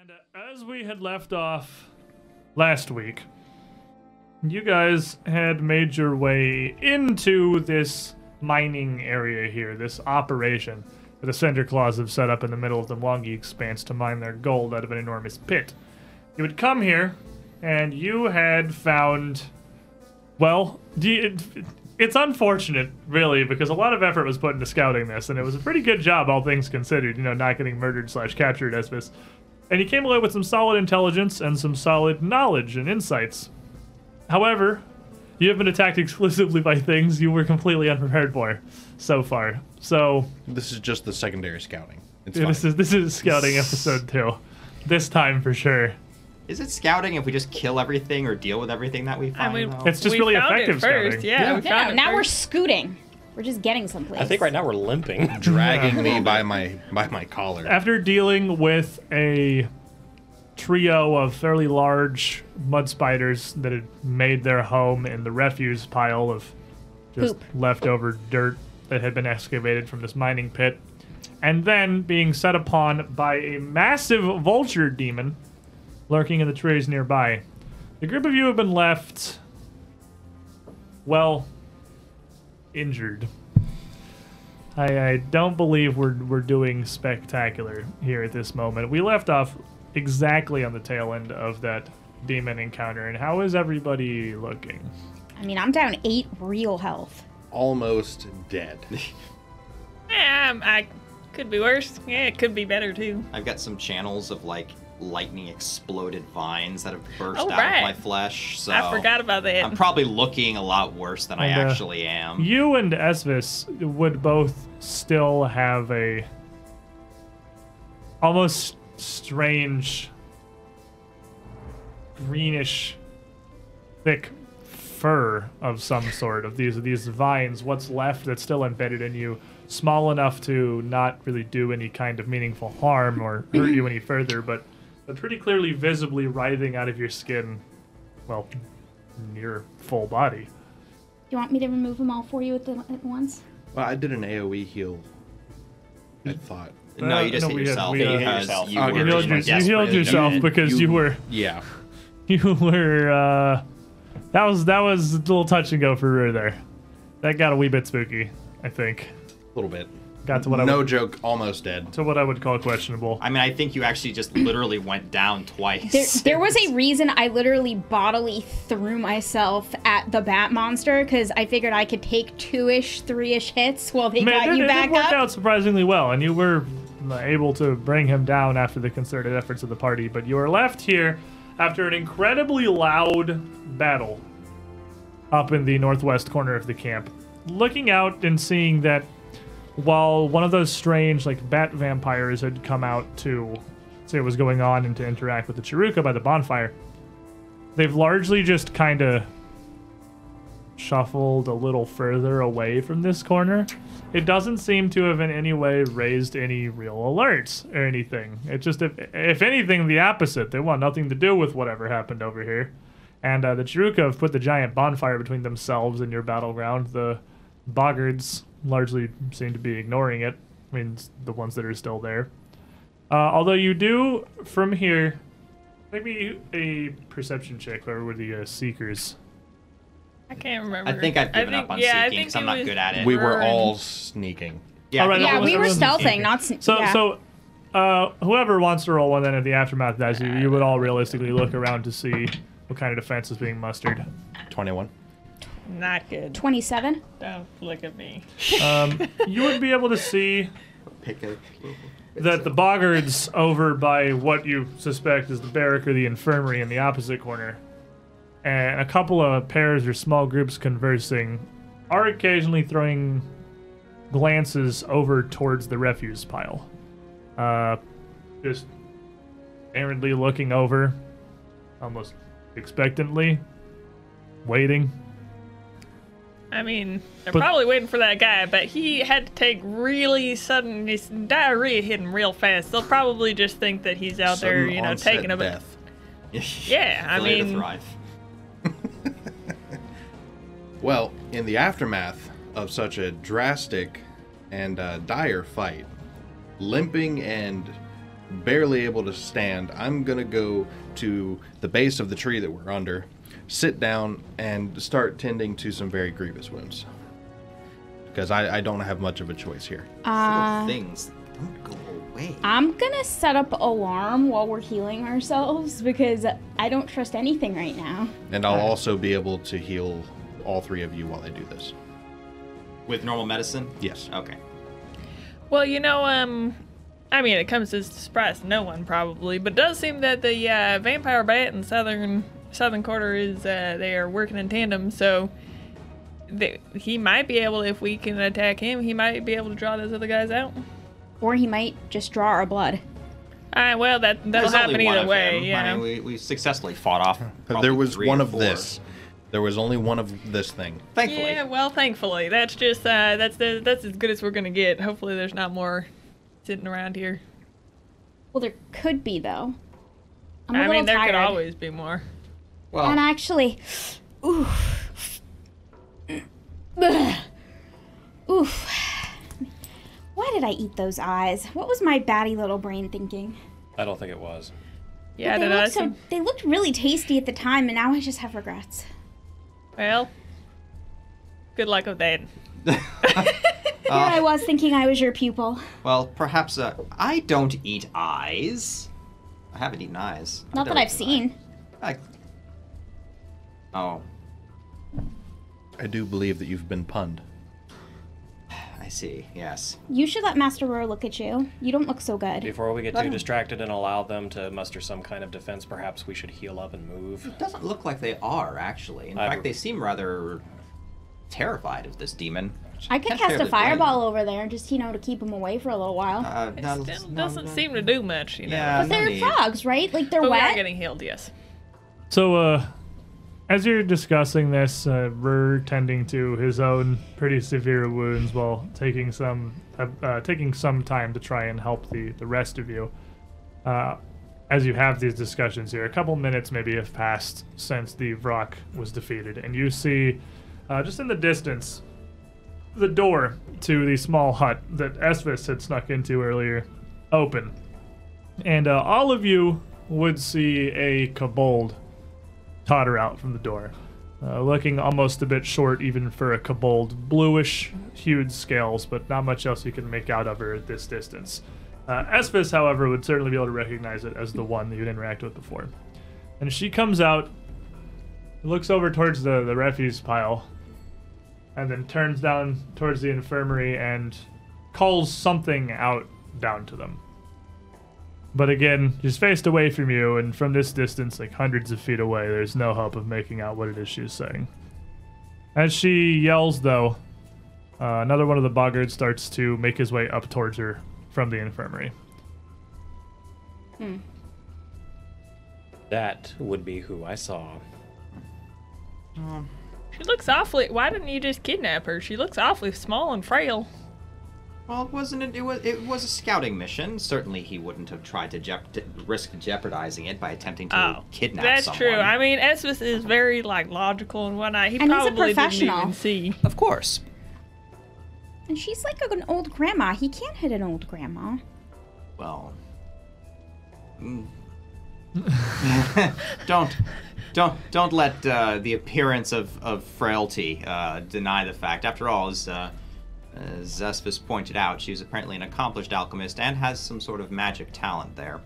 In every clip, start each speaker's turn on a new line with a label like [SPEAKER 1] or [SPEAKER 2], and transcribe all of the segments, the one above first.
[SPEAKER 1] And uh, as we had left off last week, you guys had made your way into this mining area here, this operation that the Cinder Claws have set up in the middle of the Wangi Expanse to mine their gold out of an enormous pit. You had come here, and you had found. Well, do you- it- it's unfortunate, really, because a lot of effort was put into scouting this, and it was a pretty good job, all things considered. You know, not getting murdered slash captured as this and he came away with some solid intelligence and some solid knowledge and insights. However, you have been attacked exclusively by things you were completely unprepared for so far. So
[SPEAKER 2] This is just the secondary scouting. It's fine.
[SPEAKER 1] this is this is scouting episode two, this time for sure.
[SPEAKER 3] Is it scouting if we just kill everything or deal with everything that we find?
[SPEAKER 4] mean,
[SPEAKER 3] though?
[SPEAKER 1] It's just
[SPEAKER 4] we
[SPEAKER 1] really
[SPEAKER 4] found
[SPEAKER 1] effective
[SPEAKER 4] it first.
[SPEAKER 1] scouting.
[SPEAKER 4] Yeah, we
[SPEAKER 5] Yeah,
[SPEAKER 4] found it
[SPEAKER 5] now we we're
[SPEAKER 4] first.
[SPEAKER 5] scooting. We're just getting someplace.
[SPEAKER 6] I think right now we're limping.
[SPEAKER 2] dragging me by my by my collar.
[SPEAKER 1] After dealing with a trio of fairly large mud spiders that had made their home in the refuse pile of just
[SPEAKER 5] Poop.
[SPEAKER 1] leftover dirt that had been excavated from this mining pit, and then being set upon by a massive vulture demon lurking in the trees nearby. The group of you have been left, well, injured. I, I don't believe we're, we're doing spectacular here at this moment. We left off exactly on the tail end of that demon encounter. And how is everybody looking?
[SPEAKER 5] I mean, I'm down eight real health.
[SPEAKER 2] Almost dead.
[SPEAKER 4] Yeah, um, I could be worse. Yeah, it could be better too.
[SPEAKER 3] I've got some channels of like lightning exploded vines that have burst
[SPEAKER 4] Oh,
[SPEAKER 3] out
[SPEAKER 4] right.
[SPEAKER 3] of my flesh. So
[SPEAKER 4] I forgot about that.
[SPEAKER 3] Oh, I'm probably looking a lot worse than I
[SPEAKER 1] And, uh,
[SPEAKER 3] actually am.
[SPEAKER 1] You and Esvis would both still have a almost strange greenish thick fur of some sort of these these vines what's left that's still embedded in you small enough to not really do any kind of meaningful harm or hurt you any further but but pretty clearly visibly writhing out of your skin well near full body
[SPEAKER 5] You want me to remove them all for you at, the, at once?
[SPEAKER 2] Well, I did an AoE heal. I thought.
[SPEAKER 3] no, you just
[SPEAKER 1] uh, no,
[SPEAKER 3] hit
[SPEAKER 1] we had-
[SPEAKER 3] yourself
[SPEAKER 1] we had-
[SPEAKER 3] because
[SPEAKER 6] yourself.
[SPEAKER 3] you
[SPEAKER 2] Oh,
[SPEAKER 3] were
[SPEAKER 2] you
[SPEAKER 1] You healed,
[SPEAKER 3] just
[SPEAKER 1] your-
[SPEAKER 3] like
[SPEAKER 1] you healed
[SPEAKER 3] desperate.
[SPEAKER 1] yourself
[SPEAKER 2] You-
[SPEAKER 1] because you,
[SPEAKER 2] you-
[SPEAKER 1] were
[SPEAKER 2] Yeah.
[SPEAKER 1] you were uh that was that was a little touch and go for Rue there. That got a wee bit spooky, I think.
[SPEAKER 2] A little bit.
[SPEAKER 1] Got to what I
[SPEAKER 2] no
[SPEAKER 1] would,
[SPEAKER 2] joke, almost dead.
[SPEAKER 1] to what I would call questionable.
[SPEAKER 3] I mean, I think you actually just literally went down twice.
[SPEAKER 5] There, there was a reason I literally bodily threw myself at the bat monster because I figured I could take two ish, three ish hits while they
[SPEAKER 1] Man,
[SPEAKER 5] got
[SPEAKER 1] it,
[SPEAKER 5] you
[SPEAKER 1] it
[SPEAKER 5] back
[SPEAKER 1] worked
[SPEAKER 5] up.
[SPEAKER 1] out surprisingly well, and you were uh, able to bring him down after the concerted efforts of the party. But you are left here after an incredibly loud battle up in the northwest corner of the camp, looking out and seeing that while one of those strange like bat vampires had come out to see what was going on and to interact with the Chiruka by the bonfire, they've largely just kind of shuffled a little further away from this corner. It doesn't seem to have in any way raised any real alerts or anything. It just, if, if anything, the opposite. They want nothing to do with whatever happened over here. And uh, the Chiruka have put the giant bonfire between themselves and your battleground. The Boggards largely seem to be ignoring it. I mean, s- the ones that are still there. Uh, although you do, from here, maybe a perception check, or were the uh, seekers?
[SPEAKER 4] I can't remember.
[SPEAKER 3] I think I've given up on
[SPEAKER 4] yeah, I
[SPEAKER 3] seeking
[SPEAKER 4] think
[SPEAKER 3] because I'm
[SPEAKER 4] it
[SPEAKER 3] not
[SPEAKER 4] was-
[SPEAKER 3] good at it.
[SPEAKER 2] We were all sneaking.
[SPEAKER 3] yeah,
[SPEAKER 1] All right,
[SPEAKER 5] yeah,
[SPEAKER 1] Everyone-
[SPEAKER 5] we were
[SPEAKER 1] everyone's
[SPEAKER 5] stealthing,
[SPEAKER 1] sneaking.
[SPEAKER 5] not. sn-
[SPEAKER 1] So
[SPEAKER 5] yeah.
[SPEAKER 1] so uh, whoever wants to roll one then at the aftermath dice, you, you would all realistically look around to see what kind of defense is being mustered.
[SPEAKER 2] 21.
[SPEAKER 4] not good.
[SPEAKER 5] 27?
[SPEAKER 4] Don't look at me.
[SPEAKER 1] Um, you would be able to see
[SPEAKER 3] pick a
[SPEAKER 1] that the boggards over by what you suspect is the barrack or the infirmary in the opposite corner, and a couple of pairs or small groups conversing, are occasionally throwing glances over towards the refuse pile. Uh, just errantly looking over, almost expectantly, waiting.
[SPEAKER 4] I mean, they're
[SPEAKER 1] But-
[SPEAKER 4] probably waiting for that guy, but he had to take really sudden this diarrhea hit him real fast. They'll probably just think that he's out there,
[SPEAKER 2] Sudden
[SPEAKER 4] you know,
[SPEAKER 2] onset
[SPEAKER 4] taking a bit.
[SPEAKER 2] death.
[SPEAKER 4] Yeah, I
[SPEAKER 3] Failure to
[SPEAKER 4] mean-
[SPEAKER 3] thrive.
[SPEAKER 2] Well, in the aftermath of such a drastic and uh, dire fight, limping and barely able to stand, I'm gonna go to the base of the tree that we're under, sit down, and start tending to some very grievous wounds. Because I, I don't have much of a choice here.
[SPEAKER 3] Little
[SPEAKER 5] uh,
[SPEAKER 3] things don't go away.
[SPEAKER 5] I'm gonna set up alarm while we're healing ourselves because I don't trust anything right now.
[SPEAKER 2] And I'll also be able to heal all three of you while I do this.
[SPEAKER 3] With normal medicine?
[SPEAKER 2] Yes.
[SPEAKER 3] Okay.
[SPEAKER 4] Well, you know, um, I mean, it comes as a surprise to no one probably, but it does seem that the uh, vampire bat in southern southern quarter is uh, they are working in tandem, so they, he might be able, if we can attack him, he might be able to draw those other guys out.
[SPEAKER 5] Or he might just draw our blood.
[SPEAKER 4] All right, well, that that'll
[SPEAKER 3] There's only
[SPEAKER 4] happen
[SPEAKER 3] one
[SPEAKER 4] either
[SPEAKER 3] of
[SPEAKER 4] way.
[SPEAKER 3] him. I
[SPEAKER 4] Yeah.
[SPEAKER 3] mean, we, we successfully fought off. probably
[SPEAKER 2] there was
[SPEAKER 3] three
[SPEAKER 2] one
[SPEAKER 3] or
[SPEAKER 2] of
[SPEAKER 3] four.
[SPEAKER 2] this. There was only one of this thing.
[SPEAKER 3] Thankfully.
[SPEAKER 4] yeah, well, thankfully, that's just uh, that's the, that's as good as we're gonna get. Hopefully, there's not more sitting around here.
[SPEAKER 5] Well, there could be though. I'm a
[SPEAKER 4] I
[SPEAKER 5] little
[SPEAKER 4] mean, there
[SPEAKER 5] tired.
[SPEAKER 4] could always be more.
[SPEAKER 3] Well,
[SPEAKER 5] And actually, oof, Ugh. oof. Why did I eat those eyes? What was my batty little brain thinking?
[SPEAKER 6] I don't think it was.
[SPEAKER 4] Yeah, I
[SPEAKER 5] they
[SPEAKER 4] don't know.
[SPEAKER 5] looked
[SPEAKER 4] that's
[SPEAKER 5] so.
[SPEAKER 4] some-
[SPEAKER 5] They looked really tasty at the time, and now I just have regrets.
[SPEAKER 4] Well, good luck with that.
[SPEAKER 5] Here
[SPEAKER 3] Ah.
[SPEAKER 5] I was thinking I was your pupil.
[SPEAKER 3] well, perhaps uh, I don't eat eyes. I haven't eaten eyes. I
[SPEAKER 5] Not that
[SPEAKER 3] don't
[SPEAKER 5] I've
[SPEAKER 3] eat an
[SPEAKER 5] seen.
[SPEAKER 3] eye. I... Oh,
[SPEAKER 2] I do believe that you've been punned.
[SPEAKER 3] I see. Yes.
[SPEAKER 5] You should let Master Roar look at you. You don't look so good.
[SPEAKER 6] Before we get too distracted and allow them to muster some kind of defense, perhaps we should heal up and move.
[SPEAKER 3] Doesn't look like they are actually. In
[SPEAKER 6] I've-
[SPEAKER 3] fact, they seem rather terrified of this demon.
[SPEAKER 5] I could
[SPEAKER 3] Can't
[SPEAKER 5] cast a
[SPEAKER 3] fairly blame
[SPEAKER 5] fireball over there, just you know, to keep him away for a little while.
[SPEAKER 3] them. Uh,
[SPEAKER 4] It
[SPEAKER 3] no,
[SPEAKER 4] still
[SPEAKER 3] no,
[SPEAKER 4] doesn't
[SPEAKER 3] no.
[SPEAKER 4] seem to do much, you know.
[SPEAKER 3] Yeah,
[SPEAKER 5] but
[SPEAKER 3] no
[SPEAKER 5] they're
[SPEAKER 3] need.
[SPEAKER 5] frogs, right? Like they're
[SPEAKER 4] But we are
[SPEAKER 5] wet.
[SPEAKER 4] getting healed, yes.
[SPEAKER 1] So, uh, as you're discussing this, uh, Rur tending to his own pretty severe wounds while taking some uh, uh, taking some time to try and help the the rest of you. Uh, as you have these discussions here, a couple minutes maybe have passed since the Vrock was defeated, and you see, uh, just in the distance, the door to the small hut that Esvis had snuck into earlier open. And uh, all of you would see a kobold totter out from the door, uh, looking almost a bit short even for a kobold. Bluish, huge scales, but not much else you can make out of her at this distance. Uh, Espis, however, would certainly be able to recognize it as the one that you'd interact with before. And she comes out, looks over towards the, the refuse pile, and then turns down towards the infirmary and calls something out down to them. But again, she's faced away from you, and from this distance, like hundreds of feet away, there's no hope of making out what it is she's saying. As she yells, though, uh, another one of the boggards starts to make his way up towards her from the infirmary.
[SPEAKER 6] That would be who I saw.
[SPEAKER 4] She looks awfully. Why didn't you just kidnap her? She looks awfully small and frail.
[SPEAKER 3] Well, it wasn't it? It was, it was a scouting mission. Certainly, he wouldn't have tried to jep- to risk jeopardizing it by attempting to
[SPEAKER 4] Oh,
[SPEAKER 3] kidnap
[SPEAKER 4] that's
[SPEAKER 3] someone.
[SPEAKER 4] true. I mean, Esvis is very like logical and whatnot. He
[SPEAKER 5] And he's a
[SPEAKER 4] probably
[SPEAKER 5] professional.
[SPEAKER 4] didn't even see.
[SPEAKER 3] of course.
[SPEAKER 5] And she's like an old grandma. He can't hit an old grandma.
[SPEAKER 3] Well, mm. don't, don't, don't let uh, the appearance of of frailty uh, deny the fact. After all, as uh, as Zespis pointed out, she's apparently an accomplished alchemist and has some sort of magic talent there.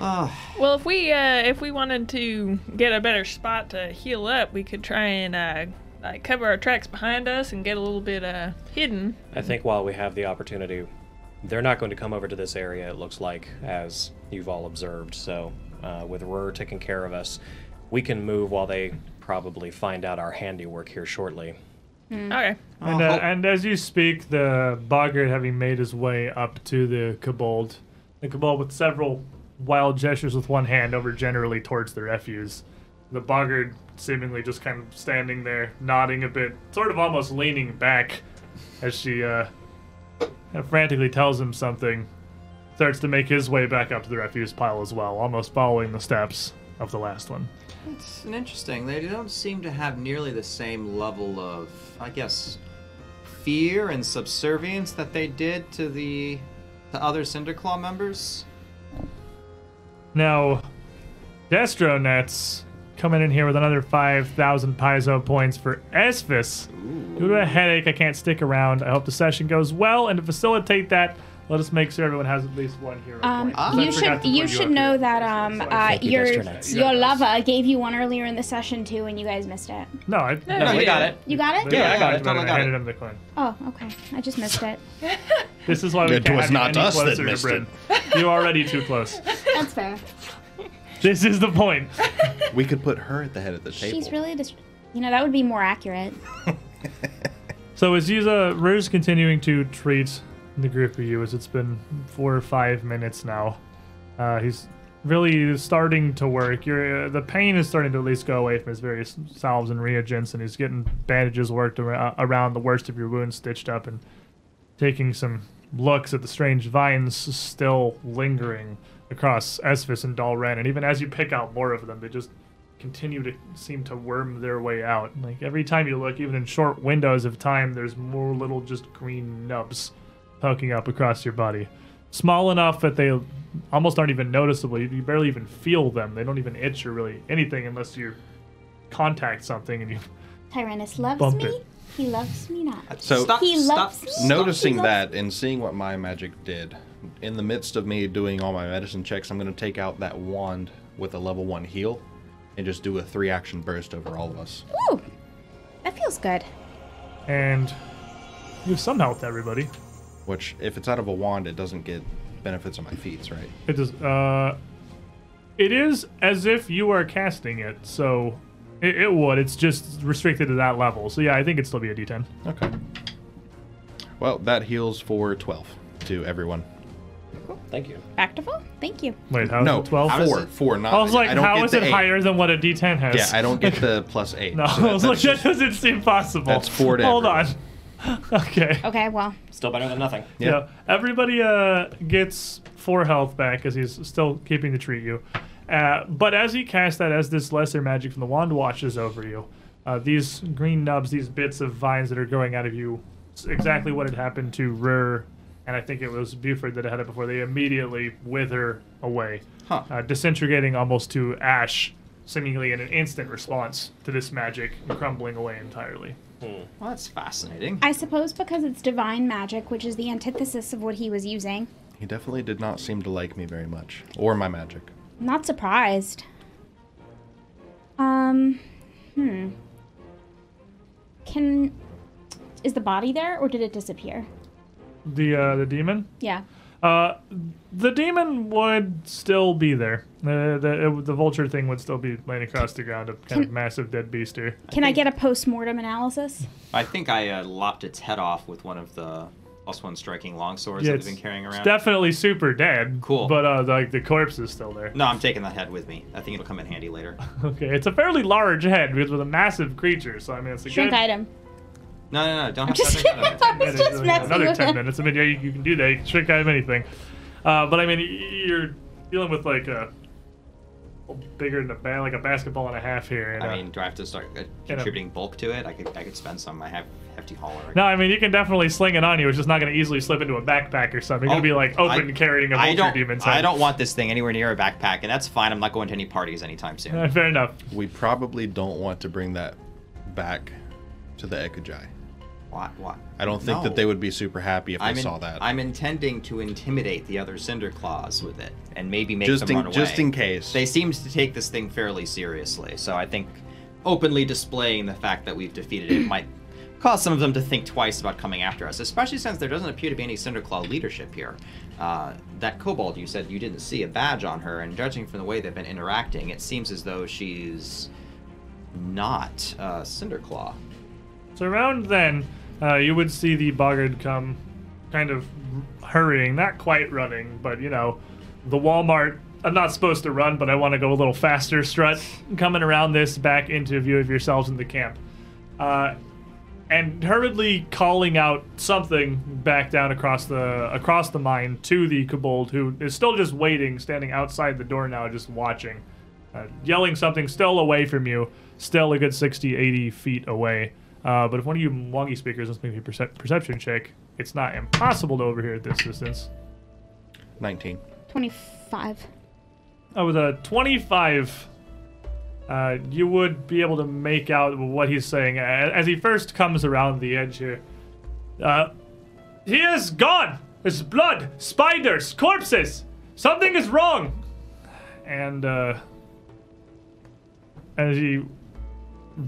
[SPEAKER 3] Uh,
[SPEAKER 4] Well, if we uh, if we wanted to get a better spot to heal up, we could try and uh, like cover our tracks behind us and get a little bit uh, hidden.
[SPEAKER 6] I think while we have the opportunity, they're not going to come over to this area, it looks like, as you've all observed. So, uh, with Rur taking care of us, we can move while they probably find out our handiwork here shortly.
[SPEAKER 5] Mm.
[SPEAKER 4] Okay.
[SPEAKER 1] And,
[SPEAKER 3] Oh,
[SPEAKER 1] uh,
[SPEAKER 3] hope-
[SPEAKER 1] and as you speak, the boggart having made his way up to the kobold, the kobold with several wild gestures with one hand over generally towards the refuse, the boggart seemingly just kind of standing there, nodding a bit, sort of almost leaning back as she uh, frantically tells him something, starts to make his way back up to the refuse pile as well, almost following the steps of the last one.
[SPEAKER 3] It's an interesting. They don't seem to have nearly the same level of, I guess, fear and subservience that they did to the the other Cinderclaw members?
[SPEAKER 1] Now, Destronet's coming in here with another 5,000 piezo points for Esvis. Due to a headache, I can't stick around. I hope the session goes well, and to facilitate that, let us make sure everyone has at least one hero
[SPEAKER 5] Um,
[SPEAKER 1] point. 'Cause I
[SPEAKER 5] you
[SPEAKER 1] forgot
[SPEAKER 5] should
[SPEAKER 1] to
[SPEAKER 5] you
[SPEAKER 1] put
[SPEAKER 5] should
[SPEAKER 1] up
[SPEAKER 5] know
[SPEAKER 1] here.
[SPEAKER 5] that um uh,
[SPEAKER 6] Thank you,
[SPEAKER 5] your
[SPEAKER 6] Destronauts.
[SPEAKER 5] your lover gave you one earlier in the session too, and you guys missed it.
[SPEAKER 1] No, I,
[SPEAKER 4] No,
[SPEAKER 3] No,
[SPEAKER 4] you
[SPEAKER 3] we got
[SPEAKER 4] did.
[SPEAKER 3] it.
[SPEAKER 5] You got it?
[SPEAKER 1] yeah,
[SPEAKER 3] I
[SPEAKER 1] I
[SPEAKER 3] got
[SPEAKER 1] got
[SPEAKER 3] it,
[SPEAKER 1] it. I
[SPEAKER 3] totally got
[SPEAKER 1] handed
[SPEAKER 3] it.
[SPEAKER 1] him the coin.
[SPEAKER 5] Oh, okay. I just missed it.
[SPEAKER 1] This is why we
[SPEAKER 2] It
[SPEAKER 1] can't
[SPEAKER 2] was
[SPEAKER 1] have you
[SPEAKER 2] not
[SPEAKER 1] any
[SPEAKER 2] us that
[SPEAKER 1] closer to
[SPEAKER 2] missed
[SPEAKER 1] Bryn. You're already too close.
[SPEAKER 5] That's fair.
[SPEAKER 1] This is the point.
[SPEAKER 2] We could put her at the head of the table.
[SPEAKER 5] She's really just. You know that would be more accurate.
[SPEAKER 1] So is Yuza we're just continuing to treat the group of you as it's been four or five minutes now. Uh, he's really starting to work. You're, uh, the pain is starting to at least go away from his various salves and reagents, and he's getting bandages worked ar- around the worst of your wounds stitched up and taking some looks at the strange vines still lingering across Esvis and Dalren. And even as you pick out more of them, they just continue to seem to worm their way out. Like every time you look, even in short windows of time, there's more little just green nubs poking up across your body. Small enough that they almost aren't even noticeable. You you barely even feel them. They don't even itch or really anything unless you contact something and you.
[SPEAKER 5] Tyrannus loves
[SPEAKER 1] Bump
[SPEAKER 5] me.
[SPEAKER 1] it.
[SPEAKER 5] He loves me not.
[SPEAKER 2] So-
[SPEAKER 3] stop,
[SPEAKER 5] He
[SPEAKER 3] stop,
[SPEAKER 5] loves me.
[SPEAKER 3] stop.
[SPEAKER 2] Noticing that and seeing what my magic did, in the midst of me doing all my medicine checks, I'm going to take out that wand with a level one heal and just do a three action burst over all of us.
[SPEAKER 5] Ooh, that feels good.
[SPEAKER 1] And you have some health, everybody.
[SPEAKER 2] Which, if it's out of a wand, it doesn't get benefits on my feats, right?
[SPEAKER 1] It does. Uh, it is as if you are casting it, so it, it would. It's just restricted to that level. So yeah, I think it'd still be a D10.
[SPEAKER 2] Okay. Well, that heals for 12 to everyone.
[SPEAKER 6] Thank you.
[SPEAKER 5] Practical. Thank you.
[SPEAKER 1] Wait, how's
[SPEAKER 2] no,
[SPEAKER 1] it 12?
[SPEAKER 2] Four,
[SPEAKER 3] does
[SPEAKER 2] four,
[SPEAKER 3] it-
[SPEAKER 2] not.
[SPEAKER 1] I was like,
[SPEAKER 2] I don't
[SPEAKER 1] how
[SPEAKER 2] get
[SPEAKER 1] is
[SPEAKER 2] the
[SPEAKER 1] it
[SPEAKER 2] eight.
[SPEAKER 1] higher than what a D10 has?
[SPEAKER 2] Yeah, I don't get the plus eight.
[SPEAKER 1] No,
[SPEAKER 2] so that-
[SPEAKER 1] I was like,
[SPEAKER 2] that's
[SPEAKER 1] that
[SPEAKER 2] just-
[SPEAKER 1] doesn't seem possible.
[SPEAKER 2] that's four to
[SPEAKER 1] Hold on.
[SPEAKER 2] everyone.
[SPEAKER 1] okay.
[SPEAKER 5] Okay, well,
[SPEAKER 6] Still better than nothing.
[SPEAKER 1] Yeah. Everybody uh, gets four health back as he's still keeping to treat you. Uh, but as he casts that, as this lesser magic from the wand washes over you, uh, these green nubs, these bits of vines that are growing out of you, it's exactly what had happened to Rur, and I think it was Buford that had it before. They immediately wither away,
[SPEAKER 3] Huh.
[SPEAKER 1] uh, disintegrating almost to ash, seemingly in an instant response to this magic, and crumbling away entirely.
[SPEAKER 3] Well, that's fascinating.
[SPEAKER 5] I suppose because it's divine magic, which is the antithesis of what he was using.
[SPEAKER 2] He definitely did not seem to like me very much, or my magic.
[SPEAKER 5] Not surprised. Um, hmm. Can is the body there or did it disappear?
[SPEAKER 1] The uh, the demon.
[SPEAKER 5] Yeah.
[SPEAKER 1] Uh, the demon would still be there. Uh, the it, the vulture thing would still be laying across the ground, a kind
[SPEAKER 3] Hmm.
[SPEAKER 1] of massive dead beast here.
[SPEAKER 5] Can I, get a post-mortem analysis?
[SPEAKER 3] I think I uh, lopped its head off with one of the plus one striking longswords that I've been carrying
[SPEAKER 1] it's
[SPEAKER 3] around.
[SPEAKER 1] definitely super dead.
[SPEAKER 3] Cool.
[SPEAKER 1] But uh, like the corpse is still there.
[SPEAKER 3] no, I'm taking the head with me. I think it'll come in handy later.
[SPEAKER 1] Okay, it's a fairly large head because with a massive creature. So I mean, it's a
[SPEAKER 5] Shrink
[SPEAKER 1] good.
[SPEAKER 5] item.
[SPEAKER 3] No, no, no, don't have
[SPEAKER 5] Just
[SPEAKER 3] to
[SPEAKER 5] kidding.
[SPEAKER 3] think about
[SPEAKER 5] I
[SPEAKER 3] it.
[SPEAKER 5] was just messing
[SPEAKER 1] another
[SPEAKER 5] with
[SPEAKER 1] ten
[SPEAKER 5] him.
[SPEAKER 1] minutes. I mean, yeah, you, you can do that. You can shrink item anything. Uh, but I mean, y- you're dealing with like a bigger than a ba- like a basketball and a half here. And,
[SPEAKER 3] I
[SPEAKER 1] uh,
[SPEAKER 3] mean, do I have to start uh, contributing bulk to it? I could, I could spend some. I have hefty hauler.
[SPEAKER 1] No, I mean you can definitely sling it on you. It's just not going to easily slip into a backpack or something. You're going to be like open
[SPEAKER 3] Oh, I-
[SPEAKER 1] carrying a
[SPEAKER 3] I
[SPEAKER 1] vulture
[SPEAKER 3] don't,
[SPEAKER 1] demon's head.
[SPEAKER 3] I don't want this thing anywhere near a backpack, and that's fine. I'm not going to any parties anytime soon.
[SPEAKER 1] Uh, fair enough.
[SPEAKER 2] We probably don't want to bring that back to the Ekajai.
[SPEAKER 3] Why? Why?
[SPEAKER 2] I don't think
[SPEAKER 3] No.
[SPEAKER 2] that they would be super happy if they
[SPEAKER 3] I'm in-
[SPEAKER 2] saw that.
[SPEAKER 3] I'm intending to intimidate the other Cinder Claws with it, and maybe make
[SPEAKER 2] just
[SPEAKER 3] them
[SPEAKER 2] in
[SPEAKER 3] run away.
[SPEAKER 2] just in case.
[SPEAKER 3] They seemed to take this thing fairly seriously, so I think openly displaying the fact that we've defeated it might cause some of them to think twice about coming after us, especially since there doesn't appear to be any Cinderclaw leadership here. Uh, that kobold, you said you didn't see a badge on her, and judging from the way they've been interacting, it seems as though she's not uh, Cinderclaw.
[SPEAKER 1] So around then, uh, you would see the boggard come, kind of hurrying, not quite running, but you know, the Walmart. I'm not supposed to run, but I want to go a little faster. Strut coming around this back into view of yourselves in the camp, uh, and hurriedly calling out something back down across the across the mine to the kobold, who is still just waiting, standing outside the door now, just watching, uh, yelling something still away from you, still a good 60, 80 feet away. Uh, but if one of you Mwangi speakers is making a percep- perception check, it's not impossible to overhear at this distance.
[SPEAKER 2] 19.
[SPEAKER 5] 25.
[SPEAKER 1] Uh, with a 25, uh, you would be able to make out what he's saying a- as he first comes around the edge here. Uh, he is gone! There's blood, spiders, corpses! Something is wrong! And uh, as he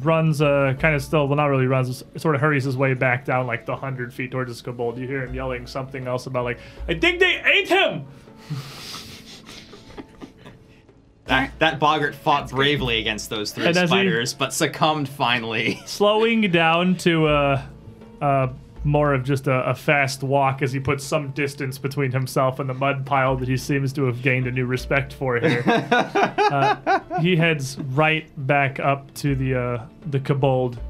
[SPEAKER 1] runs, uh, kind of still, well, not really runs, sort of hurries his way back down like the 100 feet towards his kobold. You hear him yelling something else about, like, I think they ate him!
[SPEAKER 3] That, that boggart fought bravely against those three
[SPEAKER 1] And as he-
[SPEAKER 3] spiders, but succumbed finally.
[SPEAKER 1] slowing down to uh, uh, more of just a, a fast walk as he puts some distance between himself and the mud pile that he seems to have gained a new respect for here. Uh, he heads right back up to the uh, the kobold,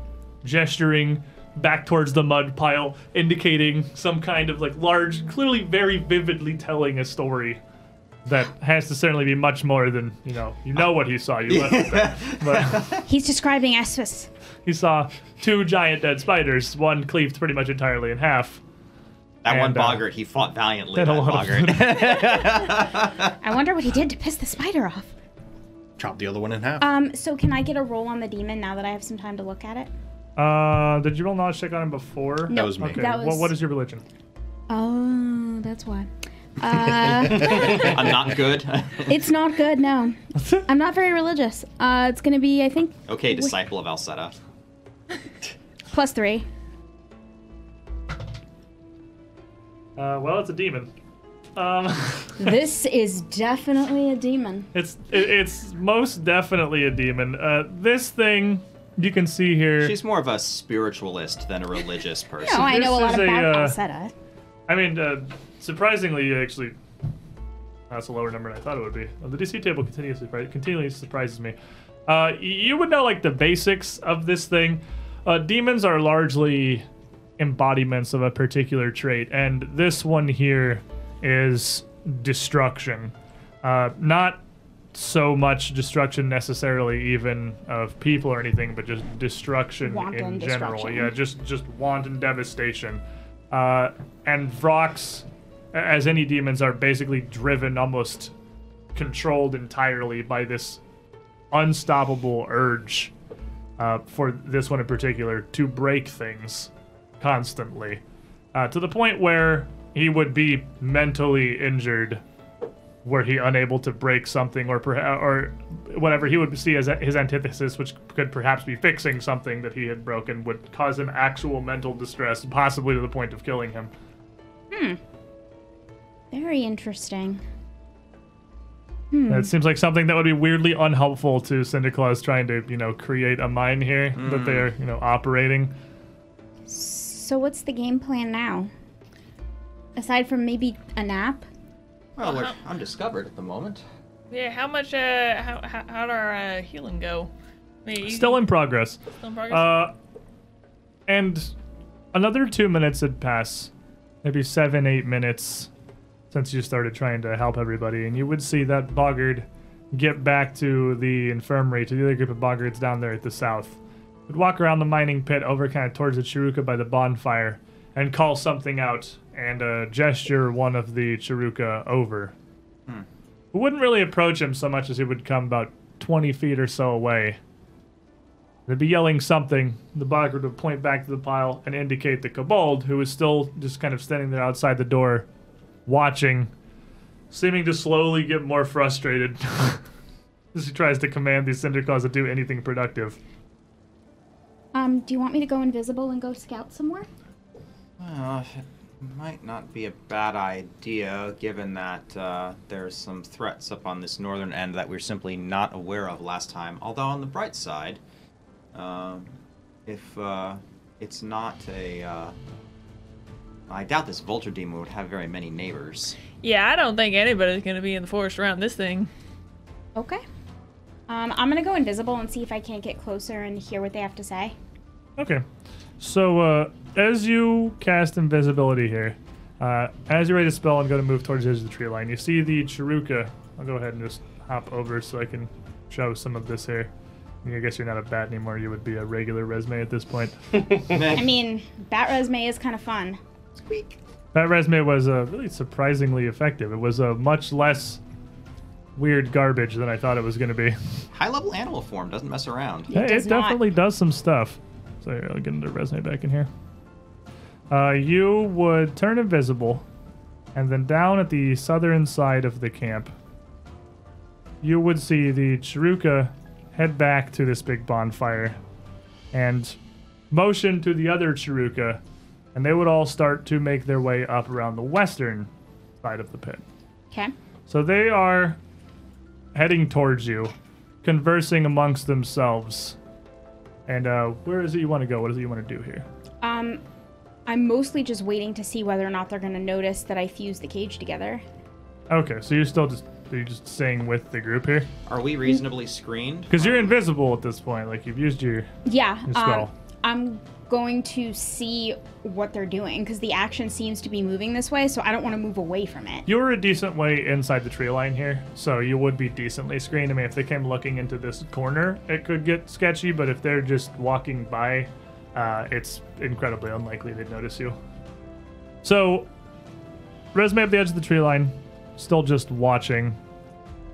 [SPEAKER 1] gesturing back towards the mud pile, indicating some kind of like large, clearly very vividly telling a story. That has to certainly be much more than you know. You know what he saw. You let it there. but
[SPEAKER 5] He's describing Espus.
[SPEAKER 1] he saw two giant dead spiders, one cleaved pretty much entirely in half.
[SPEAKER 3] That one
[SPEAKER 1] And, uh,
[SPEAKER 3] boggart, he fought valiantly. That
[SPEAKER 1] did a lot of
[SPEAKER 3] boggart.
[SPEAKER 5] I wonder what he did to piss the spider off.
[SPEAKER 2] Chop the other one in half.
[SPEAKER 5] Um, so can I get a roll on the demon now that I have some time to look at it?
[SPEAKER 1] Uh, did you roll knowledge check on him before?
[SPEAKER 5] no.
[SPEAKER 2] that was me.
[SPEAKER 1] Okay.
[SPEAKER 5] That
[SPEAKER 1] What,
[SPEAKER 5] was-
[SPEAKER 1] what is your religion?
[SPEAKER 5] Oh, that's why. Uh,
[SPEAKER 3] I'm not good.
[SPEAKER 5] it's not good, no. I'm not very religious. Uh, it's gonna be, I think,
[SPEAKER 3] okay, disciple of Alceta.
[SPEAKER 5] plus three.
[SPEAKER 1] Uh, well, it's a demon. Um,
[SPEAKER 5] This is definitely a demon.
[SPEAKER 1] it's it, it's most definitely a demon. Uh, this thing you can see here.
[SPEAKER 3] She's more of a spiritualist than a religious person.
[SPEAKER 5] No, I know a
[SPEAKER 1] this
[SPEAKER 5] lot
[SPEAKER 1] is a,
[SPEAKER 5] about
[SPEAKER 1] uh,
[SPEAKER 5] Alceta.
[SPEAKER 1] I mean, uh, surprisingly, actually, that's a lower number than I thought it would be. Uh, The DC table continuously continually surprises me. Uh, y- you would know like the basics of this thing. Uh, demons are largely embodiments of a particular trait, and this one here is destruction. Uh, not so much destruction necessarily, even of people or anything, but just destruction in
[SPEAKER 5] Wanton
[SPEAKER 1] general.
[SPEAKER 5] destruction.
[SPEAKER 1] Yeah, just just wanton devastation. Uh, and Vrox, a- as any demons, are basically driven almost controlled entirely by this unstoppable urge uh, for this one in particular to break things constantly uh, to the point where he would be mentally injured were he unable to break something or perha- or whatever he would see as a- his antithesis which could perhaps be fixing something that he had broken would cause him actual mental distress possibly to the point of killing him
[SPEAKER 5] Very interesting.
[SPEAKER 1] It seems like something that would be weirdly unhelpful to Santa Claus trying to, you know, create a mine here that they're, you know, operating.
[SPEAKER 5] So what's the game plan now? Aside from maybe a nap?
[SPEAKER 3] Well, we're undiscovered at the moment.
[SPEAKER 4] Yeah, how much, uh, how, how, how'd our uh, healing go? I mean, you-
[SPEAKER 1] Still in progress.
[SPEAKER 4] still in progress?
[SPEAKER 1] Uh, and another two minutes had passed, maybe seven, eight minutes since you started trying to help everybody, and you would see that boggard get back to the infirmary, to the other group of boggards down there at the south. Would walk around the mining pit over kind of towards the Chiruka by the bonfire and call something out and uh, gesture one of the Chiruka over. Who wouldn't really approach him so much as he would come about 20 feet or so away. They'd be yelling something. The boggart would point back to the pile and indicate the kobold, who is still just kind of standing there outside the door, watching, seeming to slowly get more frustrated as he tries to command these cinder claws to do anything productive.
[SPEAKER 5] Um, do you want me to go invisible and go scout somewhere?
[SPEAKER 3] Well, it might not be a bad idea, given that uh, there's some threats up on this northern end that we are simply not aware of last time. Although on the bright side, um, if uh, it's not a, uh, I doubt this vulture demon would have very many neighbors.
[SPEAKER 4] yeah, I don't think anybody's gonna be in the forest around this thing.
[SPEAKER 5] Okay. Um, I'm gonna go invisible and see if I can't get closer and hear what they have to say.
[SPEAKER 1] Okay. So, uh, as you cast invisibility here, uh, as you ready to spell and go to move towards the edge of the tree line, you see the Chiruka. I'll go ahead and just hop over so I can show some of this here. I guess you're not a bat anymore. You would be a regular resume at this point.
[SPEAKER 5] I mean, bat resume is kind of fun.
[SPEAKER 3] Squeak.
[SPEAKER 1] That resume was uh, really surprisingly effective. It was a much less weird garbage than I thought it was going to be.
[SPEAKER 3] High level animal form doesn't mess around.
[SPEAKER 1] Yeah,
[SPEAKER 5] does
[SPEAKER 1] it
[SPEAKER 5] not.
[SPEAKER 1] definitely does some stuff. So here, I'll get another resume back in here. Uh, you would turn invisible, and then down at the southern side of the camp, you would see the Chiruka head back to this big bonfire and motion to the other Chiruka, and they would all start to make their way up around the western side of the pit.
[SPEAKER 5] Okay.
[SPEAKER 1] So they are heading towards you, conversing amongst themselves. And uh, where is it you want to go? What is it you want to do here?
[SPEAKER 5] Um, I'm mostly just waiting to see whether or not they're going to notice that I fused the cage together.
[SPEAKER 1] Okay, so you're still just are you just staying with the group here
[SPEAKER 3] Are we reasonably screened?
[SPEAKER 1] because you're invisible at this point. Like you've used your
[SPEAKER 5] Yeah.
[SPEAKER 1] Your
[SPEAKER 5] Um,
[SPEAKER 1] spell.
[SPEAKER 5] I'm going to see what they're doing because the action seems to be moving this way, so I don't want to move away from it.
[SPEAKER 1] you're a decent way inside the tree line here, so you would be decently screened. I mean, if they came looking into this corner, it could get sketchy. But if they're just walking by, uh, it's incredibly unlikely they'd notice you. So, resume up the edge of the tree line, still just watching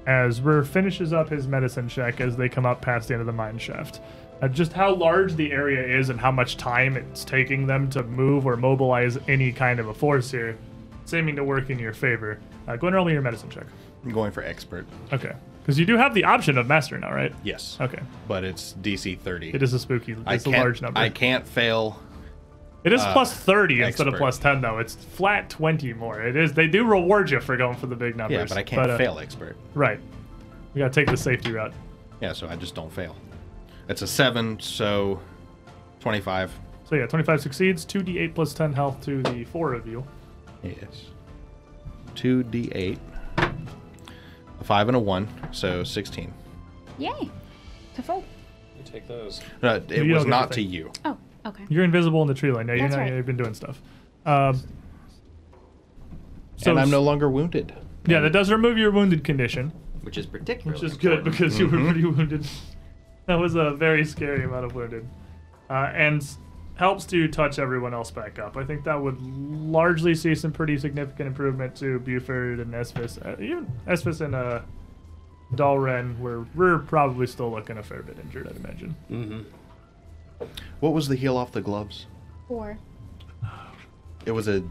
[SPEAKER 1] as Rur finishes up his medicine check as they come up past the end of the mine shaft. Uh, just how large the area is and how much time it's taking them to move or mobilize any kind of a force here, seeming to work in your favor. Uh, go and roll me your medicine check.
[SPEAKER 2] I'm going for expert.
[SPEAKER 1] Okay. Because you do have the option of master now, right?
[SPEAKER 2] Yes.
[SPEAKER 1] Okay.
[SPEAKER 2] But it's DC 30.
[SPEAKER 1] It is a spooky,
[SPEAKER 2] I
[SPEAKER 1] it's a
[SPEAKER 2] can't,
[SPEAKER 1] large number.
[SPEAKER 2] I can't fail.
[SPEAKER 1] It is plus 30 instead of
[SPEAKER 2] expert.
[SPEAKER 1] plus 10, though. It's flat 20 more. It is. They do reward you for going for the big numbers.
[SPEAKER 2] Yeah, but I can't
[SPEAKER 1] uh,
[SPEAKER 2] fail expert.
[SPEAKER 1] Right. We got to take the safety route.
[SPEAKER 2] Yeah, so I just don't fail. It's a seven, so 25.
[SPEAKER 1] So yeah, 25 succeeds, 2d8 plus 10 health to the four of you.
[SPEAKER 2] Yes. 2d8. A 5 and a 1, so 16.
[SPEAKER 5] Yay. To fold.
[SPEAKER 6] You take those.
[SPEAKER 2] No, it
[SPEAKER 1] You
[SPEAKER 2] was
[SPEAKER 1] don't get
[SPEAKER 2] not
[SPEAKER 1] the
[SPEAKER 2] to
[SPEAKER 1] thing.
[SPEAKER 2] you.
[SPEAKER 5] Oh, okay.
[SPEAKER 1] You're invisible in the tree line. Yeah, you
[SPEAKER 5] That's
[SPEAKER 1] know,
[SPEAKER 5] right.
[SPEAKER 1] you've been doing stuff. Um, so
[SPEAKER 2] and I'm no longer wounded.
[SPEAKER 1] yeah, that does remove your wounded condition,
[SPEAKER 3] Which is particularly
[SPEAKER 1] which is good
[SPEAKER 3] important.
[SPEAKER 1] because you were pretty wounded. That was a very scary amount of wounded, uh, and s- helps to touch everyone else back up. I think that would largely see some pretty significant improvement to Buford and Esvis, uh, even Esvis and uh, Dalren, where we're probably still looking a fair bit injured, I'd imagine.
[SPEAKER 2] What was the heal off the gloves?
[SPEAKER 5] Four.
[SPEAKER 2] It was a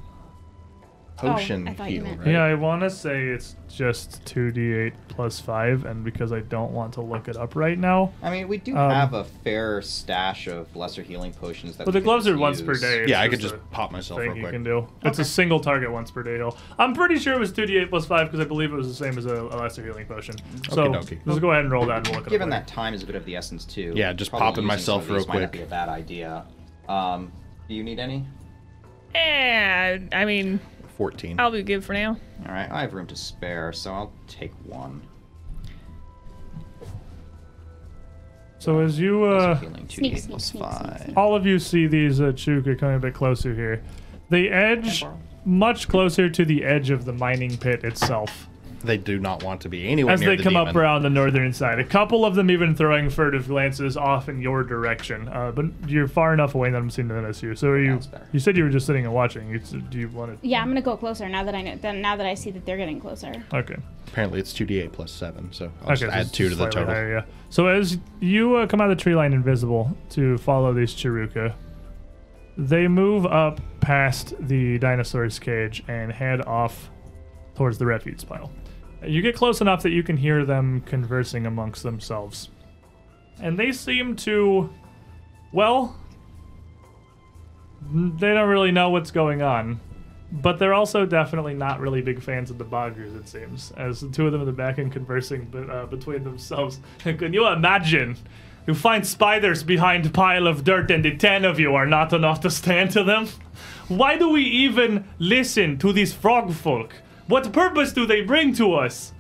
[SPEAKER 2] potion
[SPEAKER 5] Oh, I thought you
[SPEAKER 2] heal,
[SPEAKER 5] meant-
[SPEAKER 2] right?
[SPEAKER 1] Yeah, I want to say it's just 2d8 plus 5, and because I don't want to look it up right now.
[SPEAKER 3] I mean, we do
[SPEAKER 1] Um,
[SPEAKER 3] have a fair stash of lesser healing potions that
[SPEAKER 1] But the
[SPEAKER 3] we could
[SPEAKER 1] gloves are
[SPEAKER 3] just
[SPEAKER 1] once per
[SPEAKER 3] use.
[SPEAKER 1] day. It's
[SPEAKER 2] Yeah, I could
[SPEAKER 1] just
[SPEAKER 2] just
[SPEAKER 1] a
[SPEAKER 2] pop myself real
[SPEAKER 1] Thing you
[SPEAKER 2] quick.
[SPEAKER 1] can do. It's a single target once per day heal. I'm pretty sure it was 2d8 plus 5 because I believe it was the same as a, a lesser healing potion. So
[SPEAKER 2] Okie dokie.
[SPEAKER 1] let's go ahead and roll that and we'll look it
[SPEAKER 3] Given
[SPEAKER 1] up.
[SPEAKER 3] that time is a bit of the essence too.
[SPEAKER 2] Yeah, just
[SPEAKER 3] probably
[SPEAKER 2] popping
[SPEAKER 3] using some
[SPEAKER 2] myself
[SPEAKER 3] of
[SPEAKER 2] real
[SPEAKER 3] these Might not
[SPEAKER 2] quick.
[SPEAKER 3] be a bad idea. Um, do you need any?
[SPEAKER 4] Eh, I mean,
[SPEAKER 2] 14.
[SPEAKER 5] Oh.
[SPEAKER 4] I'll be good for now.
[SPEAKER 3] All right, I have room to spare, so I'll take one.
[SPEAKER 1] So as you. Uh,
[SPEAKER 3] Healing two
[SPEAKER 5] Sneak,
[SPEAKER 3] eight
[SPEAKER 5] sneak,
[SPEAKER 3] plus
[SPEAKER 5] sneak, sneak,
[SPEAKER 3] five.
[SPEAKER 5] sneak.
[SPEAKER 1] all of you see these uh, Chuka coming a bit closer here. They edge much closer to the edge of the mining pit itself.
[SPEAKER 2] They do not want to be anywhere
[SPEAKER 1] as
[SPEAKER 2] near
[SPEAKER 1] they
[SPEAKER 2] the
[SPEAKER 1] come up
[SPEAKER 2] demon.
[SPEAKER 1] around the northern side. A couple of them even throwing furtive glances off in your direction, uh, but you're far enough away that I'm seeing to notice you. So are you?
[SPEAKER 3] That's better.
[SPEAKER 1] You said you were just sitting and watching. You, do you want to?
[SPEAKER 5] Yeah, I'm gonna go closer now that I know. Then now that I see that they're getting closer.
[SPEAKER 1] Okay.
[SPEAKER 2] Apparently, it's 2d8 plus 7, so I'll
[SPEAKER 1] okay,
[SPEAKER 2] just
[SPEAKER 1] so
[SPEAKER 2] add
[SPEAKER 1] it's
[SPEAKER 2] 2 to the
[SPEAKER 1] slightly
[SPEAKER 2] total.
[SPEAKER 1] higher, yeah. So as you uh, come out of the tree line invisible to follow these Chiruka, they move up past the dinosaur's cage and head off towards the refuse pile. You get close enough that you can hear them conversing amongst themselves. And they seem to, well, they don't really know what's going on. But they're also definitely not really big fans of the Boggers, it seems, as the two of them in the back end conversing be- uh, between themselves. Can you imagine? You find spiders behind pile of dirt, and the ten of you are not enough to stand to them. Why do we even listen to these frog folk? What purpose do they bring to us?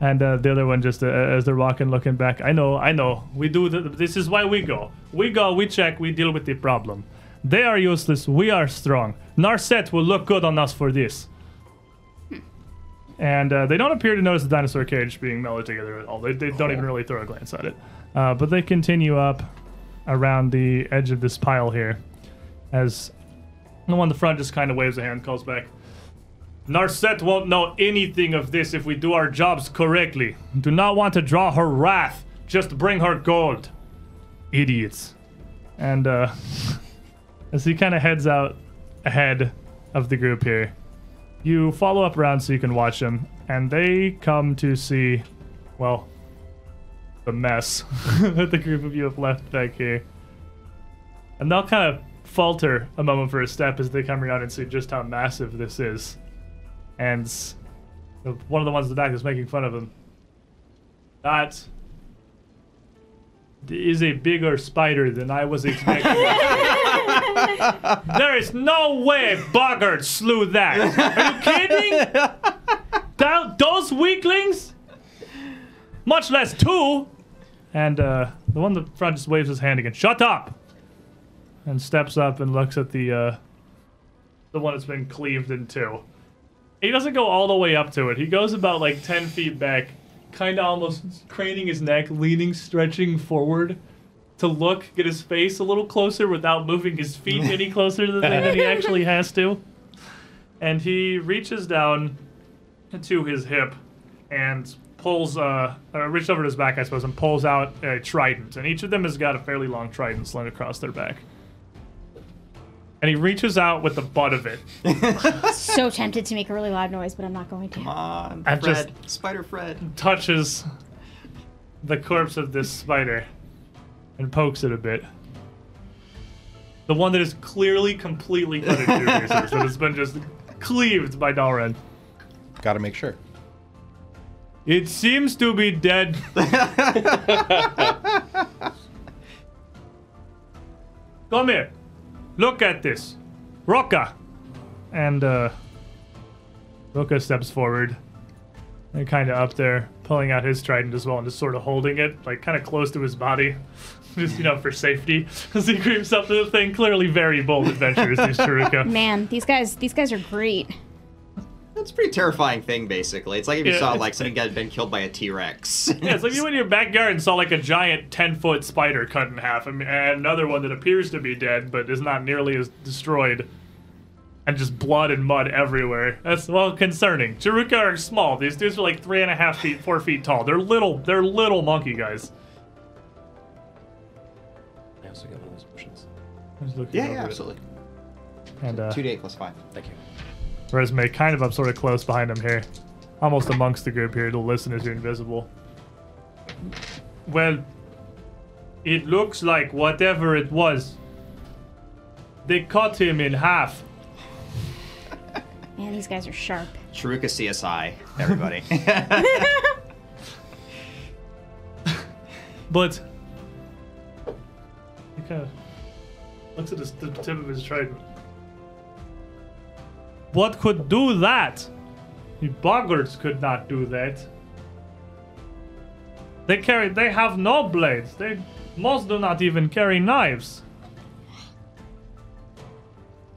[SPEAKER 1] And uh, the other one, just uh, as they're walking, looking back. I know, I know. We do. Th- this is why we go. We go. We check. We deal with the problem. They are useless. We are strong. Narset will look good on us for this. And uh, they don't appear to notice the dinosaur cage being melded together at all. They, they don't even really throw a glance at it. Uh, but they continue up around the edge of this pile here, as The one in the front just kind of waves a hand and calls back. Narset won't know anything of this if we do our jobs correctly. Do not want to draw her wrath. Just bring her gold. Idiots. And uh, as he kind of heads out ahead of the group here, you follow up around so you can watch them, and they come to see, well, the mess that the group of you have left back here. And they'll kind of falter a moment for a step as they come around and see just how massive this is. And s- the- one of the ones in the back is making fun of him. That is a bigger spider than I was expecting. there is no way Boggart slew that. Are you kidding? Thou- those weaklings? Much less two. And uh, the one in the front just waves his hand again. Shut up! and steps up and looks at the uh, the one that's been cleaved in two. He doesn't go all the way up to it. He goes about like ten feet back, kind of almost craning his neck, leaning, stretching forward to look, get his face a little closer without moving his feet any closer to the thing than he actually has to. And he reaches down to his hip and pulls uh, uh reaches over to his back, I suppose, and pulls out a trident. And each of them has got a fairly long trident slung across their back and he reaches out with the butt of it.
[SPEAKER 5] so tempted to make a really loud noise, but I'm not going to.
[SPEAKER 3] Come on,
[SPEAKER 1] I've
[SPEAKER 3] Um, Fred.
[SPEAKER 1] just-
[SPEAKER 3] Spider Fred.
[SPEAKER 1] Touches the corpse of this spider and pokes it a bit. The one that is clearly completely cut in two pieces, that has been just cleaved by Dalren.
[SPEAKER 2] Gotta make sure.
[SPEAKER 1] It seems to be dead. Come here. Look at this. Roca. And uh Roca steps forward and kind of up there, pulling out his trident as well and just sort of holding it, like kind of close to his body. Just, you know, for safety. As he creeps up to the thing, clearly very bold adventures, these Chiruka.
[SPEAKER 5] Man, these guys, these guys are great.
[SPEAKER 3] That's a pretty terrifying thing, basically. It's like if you
[SPEAKER 1] Yeah,
[SPEAKER 3] saw
[SPEAKER 1] it's-
[SPEAKER 3] like something had been killed by a T Rex.
[SPEAKER 1] Yeah, it's like you went in your backyard and saw like a giant ten foot spider cut in half, and and another one that appears to be dead but is not nearly as destroyed, and just blood and mud everywhere. That's well concerning. Chiruka are small. These dudes are like three and a half feet, four feet tall. They're little. They're little monkey guys.
[SPEAKER 6] I also get one of those potions.
[SPEAKER 3] yeah, yeah, absolutely.
[SPEAKER 1] And uh,
[SPEAKER 3] Two to eight plus five.
[SPEAKER 6] Thank you.
[SPEAKER 1] resume kind of up sort of close behind him here, almost amongst the group here. The listeners are invisible. Well, it looks like whatever it was, they cut him in half.
[SPEAKER 5] Man, these guys are sharp.
[SPEAKER 3] Chiruka CSI, everybody.
[SPEAKER 1] But he kind of looks at his, the tip of his trident. What could do that? The boggards could not do that. They carry. They have no blades. They most do not even carry knives.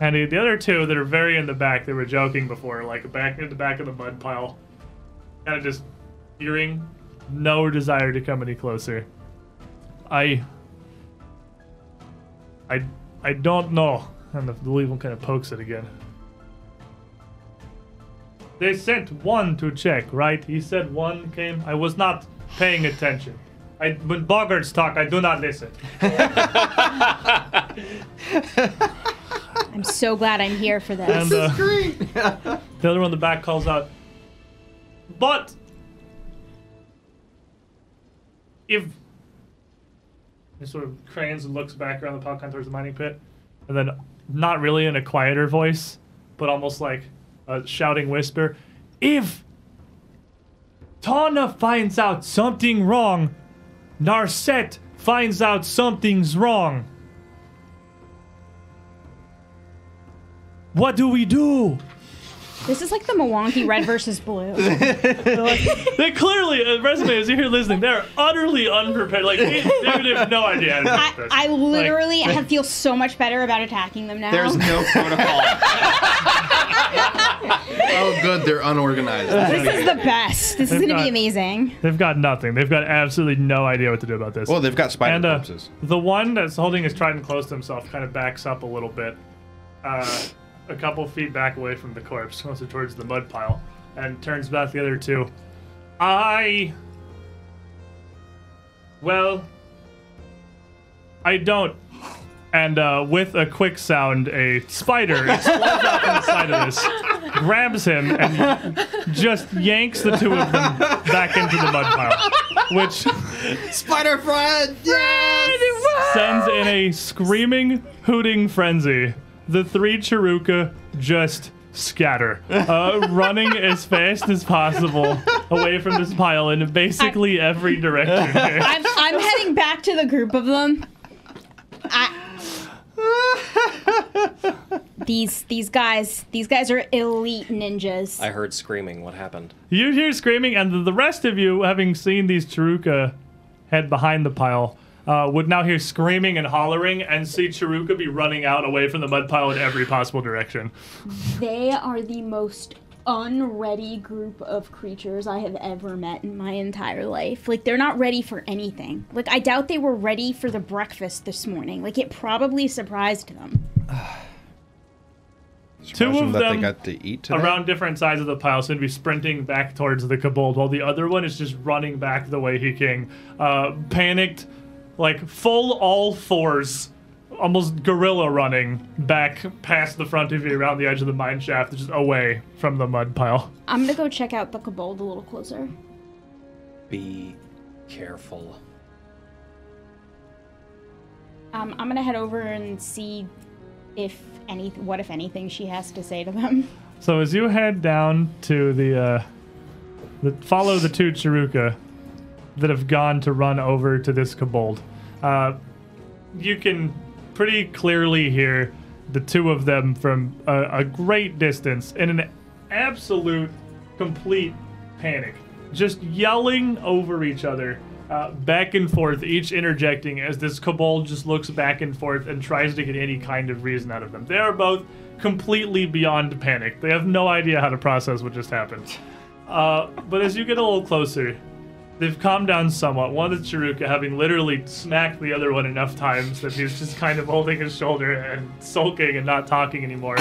[SPEAKER 1] And the- the other two that are very in the back, they were joking before, like back in the back of the mud pile, kind of just peering, no desire to come any closer. I, I, I don't know. And the, the leaf one kind of pokes it again. They sent one to check, right? He said one came. I was not paying attention. I, when boggards talk, I do not listen.
[SPEAKER 5] I'm so glad I'm here for this.
[SPEAKER 1] And uh,
[SPEAKER 3] Great.
[SPEAKER 1] the other one in the back calls out, but if he sort of cranes and looks back around the popcorn towards the mining pit, and then not really in a quieter voice, but almost like a shouting whisper, if Tana finds out something wrong, Narset finds out something's wrong. What do we do?
[SPEAKER 5] This is like the Milwaukee red versus blue.
[SPEAKER 1] They clearly, uh, resume, as you're here listening, they're utterly unprepared. Like, they, they would have no idea. How to do
[SPEAKER 5] I,
[SPEAKER 1] this.
[SPEAKER 5] I literally
[SPEAKER 1] Like,
[SPEAKER 5] I feel so much better about attacking them now.
[SPEAKER 3] There's no protocol.
[SPEAKER 2] Oh, good, they're unorganized.
[SPEAKER 5] this is the best. This is
[SPEAKER 1] They've
[SPEAKER 5] going to
[SPEAKER 1] got-
[SPEAKER 5] be amazing.
[SPEAKER 1] they've got nothing. They've got absolutely no idea what to do about this.
[SPEAKER 2] well, they've got spider
[SPEAKER 1] and uh,
[SPEAKER 2] corpses.
[SPEAKER 1] the one that's holding his trident close to himself kind of backs up a little bit. Uh, a couple feet back away from the corpse, closer towards the mud pile, and turns back the other two. I. Well. I don't. And uh, with a quick sound, a spider explodes out from the side of this, grabs him, and just yanks the two of them back into the mud pile. Which
[SPEAKER 3] Spider Fred! Yes!
[SPEAKER 1] sends in a screaming, hooting frenzy. The three Chiruka just scatter, uh, running as fast as possible away from this pile in basically every direction. here.
[SPEAKER 5] I'm, I'm heading back to the group of them. I, these these guys these guys are elite ninjas.
[SPEAKER 6] I heard screaming. What happened?
[SPEAKER 1] You hear screaming, and the rest of you, having seen these Chiruka head behind the pile, uh, would now hear screaming and hollering and see Chiruka be running out away from the mud pile in every possible direction.
[SPEAKER 5] They are the most unready group of creatures I have ever met in my entire life. Like, they're not ready for anything. Like, I doubt they were ready for the breakfast this morning. Like, it probably surprised them.
[SPEAKER 2] Surprised
[SPEAKER 1] of
[SPEAKER 2] them that
[SPEAKER 1] them
[SPEAKER 2] they got to eat today.
[SPEAKER 1] around different sides of the pile, so he'd be sprinting back towards the kobold, while the other one is just running back the way he came, uh, panicked, like full all fours, almost gorilla running back past the front of you, around the edge of the mine shaft, just away from the mud pile.
[SPEAKER 5] I'm gonna go check out the kobold a little closer.
[SPEAKER 6] Be careful.
[SPEAKER 5] Um, I'm gonna head over and see if any, what if anything she has to say to them.
[SPEAKER 1] So as you head down to the, uh, the follow the two Chiruka that have gone to run over to this kobold, uh, you can pretty clearly hear the two of them from a, a great distance in an absolute, complete panic, just yelling over each other. Uh, back and forth, each interjecting as this kobold just looks back and forth and tries to get any kind of reason out of them. They are both completely beyond panic. They have no idea how to process what just happened. Uh, but as you get a little closer, they've calmed down somewhat. One of the Chiruka having literally smacked the other one enough times that he's just kind of holding his shoulder and sulking and not talking anymore,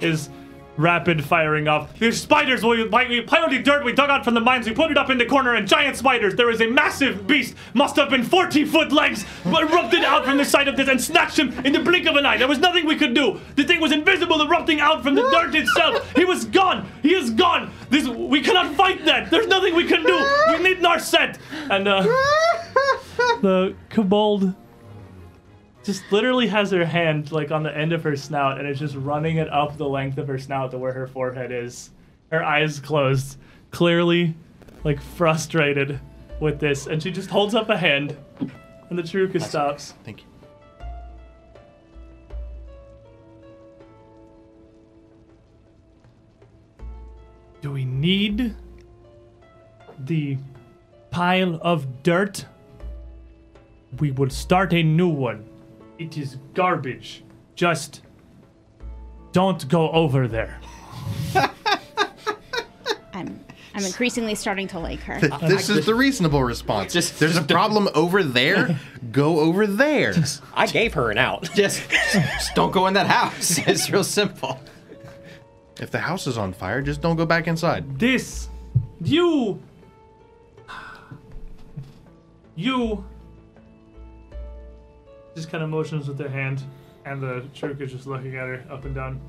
[SPEAKER 1] is rapid firing off. There's spiders! We, like, we piled the dirt we dug out from the mines, we put it up in the corner, and giant spiders! There is a massive beast, must have been 40 foot legs, erupted out from the side of this and snatched him in the blink of an eye. There was nothing we could do. The thing was invisible, erupting out from the dirt itself. He was gone! He is gone! This We cannot fight that! There's nothing we can do! We need Narset! And, uh the kobold just literally has her hand like on the end of her snout and is just running it up the length of her snout to where her forehead is. Her eyes closed, clearly like frustrated with this, and she just holds up a hand and the Chiruka stops.
[SPEAKER 2] Thank you.
[SPEAKER 1] Do we need the pile of dirt? We will start a new one. It is garbage. Just don't go over there.
[SPEAKER 5] I'm, I'm increasingly starting to like her.
[SPEAKER 2] This is the reasonable response.
[SPEAKER 3] Just-
[SPEAKER 2] There's a
[SPEAKER 3] just-
[SPEAKER 2] problem over there. Go over there.
[SPEAKER 6] I gave her an out.
[SPEAKER 3] Just, just don't go in that house. It's real simple.
[SPEAKER 2] If the house is on fire, just don't go back inside.
[SPEAKER 1] This, you, you. Just kind of motions with their hand, and the Chirk is just looking at her up and down.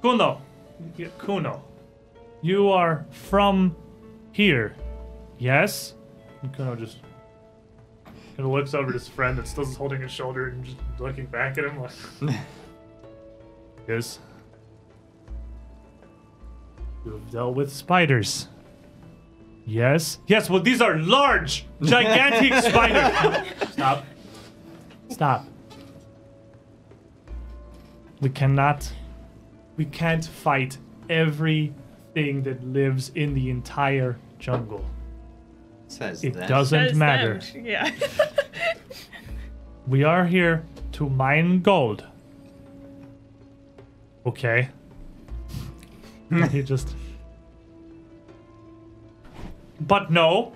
[SPEAKER 1] Kuno, Y- Kuno, you are from here, yes? And Kuno just kind of looks over at his friend that's still holding his shoulder and just looking back at him like, yes. You've dealt with spiders. Yes? Yes, well, these are large, gigantic spiders. Stop. Stop. We cannot. We can't fight everything that lives in the entire jungle.
[SPEAKER 3] Says
[SPEAKER 1] It
[SPEAKER 3] that.
[SPEAKER 4] That is
[SPEAKER 1] doesn't
[SPEAKER 4] them.
[SPEAKER 1] matter.
[SPEAKER 4] Yeah.
[SPEAKER 1] We are here to mine gold. Okay. he just. But no.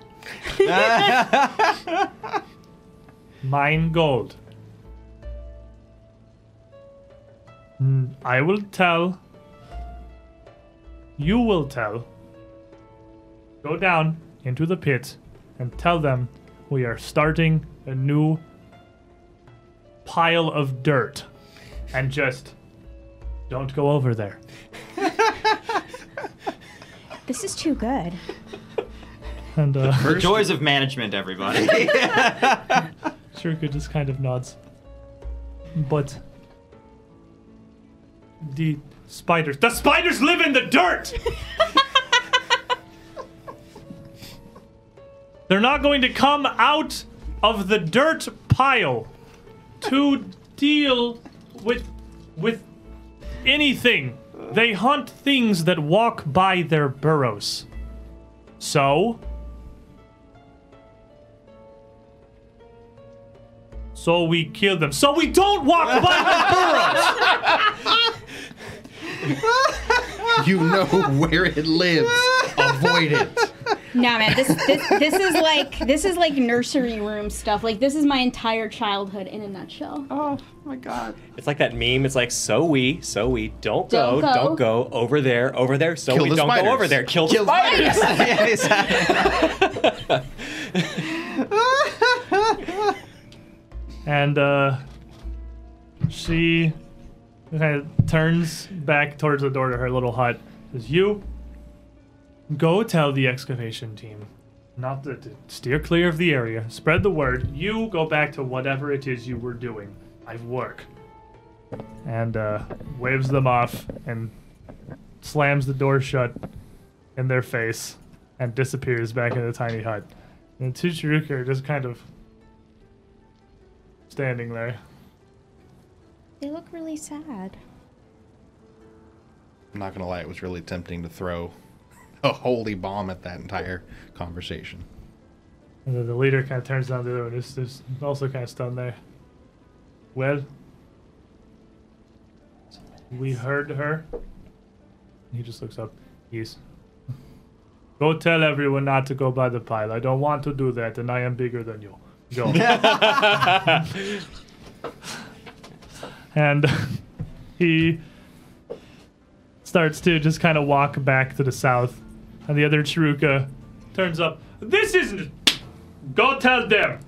[SPEAKER 1] mine gold. Hmm, I will tell. You will tell. Go down into the pit and tell them we are starting a new pile of dirt. And just don't go over there.
[SPEAKER 5] This is too good.
[SPEAKER 1] And uh,
[SPEAKER 2] First,
[SPEAKER 3] Joys of management, everybody.
[SPEAKER 1] Shurika just kind of nods. But the spiders. The spiders live in the dirt! They're not going to come out of the dirt pile to deal with with anything. They hunt things that walk by their burrows. So So we kill them. So we don't walk by the burrows.
[SPEAKER 2] you know where it lives. Avoid it.
[SPEAKER 5] No man, this, this this is like this is like nursery room stuff. Like this is my entire childhood in a nutshell.
[SPEAKER 3] oh my god.
[SPEAKER 6] It's like that meme. It's like, so we, so we, don't,
[SPEAKER 5] Don't
[SPEAKER 6] go,
[SPEAKER 5] go.
[SPEAKER 6] don't go, over there, over there, so
[SPEAKER 2] Kill
[SPEAKER 6] we
[SPEAKER 2] the
[SPEAKER 6] don't
[SPEAKER 2] spiders.
[SPEAKER 6] go over there, kill, the spiders.
[SPEAKER 3] yeah, exactly.
[SPEAKER 1] and uh, she kind of turns back towards the door to her little hut. Says, "You go tell the excavation team, not to, to steer clear of the area. Spread the word. You go back to whatever it is you were doing. I work." And uh, waves them off and slams the door shut in their face and disappears back into the tiny hut. And the two Chiruka are just kind of standing there.
[SPEAKER 5] They look really sad.
[SPEAKER 2] I'm not gonna lie, it was really tempting to throw a holy bomb at that entire conversation.
[SPEAKER 1] And then the leader kind of turns down the other one. It's, it's also kind of stunned there. Well, we heard her. He just looks up. Yes. Go tell everyone not to go by the pile. I don't want to do that, and I am bigger than you. Go. and he starts to just kind of walk back to the south. And the other Chiruka turns up. This isn't. Go tell them.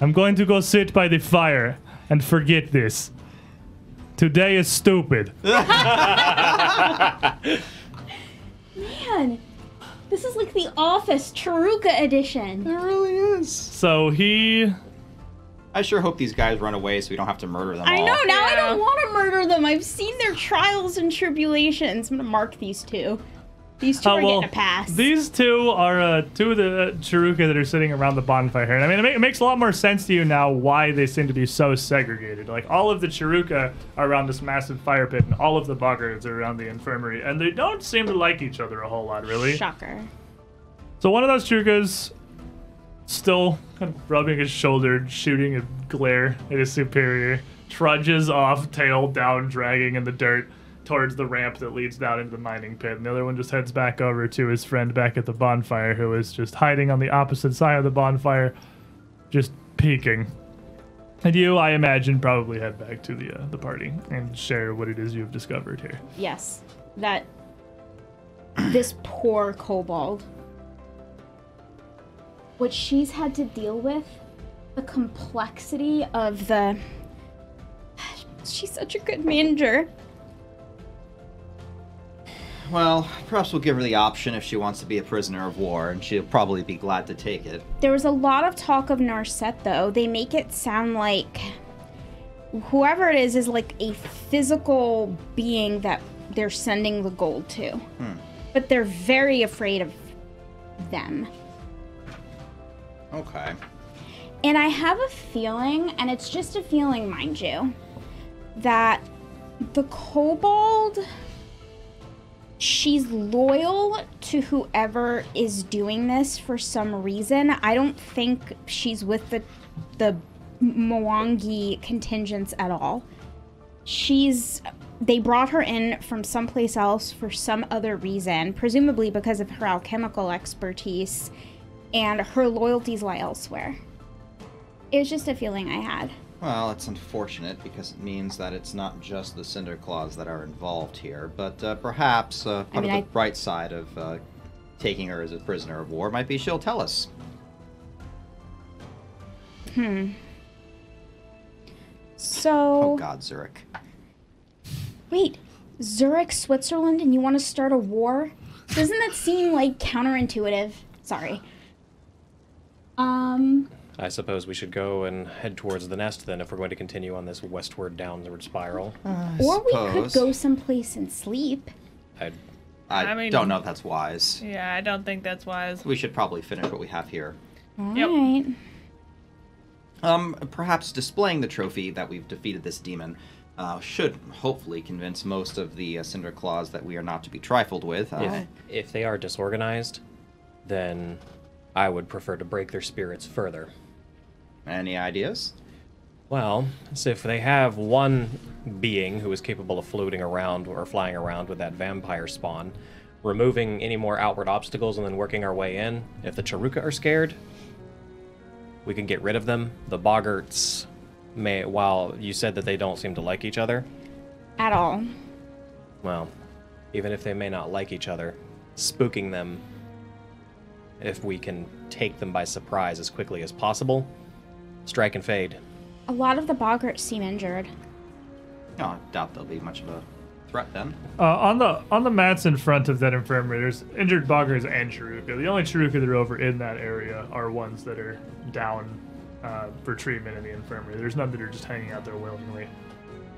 [SPEAKER 1] I'm going to go sit by the fire and forget this. Today is stupid.
[SPEAKER 5] Man, this is like the Office Charuka edition.
[SPEAKER 3] It really is.
[SPEAKER 1] So he.
[SPEAKER 3] I sure hope these guys run away so we don't have to murder them
[SPEAKER 5] I
[SPEAKER 3] all.
[SPEAKER 5] know. Now I
[SPEAKER 4] Yeah.
[SPEAKER 5] don't want to murder them. I've seen their trials and tribulations. I'm gonna mark these two. These two
[SPEAKER 1] Oh,
[SPEAKER 5] are
[SPEAKER 1] well,
[SPEAKER 5] getting a pass.
[SPEAKER 1] These two are uh, two of the Chiruka that are sitting around the bonfire here. And I mean, it, ma- it makes a lot more sense to you now why they seem to be so segregated. Like, all of the Chiruka are around this massive fire pit, and all of the Boggards are around the infirmary. And they don't seem to like each other a whole lot, really.
[SPEAKER 5] Shocker.
[SPEAKER 1] So one of those Churkas, still kind of rubbing his shoulder, shooting a glare at his superior, trudges off, tail down, dragging in the dirt towards the ramp that leads down into the mining pit. And the other one just heads back over to his friend back at the bonfire, who is just hiding on the opposite side of the bonfire, just peeking. And you, I imagine, probably head back to the uh, the party and share what it is you've discovered here.
[SPEAKER 5] Yes, that. This poor kobold. What she's had to deal with, the complexity of the. She's such a good manager.
[SPEAKER 3] Well, perhaps we'll give her the option if she wants to be a prisoner of war, and she'll probably be glad to take it.
[SPEAKER 5] There was a lot of talk of Narset, though. They make it sound like whoever it is is like a physical being that they're sending the gold to. But they're very afraid of them.
[SPEAKER 3] Okay.
[SPEAKER 5] And I have a feeling, and it's just a feeling, mind you, that the kobold, she's loyal to whoever is doing this for some reason. I don't think she's with the the Mwangi contingents at all. She's they brought her in from someplace else for some other reason, presumably because of her alchemical expertise, and her loyalties lie elsewhere. It was just a feeling I had.
[SPEAKER 3] Well, it's unfortunate because it means that it's not just the Cinder Claws that are involved here, but uh, perhaps uh, part
[SPEAKER 5] mean,
[SPEAKER 3] of
[SPEAKER 5] I-
[SPEAKER 3] the bright side of uh, taking her as a prisoner of war might be she'll tell us. Oh,
[SPEAKER 5] So
[SPEAKER 3] God, Zurich.
[SPEAKER 5] wait, Zurich, Switzerland, and you want to start a war? Doesn't that seem like counterintuitive? Sorry. Um,
[SPEAKER 6] I suppose we should go and head towards the nest then if we're going to continue on this westward downward spiral.
[SPEAKER 5] or we could
[SPEAKER 3] suppose.
[SPEAKER 5] go someplace and sleep.
[SPEAKER 6] I
[SPEAKER 3] I,
[SPEAKER 4] I mean-
[SPEAKER 3] don't know if that's wise.
[SPEAKER 4] Yeah, I don't think that's wise.
[SPEAKER 3] We should probably finish what we have here.
[SPEAKER 5] All
[SPEAKER 4] Yep.
[SPEAKER 5] right.
[SPEAKER 3] Um, perhaps displaying the trophy that we've defeated this demon uh, should hopefully convince most of the uh, Cinder Claws that we are not to be trifled with. Uh,
[SPEAKER 6] if, if they are disorganized, then I would prefer to break their spirits further.
[SPEAKER 3] Any ideas?
[SPEAKER 6] Well, so if they have one being who is capable of floating around or flying around with that vampire spawn, removing any more outward obstacles and then working our way in, if the Charuka are scared, we can get rid of them. The Boggarts may, while you said that they don't seem to like each other,
[SPEAKER 5] At all.
[SPEAKER 6] well, even if they may not like each other, spooking them, if we can take them by surprise as quickly as possible, strike and fade.
[SPEAKER 5] A lot of the boggarts seem injured.
[SPEAKER 3] No, I doubt there'll be much of a threat then.
[SPEAKER 1] Uh, on the on the mats in front of that infirmary, there's injured boggers and Chiruka. The only Chiruka that are over in that area are ones that are down uh, for treatment in the infirmary. There's none that are just hanging out there willingly.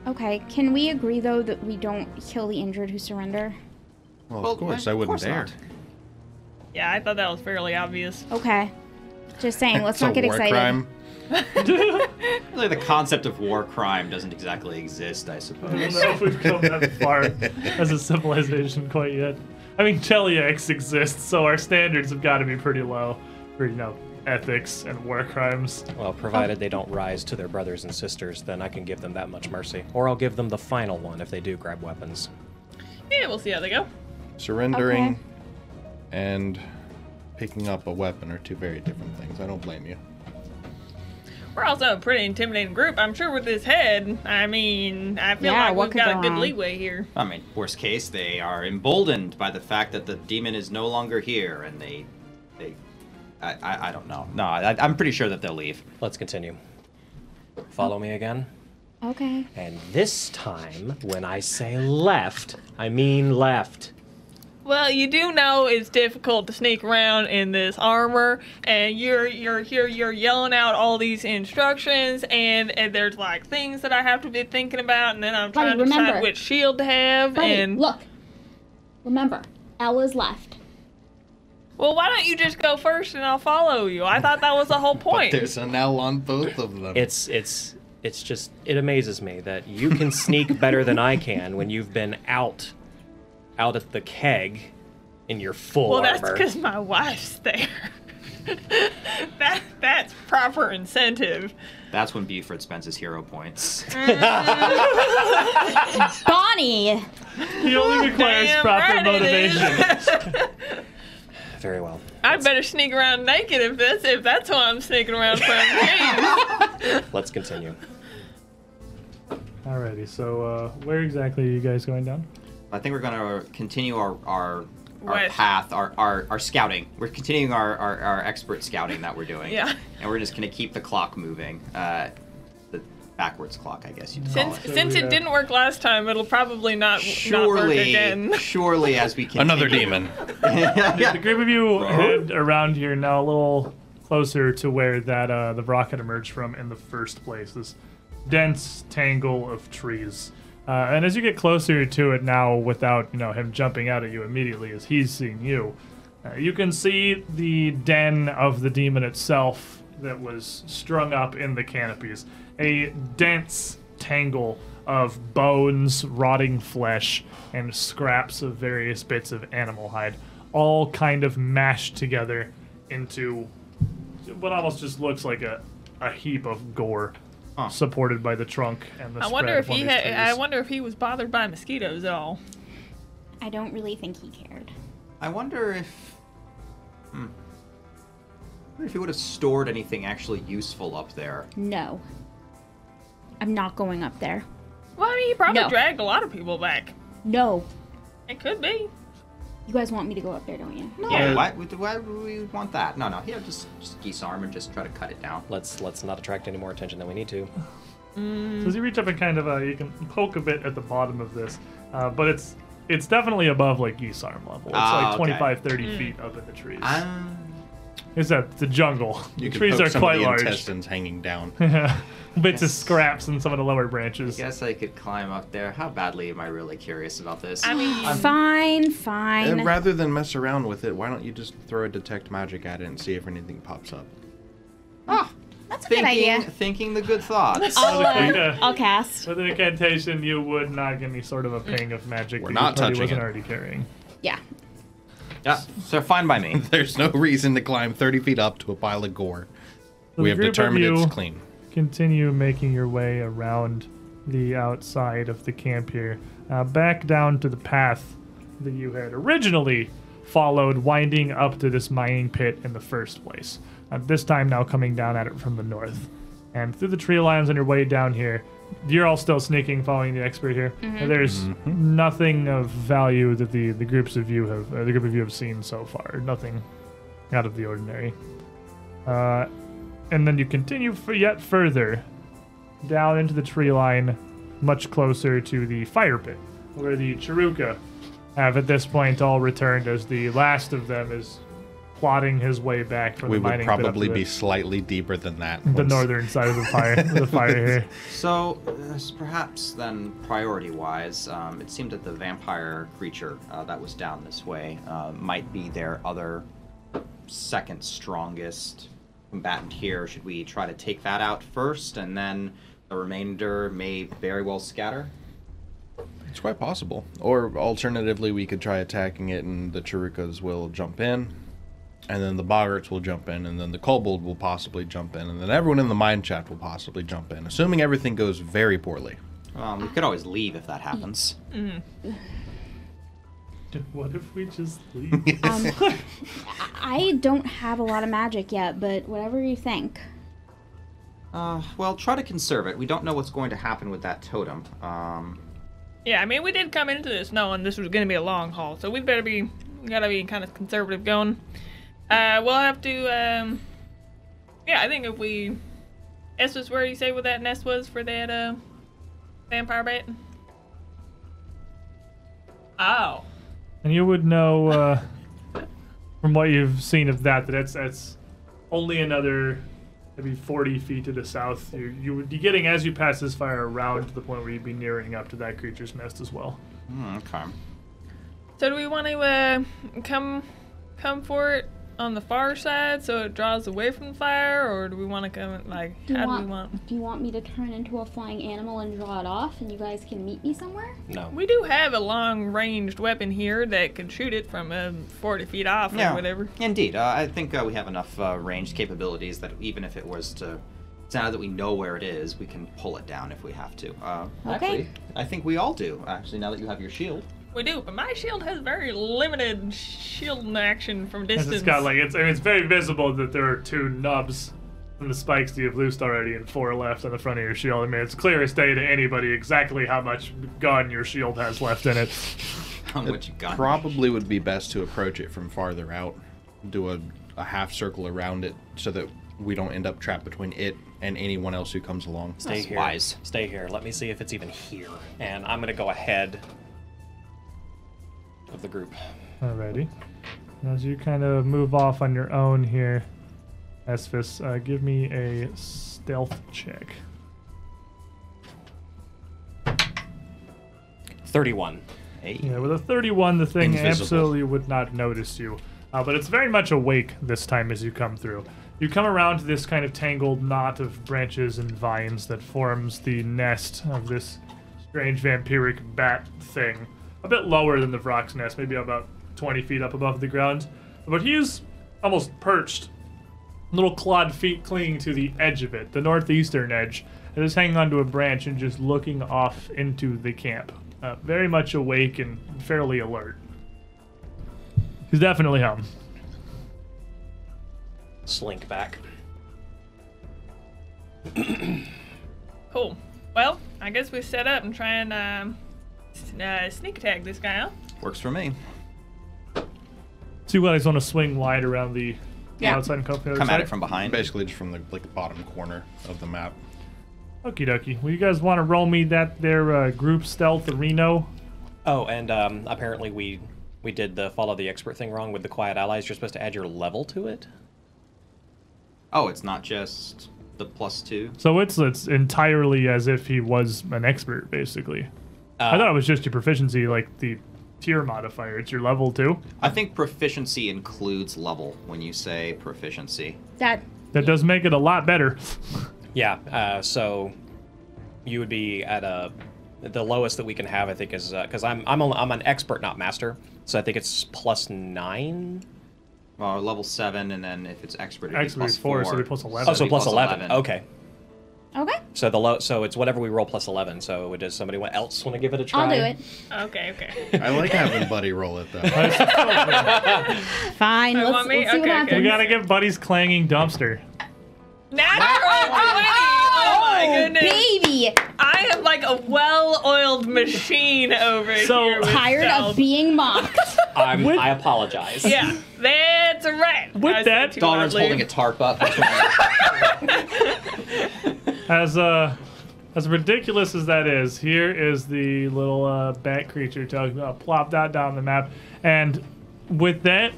[SPEAKER 5] Okay, can we agree though that we don't kill the injured who surrender?
[SPEAKER 2] Well,
[SPEAKER 3] Well, eh,
[SPEAKER 2] of course,
[SPEAKER 3] of
[SPEAKER 2] I wouldn't
[SPEAKER 3] course
[SPEAKER 2] dare.
[SPEAKER 3] not.
[SPEAKER 4] Yeah, I thought that was fairly obvious.
[SPEAKER 5] Okay. Just saying, let's
[SPEAKER 2] It's
[SPEAKER 5] not
[SPEAKER 2] a
[SPEAKER 5] get
[SPEAKER 2] war
[SPEAKER 5] excited.
[SPEAKER 2] crime.
[SPEAKER 3] Really, the concept of war crime doesn't exactly exist, I
[SPEAKER 1] I don't
[SPEAKER 3] suppose.
[SPEAKER 1] know if we've come that far as a civilization quite yet. I mean, Telex exists, so our standards have got to be pretty low for you know ethics and war crimes.
[SPEAKER 6] Well, provided they don't rise to their brothers and sisters, then I can give them that much mercy. Or I'll give them the final one if they do grab weapons.
[SPEAKER 4] Yeah, we'll see how they go.
[SPEAKER 2] Surrendering
[SPEAKER 5] Okay.
[SPEAKER 2] and picking up a weapon are two very different things. I don't blame you.
[SPEAKER 4] We're also a pretty intimidating group. I'm sure with this head, I mean, I feel
[SPEAKER 5] Yeah,
[SPEAKER 4] like
[SPEAKER 5] what
[SPEAKER 4] we've
[SPEAKER 5] could
[SPEAKER 4] got
[SPEAKER 5] go
[SPEAKER 4] a good
[SPEAKER 5] wrong?
[SPEAKER 4] leeway here.
[SPEAKER 3] I mean, worst case, they are emboldened by the fact that the demon is no longer here, and they, they, I, I, I don't know. No, I, I'm pretty sure that they'll leave.
[SPEAKER 6] Let's continue. Follow me again.
[SPEAKER 5] Okay.
[SPEAKER 6] And this time, when I say left, I mean left.
[SPEAKER 4] Well, you do know it's difficult to sneak around in this armor, and you're you're here you're yelling out all these instructions, and, and there's like things that I have to be thinking about, and then I'm
[SPEAKER 5] Buddy,
[SPEAKER 4] trying to decide
[SPEAKER 5] remember.
[SPEAKER 4] which shield to have.
[SPEAKER 5] Buddy,
[SPEAKER 4] and
[SPEAKER 5] look. Remember, Ella's left.
[SPEAKER 4] well, why don't you just go first, and I'll follow you? I thought that was the whole point.
[SPEAKER 2] There's an L on both of them.
[SPEAKER 6] It's it's it's just it amazes me that you can sneak better than I can when you've been out out at the keg in your full
[SPEAKER 4] Well, that's
[SPEAKER 6] armor.
[SPEAKER 4] because my wife's there. that that's proper incentive.
[SPEAKER 3] That's when Buford spends his hero points.
[SPEAKER 5] Bonnie!
[SPEAKER 1] He only requires
[SPEAKER 4] Damn
[SPEAKER 1] proper
[SPEAKER 4] right it is.
[SPEAKER 1] motivation.
[SPEAKER 6] Very well.
[SPEAKER 4] I better sneak around naked if that's if that's what I'm sneaking around from. Jeez.
[SPEAKER 6] Let's continue.
[SPEAKER 1] Alrighty, so uh, where exactly are you guys going down?
[SPEAKER 3] I think we're gonna continue our our, our
[SPEAKER 4] West.
[SPEAKER 3] path, our, our our scouting. We're continuing our, our our expert scouting that we're doing.
[SPEAKER 4] Yeah.
[SPEAKER 3] And we're just gonna keep the clock moving. Uh, the backwards clock, I guess you'd call
[SPEAKER 4] Since
[SPEAKER 3] it.
[SPEAKER 1] So
[SPEAKER 4] since
[SPEAKER 1] we, uh,
[SPEAKER 4] it didn't work last time, it'll probably not not work
[SPEAKER 3] Surely,
[SPEAKER 4] again.
[SPEAKER 3] surely, as we continue.
[SPEAKER 2] Another demon.
[SPEAKER 1] The group of you head around here now, a little closer to where that uh, the rocket emerged from in the first place. This dense tangle of trees, uh, and as you get closer to it now, without you know him jumping out at you immediately as he's seeing you, uh, you can see the den of the demon itself that was strung up in the canopies. A dense tangle of bones, rotting flesh, and scraps of various bits of animal hide, all kind of mashed together into what almost just looks like a, a heap of gore, supported by the trunk and the
[SPEAKER 4] I
[SPEAKER 1] spread
[SPEAKER 4] wonder
[SPEAKER 1] of
[SPEAKER 4] if
[SPEAKER 1] one
[SPEAKER 4] he
[SPEAKER 1] of these
[SPEAKER 4] had, I
[SPEAKER 1] trees.
[SPEAKER 4] wonder if he was bothered by mosquitoes at all.
[SPEAKER 5] I don't really think he cared.
[SPEAKER 3] I wonder if. hmm. I wonder if he would have stored anything actually useful up there.
[SPEAKER 5] No. I'm not going up there.
[SPEAKER 4] Well, I mean, you probably
[SPEAKER 5] No.
[SPEAKER 4] dragged a lot of people back.
[SPEAKER 5] No.
[SPEAKER 4] It could be.
[SPEAKER 5] You guys want me to go up there, don't you?
[SPEAKER 3] No,
[SPEAKER 4] Yeah.
[SPEAKER 3] why, would- why would we want that? No, no, here, just, just geese arm and just try to cut it down.
[SPEAKER 6] Let's let's not attract any more attention than we need to.
[SPEAKER 1] So as you reach up and kind of uh, you can poke a bit at the bottom of this, uh, but it's it's definitely above like geese arm level. It's
[SPEAKER 3] Ah,
[SPEAKER 1] like
[SPEAKER 3] okay.
[SPEAKER 1] 25, 30
[SPEAKER 4] Hmm.
[SPEAKER 1] feet up in the trees.
[SPEAKER 3] Um,
[SPEAKER 1] Is that the jungle? the
[SPEAKER 2] You can
[SPEAKER 1] trees
[SPEAKER 2] poke
[SPEAKER 1] are
[SPEAKER 2] some
[SPEAKER 1] quite
[SPEAKER 2] of the
[SPEAKER 1] large.
[SPEAKER 2] intestines hanging down.
[SPEAKER 1] Bits of scraps and some of the lower branches.
[SPEAKER 3] guess I could climb up there. How badly am I really curious about this?
[SPEAKER 4] I mean,
[SPEAKER 5] Fine,
[SPEAKER 2] Uh,
[SPEAKER 5] fine.
[SPEAKER 2] rather than mess around with it, why don't you just throw a detect magic at it and see if anything pops up?
[SPEAKER 3] Ah,
[SPEAKER 5] That's a good
[SPEAKER 3] thinking,
[SPEAKER 5] idea.
[SPEAKER 3] thinking the good thoughts.
[SPEAKER 5] I'll,
[SPEAKER 1] We,
[SPEAKER 5] uh,
[SPEAKER 1] uh,
[SPEAKER 5] I'll cast.
[SPEAKER 1] With an incantation, you would not get any sort of a ping of magic
[SPEAKER 2] We're
[SPEAKER 1] that
[SPEAKER 2] not
[SPEAKER 1] you probably
[SPEAKER 2] touching
[SPEAKER 1] wasn't
[SPEAKER 2] it.
[SPEAKER 1] already carrying.
[SPEAKER 5] Yeah.
[SPEAKER 3] yeah, so fine by me.
[SPEAKER 2] There's no reason to climb 30 feet up to a pile of gore.
[SPEAKER 1] So
[SPEAKER 2] we
[SPEAKER 1] the
[SPEAKER 2] have
[SPEAKER 1] group of
[SPEAKER 2] determined
[SPEAKER 1] you
[SPEAKER 2] it's clean.
[SPEAKER 1] Continue making your way around the outside of the camp here, uh, back down to the path that you had originally followed, winding up to this mining pit in the first place. Uh, this time now coming down at it from the north. And through the tree lines on your way down here, you're all still sneaking, following the expert here. There's nothing of value that the, the groups of you have uh, the group of you have seen so far. Nothing out of the ordinary. Uh, and then you continue for yet further down into the tree line, much closer to the fire pit, where the Chiruka have at this point all returned, as the last of them is plotting his way back from
[SPEAKER 2] We
[SPEAKER 1] the
[SPEAKER 2] would
[SPEAKER 1] mining
[SPEAKER 2] probably
[SPEAKER 1] pit up
[SPEAKER 2] be
[SPEAKER 1] to
[SPEAKER 2] slightly deeper than that.
[SPEAKER 1] the, the
[SPEAKER 2] once-
[SPEAKER 1] northern side of the fire. the fire here.
[SPEAKER 3] So, uh, s- perhaps then, priority wise, um, it seemed that the vampire creature uh, that was down this way uh, might be their other second strongest combatant here. Should we try to take that out first, and then the remainder may very well scatter?
[SPEAKER 2] It's quite possible. Or alternatively, we could try attacking it and the Chirukas will jump in. And then the Boggarts will jump in, and then the Kobold will possibly jump in, and then everyone in the mine shaft will possibly jump in, assuming everything goes very poorly.
[SPEAKER 3] Um, we could always leave if that happens.
[SPEAKER 1] What if we just leave?
[SPEAKER 5] Um, I don't have a lot of magic yet, but whatever you think.
[SPEAKER 3] Uh, well, try to conserve it. We don't know what's going to happen with that totem. Um,
[SPEAKER 4] yeah, I mean, we did come into this knowing this was going to be a long haul, so we better be, we gotta be kind of conservative going. Uh, we'll have to, um, yeah, I think if we, this was where you say what that nest was for that, uh, vampire bait? Oh.
[SPEAKER 1] and you would know uh, from what you've seen of that that that's that's only another maybe 40 feet to the south. You, you would be getting as you pass this fire around to the point where you'd be nearing up to that creature's nest as well.
[SPEAKER 3] hmm, okay.
[SPEAKER 4] So do we want to uh, come come for it on the far side so it draws away from the fire, or do we want to come like
[SPEAKER 5] Do you,
[SPEAKER 4] how
[SPEAKER 5] want,
[SPEAKER 4] do we want?
[SPEAKER 5] do you want me to turn into a flying animal and draw it off, and you guys can meet me somewhere?
[SPEAKER 6] No.
[SPEAKER 4] We do have a long ranged weapon here that can shoot it from um, 40 feet off or whatever.
[SPEAKER 3] Indeed, uh, I think uh, we have enough uh, ranged capabilities that even if it was to, it's now that we know where it is, we can pull it down if we have to. Uh,
[SPEAKER 5] Okay.
[SPEAKER 3] Actually, I think we all do. Actually, now that you have your shield.
[SPEAKER 4] We do, but my shield has very limited shield action from
[SPEAKER 1] It's
[SPEAKER 4] distance.
[SPEAKER 1] just got like it's I mean, it's very visible that there are two nubs from the spikes that you've loosed already and four left on the front of your shield. I mean, it's clear as day to anybody exactly how much gun your shield has left in it.
[SPEAKER 3] On which gun?
[SPEAKER 2] Probably would be best to approach it from farther out, do a, a half circle around it so that we don't end up trapped between it and anyone else who comes along.
[SPEAKER 6] Stay
[SPEAKER 3] That's
[SPEAKER 6] here.
[SPEAKER 3] wise.
[SPEAKER 6] Stay here. Let me see if it's even here. And I'm gonna go ahead of the group.
[SPEAKER 1] Alrighty. As you kind of move off on your own here, Esphis, uh, give me a stealth check.
[SPEAKER 6] 31.
[SPEAKER 3] Hey.
[SPEAKER 1] Yeah, with a 31, the thing
[SPEAKER 2] Invisible.
[SPEAKER 1] absolutely would not notice you. Uh, but it's very much awake this time as you come through. You come around to this kind of tangled knot of branches and vines that forms the nest of this strange vampiric bat thing. A bit lower than the Vrock's nest, maybe about 20 feet up above the ground. But he is almost perched little clawed feet clinging to the edge of it, the northeastern edge, and just hanging onto a branch and just looking off into the camp. Uh, very much awake and fairly alert. He's definitely home.
[SPEAKER 6] Slink back.
[SPEAKER 4] cool. Well, I guess we set up and try and um, s- uh, sneak attack this guy, huh?
[SPEAKER 3] Works for me.
[SPEAKER 1] Two guys want to swing wide around the
[SPEAKER 5] Yeah.
[SPEAKER 1] outside and come,
[SPEAKER 3] Come at it from behind.
[SPEAKER 2] Basically, just from the like bottom corner of the map.
[SPEAKER 1] Okie dokie. Well, you guys want to roll me that their uh, group stealth Reno?
[SPEAKER 6] Oh, and um, apparently we we did the follow the expert thing wrong with the quiet allies. You're supposed to add your level to it.
[SPEAKER 3] Oh, it's not just the plus two.
[SPEAKER 1] So it's it's entirely as if he was an expert, basically. I
[SPEAKER 3] Uh,
[SPEAKER 1] thought it was just your proficiency, like the tier modifier. It's your level too.
[SPEAKER 3] I think proficiency includes level when you say proficiency.
[SPEAKER 5] That
[SPEAKER 1] That does make it a lot better.
[SPEAKER 6] Yeah. Uh, so you would be at a the lowest that we can have. I think is because I'm I'm only, I'm an expert, not master. So I think it's plus nine.
[SPEAKER 3] Well, Uh, level seven, and then if it's expert, it'd be
[SPEAKER 1] Actually,
[SPEAKER 3] plus
[SPEAKER 1] four, so it'd be plus
[SPEAKER 6] Oh,
[SPEAKER 1] eleven.
[SPEAKER 6] so
[SPEAKER 3] it'd be
[SPEAKER 6] plus,
[SPEAKER 3] plus
[SPEAKER 6] 11.
[SPEAKER 3] 11.
[SPEAKER 6] Okay.
[SPEAKER 5] okay.
[SPEAKER 6] So the low. So it's whatever we roll plus eleven. So does somebody else want to give it a try?
[SPEAKER 5] I'll do it.
[SPEAKER 4] Okay, okay.
[SPEAKER 2] I like having Buddy roll it though.
[SPEAKER 5] Fine.
[SPEAKER 4] Oh,
[SPEAKER 5] Let's,
[SPEAKER 4] want me?
[SPEAKER 5] let's see
[SPEAKER 4] Okay,
[SPEAKER 5] what
[SPEAKER 4] okay.
[SPEAKER 5] happens.
[SPEAKER 1] we gotta get Buddy's clanging dumpster.
[SPEAKER 4] Natural 20! Oh my goodness!
[SPEAKER 5] Baby,
[SPEAKER 4] I am like a well-oiled machine over
[SPEAKER 1] So-
[SPEAKER 4] here. with
[SPEAKER 5] tired
[SPEAKER 4] stealth.
[SPEAKER 5] of being mocked.
[SPEAKER 6] I'm,
[SPEAKER 1] With-
[SPEAKER 6] I apologize.
[SPEAKER 4] Yeah, that's right.
[SPEAKER 1] With
[SPEAKER 4] I said
[SPEAKER 1] that-
[SPEAKER 4] too
[SPEAKER 3] Dollar's
[SPEAKER 4] loudly.
[SPEAKER 3] holding a tarp up.
[SPEAKER 1] As uh, as ridiculous as that is, here is the little uh, bat creature talking about plop that down the map, and with that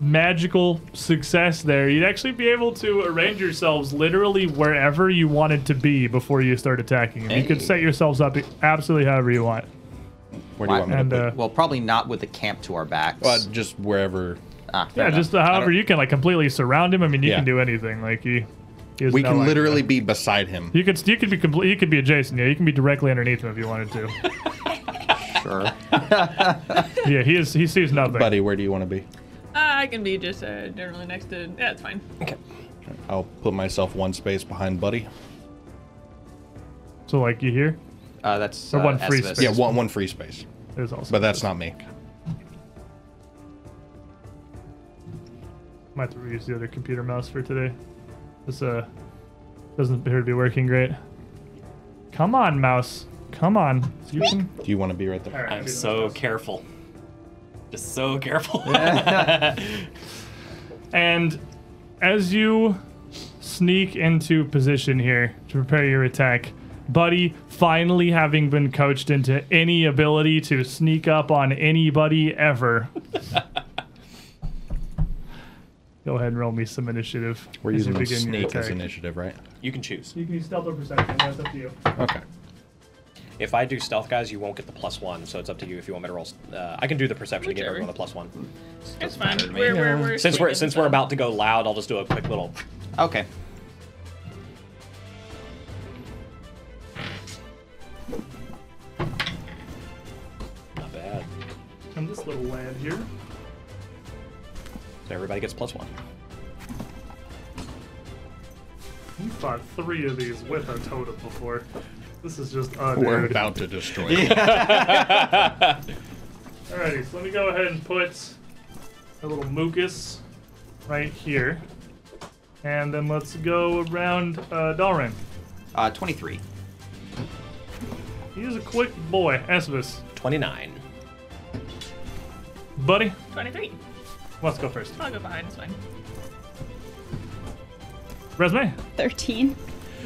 [SPEAKER 1] magical success there, you'd actually be able to arrange yourselves literally wherever you wanted to be before you start attacking. You could
[SPEAKER 3] Hey.
[SPEAKER 1] set yourselves up absolutely however you want.
[SPEAKER 2] Where do you want me to
[SPEAKER 1] And
[SPEAKER 2] put?
[SPEAKER 1] uh,
[SPEAKER 3] well, probably not with the camp to our backs.
[SPEAKER 2] Well, just wherever
[SPEAKER 3] ah, fair
[SPEAKER 1] yeah,
[SPEAKER 3] enough.
[SPEAKER 1] just however
[SPEAKER 3] I
[SPEAKER 1] you can like completely surround him. I mean, you
[SPEAKER 2] Yeah.
[SPEAKER 1] can do anything. Like he, he has
[SPEAKER 2] we
[SPEAKER 1] no
[SPEAKER 2] can
[SPEAKER 1] idea.
[SPEAKER 2] literally be beside him.
[SPEAKER 1] You could you could be complete. You could be adjacent. Yeah, you can be directly underneath him if you wanted to.
[SPEAKER 3] don't- Sure.
[SPEAKER 1] yeah, he is. He sees nothing.
[SPEAKER 2] Buddy, where do you want to be?
[SPEAKER 4] I can be just uh, generally next to. Yeah, it's fine.
[SPEAKER 2] I'll put myself one space behind Buddy.
[SPEAKER 1] So like you hear,
[SPEAKER 3] Uh, that's
[SPEAKER 1] Or
[SPEAKER 3] uh,
[SPEAKER 1] one free
[SPEAKER 3] Esvis.
[SPEAKER 1] space.
[SPEAKER 2] Yeah, one one free space,
[SPEAKER 1] there's also.
[SPEAKER 2] but that's not me.
[SPEAKER 1] Might have to reuse the other computer mouse for today. This uh doesn't appear to be working great. Come on, mouse. Come on. You can-
[SPEAKER 2] Do you want to be right there?
[SPEAKER 1] All right,
[SPEAKER 6] I'm
[SPEAKER 1] do
[SPEAKER 6] so
[SPEAKER 1] this.
[SPEAKER 6] careful. Just so careful.
[SPEAKER 1] And as you sneak into position here to prepare your attack, Buddy, finally having been coached into any ability to sneak up on anybody ever. Go ahead and roll me some initiative.
[SPEAKER 2] We're
[SPEAKER 1] as you
[SPEAKER 2] using
[SPEAKER 1] begin your
[SPEAKER 2] sneak as
[SPEAKER 1] attack.
[SPEAKER 2] initiative, right?
[SPEAKER 6] you can choose.
[SPEAKER 1] You can use stealth or perception. That's up to you.
[SPEAKER 2] Okay.
[SPEAKER 6] If I do stealth, guys, you won't get the plus one, so it's up to you if you want me to roll. Uh, I can do the perception to give
[SPEAKER 4] Whichever.
[SPEAKER 6] everyone the plus one.
[SPEAKER 4] It's fine.
[SPEAKER 3] matter to me.
[SPEAKER 4] We're, we're, we're
[SPEAKER 6] Since we're
[SPEAKER 4] sweet.
[SPEAKER 6] since we're about to go loud, I'll just do a quick little.
[SPEAKER 3] Okay.
[SPEAKER 6] Not bad.
[SPEAKER 1] And this little lad here.
[SPEAKER 6] So everybody gets plus one.
[SPEAKER 1] You fought three of these with a totem before. This is just a
[SPEAKER 2] We're
[SPEAKER 1] dude.
[SPEAKER 2] about to destroy. him.
[SPEAKER 1] Alrighty, so let me go ahead and put a little mucus right here. And then let's go around uh, Dalren.
[SPEAKER 3] Uh, 23.
[SPEAKER 1] He's a quick boy, Esvis.
[SPEAKER 6] Twenty nine.
[SPEAKER 1] Buddy,
[SPEAKER 4] Twenty-three.
[SPEAKER 1] let's go first.
[SPEAKER 4] I'll go behind. It's fine.
[SPEAKER 1] Resume,
[SPEAKER 5] Thirteen.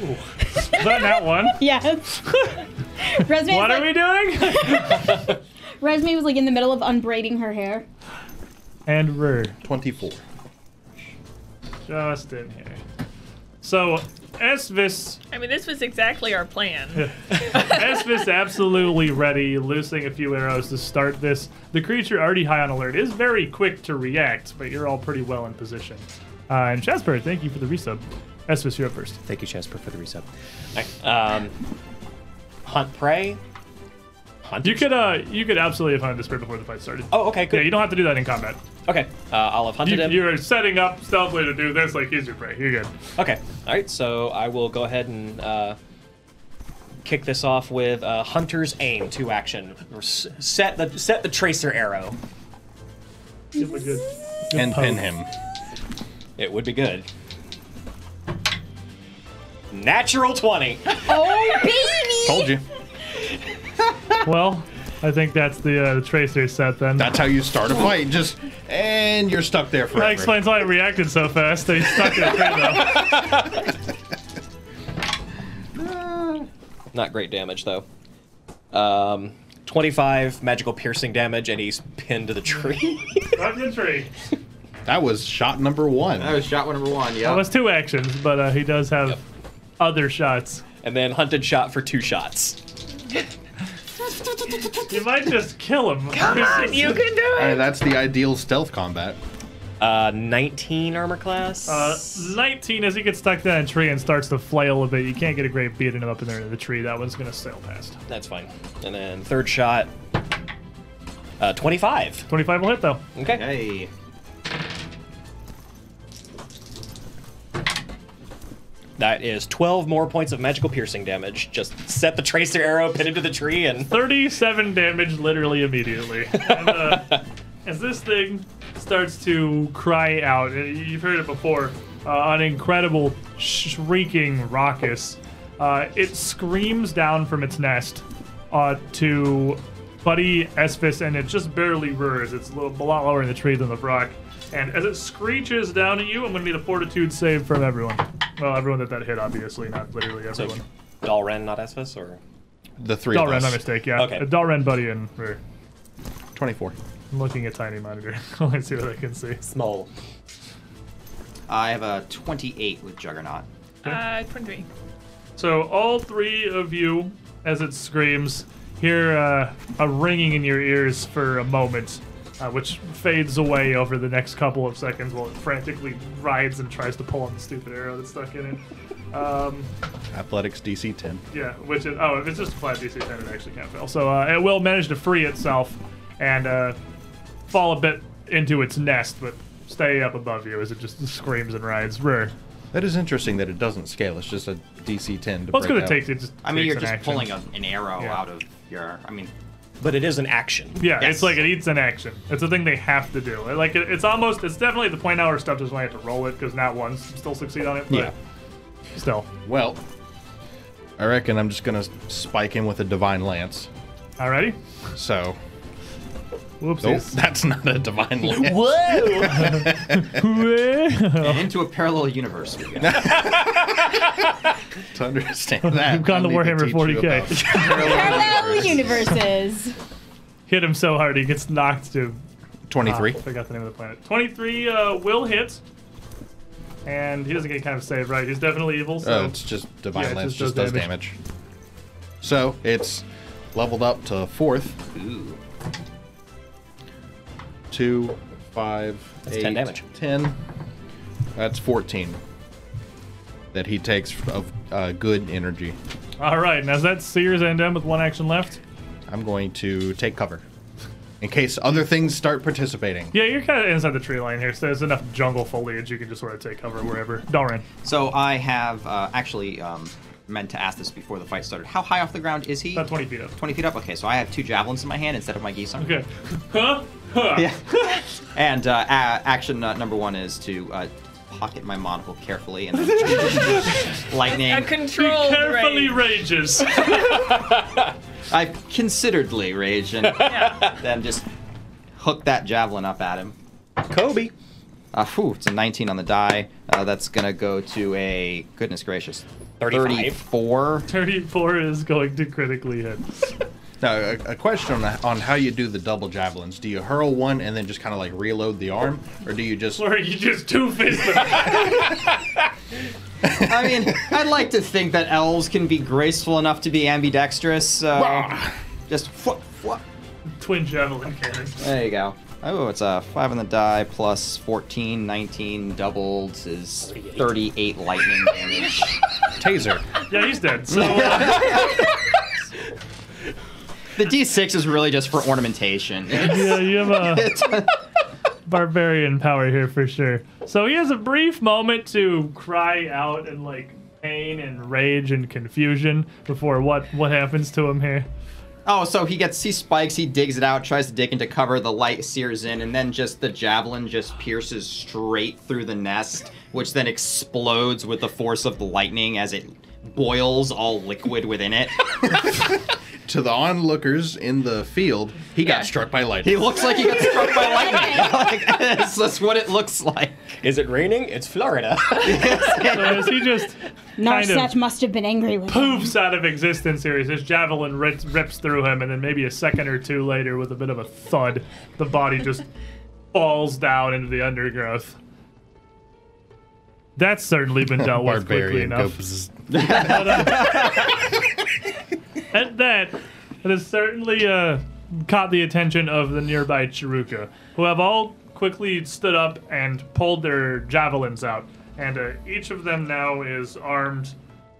[SPEAKER 1] is that that one?
[SPEAKER 5] Yes. Resume.
[SPEAKER 1] What
[SPEAKER 5] was
[SPEAKER 1] are
[SPEAKER 5] like,
[SPEAKER 1] we doing?
[SPEAKER 5] Resume was like in the middle of unbraiding her hair.
[SPEAKER 1] and Rur.
[SPEAKER 2] Twenty-four.
[SPEAKER 1] Just in here. So, Esvis
[SPEAKER 4] I mean, this was exactly our plan. Uh,
[SPEAKER 1] Esvis absolutely ready, loosing a few arrows to start this. The creature already high on alert is very quick to react, but you're all pretty well in position. Uh, and Jasper, thank you for the resub. Esvis, you're up first.
[SPEAKER 6] Thank you, Jasper, for the reset. Um, hunt prey. Hunt.
[SPEAKER 1] You could uh, you could absolutely have hunted this bird before the fight started.
[SPEAKER 6] Oh, okay,
[SPEAKER 1] Yeah,
[SPEAKER 6] good.
[SPEAKER 1] you don't have to do that in combat.
[SPEAKER 6] Okay, uh, I'll have hunted
[SPEAKER 1] You,
[SPEAKER 6] him.
[SPEAKER 1] you're setting up stealthily to do this, like he's your prey. You're good.
[SPEAKER 6] Okay. All right. So I will go ahead and uh, kick this off with uh, Hunter's Aim two action. Or s- Set the set the tracer arrow.
[SPEAKER 1] Give him a good. good
[SPEAKER 2] And pin
[SPEAKER 1] poke.
[SPEAKER 2] him.
[SPEAKER 6] It would be good. Natural 20.
[SPEAKER 5] Oh, baby!
[SPEAKER 2] Told you.
[SPEAKER 1] Well, I think that's the, uh, the tracer set then.
[SPEAKER 2] That's how you start a fight. Just and you're stuck there forever.
[SPEAKER 1] that explains why it reacted so fast. They stuck it right now.
[SPEAKER 6] Not great damage, though. Um, 25 magical piercing damage, and he's pinned to the tree.
[SPEAKER 1] Up the tree.
[SPEAKER 2] That was shot number one.
[SPEAKER 3] That was shot number one.
[SPEAKER 1] That
[SPEAKER 3] Yeah.
[SPEAKER 1] was two actions, but uh, he does have other shots.
[SPEAKER 6] and then hunted shot for two shots.
[SPEAKER 1] You might just kill him. Come on,
[SPEAKER 4] You can do
[SPEAKER 2] All right,
[SPEAKER 4] it.
[SPEAKER 2] that's the ideal stealth combat.
[SPEAKER 6] Uh, 19 armor class.
[SPEAKER 1] Uh, 19 as he gets stuck down a tree and starts to flail a bit. You can't get a great beating him up in there into the tree. That one's gonna sail past.
[SPEAKER 6] That's fine. And then third shot. Uh, 25.
[SPEAKER 1] 25 will hit though.
[SPEAKER 6] Okay.
[SPEAKER 3] Hey.
[SPEAKER 6] That is 12 more points of magical piercing damage. Just set the tracer arrow, pin it to the tree, and
[SPEAKER 1] 37 damage literally immediately. And, uh, as this thing starts to cry out, uh, you've heard it before, uh, an incredible shrieking raucous. Uh, it screams down from its nest uh, to Buddy Espis, and it just barely roars. It's a, little, a lot lower in the tree than the rock. And as it screeches down at you, I'm going to need a fortitude save from everyone. Well, everyone that that hit, obviously, not literally
[SPEAKER 6] So,
[SPEAKER 1] everyone.
[SPEAKER 6] Dalren, not Espus, or
[SPEAKER 2] The three
[SPEAKER 1] Dalren,
[SPEAKER 2] of
[SPEAKER 1] my
[SPEAKER 2] us.
[SPEAKER 1] mistake, yeah.
[SPEAKER 6] Okay.
[SPEAKER 1] Uh, Dalren, Buddy, and Roar.
[SPEAKER 2] Twenty-four.
[SPEAKER 1] I'm looking at tiny monitor. Let's see what I can see.
[SPEAKER 6] Small.
[SPEAKER 3] I have a 28 with Juggernaut.
[SPEAKER 4] Uh, 23.
[SPEAKER 1] So all three of you, as it screams, hear uh, a ringing in your ears for a moment, uh, which fades away over the next couple of seconds while it frantically rides and tries to pull on the stupid arrow that's stuck in it. Um,
[SPEAKER 2] Athletics DC ten.
[SPEAKER 1] yeah, which is oh, if it's just a flat DC ten, it actually can't fail. So uh, it will manage to free itself and uh, fall a bit into its nest, but stay up above you as it just screams and rides. Rare.
[SPEAKER 2] That is interesting that it doesn't scale. It's just a DC ten. To
[SPEAKER 1] Well, it's
[SPEAKER 2] break
[SPEAKER 1] going to
[SPEAKER 2] out.
[SPEAKER 1] take it. Just
[SPEAKER 3] I mean, you're
[SPEAKER 1] takes an
[SPEAKER 3] just
[SPEAKER 1] action.
[SPEAKER 3] pulling a, an arrow
[SPEAKER 1] Yeah.
[SPEAKER 3] out of your. I mean,
[SPEAKER 6] But it is an action.
[SPEAKER 1] Yeah,
[SPEAKER 3] Yes.
[SPEAKER 1] it's like it eats an action. It's a thing they have to do. Like it, it's almost, it's definitely at the point now where stuff doesn't have to roll it because not once still succeed on it. But
[SPEAKER 2] Yeah.
[SPEAKER 1] Still.
[SPEAKER 2] Well, I reckon I'm just gonna spike him with a divine lance.
[SPEAKER 1] Alrighty.
[SPEAKER 2] So, nope,
[SPEAKER 1] Whoopsies.
[SPEAKER 2] that's not a divine lance.
[SPEAKER 6] Whoa!
[SPEAKER 1] We've
[SPEAKER 3] into a parallel universe. We go.
[SPEAKER 2] to understand that.
[SPEAKER 1] gone to
[SPEAKER 2] I need
[SPEAKER 1] Warhammer
[SPEAKER 2] teach you
[SPEAKER 1] 40K.
[SPEAKER 2] about
[SPEAKER 5] Parallel universes.
[SPEAKER 1] Hit him so hard he gets knocked to. ah,
[SPEAKER 2] Twenty-three.
[SPEAKER 1] I forgot the name of the planet. 23 uh, will hit. And he doesn't get kind of save right. He's definitely evil. So.
[SPEAKER 2] Oh, it's just divine
[SPEAKER 1] Yeah, it
[SPEAKER 2] lance
[SPEAKER 1] just
[SPEAKER 2] just,
[SPEAKER 1] does
[SPEAKER 2] does damage. So it's leveled up to fourth.
[SPEAKER 3] Ooh.
[SPEAKER 2] Two, five,
[SPEAKER 6] That's 10
[SPEAKER 2] eight,
[SPEAKER 6] damage.
[SPEAKER 2] ten. That's fourteen. That he takes of uh, good energy.
[SPEAKER 1] All right. And as that Sears end end with one action left.
[SPEAKER 2] I'm going to take cover in case other things start participating.
[SPEAKER 1] Yeah, you're kind of inside the tree line here, so there's enough jungle foliage you can just sort of take cover wherever. Dalrin.
[SPEAKER 3] So I have uh, actually um, meant to ask this before the fight started. How high off the ground is he?
[SPEAKER 1] About 20 feet up.
[SPEAKER 3] 20 feet up. Okay, so I have two javelins in my hand instead of my geese arm.
[SPEAKER 1] Okay. Huh? Huh.
[SPEAKER 3] Yeah. and uh, a- action uh, number one is to uh, pocket my monocle carefully and then lightning.
[SPEAKER 4] A controlled
[SPEAKER 1] Carefully
[SPEAKER 4] rage.
[SPEAKER 1] rages.
[SPEAKER 3] I consideredly rage and
[SPEAKER 4] Yeah.
[SPEAKER 3] then just hook that javelin up at him.
[SPEAKER 6] Kobe!
[SPEAKER 3] Uh, whew, it's a 19 on the die. Uh, that's gonna go to a goodness gracious
[SPEAKER 6] 35.
[SPEAKER 3] 34.
[SPEAKER 1] 34 is going to critically hit.
[SPEAKER 2] Now, a, a question on, the, on how you do the double javelins. Do you hurl one and then just kind of like reload the arm, or do you just
[SPEAKER 1] Or you just two fist him.
[SPEAKER 3] I mean, I'd like to think that elves can be graceful enough to be ambidextrous. So just wha- wha-
[SPEAKER 1] Twin javelin cannon.
[SPEAKER 3] There you go. Oh, it's a 5 on the die plus 14, 19 doubled is 38 lightning damage.
[SPEAKER 2] taser?
[SPEAKER 1] Yeah, he's dead. So uh,
[SPEAKER 3] the d6 is really just for ornamentation.
[SPEAKER 1] yeah, you have a barbarian power here for sure. So he has a brief moment to cry out in like pain and rage and confusion before what what happens to him here.
[SPEAKER 3] Oh, so he gets he spikes, he digs it out, tries to dig into cover, the light sears in, and then just the javelin just pierces straight through the nest, which then explodes with the force of the lightning as it boils all liquid within it.
[SPEAKER 2] To the onlookers in the field, he got struck by lightning.
[SPEAKER 3] he looks like he got struck by lightning. like, that's, that's what it looks like.
[SPEAKER 6] Is it raining? It's Florida.
[SPEAKER 1] So as he just kind
[SPEAKER 5] Narset
[SPEAKER 1] of
[SPEAKER 5] must have been angry with him.
[SPEAKER 1] poofs out of existence here as his javelin rips, rips through him, and then maybe a second or two later, with a bit of a thud, the body just falls down into the undergrowth. That's certainly been dealt with quickly
[SPEAKER 2] Barbarian
[SPEAKER 1] enough.
[SPEAKER 2] goes,
[SPEAKER 1] At that, it has certainly uh, caught the attention of the nearby Chiruka, who have all quickly stood up and pulled their javelins out. And uh, each of them now is armed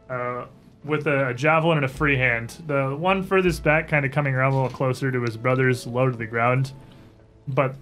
[SPEAKER 1] uh, with a, a javelin and a free hand. The one furthest back, kind of coming around a little closer to his brothers, low to the ground. But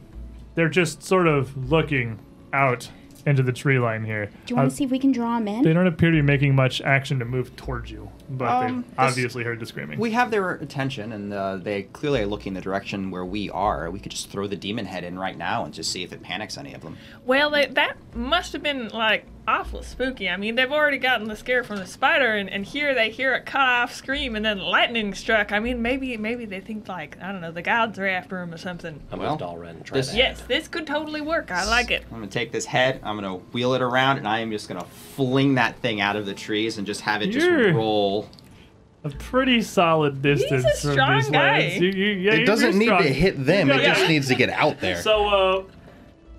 [SPEAKER 1] they're just sort of looking out into the tree line here.
[SPEAKER 5] Do you want
[SPEAKER 1] Uh,
[SPEAKER 5] to see if we can draw him
[SPEAKER 1] they
[SPEAKER 5] in?
[SPEAKER 1] don't appear to be making much action to move towards you, but
[SPEAKER 3] Um,
[SPEAKER 1] they've
[SPEAKER 3] this-
[SPEAKER 1] obviously heard the screaming.
[SPEAKER 3] We have their attention, and uh, they clearly are looking the direction where we are. We could just throw the demon head in right now and just see if it panics any of them.
[SPEAKER 4] Well, they, that must have been like awful spooky. I mean, they've already gotten the scare from the spider, and, and here they hear a cut off scream and then lightning struck. I mean, maybe maybe they think like I don't know, the gods are after him or something.
[SPEAKER 6] I'm
[SPEAKER 3] Well,
[SPEAKER 6] with Dalren. Try
[SPEAKER 3] this-
[SPEAKER 6] that.
[SPEAKER 4] Yes, this could totally work. I like it.
[SPEAKER 3] I'm gonna take this head. I'm gonna wheel it around, and I am just gonna fling that thing out of the trees and just have it just
[SPEAKER 1] You're-
[SPEAKER 3] roll.
[SPEAKER 1] a pretty solid distance from
[SPEAKER 4] strong
[SPEAKER 1] these
[SPEAKER 4] guy.
[SPEAKER 1] lands. You- you- yeah,
[SPEAKER 2] it
[SPEAKER 1] you're
[SPEAKER 2] doesn't need
[SPEAKER 1] strong.
[SPEAKER 2] to hit them. It
[SPEAKER 1] Yeah.
[SPEAKER 2] just needs to get out there.
[SPEAKER 1] So,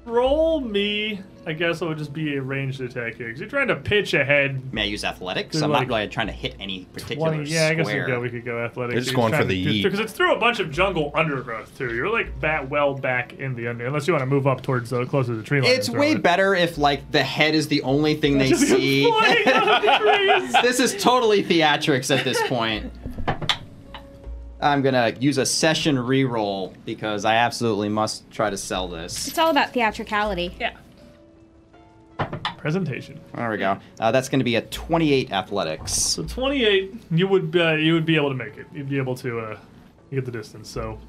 [SPEAKER 1] uh, roll me. I guess it would just be a ranged attack here because you're trying to pitch ahead.
[SPEAKER 3] May I use athletics?
[SPEAKER 1] They're
[SPEAKER 3] I'm
[SPEAKER 1] like
[SPEAKER 3] not really trying to hit any particular
[SPEAKER 1] 20, yeah, I guess we
[SPEAKER 3] square.
[SPEAKER 1] go. We could go athletics.
[SPEAKER 2] They're just going for the yeet.
[SPEAKER 1] because it's through a bunch of jungle undergrowth too. You're like that well back in the under, unless you want to move up towards the closer to the tree line.
[SPEAKER 3] it's
[SPEAKER 1] and throw
[SPEAKER 3] way
[SPEAKER 1] it.
[SPEAKER 3] better if like the head is the only thing they
[SPEAKER 1] Just
[SPEAKER 3] see.
[SPEAKER 1] flying out of the trees.
[SPEAKER 3] this is totally theatrics at this point. I'm gonna use a session reroll because I absolutely must try to sell this.
[SPEAKER 5] It's all about theatricality.
[SPEAKER 4] Yeah.
[SPEAKER 1] Presentation.
[SPEAKER 3] There we go. Uh, that's gonna be a 28 athletics.
[SPEAKER 1] So 28, you would uh, you would be able to make it. You'd be able to uh, get the distance. So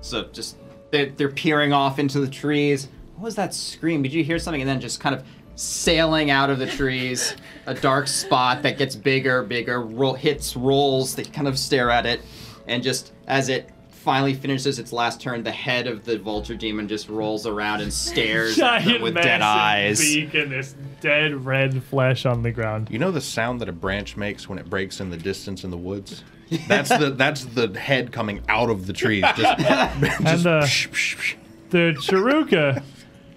[SPEAKER 3] So just they're, they're peering off into the trees. What was that scream? Did you hear something? And then just kind of sailing out of the trees, a dark spot that gets bigger, bigger, roll, hits, rolls. They kind of stare at it, and just as it finally finishes its last turn, the head of the vulture demon just rolls around and stares at them
[SPEAKER 1] giant
[SPEAKER 3] with dead
[SPEAKER 1] massive
[SPEAKER 3] eyes.
[SPEAKER 1] beak and this dead red flesh on the ground.
[SPEAKER 2] You know the sound that a branch makes when it breaks in the distance in the woods? That's the that's the head coming out of the trees. Just,
[SPEAKER 1] And uh,
[SPEAKER 2] psh, psh, psh.
[SPEAKER 1] the Chiruka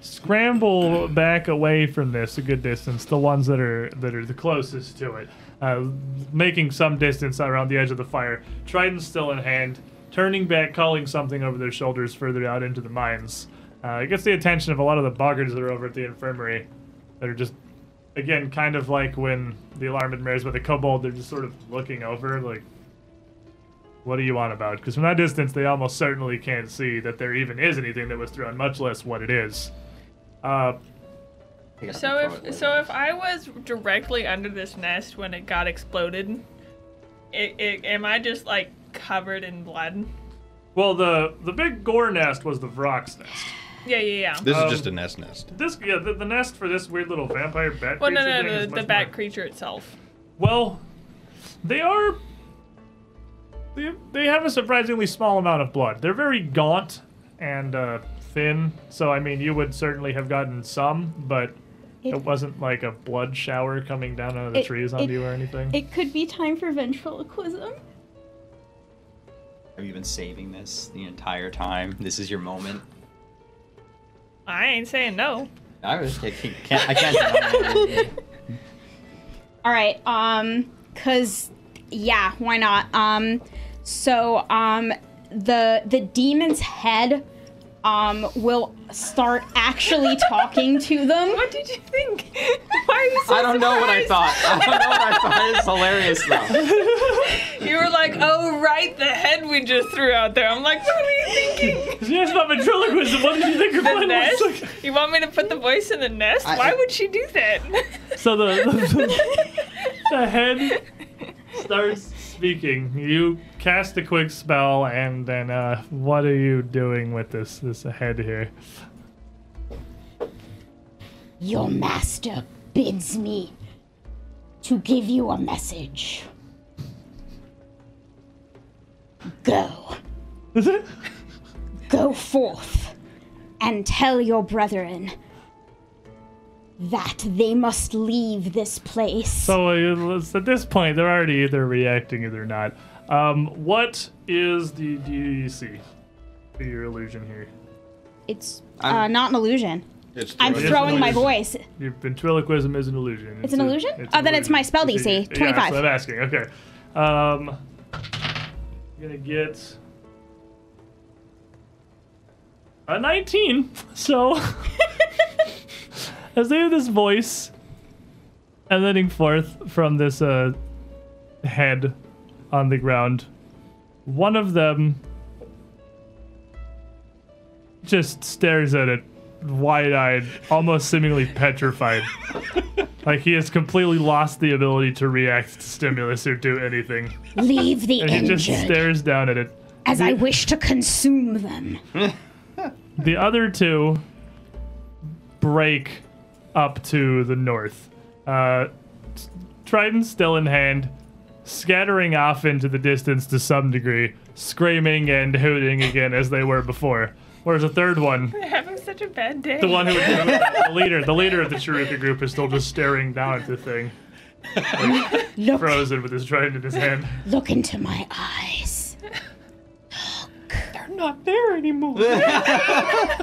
[SPEAKER 1] scramble back away from this a good distance. The ones that are that are the closest to it, uh, making some distance around the edge of the fire. Trident still in hand, turning back, calling something over their shoulders further out into the mines. Uh, it gets the attention of a lot of the boggards that are over at the infirmary, that are just. Again, kind of like when the alarm had raised by the kobold, they're just sort of looking over, like, What are you on about? Because from that distance, they almost certainly can't see that there even is anything that was thrown, much less what it is. Uh,
[SPEAKER 3] Pick it up
[SPEAKER 4] So
[SPEAKER 3] and throw it
[SPEAKER 4] if
[SPEAKER 3] later.
[SPEAKER 4] so if I was directly under this nest when it got exploded, it, it, am I just like covered in blood?
[SPEAKER 1] well, the the big gore nest was the Vrock's nest.
[SPEAKER 4] Yeah, yeah, yeah.
[SPEAKER 2] this
[SPEAKER 1] Um,
[SPEAKER 2] is just a nest nest.
[SPEAKER 1] This, yeah, the, the nest for this weird little vampire bat.
[SPEAKER 4] Well, no,
[SPEAKER 1] creature
[SPEAKER 4] no,
[SPEAKER 1] thing
[SPEAKER 4] no,
[SPEAKER 1] is
[SPEAKER 4] the,
[SPEAKER 1] much
[SPEAKER 4] the bat
[SPEAKER 1] more-
[SPEAKER 4] creature itself.
[SPEAKER 1] Well, they are. They, they have a surprisingly small amount of blood. They're very gaunt and uh, thin, so I mean, you would certainly have gotten some, but it,
[SPEAKER 5] It-
[SPEAKER 1] wasn't like a blood shower coming down out of the
[SPEAKER 5] It-
[SPEAKER 1] trees
[SPEAKER 5] it-
[SPEAKER 1] onto you or anything.
[SPEAKER 5] It could be time for ventriloquism.
[SPEAKER 3] have you been saving this the entire time? This is your moment.
[SPEAKER 4] I ain't saying no.
[SPEAKER 3] I was I can't. I can't
[SPEAKER 5] All right. Um, cause yeah, why not? Um, so um, the the demon's head um will start actually talking to them.
[SPEAKER 4] What did you think? Why are you so
[SPEAKER 3] I don't know what I thought. I don't know what I thought. It's hilarious though.
[SPEAKER 4] You were like, oh, right, the head we just threw out there. I'm like, what were you thinking?
[SPEAKER 1] She asked about ventriloquism. What did you think her
[SPEAKER 4] The
[SPEAKER 1] plan
[SPEAKER 4] nest?
[SPEAKER 1] was? Like,
[SPEAKER 4] You want me to put the voice in the nest?
[SPEAKER 3] I-
[SPEAKER 4] Why would she do that?
[SPEAKER 1] so the, the, the head starts speaking. You cast a quick spell, and then uh, what are you doing with this this head here?
[SPEAKER 5] Your master bids me to give you a message. Go. Go forth and tell your brethren that they must leave this place.
[SPEAKER 1] So uh, it's at this point, they're already either reacting or they're not. Um, what is the DDC for your illusion here?
[SPEAKER 5] it's uh, not an illusion.
[SPEAKER 2] It's
[SPEAKER 5] I'm
[SPEAKER 2] throwing-
[SPEAKER 5] throwing my
[SPEAKER 1] illusion.
[SPEAKER 5] voice.
[SPEAKER 1] Your ventriloquism is an illusion.
[SPEAKER 5] It's an illusion? Oh, then it's my spell
[SPEAKER 1] It's a-
[SPEAKER 5] DC,
[SPEAKER 1] Yeah, that's
[SPEAKER 5] 25.
[SPEAKER 1] what I'm asking. Okay. Um, I'm gonna get a 19. So, as they hear this voice emanating forth from this uh, head on the ground, one of them just stares at it wide eyed, almost seemingly petrified. like he has completely lost the ability to react to stimulus or do anything.
[SPEAKER 5] Leave the
[SPEAKER 1] And he just
[SPEAKER 5] injured
[SPEAKER 1] stares down at it.
[SPEAKER 5] as I wish to consume them.
[SPEAKER 1] The other two break up to the north. Uh, s- trident still in hand, scattering off into the distance to some degree, screaming and hooting again as they were before. Whereas the third one
[SPEAKER 4] I'm having such a bad day.
[SPEAKER 1] The one who, the leader, the leader of the Chiruka group is still just staring down at the thing,
[SPEAKER 5] Look,
[SPEAKER 1] frozen with his trident in his hand.
[SPEAKER 5] look into my eyes.
[SPEAKER 6] They're not there anymore.
[SPEAKER 1] It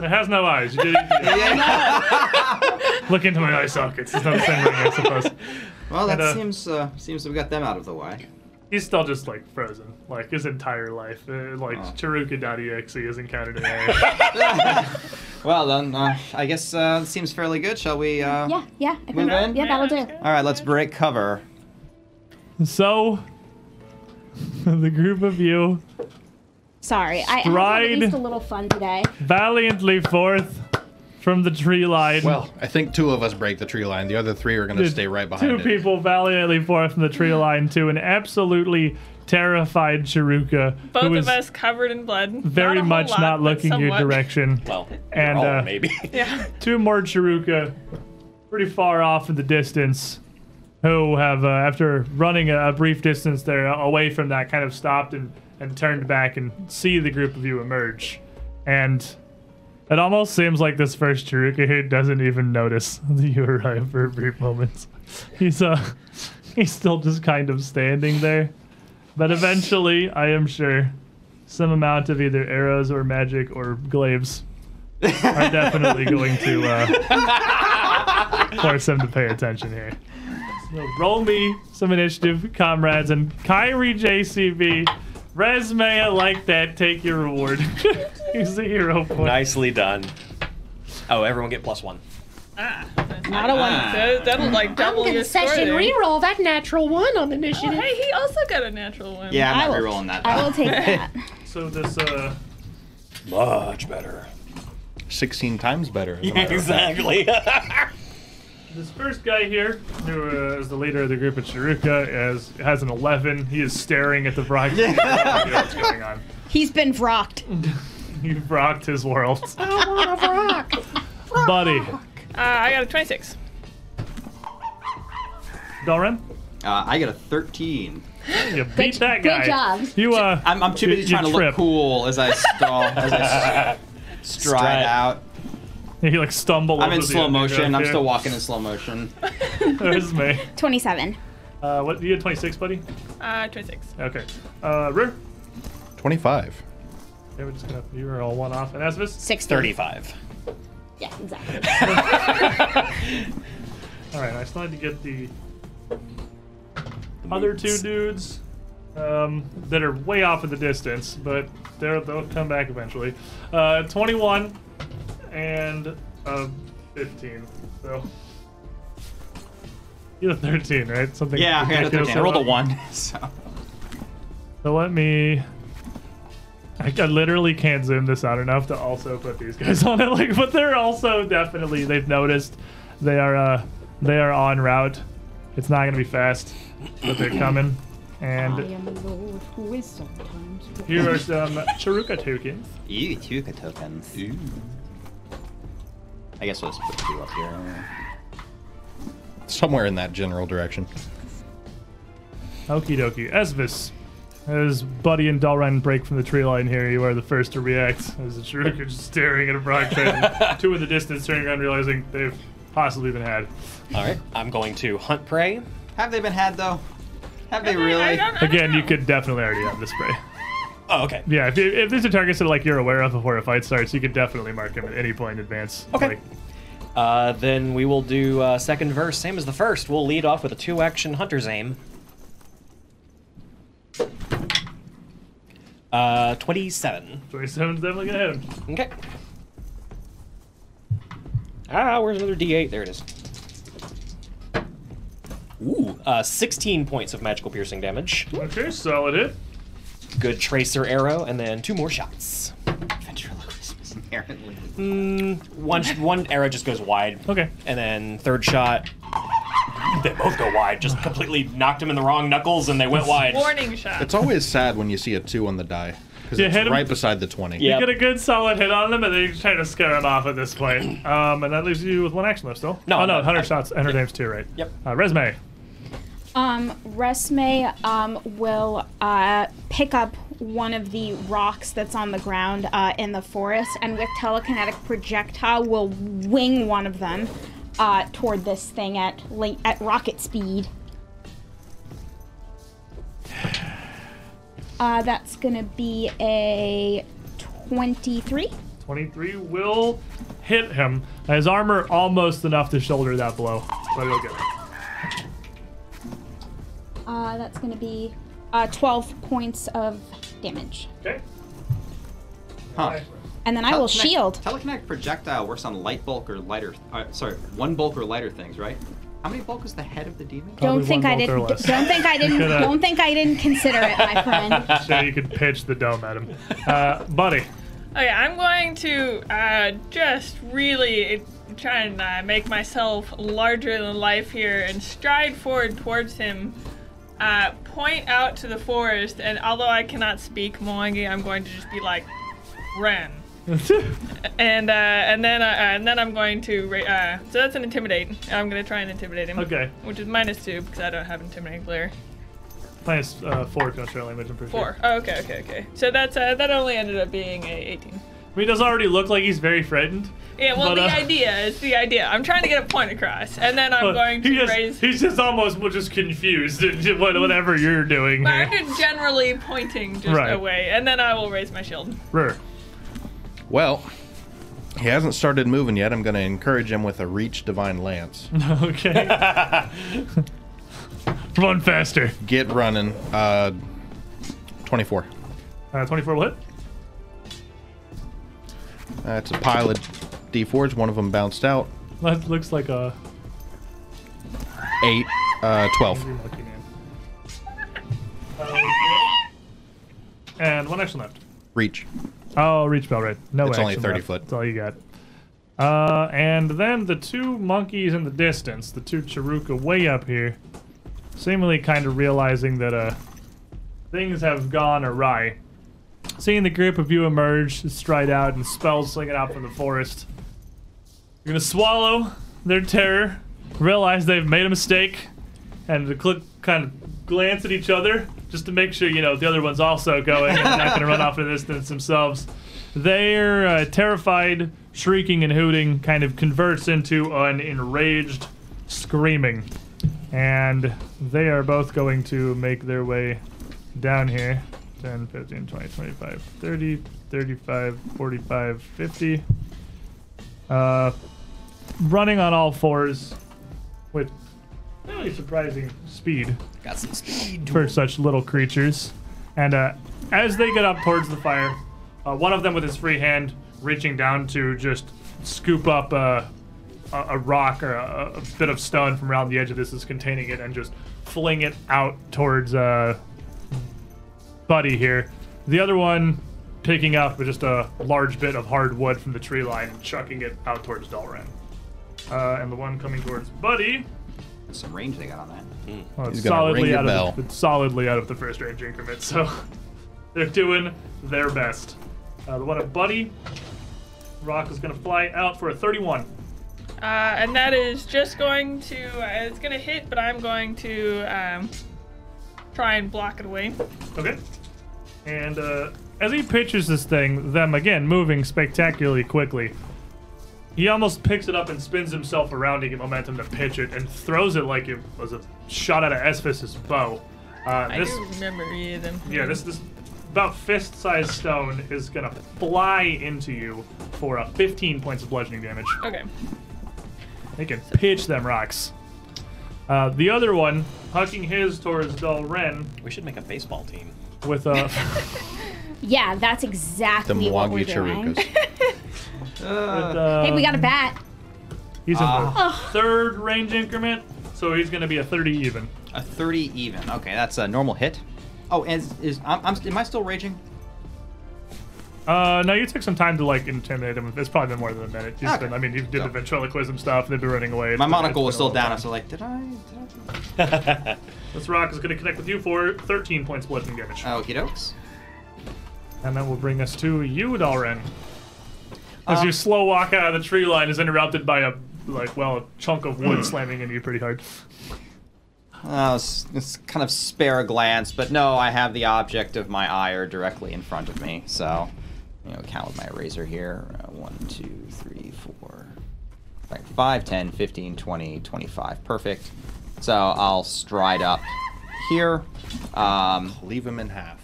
[SPEAKER 1] has no eyes. You did Look into my eye sockets. It's not the same ring, I suppose.
[SPEAKER 3] Well, that
[SPEAKER 1] And, uh,
[SPEAKER 3] seems uh, seems we got them out of the way.
[SPEAKER 1] He's still just like frozen, like his entire life. Uh, like
[SPEAKER 3] Oh.
[SPEAKER 1] Chiruka.exe isn't counted in there.
[SPEAKER 3] Well then, uh, I guess uh, it seems fairly good. Shall we? Uh...
[SPEAKER 5] Yeah, yeah. I
[SPEAKER 3] Move
[SPEAKER 5] can-
[SPEAKER 3] in?
[SPEAKER 5] Yeah, that'll do.
[SPEAKER 3] All right, let's break cover.
[SPEAKER 1] so, the group of you
[SPEAKER 5] Sorry, I I had
[SPEAKER 1] Stride.
[SPEAKER 5] at least a little fun today.
[SPEAKER 1] valiantly forth from the tree line.
[SPEAKER 2] Well, I think two of us break the tree line. The other three are going to
[SPEAKER 1] Did
[SPEAKER 2] stay right behind
[SPEAKER 1] Two
[SPEAKER 2] it.
[SPEAKER 1] people valiantly forth from the tree line to an absolutely terrified Chiruka
[SPEAKER 4] Both
[SPEAKER 1] who is
[SPEAKER 4] of us covered in blood.
[SPEAKER 1] very
[SPEAKER 4] a whole
[SPEAKER 1] much
[SPEAKER 4] lot,
[SPEAKER 1] not
[SPEAKER 4] but
[SPEAKER 1] looking your
[SPEAKER 4] somewhat.
[SPEAKER 1] direction.
[SPEAKER 6] Well,
[SPEAKER 1] And,
[SPEAKER 6] and all,
[SPEAKER 1] uh,
[SPEAKER 6] maybe.
[SPEAKER 4] Yeah.
[SPEAKER 1] Two more Chiruka, pretty far off in the distance, who have, uh, after running a, a brief distance there away from that, kind of stopped and, and turned back and see the group of you emerge. And it almost seems like this first Chiruka here doesn't even notice that you arrive for a brief moment. He's uh, he's still just kind of standing there, but eventually, I am sure, some amount of either arrows or magic or glaives are definitely going to uh, force them to pay attention here. So roll me some initiative, comrades, and Kyrie JCB. Resume, I like that. Take your reward. Use the hero point.
[SPEAKER 6] Nicely done. Oh, everyone get plus one.
[SPEAKER 4] Ah.
[SPEAKER 5] Not a one.
[SPEAKER 4] So that'll like double your score
[SPEAKER 7] Concession
[SPEAKER 4] there.
[SPEAKER 7] reroll that natural one on initiative.
[SPEAKER 4] Hey, he also got a natural one.
[SPEAKER 3] Yeah,
[SPEAKER 5] I
[SPEAKER 3] I'm not
[SPEAKER 5] will-
[SPEAKER 3] rerolling that.
[SPEAKER 5] Oh, I will take that.
[SPEAKER 1] So this uh,
[SPEAKER 6] Much better.
[SPEAKER 2] 16 times better. as a matter of fact.
[SPEAKER 6] Exactly.
[SPEAKER 1] this first guy here, who uh, is the leader of the group at Shiruka, has has an 11. He is staring at the Brock. Yeah. what's going on?
[SPEAKER 5] He's been rocked.
[SPEAKER 1] He rocked his world. I want Buddy,
[SPEAKER 4] Uh, I got a 26.
[SPEAKER 1] Doran,
[SPEAKER 3] Uh, I got a 13.
[SPEAKER 1] you beat that guy.
[SPEAKER 5] Good job.
[SPEAKER 1] You uh,
[SPEAKER 3] I'm, I'm too
[SPEAKER 1] You-
[SPEAKER 3] busy
[SPEAKER 1] you
[SPEAKER 3] trying to
[SPEAKER 1] trip.
[SPEAKER 3] look cool as I stall, as I s- stride
[SPEAKER 6] Stride.
[SPEAKER 3] out.
[SPEAKER 1] you like stumble.
[SPEAKER 3] I'm
[SPEAKER 1] over
[SPEAKER 3] in
[SPEAKER 1] the
[SPEAKER 3] slow
[SPEAKER 1] other
[SPEAKER 3] motion.
[SPEAKER 1] guy
[SPEAKER 3] I'm
[SPEAKER 1] there.
[SPEAKER 3] still walking in slow motion.
[SPEAKER 1] There's me.
[SPEAKER 5] 27.
[SPEAKER 1] Uh, what? You had 26, buddy.
[SPEAKER 4] Uh, 26.
[SPEAKER 1] Okay. Uh, Rur.
[SPEAKER 2] 25.
[SPEAKER 1] Yeah, we're just gonna. You were all one off. And Asvis.
[SPEAKER 5] 60.
[SPEAKER 6] Thirty-five.
[SPEAKER 5] Yeah, exactly.
[SPEAKER 1] All right. I still need to get the other two dudes um, that are way off in the distance, but they're, they'll come back eventually. Uh, 21 and uh, 15. So. You're 13, right? Something.
[SPEAKER 3] Yeah, I got a
[SPEAKER 1] ridiculous
[SPEAKER 3] 13. I rolled a
[SPEAKER 1] about-
[SPEAKER 3] 1. So.
[SPEAKER 1] So let me. I, I literally can't zoom this out enough to also put these guys on it. Like, but they're also definitely they've noticed they are uh they are on route. It's not gonna be fast, but they're coming. And
[SPEAKER 5] am Lord who is sometimes.
[SPEAKER 1] here are some Charuka tokens.
[SPEAKER 3] You Tuka tokens. I guess let's put two up here.
[SPEAKER 2] Somewhere in that general direction.
[SPEAKER 1] Okie dokie. Esvis, as Buddy and Dalren break from the tree line here, you are the first to react as the Charuka just staring at a rock train. two in the distance turning around realizing they've possibly been had.
[SPEAKER 6] All right, I'm going to hunt prey.
[SPEAKER 3] Have they been had though? Have they really?
[SPEAKER 4] I don't, I don't
[SPEAKER 1] Again, you
[SPEAKER 4] know.
[SPEAKER 1] could definitely already have the spray.
[SPEAKER 6] Oh, okay.
[SPEAKER 1] Yeah, if, if there's a target that like you're aware of before a fight starts, you could definitely mark him at any point in advance.
[SPEAKER 6] Okay.
[SPEAKER 1] Like,
[SPEAKER 6] Uh, then we will do uh, second verse, same as the first. We'll lead off with a two-action hunter's aim. Uh, twenty-seven.
[SPEAKER 1] 27's definitely gonna hit him.
[SPEAKER 6] Okay. Ah, where's another D8? There it is. Ooh, uh, 16 points of magical piercing damage.
[SPEAKER 1] Okay, solid hit.
[SPEAKER 6] Good tracer arrow, and then two more shots.
[SPEAKER 3] Ventriloquism is inherently.
[SPEAKER 6] One one arrow just goes wide.
[SPEAKER 1] Okay.
[SPEAKER 6] And then third shot, they both go wide. Just completely knocked him in the wrong knuckles, and they went wide.
[SPEAKER 4] warning shot.
[SPEAKER 2] It's always sad when you see a two on the die because
[SPEAKER 1] You
[SPEAKER 2] it's
[SPEAKER 1] hit him?
[SPEAKER 2] right beside the twenty.
[SPEAKER 6] Yeah.
[SPEAKER 1] You get a good solid hit on them, and then you try to scare them off at this point. Um, and that leaves you with one action left still.
[SPEAKER 6] No,
[SPEAKER 1] oh, no,
[SPEAKER 6] no,
[SPEAKER 1] 100
[SPEAKER 6] I-
[SPEAKER 1] shots, 100 aims too, right?
[SPEAKER 6] Yep.
[SPEAKER 1] Uh, resume.
[SPEAKER 5] Um, Resme um, will uh, pick up one of the rocks that's on the ground uh, in the forest, and with telekinetic projectile, will wing one of them uh, toward this thing at late, at rocket speed. Uh, that's gonna be a twenty-three.
[SPEAKER 1] 23 will hit him. His armor almost enough to shoulder that blow, but he'll get it.
[SPEAKER 5] Uh, that's gonna be uh, twelve points of damage,
[SPEAKER 1] Okay.
[SPEAKER 3] Huh.
[SPEAKER 5] and then I will
[SPEAKER 3] Telekinetic-
[SPEAKER 5] shield.
[SPEAKER 3] Telekinetic projectile works on light bulk or lighter. Uh, sorry, one bulk or lighter things, right? How many bulk is the head of the demon?
[SPEAKER 1] Probably
[SPEAKER 5] Don't think
[SPEAKER 1] one
[SPEAKER 5] I
[SPEAKER 1] bolt or
[SPEAKER 5] didn't.
[SPEAKER 1] less.
[SPEAKER 5] Don't think I didn't.
[SPEAKER 1] Coulda.
[SPEAKER 5] Don't think I didn't consider it, my friend.
[SPEAKER 1] So you can pitch the dome at him. Uh, buddy.
[SPEAKER 4] Okay, I'm going to uh, just really try and uh, make myself larger than life here and stride forward towards him. Uh, point out to the forest, and although I cannot speak Moangi, I'm going to just be like, Ren. And uh, and then uh, and then I'm going to ra- uh, so that's an intimidate. I'm going to try and intimidate him.
[SPEAKER 1] okay.
[SPEAKER 4] Which is minus two because I don't have intimidating glare.
[SPEAKER 1] Minus uh, four control language, I'm pretty
[SPEAKER 4] Four.
[SPEAKER 1] sure.
[SPEAKER 4] Oh, okay, okay, okay. So that's uh, that only ended up being a 18.
[SPEAKER 1] I mean, he does already look like he's very frightened.
[SPEAKER 4] Yeah, well,
[SPEAKER 1] But,
[SPEAKER 4] the
[SPEAKER 1] uh,
[SPEAKER 4] idea is the idea. I'm trying to get a point across, and then I'm
[SPEAKER 1] but
[SPEAKER 4] going
[SPEAKER 1] he
[SPEAKER 4] to
[SPEAKER 1] just,
[SPEAKER 4] raise.
[SPEAKER 1] He's just almost well, just confused. at what- Whatever you're doing here.
[SPEAKER 4] But I'm just generally pointing just
[SPEAKER 1] Right.
[SPEAKER 4] away, and then I will raise my shield.
[SPEAKER 1] Rur.
[SPEAKER 2] Well, he hasn't started moving yet. I'm going to encourage him with a reach divine lance.
[SPEAKER 1] Okay. Run faster.
[SPEAKER 2] Get running. Uh, twenty-four.
[SPEAKER 1] Uh, 24 will hit.
[SPEAKER 2] That's a pile of d4s. One of them bounced out.
[SPEAKER 1] That looks like a
[SPEAKER 2] Eight. Uh, twelve.
[SPEAKER 1] you're lucky man. Uh, and one action left.
[SPEAKER 2] Reach.
[SPEAKER 1] Oh, reach bell, right. No
[SPEAKER 2] It's only
[SPEAKER 1] action
[SPEAKER 2] 30
[SPEAKER 1] left.
[SPEAKER 2] foot.
[SPEAKER 1] That's all you got. Uh, and then the two monkeys in the distance, the two Chiruka way up here, seemingly kind of realizing that uh, things have gone awry. Seeing the group of you emerge, stride out, and spells slinging out from the forest, you're gonna swallow their terror, realize they've made a mistake, and to click, kind of glance at each other just to make sure you know the other one's also going and not going to run off in the distance themselves. Their uh, terrified shrieking and hooting kind of converts into an enraged screaming, and they are both going to make their way down here. 10, 15, 20, 25, 30, 35, 45, 50. Uh, running on all fours with really surprising speed
[SPEAKER 3] Got some speed.
[SPEAKER 1] for such little creatures. And uh, as they get up towards the fire, uh, one of them with his free hand reaching down to just scoop up uh, a, a rock or a, a bit of stone from around the edge of this is containing it and just fling it out towards uh, Buddy here. The other one picking up just a large bit of hard wood from the tree line and chucking it out towards Dalren. Uh, and the one coming towards Buddy
[SPEAKER 3] There's some range they got on that.
[SPEAKER 1] Well, Oh, it's
[SPEAKER 2] He's gonna
[SPEAKER 1] solidly
[SPEAKER 2] ring your
[SPEAKER 1] out
[SPEAKER 2] bell.
[SPEAKER 1] of the, it's solidly out of the first range increment, so they're doing their best. Uh, the one at Buddy, Rock is gonna fly out for a 31.
[SPEAKER 4] Uh, and that is just going to. Uh, it's going to hit, but I'm going to um, try and block it away.
[SPEAKER 1] Okay. And uh, as he pitches this thing, them again moving spectacularly quickly, he almost picks it up and spins himself around to get momentum to pitch it and throws it like it was a shot out of Esphis's bow. Uh,
[SPEAKER 4] I
[SPEAKER 1] this
[SPEAKER 4] do remember you them.
[SPEAKER 1] Yeah, this this about fist-sized stone is gonna fly into you for uh, 15 points of bludgeoning damage.
[SPEAKER 4] Okay.
[SPEAKER 1] They can pitch them rocks. Uh, the other one, hucking his towards Dalren
[SPEAKER 6] We should make a baseball team.
[SPEAKER 1] with a
[SPEAKER 5] Yeah, that's
[SPEAKER 2] The
[SPEAKER 5] exactly what we're
[SPEAKER 2] Mwagi
[SPEAKER 5] doing.
[SPEAKER 2] Charukas.
[SPEAKER 1] with,
[SPEAKER 3] Uh,
[SPEAKER 1] uh,
[SPEAKER 5] Hey, we got a bat.
[SPEAKER 1] he's in the
[SPEAKER 5] Oh,
[SPEAKER 1] third range increment, so he's gonna be a 30 even.
[SPEAKER 3] a 30 even. Okay, that's a normal hit. Oh, and is, is I'm, I'm am I still raging?
[SPEAKER 1] Uh, now you took some time to like intimidate him. It's probably been more than a minute. He's
[SPEAKER 3] Okay.
[SPEAKER 1] been, I mean, you did
[SPEAKER 3] So-
[SPEAKER 1] the ventriloquism stuff. They've been running away. It's
[SPEAKER 3] My
[SPEAKER 1] been- it's
[SPEAKER 3] monocle
[SPEAKER 1] been
[SPEAKER 3] was
[SPEAKER 1] a
[SPEAKER 3] still
[SPEAKER 1] long
[SPEAKER 3] down.
[SPEAKER 1] time.
[SPEAKER 3] I was like, did I? Did
[SPEAKER 1] This rock is gonna connect with you for 13 points bludgeoning damage.
[SPEAKER 3] I? Okie dokes.
[SPEAKER 1] And that will bring us to you, Dalren. As
[SPEAKER 3] Uh,
[SPEAKER 1] your slow walk out of the tree line is interrupted by a like well a chunk of wood slamming into you pretty hard.
[SPEAKER 3] Uh, s- it's kind of spare a glance, but no, I have the object of my ire directly in front of me. So, you know, count with my eraser here. Uh, 1, 2, 3, 4, like 5, 10, 15, 20, 25. Perfect. So I'll stride up here. Um,
[SPEAKER 2] Leave him in half.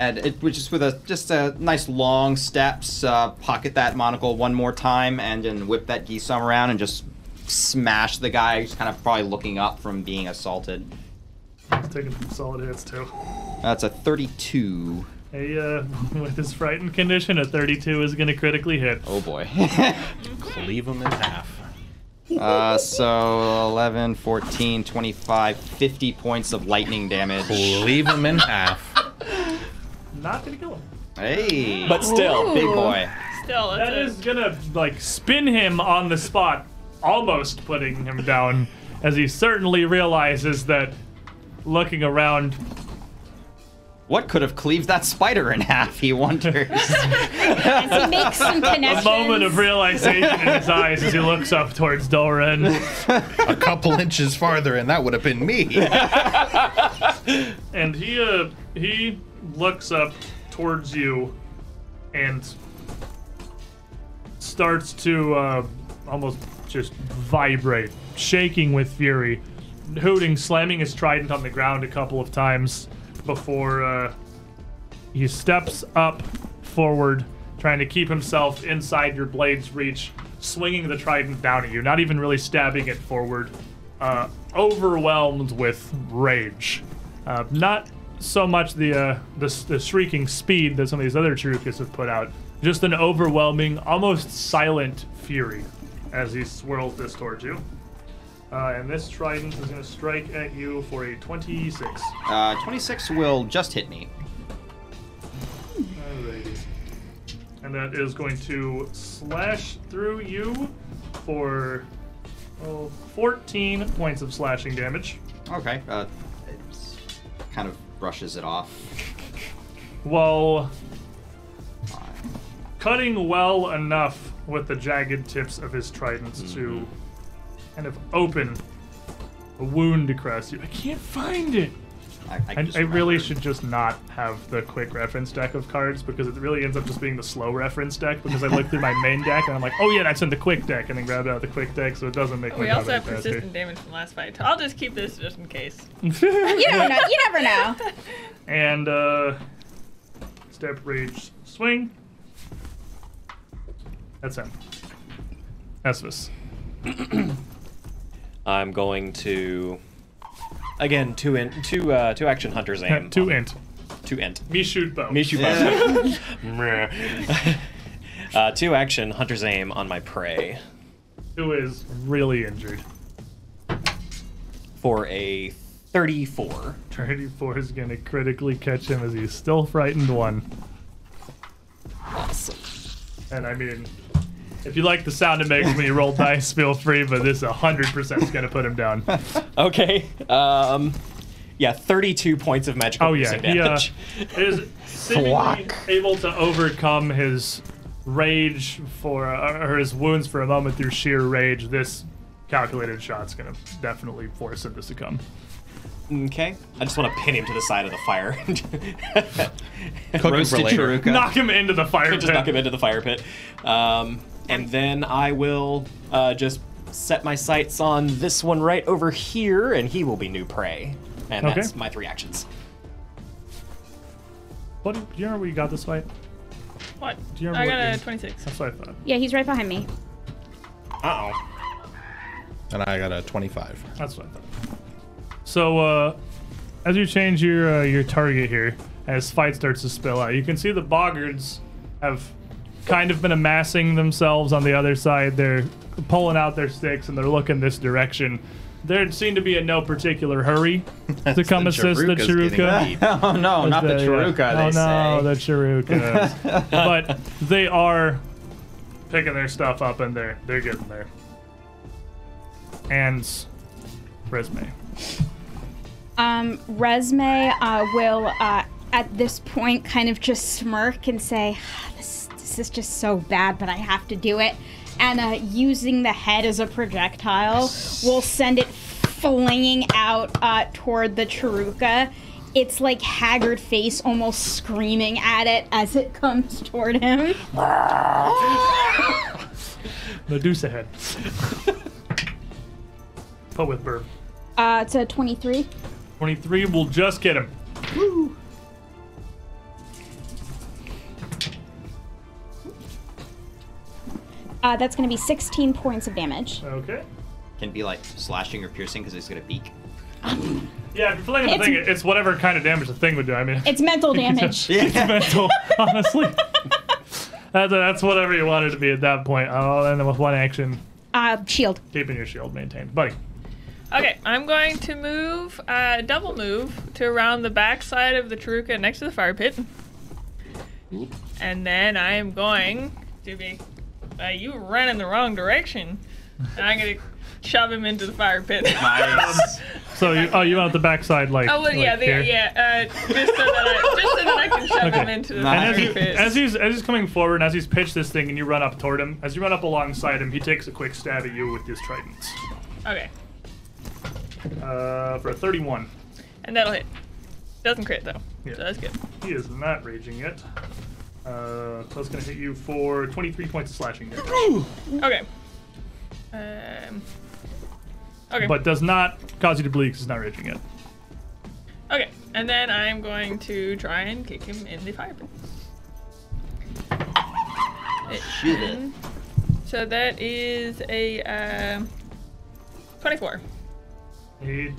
[SPEAKER 3] and it was just with a just a nice long steps uh, pocket that monocle one more time and then whip that geesum around and just smash the guy who's kind of probably looking up from being assaulted
[SPEAKER 1] He's taking some solid hits too.
[SPEAKER 3] that's a 32
[SPEAKER 1] A uh, with his frightened condition, a 32 is gonna critically hit.
[SPEAKER 3] oh boy
[SPEAKER 2] Leave him in half.
[SPEAKER 3] uh, so 11 14 25 50 points of lightning damage
[SPEAKER 2] Leave him in half.
[SPEAKER 1] Not gonna kill him.
[SPEAKER 3] hey
[SPEAKER 6] But still,
[SPEAKER 3] big boy
[SPEAKER 4] Still, that's
[SPEAKER 1] That
[SPEAKER 4] a-
[SPEAKER 1] is gonna like spin him on the spot, almost putting him down, as he certainly realizes that looking around
[SPEAKER 3] what could have cleaved that spider in half he wonders
[SPEAKER 5] as he makes some
[SPEAKER 1] a
[SPEAKER 5] connections.
[SPEAKER 1] moment of realization in his eyes as he looks up towards Doran.
[SPEAKER 2] A couple inches farther, and that would have been me.
[SPEAKER 1] and he uh, he looks up towards you and starts to uh, almost just vibrate, shaking with fury, hooting, slamming his trident on the ground a couple of times before uh, he steps up forward, trying to keep himself inside your blade's reach, swinging the trident down at you, not even really stabbing it forward. Uh, overwhelmed with rage, uh, not so much the, uh, the the shrieking speed that some of these other Chirukas have put out, just an overwhelming, almost silent fury as he swirls this towards you. Uh, and this trident is going to strike at you for a 26.
[SPEAKER 3] uh, 26 will just hit me
[SPEAKER 1] Alrighty. And that is going to slash through you for oh, 14 points of slashing damage.
[SPEAKER 3] Okay. Uh, it's kind of brushes it off.
[SPEAKER 1] While cutting well enough with the jagged tips of his tridents to kind of open a wound across you. I can't find it.
[SPEAKER 3] I,
[SPEAKER 1] I,
[SPEAKER 3] just
[SPEAKER 1] I really
[SPEAKER 3] remembered.
[SPEAKER 1] should just not have the quick reference deck of cards because it really ends up just being the slow reference deck because I look through my main deck and I'm like, oh yeah, that's in the quick deck, and then grab it out of the quick deck, so it doesn't make my
[SPEAKER 4] We
[SPEAKER 1] job
[SPEAKER 4] also
[SPEAKER 1] any
[SPEAKER 4] have
[SPEAKER 1] faster.
[SPEAKER 4] persistent damage from last fight. I'll just keep this just in case.
[SPEAKER 5] you never know. You never know.
[SPEAKER 1] And uh, step rage swing. That's him. Esvis.
[SPEAKER 6] I'm going to again two in two uh, two action hunters aim
[SPEAKER 1] Two int.
[SPEAKER 6] two int
[SPEAKER 1] Me shoot bow.
[SPEAKER 6] Mishu Basa. uh, two action hunter's aim on my prey
[SPEAKER 1] Who is really injured.
[SPEAKER 6] for a 34.
[SPEAKER 1] 34 is going to critically catch him as he's still frightened one.
[SPEAKER 6] Awesome.
[SPEAKER 1] And I mean, If you like the sound it makes when you roll dice, feel free, but this 100% is going to put him down.
[SPEAKER 6] Okay. Um, yeah, 32 points of magical
[SPEAKER 1] Oh, yeah.
[SPEAKER 6] piercing
[SPEAKER 1] He uh,
[SPEAKER 6] damage.
[SPEAKER 1] is seemingly
[SPEAKER 6] Thwack.
[SPEAKER 1] able to overcome his rage for, uh, or his wounds for a moment through sheer rage. This calculated shot's going to definitely force him to succumb.
[SPEAKER 6] Okay. I just want to pin him to the side of the fire.
[SPEAKER 2] Cooking
[SPEAKER 6] Roasted
[SPEAKER 2] for later.
[SPEAKER 3] Charuka.
[SPEAKER 1] Knock him into the fire
[SPEAKER 6] just knock
[SPEAKER 1] pit.
[SPEAKER 6] him into the fire pit. Um, and then I will uh, just set my sights on this one right over here, and he will be new prey. And
[SPEAKER 1] Okay.
[SPEAKER 6] that's my three actions.
[SPEAKER 1] What, do you remember where you got this fight?
[SPEAKER 4] What?
[SPEAKER 1] you remember
[SPEAKER 4] I
[SPEAKER 1] what
[SPEAKER 4] got
[SPEAKER 1] is-
[SPEAKER 4] a 26.
[SPEAKER 1] That's what I thought.
[SPEAKER 5] Yeah, he's right behind me.
[SPEAKER 6] Uh oh.
[SPEAKER 2] And I got a 25.
[SPEAKER 1] That's what I thought. So, uh, as you change your uh, your target here, as fight starts to spill out, you can see the boggards have kind of been amassing themselves on the other side. They're pulling out their sticks and they're looking this direction. They seem to be in no particular hurry to come
[SPEAKER 2] the
[SPEAKER 1] assist the
[SPEAKER 2] Charuka's getting
[SPEAKER 1] Chiruka.
[SPEAKER 2] beat.
[SPEAKER 3] Oh no, not the
[SPEAKER 1] They, uh,
[SPEAKER 3] Charuka,
[SPEAKER 1] oh,
[SPEAKER 3] they
[SPEAKER 1] no,
[SPEAKER 3] say.
[SPEAKER 1] the Chirukas. but they are picking their stuff up and they're they're getting there. And resume.
[SPEAKER 5] Um, Resme uh, will, uh, at this point, kind of just smirk and say, "Ah, this, this is just so bad, but I have to do it. And uh, using the head as a projectile, will send it flinging out uh, toward the Charuka. Its like haggard face almost screaming at it as it comes toward him. Uh,
[SPEAKER 1] Medusa head. but with bird.
[SPEAKER 5] Uh, it's a 23.
[SPEAKER 1] 23 will just get him.
[SPEAKER 5] Uh, that's going to be 16 points of damage.
[SPEAKER 1] Okay.
[SPEAKER 3] Can it be like slashing or piercing because he's got a beak.
[SPEAKER 1] Yeah, if you're playing the
[SPEAKER 5] It's-
[SPEAKER 1] thing, it's whatever kind of damage the thing would do. I mean,
[SPEAKER 5] It's mental damage.
[SPEAKER 1] mental, honestly. That's, that's whatever you want it to be at that point. Oh, and then with one action,
[SPEAKER 5] Uh, shield.
[SPEAKER 1] keeping your shield maintained. Buddy.
[SPEAKER 4] Okay, I'm going to move, uh, double move to around the back side of the Taruka next to the fire pit. And then I am going to be. Uh, you ran in the wrong direction. And I'm going to shove him into the fire pit.
[SPEAKER 3] Nice.
[SPEAKER 1] So, you, oh, you want the backside, like.
[SPEAKER 4] Oh, well, yeah,
[SPEAKER 1] like
[SPEAKER 4] there,
[SPEAKER 1] here?
[SPEAKER 4] yeah. Uh, just, so that I, just so that I can shove him
[SPEAKER 1] Okay.
[SPEAKER 4] into the
[SPEAKER 1] And
[SPEAKER 3] Nice.
[SPEAKER 1] as,
[SPEAKER 4] fire
[SPEAKER 1] you,
[SPEAKER 4] pit.
[SPEAKER 1] as he's as he's coming forward, and as he's pitched this thing, and you run up toward him, as you run up alongside him, he takes a quick stab at you with his trident.
[SPEAKER 4] okay,
[SPEAKER 1] Uh, for a 31.
[SPEAKER 4] and that'll hit. Doesn't crit, though.
[SPEAKER 1] Yeah.
[SPEAKER 4] So that's good.
[SPEAKER 1] He is not raging yet. Uh, so it's gonna hit you for 23 points of slashing damage,
[SPEAKER 4] Okay. Um, okay.
[SPEAKER 1] but does not cause you to bleed because he's not raging yet.
[SPEAKER 4] Okay, and then I'm going to try and kick him in the fire pit. It
[SPEAKER 3] Oh, Shoot it.
[SPEAKER 4] should- So that is a um 24.
[SPEAKER 1] He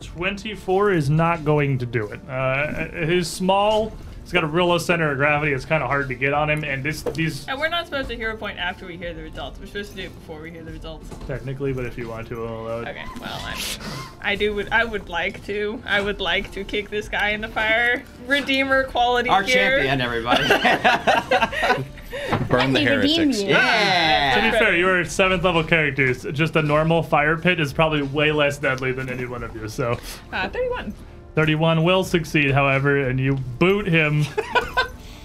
[SPEAKER 1] 24 is not going to do it. Uh, he's small. He's got a real low center of gravity. It's kind of hard to get on him, and this these
[SPEAKER 4] And we're not supposed to hero point after we hear the results. We're supposed to do it before we hear the results.
[SPEAKER 1] technically, but if you want to, I'll allow it.
[SPEAKER 4] Okay, well, I'm, I do. Would, I would like to. I would like to kick this guy in the fire. Redeemer quality
[SPEAKER 3] Our
[SPEAKER 4] here.
[SPEAKER 3] champion, everybody.
[SPEAKER 2] Burn the
[SPEAKER 5] Let me redeem
[SPEAKER 2] heretics.
[SPEAKER 5] you.
[SPEAKER 1] To
[SPEAKER 3] yeah.
[SPEAKER 1] be fair, you are seventh level characters. Just a normal fire pit is probably way less deadly than any one of you. So,
[SPEAKER 4] Uh, 31.
[SPEAKER 1] 31 will succeed, however, and you boot him,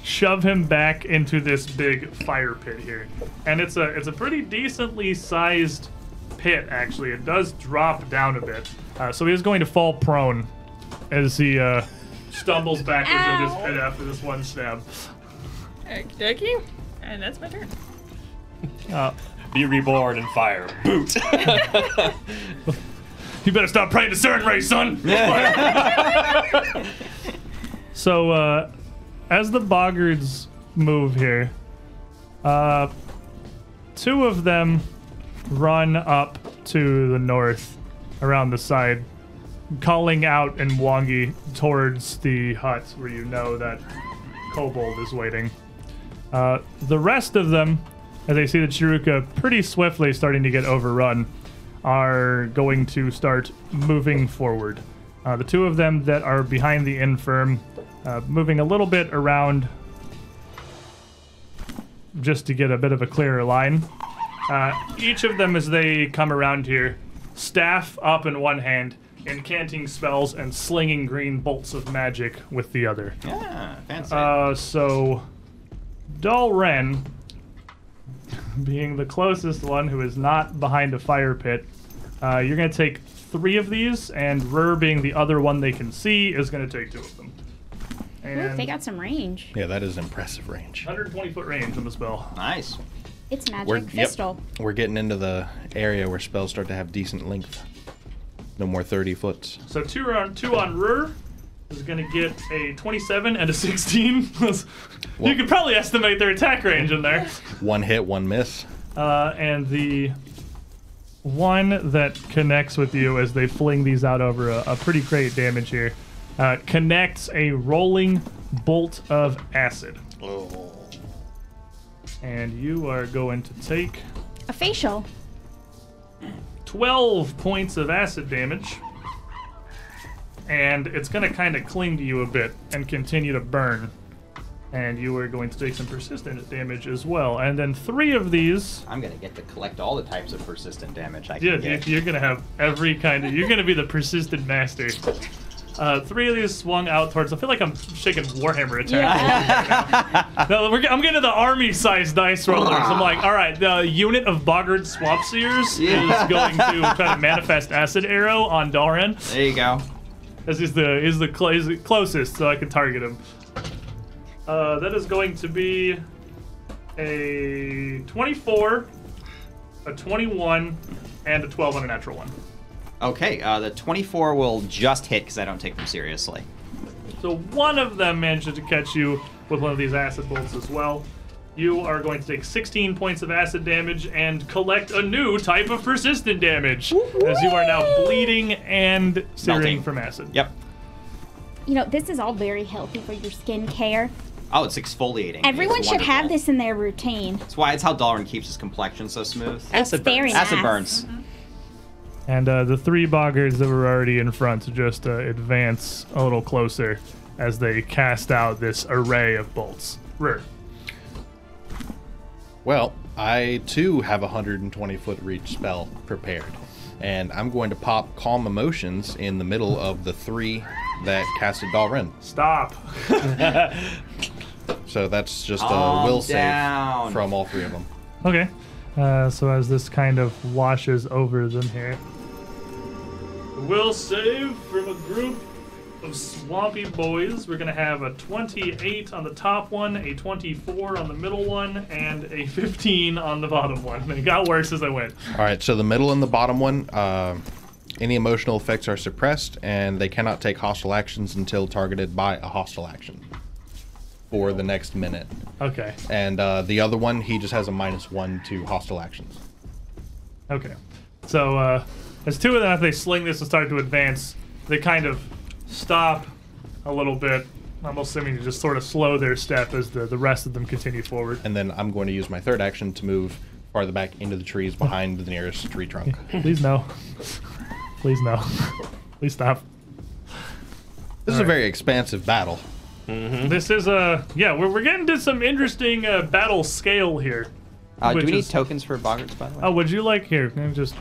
[SPEAKER 1] shove him back into this big fire pit here. And it's a it's a pretty decently sized pit actually. It does drop down a bit. Uh, so he is going to fall prone as he uh, stumbles back into this
[SPEAKER 5] Ow.
[SPEAKER 1] pit after this one stab.
[SPEAKER 4] Okie dokie. And that's my turn.
[SPEAKER 1] Uh,
[SPEAKER 6] Be reborn in fire. Boot.
[SPEAKER 1] you better stop praying to Cern Ray, son. so uh, as the boggards move here, uh, two of them run up to the north around the side, calling out in Wangi towards the hut where you know that Kobold is waiting. Uh, the rest of them, as they see the Chiruka pretty swiftly starting to get overrun, are going to start moving forward. Uh, the two of them that are behind the infirm, uh, moving a little bit around just to get a bit of a clearer line. Uh, each of them, as they come around here, staff up in one hand, incanting spells and slinging green bolts of magic with the other.
[SPEAKER 3] Yeah, fancy.
[SPEAKER 1] Uh, so, Dalren, being the closest one who is not behind a fire pit, uh, you're going to take three of these, and Rur, being the other one they can see, is going to take two of them.
[SPEAKER 5] Ooh,
[SPEAKER 1] And
[SPEAKER 5] they got some range.
[SPEAKER 2] Yeah, that is impressive range.
[SPEAKER 1] 120 foot range on the spell.
[SPEAKER 3] nice.
[SPEAKER 5] It's magic
[SPEAKER 2] We're- yep.
[SPEAKER 5] pistol.
[SPEAKER 2] We're getting into the area where spells start to have decent length. No more 30 foots.
[SPEAKER 1] So two on two on Rur is going to get a 27 and a 16. you
[SPEAKER 2] Well-
[SPEAKER 1] could probably estimate their attack range in there.
[SPEAKER 2] One hit, one miss.
[SPEAKER 1] Uh, and the one that connects with you as they fling these out over a, a pretty great damage here uh, connects a rolling bolt of acid. And you are going to take
[SPEAKER 5] A facial.
[SPEAKER 1] 12 points of acid damage. And it's going to kind of cling to you a bit and continue to burn. And you are going to take some persistent damage as well. And then three of these.
[SPEAKER 3] I'm gonna get to collect all the types of persistent damage I
[SPEAKER 1] Yeah,
[SPEAKER 3] can get.
[SPEAKER 1] you- you're gonna have every kind of. You're gonna be the persistent master. Uh, three of these swung out towards. I feel like I'm shaking Warhammer attack.
[SPEAKER 5] Uh,
[SPEAKER 1] No, we're, g- I'm getting the army-sized dice rollers. I'm like, all right, the unit of Boggard Swamp Seers
[SPEAKER 3] Yeah.
[SPEAKER 1] is going to try to manifest acid arrow on Dalren.
[SPEAKER 3] There you go.
[SPEAKER 1] This is the is the, cl- is the closest, so I can target him. Uh, that is going to be a 24, a 21, and a 12 on a natural one.
[SPEAKER 3] Okay, uh, the 24 will just hit because I don't take them seriously.
[SPEAKER 1] So one of them manages to catch you with one of these acid bolts as well. You are going to take 16 points of acid damage and collect a new type of persistent damage, as you are now bleeding and searing
[SPEAKER 3] Melting.
[SPEAKER 1] from acid.
[SPEAKER 3] Yep.
[SPEAKER 5] You know, this is all very healthy for your skincare.
[SPEAKER 3] Oh, it's exfoliating.
[SPEAKER 5] Everyone
[SPEAKER 3] It's
[SPEAKER 5] should have
[SPEAKER 3] wonderful.
[SPEAKER 5] this in their routine.
[SPEAKER 3] That's why it's how Dalrin keeps his complexion so smooth.
[SPEAKER 5] Acid burns. Very
[SPEAKER 3] Acid
[SPEAKER 5] nice.
[SPEAKER 3] burns.
[SPEAKER 1] And uh, the three boggards that were already in front just uh, advance a little closer as they cast out this array of bolts. Rur.
[SPEAKER 2] Well, I too have a 120 foot reach spell prepared. And I'm going to pop Calm Emotions in the middle of the three that casted Dalren.
[SPEAKER 1] Stop.
[SPEAKER 2] So that's just
[SPEAKER 3] Calm
[SPEAKER 2] a will
[SPEAKER 3] down.
[SPEAKER 2] save from all three of them.
[SPEAKER 1] Okay. Uh, so as this kind of washes over them here, will save from a group of swampy boys. We're gonna have a 28 on the top one, a 24 on the middle one, and a 15 on the bottom one. It got worse as I went.
[SPEAKER 2] All right, so the middle and the bottom one, uh, any emotional effects are suppressed, and they cannot take hostile actions until targeted by a hostile action for the next minute.
[SPEAKER 1] Okay.
[SPEAKER 2] And uh, the other one, he just has a minus one to hostile actions.
[SPEAKER 1] Okay. So uh, as two of them, as they sling this and start to advance, they kind of stop a little bit. I'm assuming to just sort of slow their step as the, the rest of them continue forward.
[SPEAKER 2] And then I'm going to use my third action to move farther back into the trees behind the nearest tree trunk.
[SPEAKER 1] Please no. Please no. Please stop.
[SPEAKER 2] This is a very expansive battle. Hmm?
[SPEAKER 1] This is a yeah. We're, we're getting to some interesting uh, battle scale here.
[SPEAKER 3] Uh, do
[SPEAKER 1] Which
[SPEAKER 3] we need
[SPEAKER 1] is-
[SPEAKER 3] tokens for boggarts, by the way?
[SPEAKER 1] Oh, would you like here? Can I just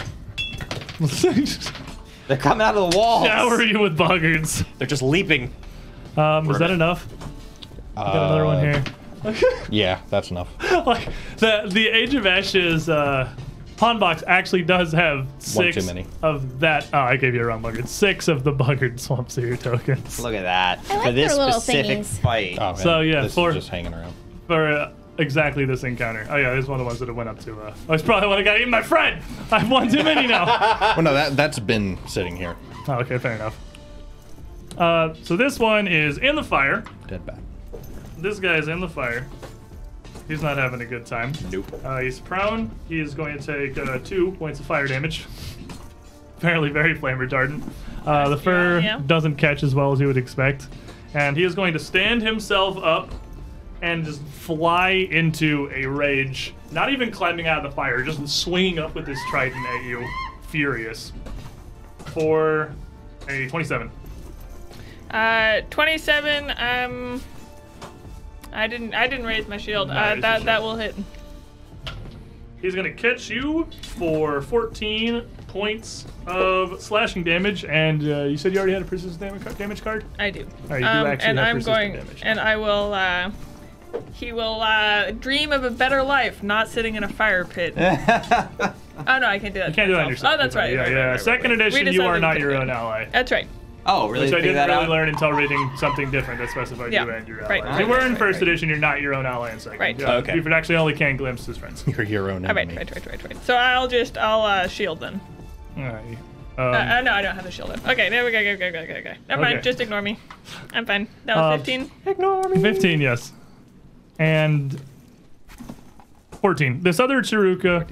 [SPEAKER 3] They're coming out of the walls.
[SPEAKER 1] shower you with boggards.
[SPEAKER 6] They're just leaping.
[SPEAKER 1] Um, is that
[SPEAKER 3] Perfect.
[SPEAKER 1] enough? Got another one
[SPEAKER 2] Uh,
[SPEAKER 1] here.
[SPEAKER 2] Yeah, that's enough. Oh,
[SPEAKER 1] like the the Age of Ashes uh, pawn box actually does have six
[SPEAKER 2] too many.
[SPEAKER 1] of that. Oh, I gave you a wrong buggard. Six of the buggered swamp seer tokens.
[SPEAKER 3] Look at that.
[SPEAKER 5] like
[SPEAKER 3] for
[SPEAKER 5] their
[SPEAKER 3] this
[SPEAKER 5] little
[SPEAKER 3] specific
[SPEAKER 5] thingies.
[SPEAKER 3] fight.
[SPEAKER 2] Oh, man,
[SPEAKER 1] So, yeah,
[SPEAKER 2] this
[SPEAKER 1] four.
[SPEAKER 2] is just hanging around.
[SPEAKER 1] for uh, exactly this encounter. Oh yeah, this is one of the ones that I went up to. Uh, oh, it's probably one I got. Even my friend. I've won too many now.
[SPEAKER 2] Well, no, that that's been sitting here.
[SPEAKER 1] oh, okay, fair enough. Uh, so this one is in the fire.
[SPEAKER 2] Dead bat.
[SPEAKER 1] This guy is in the fire. He's not having a good time.
[SPEAKER 2] Nope.
[SPEAKER 1] Uh, he's prone. He is going to take uh, two points of fire damage. Apparently, very flame retardant. Uh, the fur
[SPEAKER 4] yeah.
[SPEAKER 1] doesn't catch as well as you would expect. And he is going to stand himself up and just fly into a rage. Not even climbing out of the fire, just swinging up with his trident at you, furious. For a 27.
[SPEAKER 4] Uh, 27. Um, I didn't. I didn't raise my shield.
[SPEAKER 1] No,
[SPEAKER 4] uh,
[SPEAKER 1] it's a
[SPEAKER 4] that
[SPEAKER 1] shield.
[SPEAKER 4] that will hit.
[SPEAKER 1] He's gonna catch you for 14 points of slashing damage, and uh, you said you already had a persistent damage card. Damage card?
[SPEAKER 4] I do. Um,
[SPEAKER 1] right, you do actually
[SPEAKER 4] and
[SPEAKER 1] have
[SPEAKER 4] I'm
[SPEAKER 1] persistent
[SPEAKER 4] going.
[SPEAKER 1] damage.
[SPEAKER 4] And I will. Uh, he will uh, dream of a better life, not sitting in a fire pit. oh no, I can't do that.
[SPEAKER 1] You can't do that on yourself.
[SPEAKER 4] Oh, that's right.
[SPEAKER 1] Yeah,
[SPEAKER 4] right,
[SPEAKER 1] yeah.
[SPEAKER 4] right, right,
[SPEAKER 1] Second
[SPEAKER 4] right. We
[SPEAKER 1] edition, you
[SPEAKER 4] decided
[SPEAKER 1] are
[SPEAKER 4] we
[SPEAKER 1] not
[SPEAKER 4] could
[SPEAKER 1] your
[SPEAKER 4] do
[SPEAKER 1] own
[SPEAKER 4] that.
[SPEAKER 1] ally.
[SPEAKER 4] That's right.
[SPEAKER 3] Oh, really?
[SPEAKER 1] Which I
[SPEAKER 3] Figure
[SPEAKER 1] didn't
[SPEAKER 3] that
[SPEAKER 1] really
[SPEAKER 3] out?
[SPEAKER 1] learn until reading something different that specified
[SPEAKER 4] Yeah,
[SPEAKER 1] you and your
[SPEAKER 4] right.
[SPEAKER 1] allies. you were in
[SPEAKER 3] Right,
[SPEAKER 1] first
[SPEAKER 3] right.
[SPEAKER 1] edition, you're not your own ally in second.
[SPEAKER 4] Right.
[SPEAKER 1] Yeah,
[SPEAKER 6] Okay.
[SPEAKER 1] You actually only can glimpse his friends.
[SPEAKER 2] You're your own
[SPEAKER 4] All right,
[SPEAKER 2] enemy.
[SPEAKER 4] right, right, right, right. So I'll just I'll uh, shield then.
[SPEAKER 1] Alright.
[SPEAKER 4] Uh,
[SPEAKER 1] Um,
[SPEAKER 4] uh, no, I don't have the shield. Up. Okay, there we go, go, go, go, go, go. Never mind.
[SPEAKER 1] Okay.
[SPEAKER 4] Just ignore me. I'm fine. That was
[SPEAKER 1] Um,
[SPEAKER 4] 15.
[SPEAKER 1] 15, yes. And 14. This other Chiruka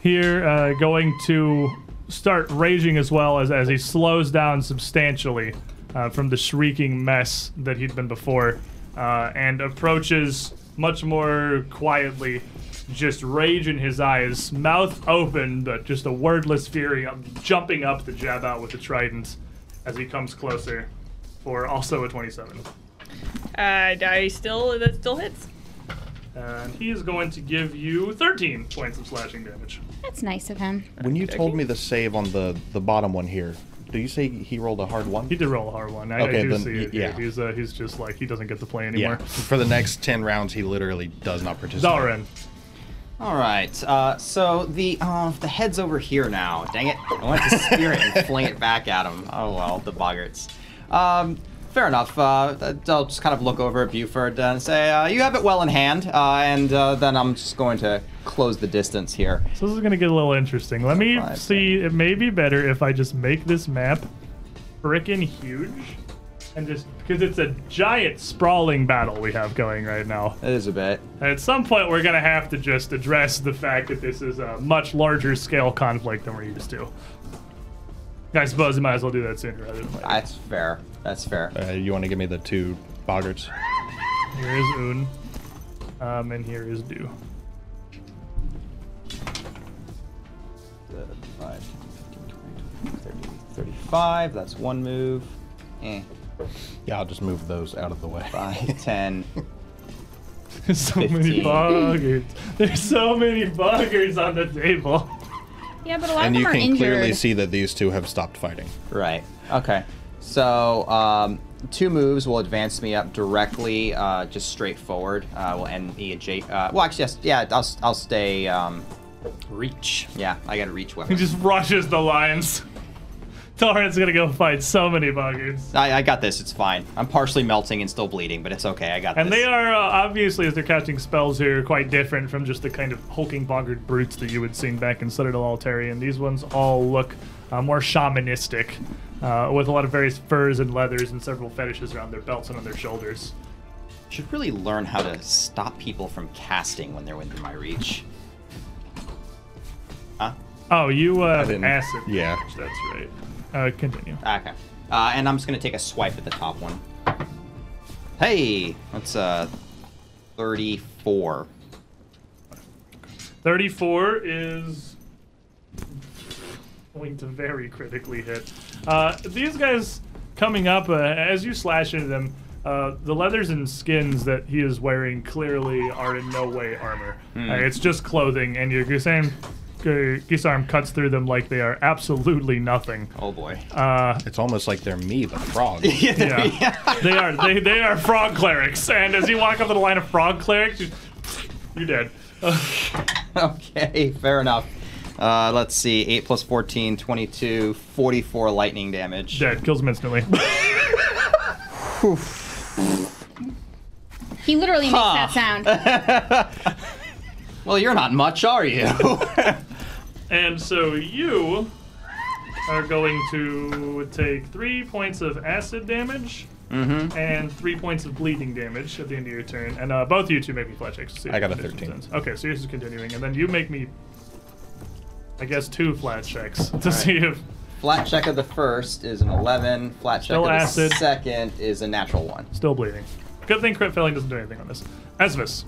[SPEAKER 1] here uh, going to start raging as well as, as he slows down substantially uh, from the shrieking mess that he'd been before uh, and approaches much more quietly, just rage in his eyes, mouth open, but just a wordless fury, um, jumping up to jab out with the trident as he comes closer for also a 27.
[SPEAKER 4] Uh, I still that still hits.
[SPEAKER 1] And he is going to give you 13 points of slashing damage.
[SPEAKER 5] That's nice of him.
[SPEAKER 2] When you told me the save on the the bottom one here, do you say he rolled a hard one?
[SPEAKER 1] He did roll a hard one. I, I
[SPEAKER 2] Okay,
[SPEAKER 1] do
[SPEAKER 2] then,
[SPEAKER 1] see
[SPEAKER 2] y-
[SPEAKER 1] it. Yeah.
[SPEAKER 2] yeah.
[SPEAKER 1] He's, uh, he's just like, he doesn't get to play
[SPEAKER 2] Yeah.
[SPEAKER 1] anymore.
[SPEAKER 2] For the next ten rounds, he literally does not participate.
[SPEAKER 1] Dalren.
[SPEAKER 3] All right. Uh, so the oh, the head's over here now. Dang it! I wanted to spear it and fling it back at him. Oh well, the boggarts. Um, fair enough. Uh, th- I'll just kind of look over at Buford and say, uh, "You have it well in hand," uh, and uh, then I'm just going to close the distance here.
[SPEAKER 1] So this is going to get a little interesting. Let me
[SPEAKER 3] Five,
[SPEAKER 1] see. It may be better if I just make this map frickin' huge. And just because it's a giant sprawling battle we have going right now.
[SPEAKER 3] It is a bit.
[SPEAKER 1] At some point, we're going to have to just address the fact that this is a much larger scale conflict than we're used to. I suppose we might as well do that sooner rather than later.
[SPEAKER 3] That's fair. That's fair.
[SPEAKER 2] Uh, you want to give me the two boggarts?
[SPEAKER 1] Here is Un. Um, and here is Du.
[SPEAKER 3] Uh, five, 15, 20, 30, 35. That's one move. Eh.
[SPEAKER 2] Yeah, I'll just move those out of the way.
[SPEAKER 3] Five, ten.
[SPEAKER 1] so many
[SPEAKER 3] Fifteen.
[SPEAKER 1] buggers. There's so many buggers on the table.
[SPEAKER 5] Yeah, but a lot
[SPEAKER 2] and
[SPEAKER 5] of
[SPEAKER 2] you
[SPEAKER 5] them
[SPEAKER 2] can
[SPEAKER 5] are injured.
[SPEAKER 2] clearly see that these two have stopped fighting.
[SPEAKER 3] Right. Okay. So um, two moves will advance me up directly, uh, just straight forward. Uh, will end me adjacent. Uh, well, actually, yes, yeah, I'll, I'll stay. Um,
[SPEAKER 6] Reach.
[SPEAKER 3] yeah, I got a reach
[SPEAKER 1] He
[SPEAKER 3] weapon.
[SPEAKER 1] just rushes the lions. Torrent's gonna go fight so many buggers.
[SPEAKER 3] I, I got this. It's fine. I'm partially melting and still bleeding, but it's okay. I got
[SPEAKER 1] And
[SPEAKER 3] this.
[SPEAKER 1] they are uh, obviously, as they're casting spells here, quite different from just the kind of hulking boggered brutes that you had seen back in Citadel Altarian. These ones all look uh, more shamanistic, uh, with a lot of various furs and leathers and several fetishes around their belts and on their shoulders.
[SPEAKER 3] should really learn how to stop people from casting when they're within my reach. Huh?
[SPEAKER 1] Oh, you uh,
[SPEAKER 2] I didn't-
[SPEAKER 1] acid.
[SPEAKER 2] yeah.
[SPEAKER 1] damage, that's right. Uh, continue.
[SPEAKER 3] Okay. Uh, and I'm just gonna take a swipe at the top one. Hey, that's uh, thirty-four.
[SPEAKER 1] Thirty-four is going to very critically hit. Uh, these guys coming up uh, as you slash into them. Uh, the leathers and skins that he is wearing clearly are in no way armor. Uh, it's just clothing, and your Gisarm, Gisarm cuts through them like they are absolutely nothing.
[SPEAKER 3] Oh boy.
[SPEAKER 1] Uh,
[SPEAKER 2] It's almost like they're me, the frog.
[SPEAKER 1] Yeah. They are they, they are frog clerics, and as you walk up to the line of frog clerics, you, you're dead.
[SPEAKER 3] Okay, fair enough. Uh, let's see, 8 plus 14, 22, 44 lightning damage.
[SPEAKER 1] dead. Kills him instantly.
[SPEAKER 5] He literally makes
[SPEAKER 3] Huh.
[SPEAKER 5] that sound.
[SPEAKER 3] Well, you're not much, are you?
[SPEAKER 1] and so you are going to take three points of acid damage
[SPEAKER 2] Mm-hmm.
[SPEAKER 1] and three points of bleeding damage at the end of your turn. And uh, both of you two make me flat checks. to see
[SPEAKER 2] I got a
[SPEAKER 1] if the condition ends.
[SPEAKER 2] 13.
[SPEAKER 1] Okay, so yours is continuing, and then you make me, I guess, two flat checks to see if
[SPEAKER 3] flat check of the first is an 11, flat check
[SPEAKER 1] Still
[SPEAKER 3] of the
[SPEAKER 1] acid.
[SPEAKER 3] second is a natural one.
[SPEAKER 1] still bleeding. Good thing crit failing doesn't do anything on this. Esvis.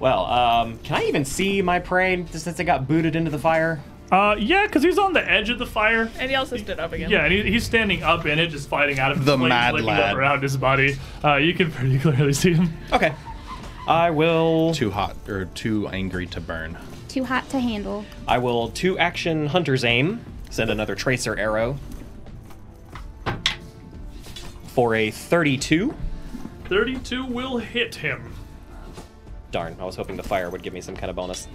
[SPEAKER 6] Well, um, can I even see my prey since I got booted into the fire?
[SPEAKER 1] Uh, yeah, because he's on the edge of the fire.
[SPEAKER 4] And he also stood up again.
[SPEAKER 1] Yeah, and he, he's standing up in it, just fighting out of
[SPEAKER 2] The
[SPEAKER 1] flames
[SPEAKER 2] mad
[SPEAKER 1] licking
[SPEAKER 2] lad.
[SPEAKER 1] up around his body. Uh, you can pretty clearly see him.
[SPEAKER 6] Okay. I will.
[SPEAKER 2] Too hot or too angry to burn.
[SPEAKER 5] Too hot to handle.
[SPEAKER 6] I will two action hunter's aim. Send another tracer arrow for a 32.
[SPEAKER 1] 32 will hit him.
[SPEAKER 6] Darn, I was hoping the fire would give me some kind of bonus,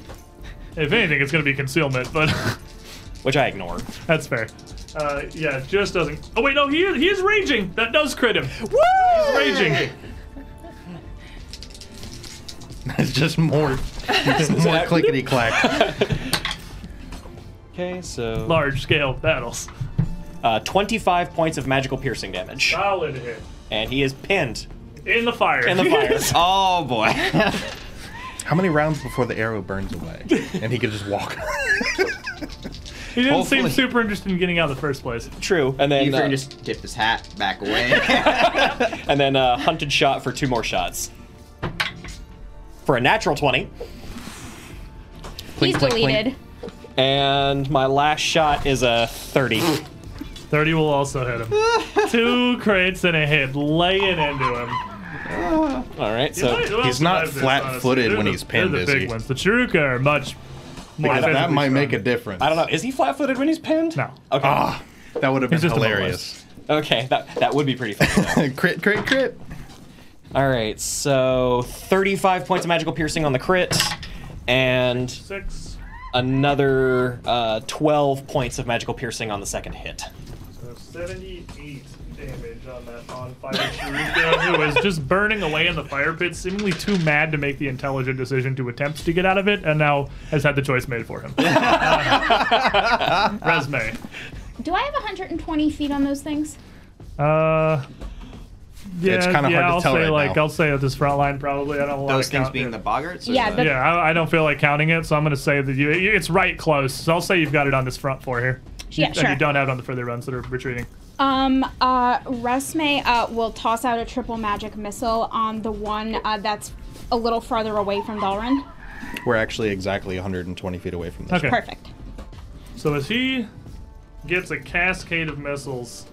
[SPEAKER 1] If anything, it's going to be concealment, but
[SPEAKER 6] which I ignore.
[SPEAKER 1] that's fair. Uh, yeah, it just doesn't. Oh wait, no, he is, he is raging. That does crit him. Woo! He's raging.
[SPEAKER 2] It's just more, more clickety clack.
[SPEAKER 6] Okay, so
[SPEAKER 1] Large scale battles.
[SPEAKER 6] uh, 25 points of magical piercing damage,
[SPEAKER 1] Solid hit.
[SPEAKER 6] and he is pinned
[SPEAKER 1] In the fire.
[SPEAKER 6] in the fire.
[SPEAKER 3] Oh boy.
[SPEAKER 2] How many rounds before the arrow burns away and he could just walk?
[SPEAKER 1] he didn't seem
[SPEAKER 3] Hopefully.
[SPEAKER 1] super interested in getting out in the first place.
[SPEAKER 6] True, and then
[SPEAKER 3] you
[SPEAKER 6] uh,
[SPEAKER 3] can just tip his hat back away.
[SPEAKER 6] and then uh, hunted shot for two more shots for a natural 20,
[SPEAKER 5] He's deleted.
[SPEAKER 6] and my last shot is a 30.
[SPEAKER 1] 30 will also hit him. Two crates and a hit, laying into him.
[SPEAKER 6] All right, so
[SPEAKER 2] he's not flat-footed when he's pinned,
[SPEAKER 1] they the
[SPEAKER 2] is
[SPEAKER 1] big
[SPEAKER 2] he?
[SPEAKER 1] ones. The Chiruka are much more
[SPEAKER 2] Because that
[SPEAKER 1] physically
[SPEAKER 2] might make a
[SPEAKER 1] strong.
[SPEAKER 2] difference.
[SPEAKER 6] I don't know. Is he flat-footed when he's pinned?
[SPEAKER 1] No.
[SPEAKER 6] Okay.
[SPEAKER 2] Ah, that would have been
[SPEAKER 1] He's just a
[SPEAKER 2] hilarious.
[SPEAKER 6] Okay. That that would be pretty funny. though.
[SPEAKER 2] crit, crit, crit.
[SPEAKER 6] All right. So 35 points of magical piercing on the crit, and
[SPEAKER 1] Six.
[SPEAKER 6] another uh, 12 points of magical piercing on the second hit.
[SPEAKER 1] So 78 damage on that on fire Chiruka, who is just burning away in the fire pit, seemingly too mad to make the intelligent decision to attempt to get out of it, and now has had the choice made for him. Uh, resume.
[SPEAKER 5] Do I have 120 feet on those things?
[SPEAKER 1] Uh. Yeah,
[SPEAKER 2] It's kinda
[SPEAKER 1] yeah,
[SPEAKER 2] hard to
[SPEAKER 1] I'll
[SPEAKER 2] tell
[SPEAKER 1] say
[SPEAKER 2] right
[SPEAKER 1] like
[SPEAKER 2] now.
[SPEAKER 1] I'll say at this front line probably. I don't. like
[SPEAKER 3] Those things being the boggarts? or
[SPEAKER 5] Yeah,
[SPEAKER 3] the-
[SPEAKER 5] the-
[SPEAKER 1] Yeah, I, I don't feel like counting it, so I'm gonna say that you it's right close. So I'll say you've got it on this front four here.
[SPEAKER 5] Yeah,
[SPEAKER 1] and
[SPEAKER 5] sure.
[SPEAKER 1] you don't have it on the further runs that are retreating.
[SPEAKER 5] Um, uh, Resme uh, will toss out a triple magic missile on the one uh, that's a little farther away from Dalrin.
[SPEAKER 2] We're actually exactly 120 feet away from this.
[SPEAKER 1] Okay.
[SPEAKER 5] Perfect.
[SPEAKER 1] So as he gets a cascade of missiles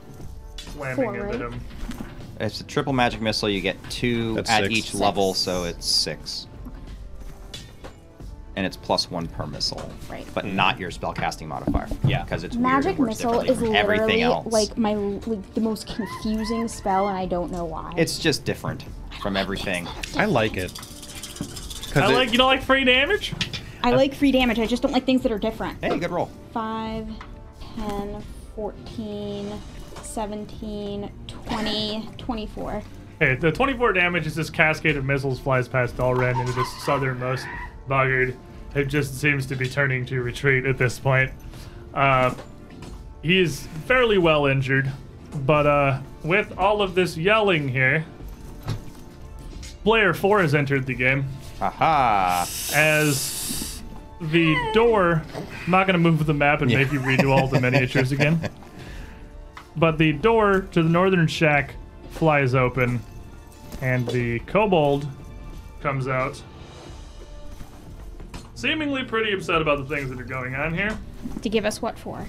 [SPEAKER 1] slamming
[SPEAKER 5] Forward.
[SPEAKER 1] into him.
[SPEAKER 3] It's a triple magic missile. You get two
[SPEAKER 2] That's
[SPEAKER 3] at
[SPEAKER 2] six.
[SPEAKER 3] each level, so it's six. And it's plus one per missile,
[SPEAKER 5] Right.
[SPEAKER 3] But not your spellcasting modifier.
[SPEAKER 6] Yeah.
[SPEAKER 3] because it's weird
[SPEAKER 5] Magic
[SPEAKER 3] and works
[SPEAKER 5] missile
[SPEAKER 3] differently
[SPEAKER 5] is
[SPEAKER 3] from everything
[SPEAKER 5] literally
[SPEAKER 3] else.
[SPEAKER 5] like my like the most confusing spell, and I don't know why.
[SPEAKER 3] it's just different from everything.
[SPEAKER 2] I like it. 'Cause
[SPEAKER 1] I
[SPEAKER 2] it-
[SPEAKER 1] like you don't like free damage?
[SPEAKER 5] I like free damage. I just don't like things that are different.
[SPEAKER 3] Hey, good roll.
[SPEAKER 5] 5, 10, 14, 17, 20, 24.
[SPEAKER 1] Okay, the 24 damage is this cascade of missiles flies past Dalren into this southernmost boggard who just seems to be turning to retreat at this point. Uh, he is fairly well injured, but uh, with all of this yelling here, Blair 4 has entered the game
[SPEAKER 3] Haha.
[SPEAKER 1] as the door. I'm not going to move the map and make you redo all the miniatures again. But the door to the northern shack flies open, and the kobold comes out, seemingly pretty upset about the things that are going on here.
[SPEAKER 5] To give us what for?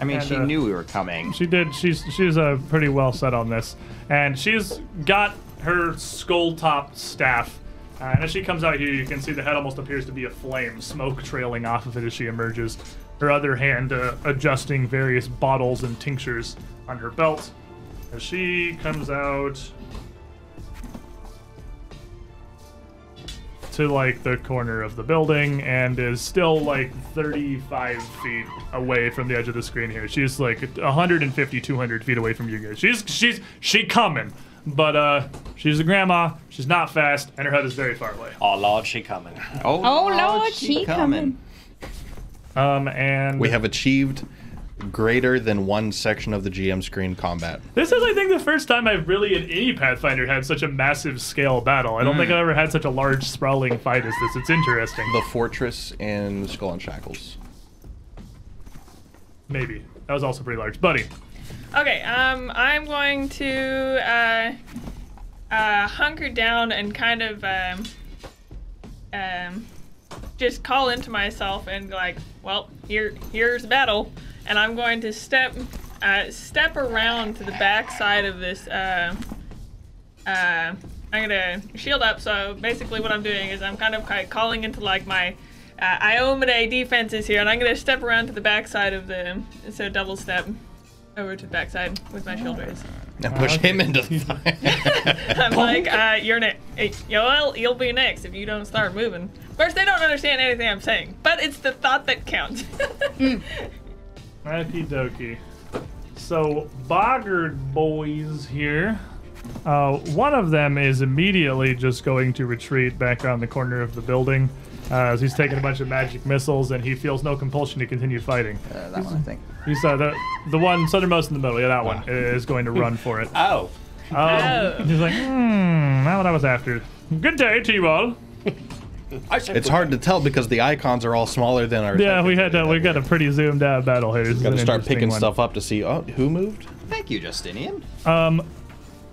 [SPEAKER 3] I mean,
[SPEAKER 1] And,
[SPEAKER 3] she
[SPEAKER 1] uh,
[SPEAKER 3] knew we were coming.
[SPEAKER 1] She did. She's she's uh, pretty well set on this, and she's got her skull top staff. Uh, and as she comes out here, you can see the head almost appears to be aflame, smoke trailing off of it as she emerges. Her other hand uh, adjusting various bottles and tinctures on her belt. As she comes out to like the corner of the building and is still like 35 feet away from the edge of the screen here. She's like 150, 200 feet away from you guys. She's she's she coming, but uh, she's a grandma. She's not fast, and her head is very far away.
[SPEAKER 6] Oh lord, she coming.
[SPEAKER 3] Oh,
[SPEAKER 5] Oh, Lord, she coming.
[SPEAKER 1] Um, and
[SPEAKER 2] We have achieved greater than one section of the GM screen combat.
[SPEAKER 1] This is, I think, the first time I've really in any Pathfinder had such a massive scale battle. I don't think I've ever had such a large sprawling fight as this. It's interesting.
[SPEAKER 2] The fortress in Skull and Shackles.
[SPEAKER 1] Maybe that was also pretty large, buddy.
[SPEAKER 4] Okay, um, I'm going to uh, uh, hunker down and kind of um, um, just call into myself and be like, well, here, here's battle, and I'm going to step uh, step around to the backside of this uh, uh, I'm gonna shield up. So basically, what I'm doing is I'm kind of ki- calling into like my uh, Iomade defenses here, and I'm gonna step around to the backside of the so double step over to the backside with my shield raise.
[SPEAKER 2] Now push him into the fire.
[SPEAKER 4] I'm like, uh, you're next. Well, you'll be next if you don't start moving. Of course, they don't understand anything I'm saying, but it's the thought that counts.
[SPEAKER 1] Okie dokie. So, boggard boys here. Uh, one of them is immediately just going to retreat back around the corner of the building uh, as he's taking a bunch of magic missiles and he feels no compulsion to continue fighting.
[SPEAKER 3] Uh, that one, I think.
[SPEAKER 1] He's uh, the, the one southernmost in the middle, yeah, that one, is going to run for it.
[SPEAKER 2] Uh,
[SPEAKER 6] Oh,
[SPEAKER 1] Oh. He's like, hmm, not what I was after. Good day to you all.
[SPEAKER 6] I said
[SPEAKER 2] it's hard to tell because the icons are all smaller than our.
[SPEAKER 1] Yeah, we had uh, we got a pretty zoomed out battle here. This is
[SPEAKER 2] Got to
[SPEAKER 1] an
[SPEAKER 2] start
[SPEAKER 1] interesting
[SPEAKER 2] picking
[SPEAKER 1] one.
[SPEAKER 2] stuff up to see. Oh, who moved?
[SPEAKER 3] Thank you, Justinian.
[SPEAKER 1] Um,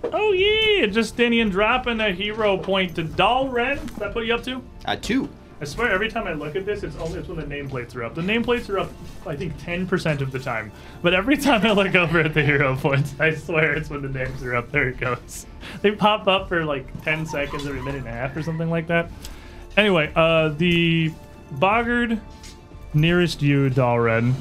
[SPEAKER 1] oh yeah, Justinian dropping a hero point to Dalren. Did that put you up to?
[SPEAKER 3] Uh, two.
[SPEAKER 1] I swear, every time I look at this, it's only it's when the nameplates are up. The nameplates are up, I think, ten percent of the time. But every time I look over at the hero points, I swear it's when the names are up. There it goes. They pop up for like ten seconds every minute and a half or something like that. Anyway, uh, the boggard nearest you, Dalren,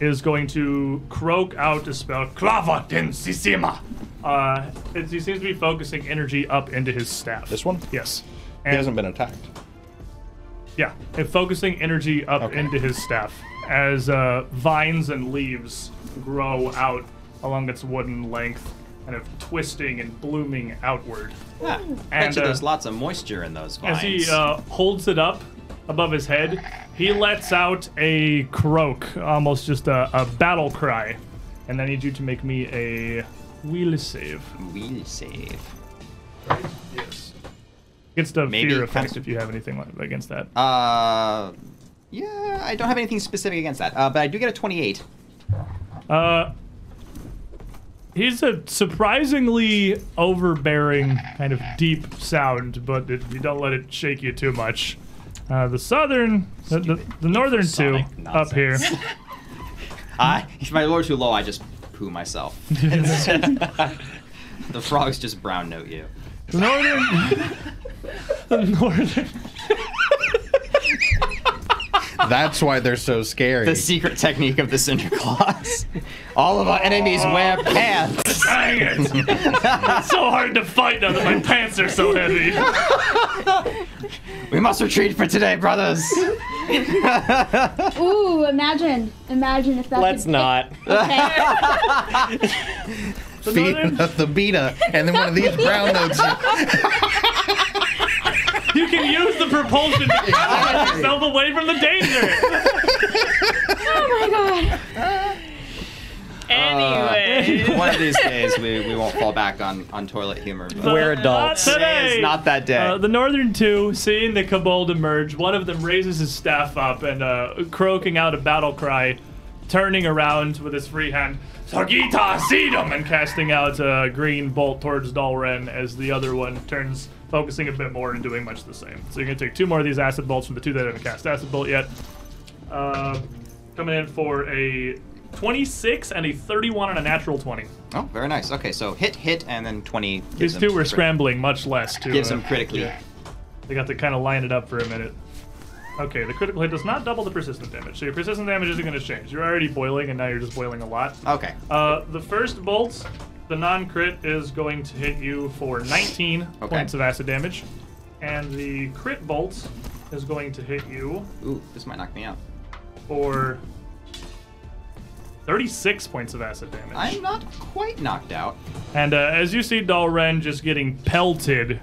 [SPEAKER 1] is going to croak out a spell, Clava Densissima. Uh, it, he seems to be focusing energy up into his staff.
[SPEAKER 2] This one?
[SPEAKER 1] Yes.
[SPEAKER 2] He
[SPEAKER 1] And-
[SPEAKER 2] hasn't been attacked.
[SPEAKER 1] yeah, and focusing energy up
[SPEAKER 2] Okay.
[SPEAKER 1] into his staff as uh, vines and leaves grow out along its wooden length, kind of twisting and blooming outward.
[SPEAKER 3] Yeah.
[SPEAKER 1] And,
[SPEAKER 3] Actually,
[SPEAKER 1] uh,
[SPEAKER 3] Ah, there's lots of moisture in those vines.
[SPEAKER 1] As he uh, holds it up above his head, he lets out a croak, almost just a, a battle cry. And I need you to make me a will save.
[SPEAKER 3] We'll save.
[SPEAKER 1] Yes. Against a
[SPEAKER 3] Maybe
[SPEAKER 1] fear
[SPEAKER 3] it
[SPEAKER 1] effect,
[SPEAKER 3] comes-
[SPEAKER 1] if you have anything like against that.
[SPEAKER 3] Uh, yeah, I don't have anything specific against that, uh, but I do get a 28.
[SPEAKER 1] Uh, he's a surprisingly overbearing kind of deep sound, but it, you don't let it shake you too much. Uh, the southern, the, the, the northern two
[SPEAKER 6] Sonic
[SPEAKER 1] up here.
[SPEAKER 3] I, if my lore's too low, I just poo myself. the frogs just brown note you.
[SPEAKER 1] The northern, the northern.
[SPEAKER 2] That's why they're so scary.
[SPEAKER 3] The secret technique of the Cinder Claws. All of our enemies wear pants.
[SPEAKER 1] Dang it! it's so hard to fight now that my pants are so heavy.
[SPEAKER 3] We must retreat for today, brothers.
[SPEAKER 5] Ooh, imagine, imagine if that.
[SPEAKER 6] Let's
[SPEAKER 5] could-
[SPEAKER 6] not.
[SPEAKER 5] Okay.
[SPEAKER 1] The
[SPEAKER 2] Feed
[SPEAKER 1] northern,
[SPEAKER 2] the beta, and then one of these brown notes.
[SPEAKER 1] you can use the propulsion to get yourself away from the danger.
[SPEAKER 5] oh my god.
[SPEAKER 3] Oh.
[SPEAKER 4] anyway,
[SPEAKER 3] One of these days, we, we won't fall back on, on toilet humor. But
[SPEAKER 6] We're
[SPEAKER 1] Not
[SPEAKER 6] adults.
[SPEAKER 1] today.
[SPEAKER 3] It's not that day.
[SPEAKER 1] Uh, the northern two, seeing the kobold emerge, one of them raises his staff up and uh, croaking out a battle cry, turning around with his free hand, Sagita Sedum, and casting out a green bolt towards Dalren as the other one turns, focusing a bit more and doing much the same. So you're going to take two more of these acid bolts from the two that haven't cast acid bolt yet. Uh, coming in for a 26 and a 31 on a natural 20.
[SPEAKER 3] oh, very nice. Okay, so hit, hit, and then 20. gives
[SPEAKER 1] These
[SPEAKER 3] them
[SPEAKER 1] two were
[SPEAKER 3] crit-
[SPEAKER 1] scrambling much less, too.
[SPEAKER 3] Gives
[SPEAKER 1] uh,
[SPEAKER 3] them critically.
[SPEAKER 1] They got to kind of line it up for a minute. Okay, the critical hit does not double the persistent damage, so your persistent damage isn't going to change. You're already boiling, and now you're just boiling a lot.
[SPEAKER 3] Okay.
[SPEAKER 1] Uh, the first bolt, the non crit, is going to hit you for 19
[SPEAKER 3] Okay.
[SPEAKER 1] points of acid damage, and the crit bolt is going to hit you
[SPEAKER 3] Ooh, this might knock me out.
[SPEAKER 1] for 36 points of acid damage.
[SPEAKER 3] I'm not quite knocked out.
[SPEAKER 1] And uh, as you see Dalren just getting pelted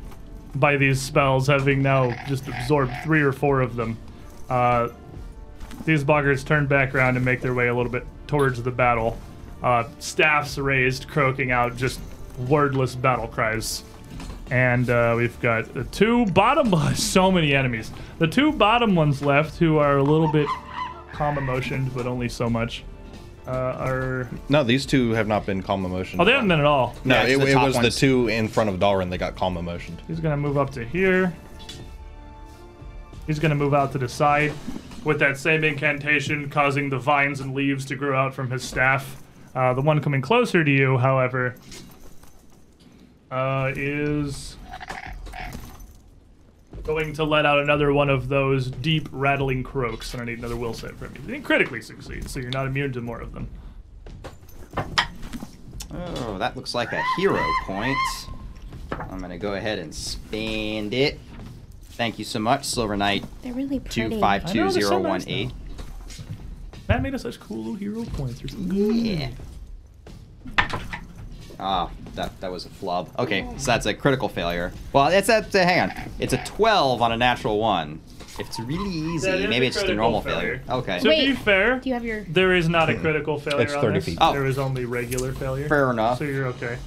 [SPEAKER 1] by these spells, having now just absorbed three or four of them, uh, these buggers turn back around and make their way a little bit towards the battle. Uh, staffs raised, croaking out just wordless battle cries. And uh, we've got the two bottom. so many enemies. The two bottom ones left, who are a little bit calm emotioned, but only so much, uh, are.
[SPEAKER 2] No, these two have not been calm emotion.
[SPEAKER 1] Oh, they haven't been at all.
[SPEAKER 2] No,
[SPEAKER 3] Yeah, it's
[SPEAKER 2] it,
[SPEAKER 3] the
[SPEAKER 2] it
[SPEAKER 3] top
[SPEAKER 2] was the
[SPEAKER 3] ones.
[SPEAKER 2] two in front of Dalrin that got calm emotion.
[SPEAKER 1] He's gonna move up to here. He's gonna move out to the side with that same incantation, causing the vines and leaves to grow out from his staff. Uh, the one coming closer to you, however, uh, is Going to let out another one of those deep rattling croaks, and I need another will save from you. You critically succeed, so you're not immune to more of them.
[SPEAKER 3] Oh, that looks like a hero point. I'm gonna go ahead and spend it. Thank you so much, Silver Knight
[SPEAKER 5] They're really
[SPEAKER 3] two
[SPEAKER 5] pretty. five.
[SPEAKER 3] five
[SPEAKER 1] I know,
[SPEAKER 3] two
[SPEAKER 1] they're so
[SPEAKER 3] zero one
[SPEAKER 1] nice
[SPEAKER 3] eight.
[SPEAKER 1] Matt made us such cool little hero points. They're so good.
[SPEAKER 3] Yeah. Ah, that that was a flub. Okay, so that's a critical failure. Well, it's a, hang on. It's a twelve on a natural one. If it's really
[SPEAKER 1] That is
[SPEAKER 3] easy,
[SPEAKER 1] a
[SPEAKER 3] maybe it's just a
[SPEAKER 1] critical
[SPEAKER 3] normal failure.
[SPEAKER 1] failure.
[SPEAKER 3] Okay.
[SPEAKER 1] To be
[SPEAKER 5] Wait,
[SPEAKER 1] fair,
[SPEAKER 5] Do you have your?
[SPEAKER 1] there is not a critical failure
[SPEAKER 6] It's
[SPEAKER 1] on
[SPEAKER 6] 30
[SPEAKER 1] this.
[SPEAKER 6] feet.
[SPEAKER 3] Oh.
[SPEAKER 1] There is only regular failure.
[SPEAKER 3] Fair enough.
[SPEAKER 1] So you're okay.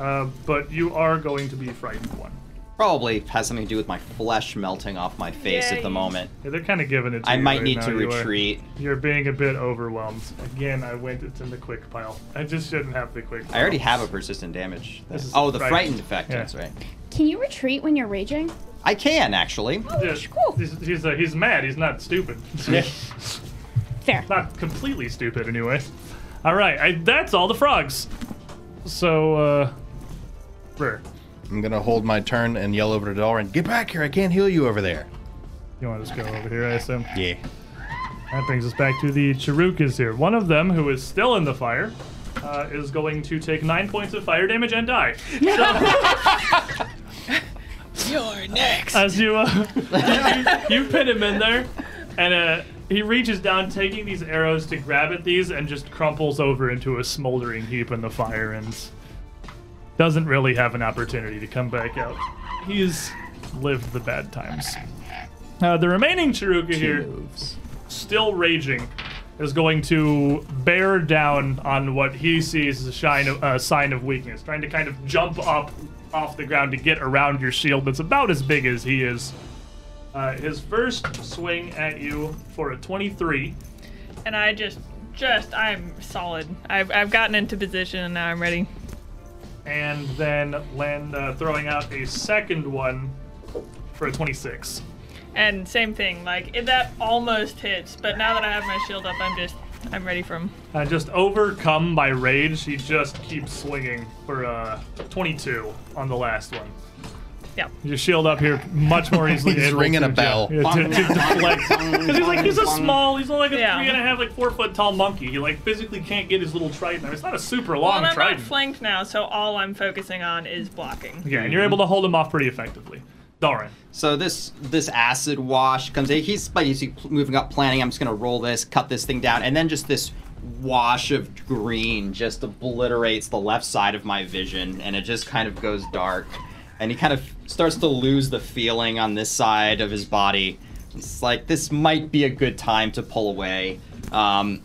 [SPEAKER 1] Uh, but you are going to be frightened one.
[SPEAKER 3] Probably has something to do with my flesh melting off my face
[SPEAKER 4] Yeah,
[SPEAKER 3] at the
[SPEAKER 4] you-
[SPEAKER 3] moment.
[SPEAKER 1] Yeah, they're kind of giving it to
[SPEAKER 3] I
[SPEAKER 1] you
[SPEAKER 3] might
[SPEAKER 1] right
[SPEAKER 3] need
[SPEAKER 1] now.
[SPEAKER 3] to
[SPEAKER 1] You are-
[SPEAKER 3] retreat.
[SPEAKER 1] You're being a bit overwhelmed. Again, I went. It's in the quick pile. I just shouldn't have the quick. Pile.
[SPEAKER 3] I already have a persistent damage.
[SPEAKER 1] This is
[SPEAKER 3] Oh, the
[SPEAKER 1] frightened.
[SPEAKER 3] frightened effect.
[SPEAKER 1] Yeah.
[SPEAKER 3] That's right.
[SPEAKER 5] Can you retreat when you're raging?
[SPEAKER 3] I can actually.
[SPEAKER 1] Yeah, He's he's, uh, he's mad. He's not stupid.
[SPEAKER 5] Fair.
[SPEAKER 1] not completely stupid anyway. All right, I, that's all the frogs. So, uh, Rur,
[SPEAKER 2] I'm gonna hold my turn and yell over to Dalrin, get back here, I can't heal you over there.
[SPEAKER 1] you want to just go over here, I assume.
[SPEAKER 2] Yeah.
[SPEAKER 1] That brings us back to the Chirukas here. One of them, who is still in the fire, uh, is going to take nine points of fire damage and die.
[SPEAKER 4] You're next.
[SPEAKER 1] As you, uh, you, you pin him in there, and uh, he reaches down, taking these arrows to grab at these, and just crumples over into a smoldering heap in the fire and doesn't really have an opportunity to come back out. He's lived the bad times. Uh, the remaining Chiruka here, still raging, is going to bear down on what he sees as a shine of, uh, sign of weakness, trying to kind of jump up off the ground to get around your shield that's about as big as he is. Uh, his first swing at you for a 23.
[SPEAKER 4] And I just, just, I'm solid. I've, I've gotten into position and now I'm ready.
[SPEAKER 1] and then land uh, throwing out a second one for a 26.
[SPEAKER 4] And same thing, like if that almost hits, but now that I have my shield up, I'm just, I'm ready for him.
[SPEAKER 1] Uh, just overcome by rage, he just keeps swinging for uh, 22 on the last one.
[SPEAKER 4] Yeah.
[SPEAKER 1] Your shield up here much more easily.
[SPEAKER 2] He's
[SPEAKER 1] able
[SPEAKER 2] ringing
[SPEAKER 1] to
[SPEAKER 2] a bell.
[SPEAKER 1] ju- yeah, to- to deflect. 'Cause he's like he's a small, he's only like a
[SPEAKER 4] Yeah.
[SPEAKER 1] three and a half, like four foot tall monkey. He like physically can't get his little trident. I mean, it's not a super
[SPEAKER 3] Oh,
[SPEAKER 4] Well,
[SPEAKER 1] long
[SPEAKER 4] and I'm not
[SPEAKER 1] trident.
[SPEAKER 4] flanked now, so all I'm focusing on is blocking.
[SPEAKER 1] yeah, and you're able to hold him off pretty effectively. Doran.
[SPEAKER 3] So this this acid wash comes in. He's like he's moving up, planning. I'm just gonna roll this, cut this thing down, and then just this wash of green just obliterates the left side of my vision, and it just kind of goes dark. And he kind of starts to lose the feeling on this side of his body. It's like this might be a good time to pull away, um,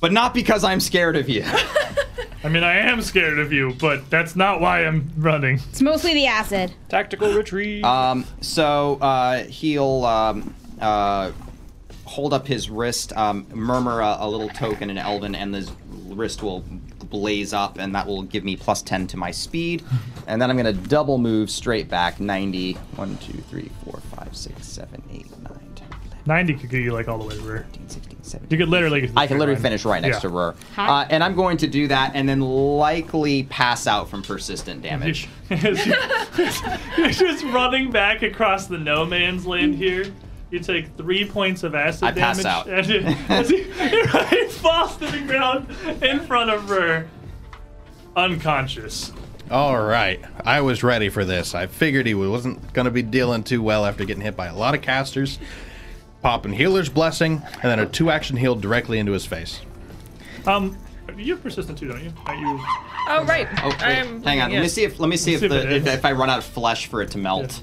[SPEAKER 3] but not because I'm scared of you.
[SPEAKER 1] I mean, I am scared of you, but that's not why I'm running.
[SPEAKER 5] It's mostly the acid.
[SPEAKER 6] Tactical retreat.
[SPEAKER 3] Um, so uh, he'll um, uh, hold up his wrist, um, murmur a, a little token in Elven, and his wrist will blaze up, and that will give me plus 10 to my speed. And then I'm going to double move straight back 90. 1, 2, 3, 4, 5, 6, 7, 8, 9, 10, 11,
[SPEAKER 1] 90 could get you like all the way to rear.
[SPEAKER 3] 15, 16, 17.
[SPEAKER 1] You could literally. get to the
[SPEAKER 3] I can
[SPEAKER 1] tree
[SPEAKER 3] literally
[SPEAKER 1] line.
[SPEAKER 3] finish right next
[SPEAKER 1] Yeah.
[SPEAKER 3] to Rur.
[SPEAKER 5] Hi.
[SPEAKER 3] Uh, and I'm going to do that and then likely pass out from persistent damage.
[SPEAKER 1] You're just running back across the no man's land here. You take three points of acid
[SPEAKER 3] I pass
[SPEAKER 1] damage.
[SPEAKER 3] out.
[SPEAKER 1] And you, as you, he falls to the ground in front of her, unconscious.
[SPEAKER 2] All right, I was ready for this. I figured he wasn't gonna be dealing too well after getting hit by a lot of casters. Popping healer's blessing, and then a two-action heal directly into his face.
[SPEAKER 1] Um, you have persistent too, don't you? Are you?
[SPEAKER 4] Oh, right.
[SPEAKER 3] Oh, wait,
[SPEAKER 4] I'm,
[SPEAKER 3] hang on. Let me
[SPEAKER 4] yes.
[SPEAKER 3] see if let me see if,
[SPEAKER 1] see if
[SPEAKER 3] the,
[SPEAKER 1] it
[SPEAKER 3] if,
[SPEAKER 1] is.
[SPEAKER 3] if I run out of flesh for it to melt.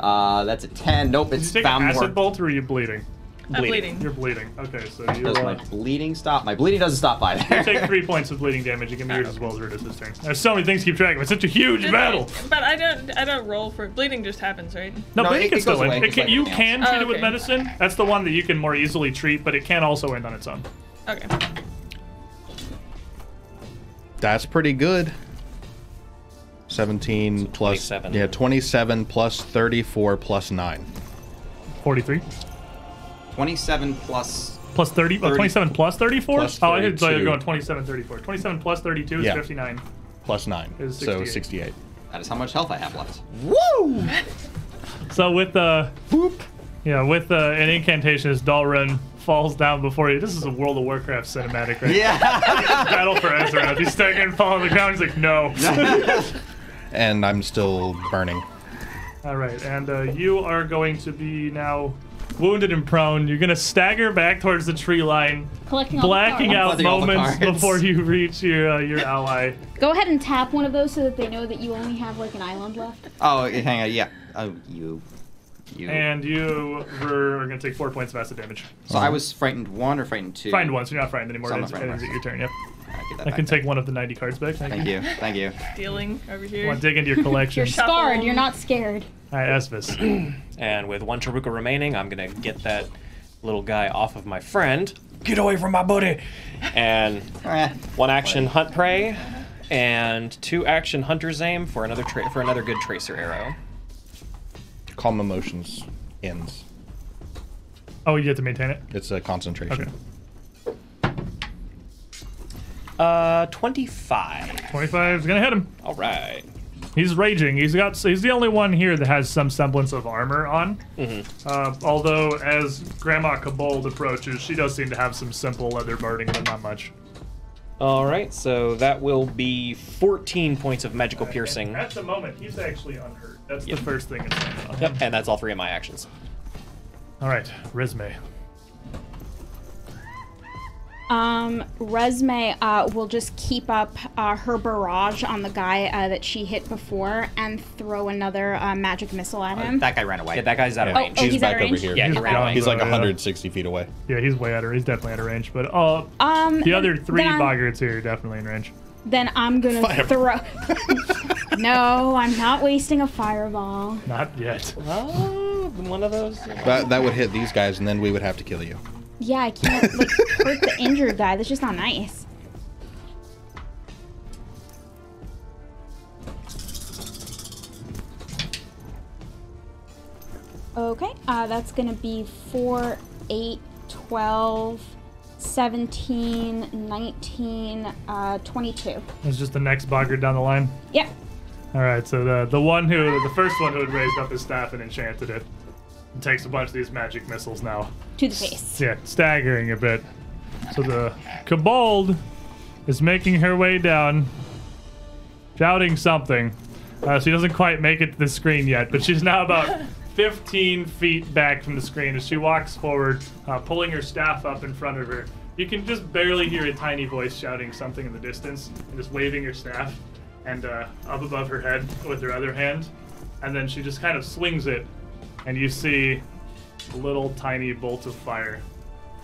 [SPEAKER 3] Uh, that's a ten. Nope,
[SPEAKER 1] Did
[SPEAKER 3] it's
[SPEAKER 1] you take
[SPEAKER 3] found
[SPEAKER 1] an acid
[SPEAKER 3] more.
[SPEAKER 1] bolt, or are you bleeding?
[SPEAKER 4] I'm bleeding.
[SPEAKER 1] You're bleeding. Okay, so you
[SPEAKER 3] Does my
[SPEAKER 1] uh,
[SPEAKER 3] bleeding stop? My bleeding doesn't stop either.
[SPEAKER 1] take three points of bleeding damage. You can be yours as well as Ruda's turn. There's so many things to keep track of. It's such a huge
[SPEAKER 4] Just-
[SPEAKER 1] battle.
[SPEAKER 4] But I don't, I don't roll for bleeding. Just happens, right?
[SPEAKER 1] No,
[SPEAKER 3] No,
[SPEAKER 1] but
[SPEAKER 3] it-
[SPEAKER 1] it,
[SPEAKER 3] it
[SPEAKER 1] can
[SPEAKER 3] goes
[SPEAKER 1] still
[SPEAKER 3] away,
[SPEAKER 1] end. It
[SPEAKER 3] just
[SPEAKER 1] can,
[SPEAKER 3] like
[SPEAKER 1] you
[SPEAKER 3] everything
[SPEAKER 1] can
[SPEAKER 4] else.
[SPEAKER 1] treat
[SPEAKER 4] Oh,
[SPEAKER 1] it with
[SPEAKER 4] okay.
[SPEAKER 1] medicine. That's the one that you can more easily treat, but it can also end on its own.
[SPEAKER 4] Okay.
[SPEAKER 2] That's pretty good. 17 plus
[SPEAKER 6] 27.
[SPEAKER 2] yeah 27 plus 34 plus 9
[SPEAKER 1] 43
[SPEAKER 3] Twenty-seven plus.
[SPEAKER 1] plus 30, uh, 27 plus 34?
[SPEAKER 2] Plus
[SPEAKER 1] oh, I didn't so you're
[SPEAKER 2] 32.
[SPEAKER 1] going 27, 34. 27 plus 32 is
[SPEAKER 2] Yeah.
[SPEAKER 1] 59.
[SPEAKER 2] plus 9
[SPEAKER 1] Is
[SPEAKER 2] so
[SPEAKER 1] 68.
[SPEAKER 2] 68
[SPEAKER 3] That is how much health I have left.
[SPEAKER 1] So with the whoop, yeah, with uh, an incantation, as Dalren falls down before you. This is a World of Warcraft cinematic, right?
[SPEAKER 3] Yeah.
[SPEAKER 1] Battle for Azeroth. He's standing and falling on the ground. He's like, no.
[SPEAKER 2] and I'm still burning.
[SPEAKER 1] All right, and uh, you are going to be now wounded and prone. You're gonna stagger back towards the tree line,
[SPEAKER 5] Collecting all the
[SPEAKER 1] blacking
[SPEAKER 5] cards.
[SPEAKER 1] out
[SPEAKER 3] collecting all the
[SPEAKER 1] moments
[SPEAKER 3] cards.
[SPEAKER 1] before you reach your uh, your ally.
[SPEAKER 5] Go ahead and tap one of those so that they know that you only have like an island left.
[SPEAKER 3] oh, hang on. Yeah. Oh, you. You.
[SPEAKER 1] And you were, are gonna take four points of acid damage.
[SPEAKER 3] so I was frightened one or frightened two.
[SPEAKER 1] Frightened once, you're not frightened anymore.
[SPEAKER 3] So I'm not
[SPEAKER 1] It's,
[SPEAKER 3] frightened,
[SPEAKER 1] it's
[SPEAKER 3] right.
[SPEAKER 1] your turn. Yep.
[SPEAKER 3] I, get that
[SPEAKER 1] I
[SPEAKER 3] back
[SPEAKER 1] can
[SPEAKER 3] then.
[SPEAKER 1] take one of the 90 cards back. Thank,
[SPEAKER 3] Thank you. Thank you.
[SPEAKER 4] Dealing over here.
[SPEAKER 1] Want to dig into your collection?
[SPEAKER 4] Your shop-
[SPEAKER 5] Scarred, you're not scared.
[SPEAKER 1] All right, Esvis.
[SPEAKER 6] And with one Taruka remaining, I'm gonna get that little guy off of my friend. Get away from my buddy! And
[SPEAKER 3] Eh,
[SPEAKER 6] one action hunt prey, and two action hunter's aim for another tra- for another good tracer arrow.
[SPEAKER 2] Calm emotions ends.
[SPEAKER 1] Oh, you have to maintain it.
[SPEAKER 2] It's a concentration.
[SPEAKER 1] Okay.
[SPEAKER 6] Uh, 25.
[SPEAKER 1] 25 is gonna hit him.
[SPEAKER 6] All right.
[SPEAKER 1] He's raging. He's got. He's the only one here that has some semblance of armor on.
[SPEAKER 3] Mm-hmm.
[SPEAKER 1] Uh, although, as Grandma Kabold approaches, she does seem to have some simple leather burning, but not much.
[SPEAKER 6] All right. So that will be 14 points of magical piercing.
[SPEAKER 1] At the moment, he's actually unhurt. That's the first thing. It's on.
[SPEAKER 6] Yep, and that's all three of my actions.
[SPEAKER 1] All right, Resme.
[SPEAKER 5] Um, Resme uh, will just keep up uh, her barrage on the guy uh, that she hit before and throw another uh, magic missile at him.
[SPEAKER 3] that guy ran away.
[SPEAKER 6] Yeah, that guy's out of
[SPEAKER 5] Oh,
[SPEAKER 6] range.
[SPEAKER 5] oh,
[SPEAKER 2] He's,
[SPEAKER 5] he's out
[SPEAKER 2] back
[SPEAKER 5] of
[SPEAKER 2] over
[SPEAKER 5] range?
[SPEAKER 2] here.
[SPEAKER 6] Yeah, he
[SPEAKER 1] He's
[SPEAKER 6] ran
[SPEAKER 1] gone.
[SPEAKER 6] away.
[SPEAKER 2] He's like
[SPEAKER 1] Yeah. Uh,
[SPEAKER 2] 160 feet away.
[SPEAKER 1] Yeah, he's way out of. He's definitely out of range. But uh,
[SPEAKER 5] um,
[SPEAKER 1] the other three
[SPEAKER 5] then I'm-
[SPEAKER 1] boggarts here are definitely in range.
[SPEAKER 5] Then I'm gonna
[SPEAKER 2] Fire-
[SPEAKER 5] throw. no, I'm not wasting a fireball.
[SPEAKER 1] Not yet.
[SPEAKER 6] Oh, one of those.
[SPEAKER 2] That, that would hit these guys, and then we would have to kill you.
[SPEAKER 5] Yeah, I can't like hurt the injured guy. That's just not nice. Okay, uh, that's gonna be 4, 8, 12, 17, 19, uh, 22.
[SPEAKER 1] It's just the next boggart down the line.
[SPEAKER 5] Yep.
[SPEAKER 1] All right, so the the one who the first one who had raised up his staff and enchanted it takes a bunch of these magic missiles now.
[SPEAKER 5] to the face.
[SPEAKER 1] Yeah, staggering a bit. So the Kabald is making her way down, shouting something. Uh, she doesn't quite make it to the screen yet, but she's now about 15 feet back from the screen as she walks forward, uh, pulling her staff up in front of her. You can just barely hear a tiny voice shouting something in the distance and just waving her staff and uh, up above her head with her other hand. And then she just kind of swings it, and you see little tiny bolt of fire,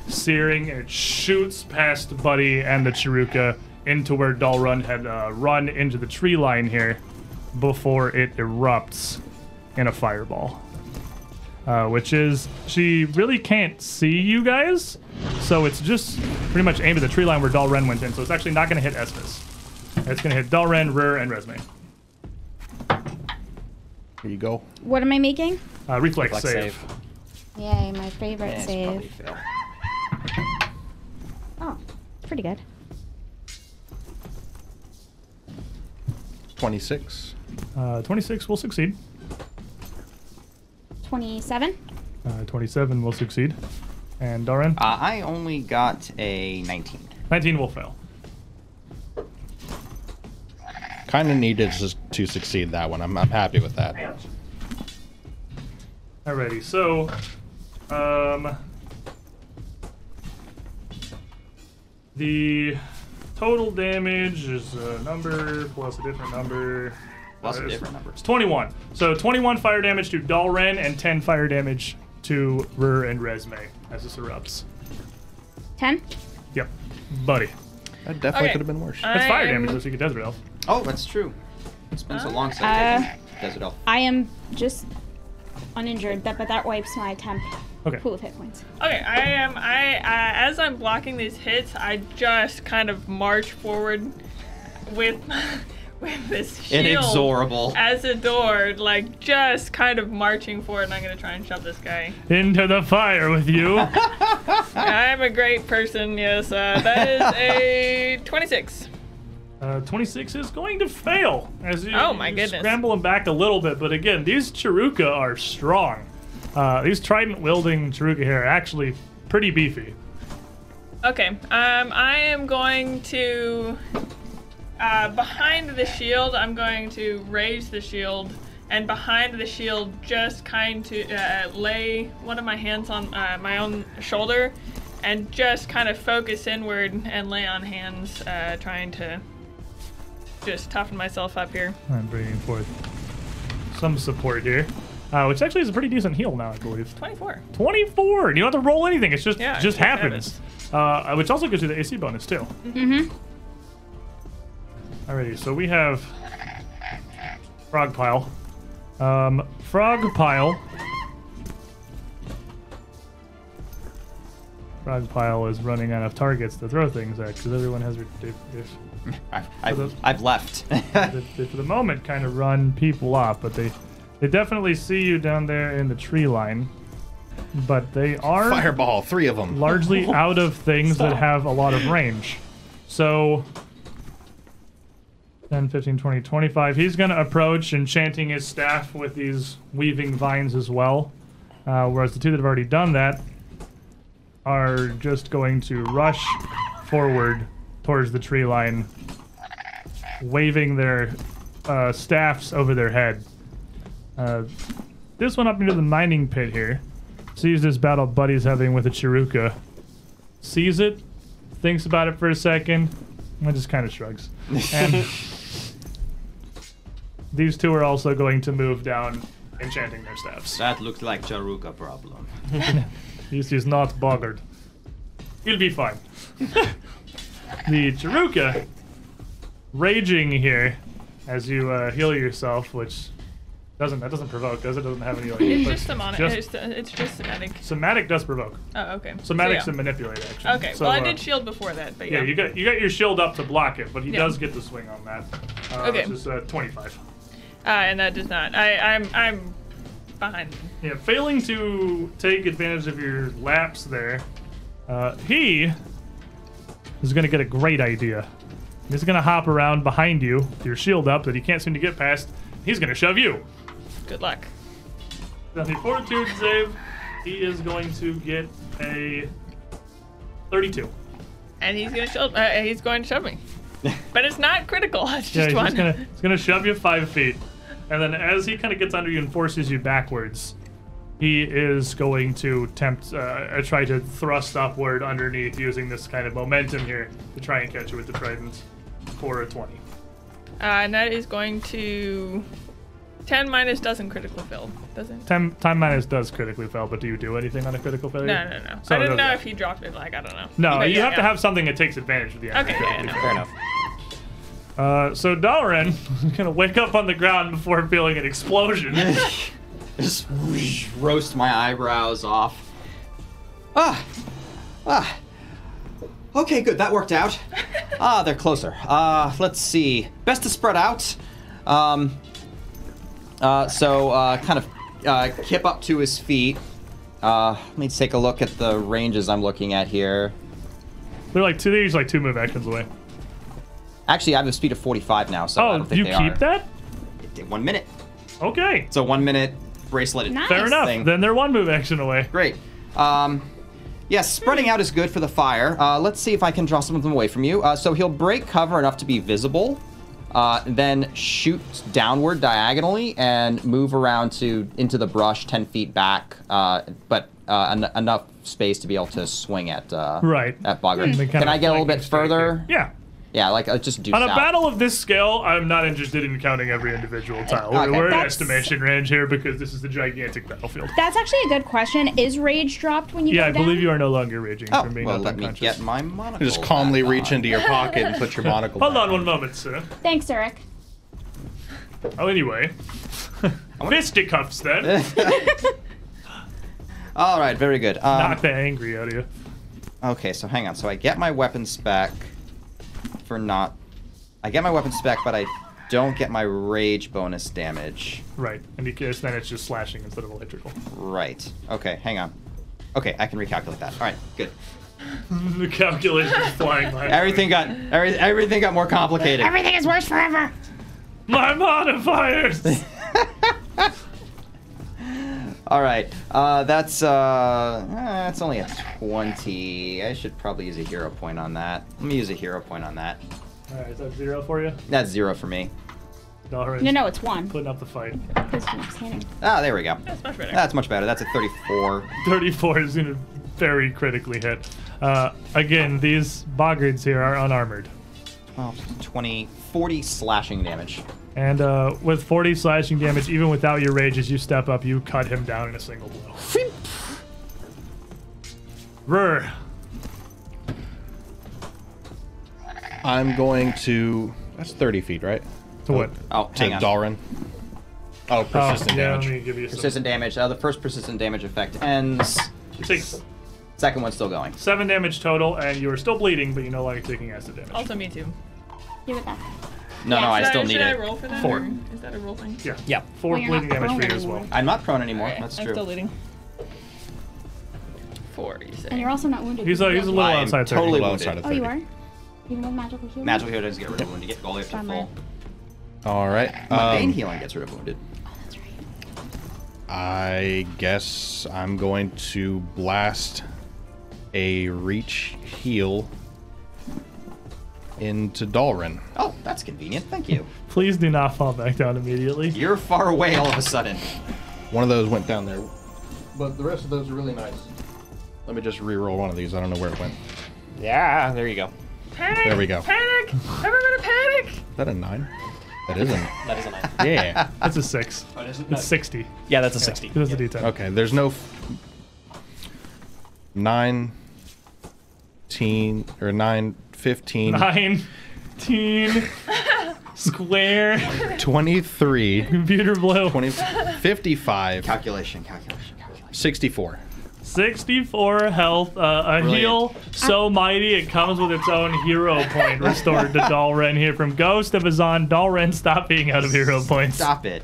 [SPEAKER 1] searing, and it shoots past Buddy and the Chiruka into where Dalrun had uh, run into the tree line here before it erupts in a fireball. Uh, which is, she really can't see you guys, so it's just pretty much aimed at the tree line where Dalren went in, so it's actually not going to hit Espus. It's going to hit Dalren, Rur, and Resme.
[SPEAKER 2] Here you go.
[SPEAKER 5] What am I making?
[SPEAKER 1] Uh, reflex,
[SPEAKER 6] Reflex
[SPEAKER 1] save.
[SPEAKER 6] save.
[SPEAKER 5] Yay, my favorite
[SPEAKER 3] It's probably
[SPEAKER 5] save.
[SPEAKER 3] Phil.
[SPEAKER 5] Oh, it's pretty good.
[SPEAKER 2] 26.
[SPEAKER 1] Uh, 26 will succeed.
[SPEAKER 5] 27?
[SPEAKER 1] Uh, 27 will succeed. And Darren?
[SPEAKER 3] Uh, I only got a 19.
[SPEAKER 1] 19 will fail.
[SPEAKER 2] Kind of needed s- to succeed that one. I'm, I'm happy with that.
[SPEAKER 1] Alrighty, so. Um, the total damage is a number plus a different number.
[SPEAKER 3] Plus a
[SPEAKER 1] Uh,
[SPEAKER 3] different number.
[SPEAKER 1] It's 21. So 21 fire damage to Dalren and 10 fire damage to Rur and Resme as this erupts.
[SPEAKER 5] 10?
[SPEAKER 1] Yep. Buddy.
[SPEAKER 2] That definitely
[SPEAKER 4] Okay.
[SPEAKER 2] could have been worse.
[SPEAKER 5] Um,
[SPEAKER 1] That's fire
[SPEAKER 4] I'm-
[SPEAKER 1] damage, unless you get Desert Elf.
[SPEAKER 3] Oh, that's true. It's been so long since I did Desert Elf.
[SPEAKER 5] I am just uninjured, that, but that wipes my temp
[SPEAKER 1] Okay.
[SPEAKER 5] pool of hit points.
[SPEAKER 4] Okay, I am. I uh, as I'm blocking these hits, I just kind of march forward with with this shield
[SPEAKER 3] Inexorable.
[SPEAKER 4] as a door, like just kind of marching forward. And I'm gonna try and shove this guy.
[SPEAKER 1] Into the fire with you.
[SPEAKER 4] I'm a great person. Yes, uh, that is a 26.
[SPEAKER 1] Uh, 26 is going to fail as you,
[SPEAKER 4] Oh, my
[SPEAKER 1] you
[SPEAKER 4] goodness.
[SPEAKER 1] scramble them back a little bit. But again, these Chiruka are strong. Uh, these trident wielding Chiruka here are actually pretty beefy.
[SPEAKER 4] Okay. Um, I am going to uh, behind the shield. I'm going to raise the shield, and behind the shield, just kind to uh, lay one of my hands on uh, my own shoulder, and just kind of focus inward and lay on hands, uh, trying to just toughen myself up here.
[SPEAKER 1] I'm bringing forth some support here, uh, which actually is a pretty decent heal now, I believe.
[SPEAKER 4] 24.
[SPEAKER 1] 24. You don't have to roll anything. It's just
[SPEAKER 4] Yeah, it
[SPEAKER 1] just
[SPEAKER 4] just
[SPEAKER 1] happens. Uh, which also gives you the AC bonus too.
[SPEAKER 5] Mm-hmm.
[SPEAKER 1] Alrighty, so we have Frog Pile. Um, Frog Pile. Frog Pile is running out of targets to throw things at because everyone has. They, they,
[SPEAKER 3] I've,
[SPEAKER 1] those-
[SPEAKER 3] I've, I've left.
[SPEAKER 1] they, for the moment, kind of run people off, but they they definitely see you down there in the tree line. But they are
[SPEAKER 2] Fireball, three of them.
[SPEAKER 1] largely out of things that have a lot of range. So 10, 15, 20, 25. He's going to approach and chanting his staff with these weaving vines as well. Uh, whereas the two that have already done that are just going to rush forward towards the tree line, waving their uh, staffs over their head. Uh, this one up into the mining pit here sees this battle Buddy's having with a Chiruka, sees it, thinks about it for a second, and just kind of shrugs. And these two are also going to move down, enchanting their staffs.
[SPEAKER 3] that looked like Jaruka problem.
[SPEAKER 1] This is not bothered. He'll be fine. the Chiruka, raging here as you uh, heal yourself, which doesn't that doesn't provoke, does it? Doesn't have any like.
[SPEAKER 4] It's
[SPEAKER 1] but
[SPEAKER 4] just demonic.
[SPEAKER 1] just-
[SPEAKER 4] it's, it's just somatic.
[SPEAKER 1] Somatic does provoke.
[SPEAKER 4] Oh, okay. So,
[SPEAKER 1] Somatic's
[SPEAKER 4] yeah.
[SPEAKER 1] a manipulate action.
[SPEAKER 4] Okay.
[SPEAKER 1] So,
[SPEAKER 4] well, I
[SPEAKER 1] uh,
[SPEAKER 4] did shield before that, but yeah.
[SPEAKER 1] Yeah, you got you got your shield up to block it, but he
[SPEAKER 4] Yeah.
[SPEAKER 1] does get the swing on that. Uh,
[SPEAKER 4] Okay.
[SPEAKER 1] Which is uh, 25.
[SPEAKER 4] Uh, and that does not. I, I'm I'm behind.
[SPEAKER 1] Yeah, failing to take advantage of your lapse there, uh, he is going to get a great idea. He's going to hop around behind you, with your shield up that he can't seem to get past. He's going to shove you.
[SPEAKER 4] Good luck.
[SPEAKER 1] Now, the fortitude save, he is going to get a 32.
[SPEAKER 4] And he's gonna shove. Uh, he's going to shove me. But it's not critical. It's
[SPEAKER 1] Yeah,
[SPEAKER 4] just
[SPEAKER 1] he's
[SPEAKER 4] one.
[SPEAKER 1] just gonna, he's gonna shove you five feet, and then as he kind of gets under you and forces you backwards, he is going to attempt uh, uh, try to thrust upward underneath using this kind of momentum here to try and catch you with the trident for a twenty.
[SPEAKER 4] Uh, and that is going to. Ten minus doesn't critical fail, doesn't.
[SPEAKER 1] Time time minus does critically fail, but do you do anything on a critical failure?
[SPEAKER 4] No, no, no.
[SPEAKER 1] So
[SPEAKER 4] I
[SPEAKER 1] it
[SPEAKER 4] didn't
[SPEAKER 1] doesn't-
[SPEAKER 4] know if he dropped it. Like I don't know.
[SPEAKER 1] No,
[SPEAKER 4] But
[SPEAKER 1] you
[SPEAKER 4] yeah,
[SPEAKER 1] have to
[SPEAKER 4] yeah.
[SPEAKER 1] have something that takes advantage of the enemy.
[SPEAKER 4] Okay. Yeah, no.
[SPEAKER 6] Fair enough.
[SPEAKER 1] Uh, so Dalren is gonna wake up on the ground before feeling an explosion.
[SPEAKER 3] Just whoosh, roast my eyebrows off. Ah, ah. Okay, good. That worked out. Ah, they're closer. Uh, let's see. Best to spread out. Um. Uh, so uh, kind of uh, kip up to his feet. Uh, let me take a look at the ranges I'm looking at here.
[SPEAKER 1] They're like two. They're usually like two move actions away.
[SPEAKER 3] Actually, I have a speed of 45 now, so I
[SPEAKER 1] Oh,
[SPEAKER 3] don't think
[SPEAKER 1] you
[SPEAKER 3] they
[SPEAKER 1] keep
[SPEAKER 3] are.
[SPEAKER 1] that?
[SPEAKER 3] One minute.
[SPEAKER 1] Okay.
[SPEAKER 3] It's a one minute bracelet.
[SPEAKER 5] Nice.
[SPEAKER 1] Fair enough.
[SPEAKER 3] thing.
[SPEAKER 1] Then they're one move action away.
[SPEAKER 3] Great. Um, yes, spreading out is good for the fire. Uh, let's see if I can draw some of them away from you. Uh, so he'll break cover enough to be visible, uh, then shoot downward diagonally and move around to into the brush ten feet back, uh, but uh, en- enough space to be able to swing at uh,
[SPEAKER 1] Right. Hmm.
[SPEAKER 3] at Bogger.
[SPEAKER 1] They
[SPEAKER 3] Can
[SPEAKER 1] kinda
[SPEAKER 3] I get a little
[SPEAKER 1] flank
[SPEAKER 3] bit
[SPEAKER 1] each other.
[SPEAKER 3] further?
[SPEAKER 1] Yeah.
[SPEAKER 3] Yeah, like uh, just do
[SPEAKER 1] On a
[SPEAKER 3] south.
[SPEAKER 1] battle of this scale, I'm not interested in counting every individual tile. We're-
[SPEAKER 3] Okay.
[SPEAKER 1] We're in
[SPEAKER 5] That's-
[SPEAKER 1] estimation range here because this is a gigantic battlefield.
[SPEAKER 5] That's actually a good question. Is rage dropped when you
[SPEAKER 1] Yeah, I
[SPEAKER 5] go down?
[SPEAKER 1] believe you are no longer raging
[SPEAKER 3] Oh,
[SPEAKER 1] from being
[SPEAKER 3] well,
[SPEAKER 1] knocked
[SPEAKER 3] let me
[SPEAKER 1] unconscious.
[SPEAKER 3] get my monocle.
[SPEAKER 2] Just calmly
[SPEAKER 3] back
[SPEAKER 2] reach
[SPEAKER 3] on.
[SPEAKER 2] into your pocket and put your monocle.
[SPEAKER 1] Hold
[SPEAKER 2] back
[SPEAKER 1] on one moment, sir.
[SPEAKER 5] Thanks, Eric.
[SPEAKER 1] Oh, anyway. Fisticuffs,
[SPEAKER 3] Um,
[SPEAKER 1] then.
[SPEAKER 3] All right, very good. Um,
[SPEAKER 1] Knock the angry out of you.
[SPEAKER 3] Okay, so hang on. So I get my weapons back for not. I get my weapons back, but I don't get my rage bonus damage.
[SPEAKER 1] Right. And you, can- then it's just slashing instead of electrical.
[SPEAKER 3] Right. Okay, hang on. Okay, I can recalculate that. All right, good.
[SPEAKER 1] the calculation's flying by.
[SPEAKER 3] Everything got every, everything got more complicated.
[SPEAKER 7] Everything is worse forever.
[SPEAKER 1] My modifiers!
[SPEAKER 3] All right, uh, that's uh, eh, that's only a twenty. I should probably use a hero point on that. Let me use a hero point on that.
[SPEAKER 1] Alright, is that zero for you?
[SPEAKER 3] That's zero for me.
[SPEAKER 1] Alright.
[SPEAKER 5] No, no, it's one.
[SPEAKER 1] Putting up the fight.
[SPEAKER 5] This one's hidden.
[SPEAKER 3] Ah, there we go.
[SPEAKER 4] That's much better.
[SPEAKER 3] That's much better. That's a thirty-four.
[SPEAKER 1] 34 is going to very critically hit. Uh, again, these boggards here are unarmored.
[SPEAKER 3] 12, 20, 40 Oh, slashing damage.
[SPEAKER 1] And uh, with 40 slashing damage, even without your rage, as you step up, you cut him down in a single blow. Rur.
[SPEAKER 2] I'm going to. That's 30 feet, right?
[SPEAKER 1] To what?
[SPEAKER 3] Oh,
[SPEAKER 2] To
[SPEAKER 3] hang on.
[SPEAKER 2] Dalrin. Oh,
[SPEAKER 1] Oh,
[SPEAKER 2] persistent
[SPEAKER 1] yeah, let
[SPEAKER 2] damage.
[SPEAKER 1] me give you some.
[SPEAKER 3] Persistent damage. Uh, the first persistent damage effect ends.
[SPEAKER 1] Six,
[SPEAKER 3] Second one's still going.
[SPEAKER 1] seven damage total, and you are still bleeding, but you no longer taking acid damage.
[SPEAKER 4] Also, me too.
[SPEAKER 5] Give it back.
[SPEAKER 3] No, no, Oh, I
[SPEAKER 4] Should
[SPEAKER 3] still
[SPEAKER 4] should
[SPEAKER 3] need
[SPEAKER 4] I
[SPEAKER 3] it.
[SPEAKER 4] roll for that?
[SPEAKER 1] Four.
[SPEAKER 4] or Is that a roll thing?
[SPEAKER 1] Yeah.
[SPEAKER 6] Yeah.
[SPEAKER 1] Four
[SPEAKER 5] Well, you're
[SPEAKER 1] bleeding
[SPEAKER 5] not
[SPEAKER 1] damage for
[SPEAKER 5] prone
[SPEAKER 1] you as well.
[SPEAKER 5] anymore.
[SPEAKER 3] I'm not prone anymore. That's
[SPEAKER 4] I'm
[SPEAKER 3] true.
[SPEAKER 4] still leading. Four, you say?
[SPEAKER 5] And you're also not wounded.
[SPEAKER 1] He's a, he's a little
[SPEAKER 3] I am
[SPEAKER 1] outside
[SPEAKER 3] totally
[SPEAKER 2] Well,
[SPEAKER 3] wounded.
[SPEAKER 2] outside of
[SPEAKER 5] Oh, you
[SPEAKER 2] 30.
[SPEAKER 5] are? Even with magical healing?
[SPEAKER 3] Magical heal doesn't get rid of wounded. You get all the way up to
[SPEAKER 5] Bummer.
[SPEAKER 3] full.
[SPEAKER 2] All right.
[SPEAKER 3] Mundane
[SPEAKER 2] um,
[SPEAKER 3] healing gets rid of wounded.
[SPEAKER 5] Oh, that's right.
[SPEAKER 2] I guess I'm going to blast a reach heal into Dalrin.
[SPEAKER 3] Oh, that's convenient. Thank you.
[SPEAKER 1] Please do not fall back down immediately.
[SPEAKER 3] You're far away all of a sudden.
[SPEAKER 2] One of those went down there, but the rest of those are really nice. Let me just re-roll one of these. I don't know where it went.
[SPEAKER 6] Yeah, there you go.
[SPEAKER 4] Panic!
[SPEAKER 2] There we go.
[SPEAKER 4] Panic! Everybody panic!
[SPEAKER 2] Is that a nine? That isn't.
[SPEAKER 6] That is a nine.
[SPEAKER 2] Yeah.
[SPEAKER 1] That's a six. It's 60.
[SPEAKER 6] Yeah, that's a 60.
[SPEAKER 1] It was a d10.
[SPEAKER 2] Okay. There's no f- nine, teen or nine, fifteen,
[SPEAKER 1] Nine, teen, square,
[SPEAKER 2] 23,
[SPEAKER 1] computer blow.
[SPEAKER 2] 20, 55,
[SPEAKER 3] Calculation, calculation, calculation.
[SPEAKER 2] 64.
[SPEAKER 1] 64 health, uh, a
[SPEAKER 3] Brilliant.
[SPEAKER 1] heal so mighty it comes with its own hero point restored to Dalren here from Ghost of Azan. Dalren, stop being out of hero points.
[SPEAKER 3] Stop it.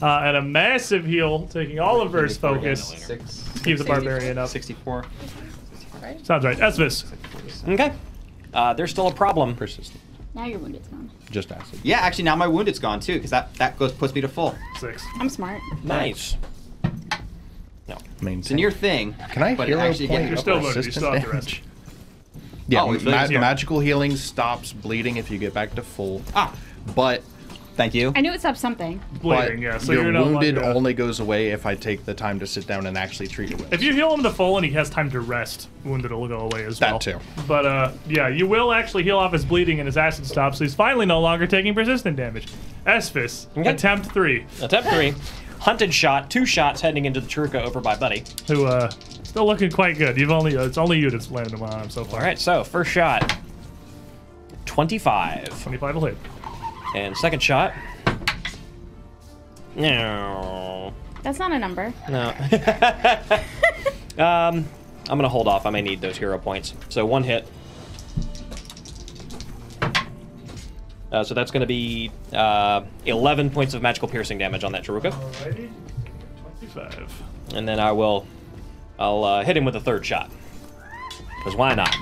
[SPEAKER 1] Uh, and a massive heal, taking all of Ver's focus.
[SPEAKER 3] Six.
[SPEAKER 1] Keep the barbarian up.
[SPEAKER 3] 64.
[SPEAKER 1] Sounds right. Esvis.
[SPEAKER 6] Okay. Uh, there's still a problem.
[SPEAKER 2] Persistent.
[SPEAKER 5] Now your wounded's gone.
[SPEAKER 2] Just acid.
[SPEAKER 3] Yeah, actually, now my wounded's gone too, because that, that goes puts me to full.
[SPEAKER 1] Six.
[SPEAKER 5] I'm smart.
[SPEAKER 6] Nice. No.
[SPEAKER 2] Maintain.
[SPEAKER 3] It's in your thing.
[SPEAKER 2] Can I
[SPEAKER 3] but it
[SPEAKER 2] hero
[SPEAKER 3] actually
[SPEAKER 2] point
[SPEAKER 3] gets-
[SPEAKER 1] You're still loaded. You still have to rest.
[SPEAKER 2] damage? Yeah,
[SPEAKER 3] Oh, it
[SPEAKER 2] ma-
[SPEAKER 3] does,
[SPEAKER 1] yeah.
[SPEAKER 2] magical healing stops bleeding if you get back to full.
[SPEAKER 1] Oh.
[SPEAKER 3] Ah,
[SPEAKER 2] But
[SPEAKER 3] thank you.
[SPEAKER 5] I knew it stopped something.
[SPEAKER 1] Bleeding,
[SPEAKER 2] but
[SPEAKER 1] yeah. So
[SPEAKER 2] your
[SPEAKER 1] you're not
[SPEAKER 2] wounded
[SPEAKER 1] locked out.
[SPEAKER 2] only goes away if I take the time to sit down and actually treat it. With.
[SPEAKER 1] If you heal him to full and he has time to rest, wounded will go away as
[SPEAKER 2] That
[SPEAKER 1] well.
[SPEAKER 2] too.
[SPEAKER 1] But uh, yeah, you will actually heal off his bleeding and his acid stops, so he's finally no longer taking persistent damage. Esphis,
[SPEAKER 6] Okay.
[SPEAKER 1] attempt three,
[SPEAKER 6] Attempt three. Hunted shot. Two shots heading into the Turka over by Buddy.
[SPEAKER 1] who uh, still looking quite good. You've only uh, it's only you that's landed him on him so far.
[SPEAKER 6] All right, so first shot, 25.
[SPEAKER 1] twenty-five will hit.
[SPEAKER 6] And second shot, no.
[SPEAKER 5] That's not a number.
[SPEAKER 6] No. um, I'm gonna hold off. I may need those hero points. So one hit. Uh, so that's gonna be uh, 11 points of magical piercing damage on that Chiruka,
[SPEAKER 1] Alrighty, twenty-five.
[SPEAKER 6] and then I will, I'll uh, hit him with a third shot. Cause why not?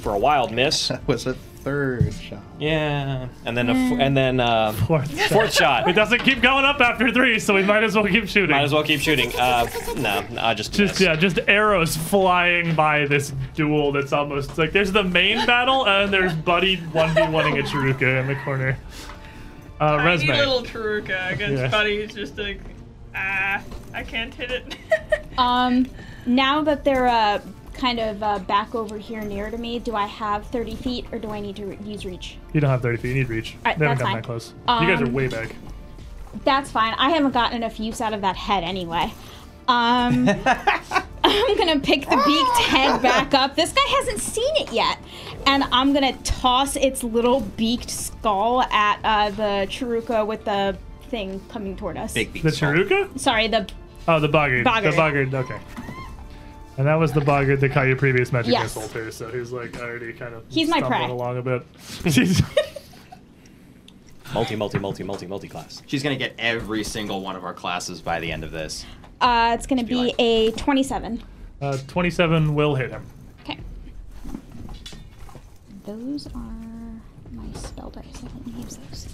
[SPEAKER 6] For a wild miss.
[SPEAKER 2] That was a third shot.
[SPEAKER 6] Yeah. And then a f- and then uh,
[SPEAKER 1] Fourth.
[SPEAKER 6] fourth shot.
[SPEAKER 1] It doesn't keep going up after three, so we might as well keep shooting.
[SPEAKER 6] Might as well keep shooting. Uh, no, I just
[SPEAKER 1] Just
[SPEAKER 6] missed.
[SPEAKER 1] yeah, just arrows flying by this duel. That's almost like there's the main battle and there's Buddy one v oneing a Chiruka in the corner. Uh,
[SPEAKER 4] Tiny
[SPEAKER 1] resume.
[SPEAKER 4] little Taruka against
[SPEAKER 1] Yeah.
[SPEAKER 4] Buddy who's just like, ah, I can't hit it. Uh,
[SPEAKER 5] Um, now that they're uh, kind of uh, back over here near to me, do I have 30 feet or do I need to re- use reach?
[SPEAKER 1] You don't have 30 feet. You need reach.
[SPEAKER 5] Alright,
[SPEAKER 1] they haven't
[SPEAKER 5] that's
[SPEAKER 1] gotten
[SPEAKER 5] fine.
[SPEAKER 1] that close. you guys are
[SPEAKER 5] Um,
[SPEAKER 1] way back.
[SPEAKER 5] That's fine. I haven't gotten enough use out of that head anyway. Um, I'm gonna pick the beaked head back up. This guy hasn't seen it yet, and I'm gonna toss its little beaked skull at uh, the Chiruka with the thing coming toward us.
[SPEAKER 3] Big beat.
[SPEAKER 1] The Chiruka?
[SPEAKER 5] Sorry, the
[SPEAKER 1] Oh, the Boggard. The
[SPEAKER 5] Boggard.
[SPEAKER 1] Boggard. Okay. And that was the Boggard that caught your previous magic
[SPEAKER 5] Yes.
[SPEAKER 1] missile too. So he's like already kind of
[SPEAKER 5] He's my
[SPEAKER 1] stumbling
[SPEAKER 5] prey.
[SPEAKER 1] along a bit. Jeez.
[SPEAKER 6] Multi, multi, multi, multi, multi class.
[SPEAKER 3] She's gonna get every single one of our classes by the end of this.
[SPEAKER 5] Uh, it's going to be a 27.
[SPEAKER 1] Uh, 27 will hit him.
[SPEAKER 5] Okay. Those are my spell dice. I didn't use those.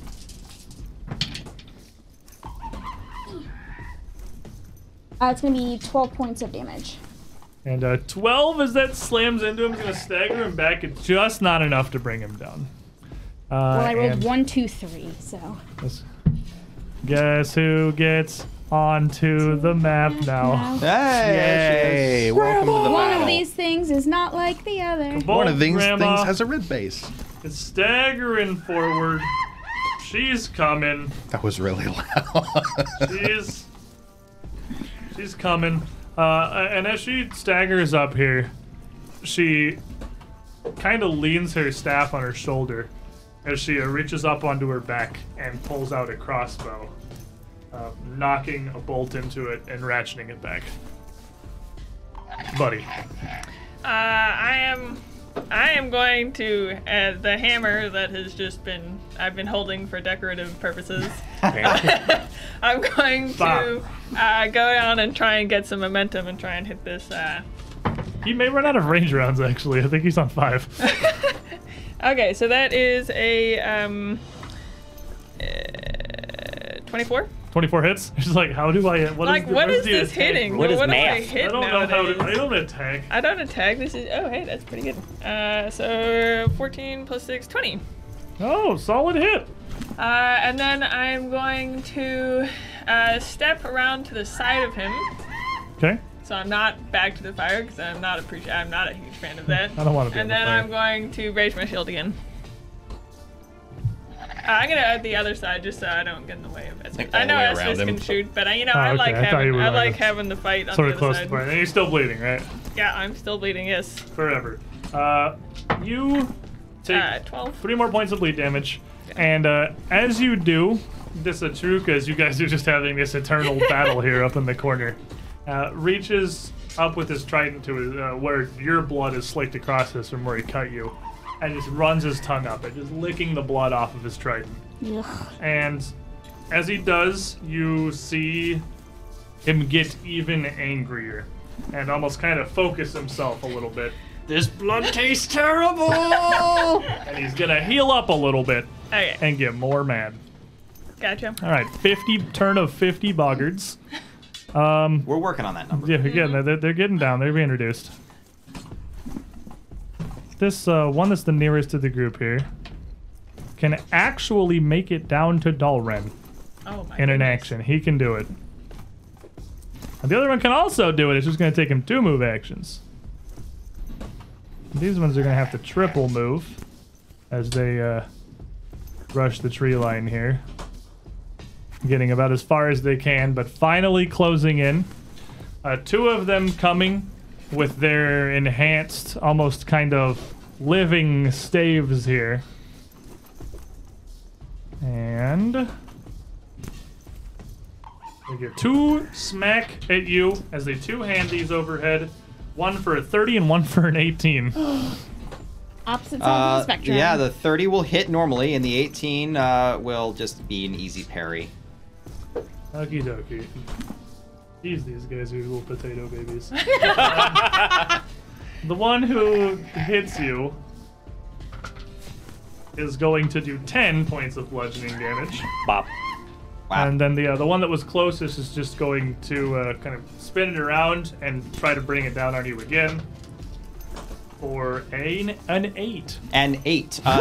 [SPEAKER 5] Uh, it's going to be 12 points of damage.
[SPEAKER 1] And uh, 12 as that slams into him, is going to stagger him back. It's just not enough to bring him down. Uh,
[SPEAKER 5] Well, I rolled
[SPEAKER 1] and
[SPEAKER 5] one, two, three, so.
[SPEAKER 1] let's- Guess who gets onto the map now?
[SPEAKER 2] Hey, welcome to the
[SPEAKER 5] One
[SPEAKER 2] battle.
[SPEAKER 5] of these things is not like the other.
[SPEAKER 2] One of
[SPEAKER 1] Bolt
[SPEAKER 2] these
[SPEAKER 1] Grandma
[SPEAKER 2] things has a red base.
[SPEAKER 1] is staggering forward. She's coming.
[SPEAKER 2] That was really loud.
[SPEAKER 1] She's she's coming, uh, and as she staggers up here, she kind of leans her staff on her shoulder as she uh, reaches up onto her back and pulls out a crossbow, uh, knocking a bolt into it and ratcheting it back. Buddy,
[SPEAKER 4] Uh, I am, I am going to uh, the hammer that has just been I've been holding for decorative purposes. I'm going to uh, go down and try and get some momentum and try and hit this. Uh...
[SPEAKER 1] he may run out of range rounds. Actually, I think he's on five.
[SPEAKER 4] Okay, so that is a um, uh, 24.
[SPEAKER 1] Twenty-four hits. She's like, how do I? What
[SPEAKER 4] Like,
[SPEAKER 1] is the-
[SPEAKER 4] what
[SPEAKER 1] where's
[SPEAKER 4] is
[SPEAKER 1] the
[SPEAKER 4] this
[SPEAKER 1] attack
[SPEAKER 4] hitting?
[SPEAKER 1] roll?
[SPEAKER 6] What is
[SPEAKER 4] what do I
[SPEAKER 6] math?
[SPEAKER 1] I
[SPEAKER 4] hit
[SPEAKER 1] don't know how
[SPEAKER 4] nowadays?
[SPEAKER 1] to. I don't attack.
[SPEAKER 4] I don't attack. This is oh hey, that's pretty good. Uh, so 14 plus 6, 20.
[SPEAKER 1] Oh, solid hit.
[SPEAKER 4] Uh, and then I'm going to uh, step around to the side of him,
[SPEAKER 1] Okay.
[SPEAKER 4] so I'm not back to the fire because I'm not appreci- I'm not a huge fan of that.
[SPEAKER 1] I don't wanna be on
[SPEAKER 4] And
[SPEAKER 1] the
[SPEAKER 4] then
[SPEAKER 1] fire.
[SPEAKER 4] I'm going to raise my shield again. Uh, I'm gonna add the other side just so I don't get in the way of it.
[SPEAKER 2] Like, all
[SPEAKER 4] I
[SPEAKER 2] the
[SPEAKER 4] know
[SPEAKER 2] way
[SPEAKER 4] Estes
[SPEAKER 2] around him.
[SPEAKER 4] can shoot, but I, you know
[SPEAKER 1] Oh,
[SPEAKER 4] I
[SPEAKER 1] okay,
[SPEAKER 4] like
[SPEAKER 1] I thought you
[SPEAKER 4] having
[SPEAKER 1] were
[SPEAKER 4] I
[SPEAKER 1] like
[SPEAKER 4] like
[SPEAKER 1] a-
[SPEAKER 4] having the fight on
[SPEAKER 1] Sort
[SPEAKER 4] the
[SPEAKER 1] of
[SPEAKER 4] other
[SPEAKER 1] close to
[SPEAKER 4] side.
[SPEAKER 1] point. And you're still bleeding, right?
[SPEAKER 4] Yeah, I'm still bleeding. Yes.
[SPEAKER 1] Forever. Uh, you take
[SPEAKER 4] Uh, 12.
[SPEAKER 1] three more points of bleed damage, and uh, as you do, this Atruka, as you guys are just having this eternal battle here up in the corner, uh, reaches up with his trident to his, uh, where your blood is slicked across this from where he cut you, and just runs his tongue up it, just licking the blood off of his trident.
[SPEAKER 5] Ugh.
[SPEAKER 1] And as he does, you see him get even angrier and almost kind of focus himself a little bit.
[SPEAKER 3] This blood tastes terrible.
[SPEAKER 1] And he's going to heal up a little bit
[SPEAKER 4] Okay.
[SPEAKER 1] and get more mad.
[SPEAKER 4] Gotcha.
[SPEAKER 1] All right, 50 turn of 50 boggards. Um,
[SPEAKER 3] We're working on that number.
[SPEAKER 1] yeah, again, they're, they're getting down. They're being reduced. This uh, one that's the nearest to the group here can actually make it down to Dalren.
[SPEAKER 4] Oh my.
[SPEAKER 1] in an
[SPEAKER 4] goodness.
[SPEAKER 1] action. He can do it. And the other one can also do it. It's just going to take him two move actions. These ones are going to have to triple move as they uh, rush the tree line here. Getting about as far as they can, but finally closing in. Uh, two of them coming with their enhanced, almost kind of living staves here. And. They get two smack at you as they two hand these overhead. One for a 30 and one for an 18.
[SPEAKER 5] Opposite sides of the
[SPEAKER 3] Uh,
[SPEAKER 5] spectrum.
[SPEAKER 3] yeah, the 30 will hit normally, and the 18 uh, will just be an easy parry.
[SPEAKER 1] Okie dokie. These these guys are little potato babies. the one who hits you is going to do 10 points of bludgeoning damage.
[SPEAKER 6] Bop.
[SPEAKER 3] Wow.
[SPEAKER 1] And then the uh, the one that was closest is just going to uh, kind of spin it around and try to bring it down on you again. For an, an 8.
[SPEAKER 3] and eight. Uh,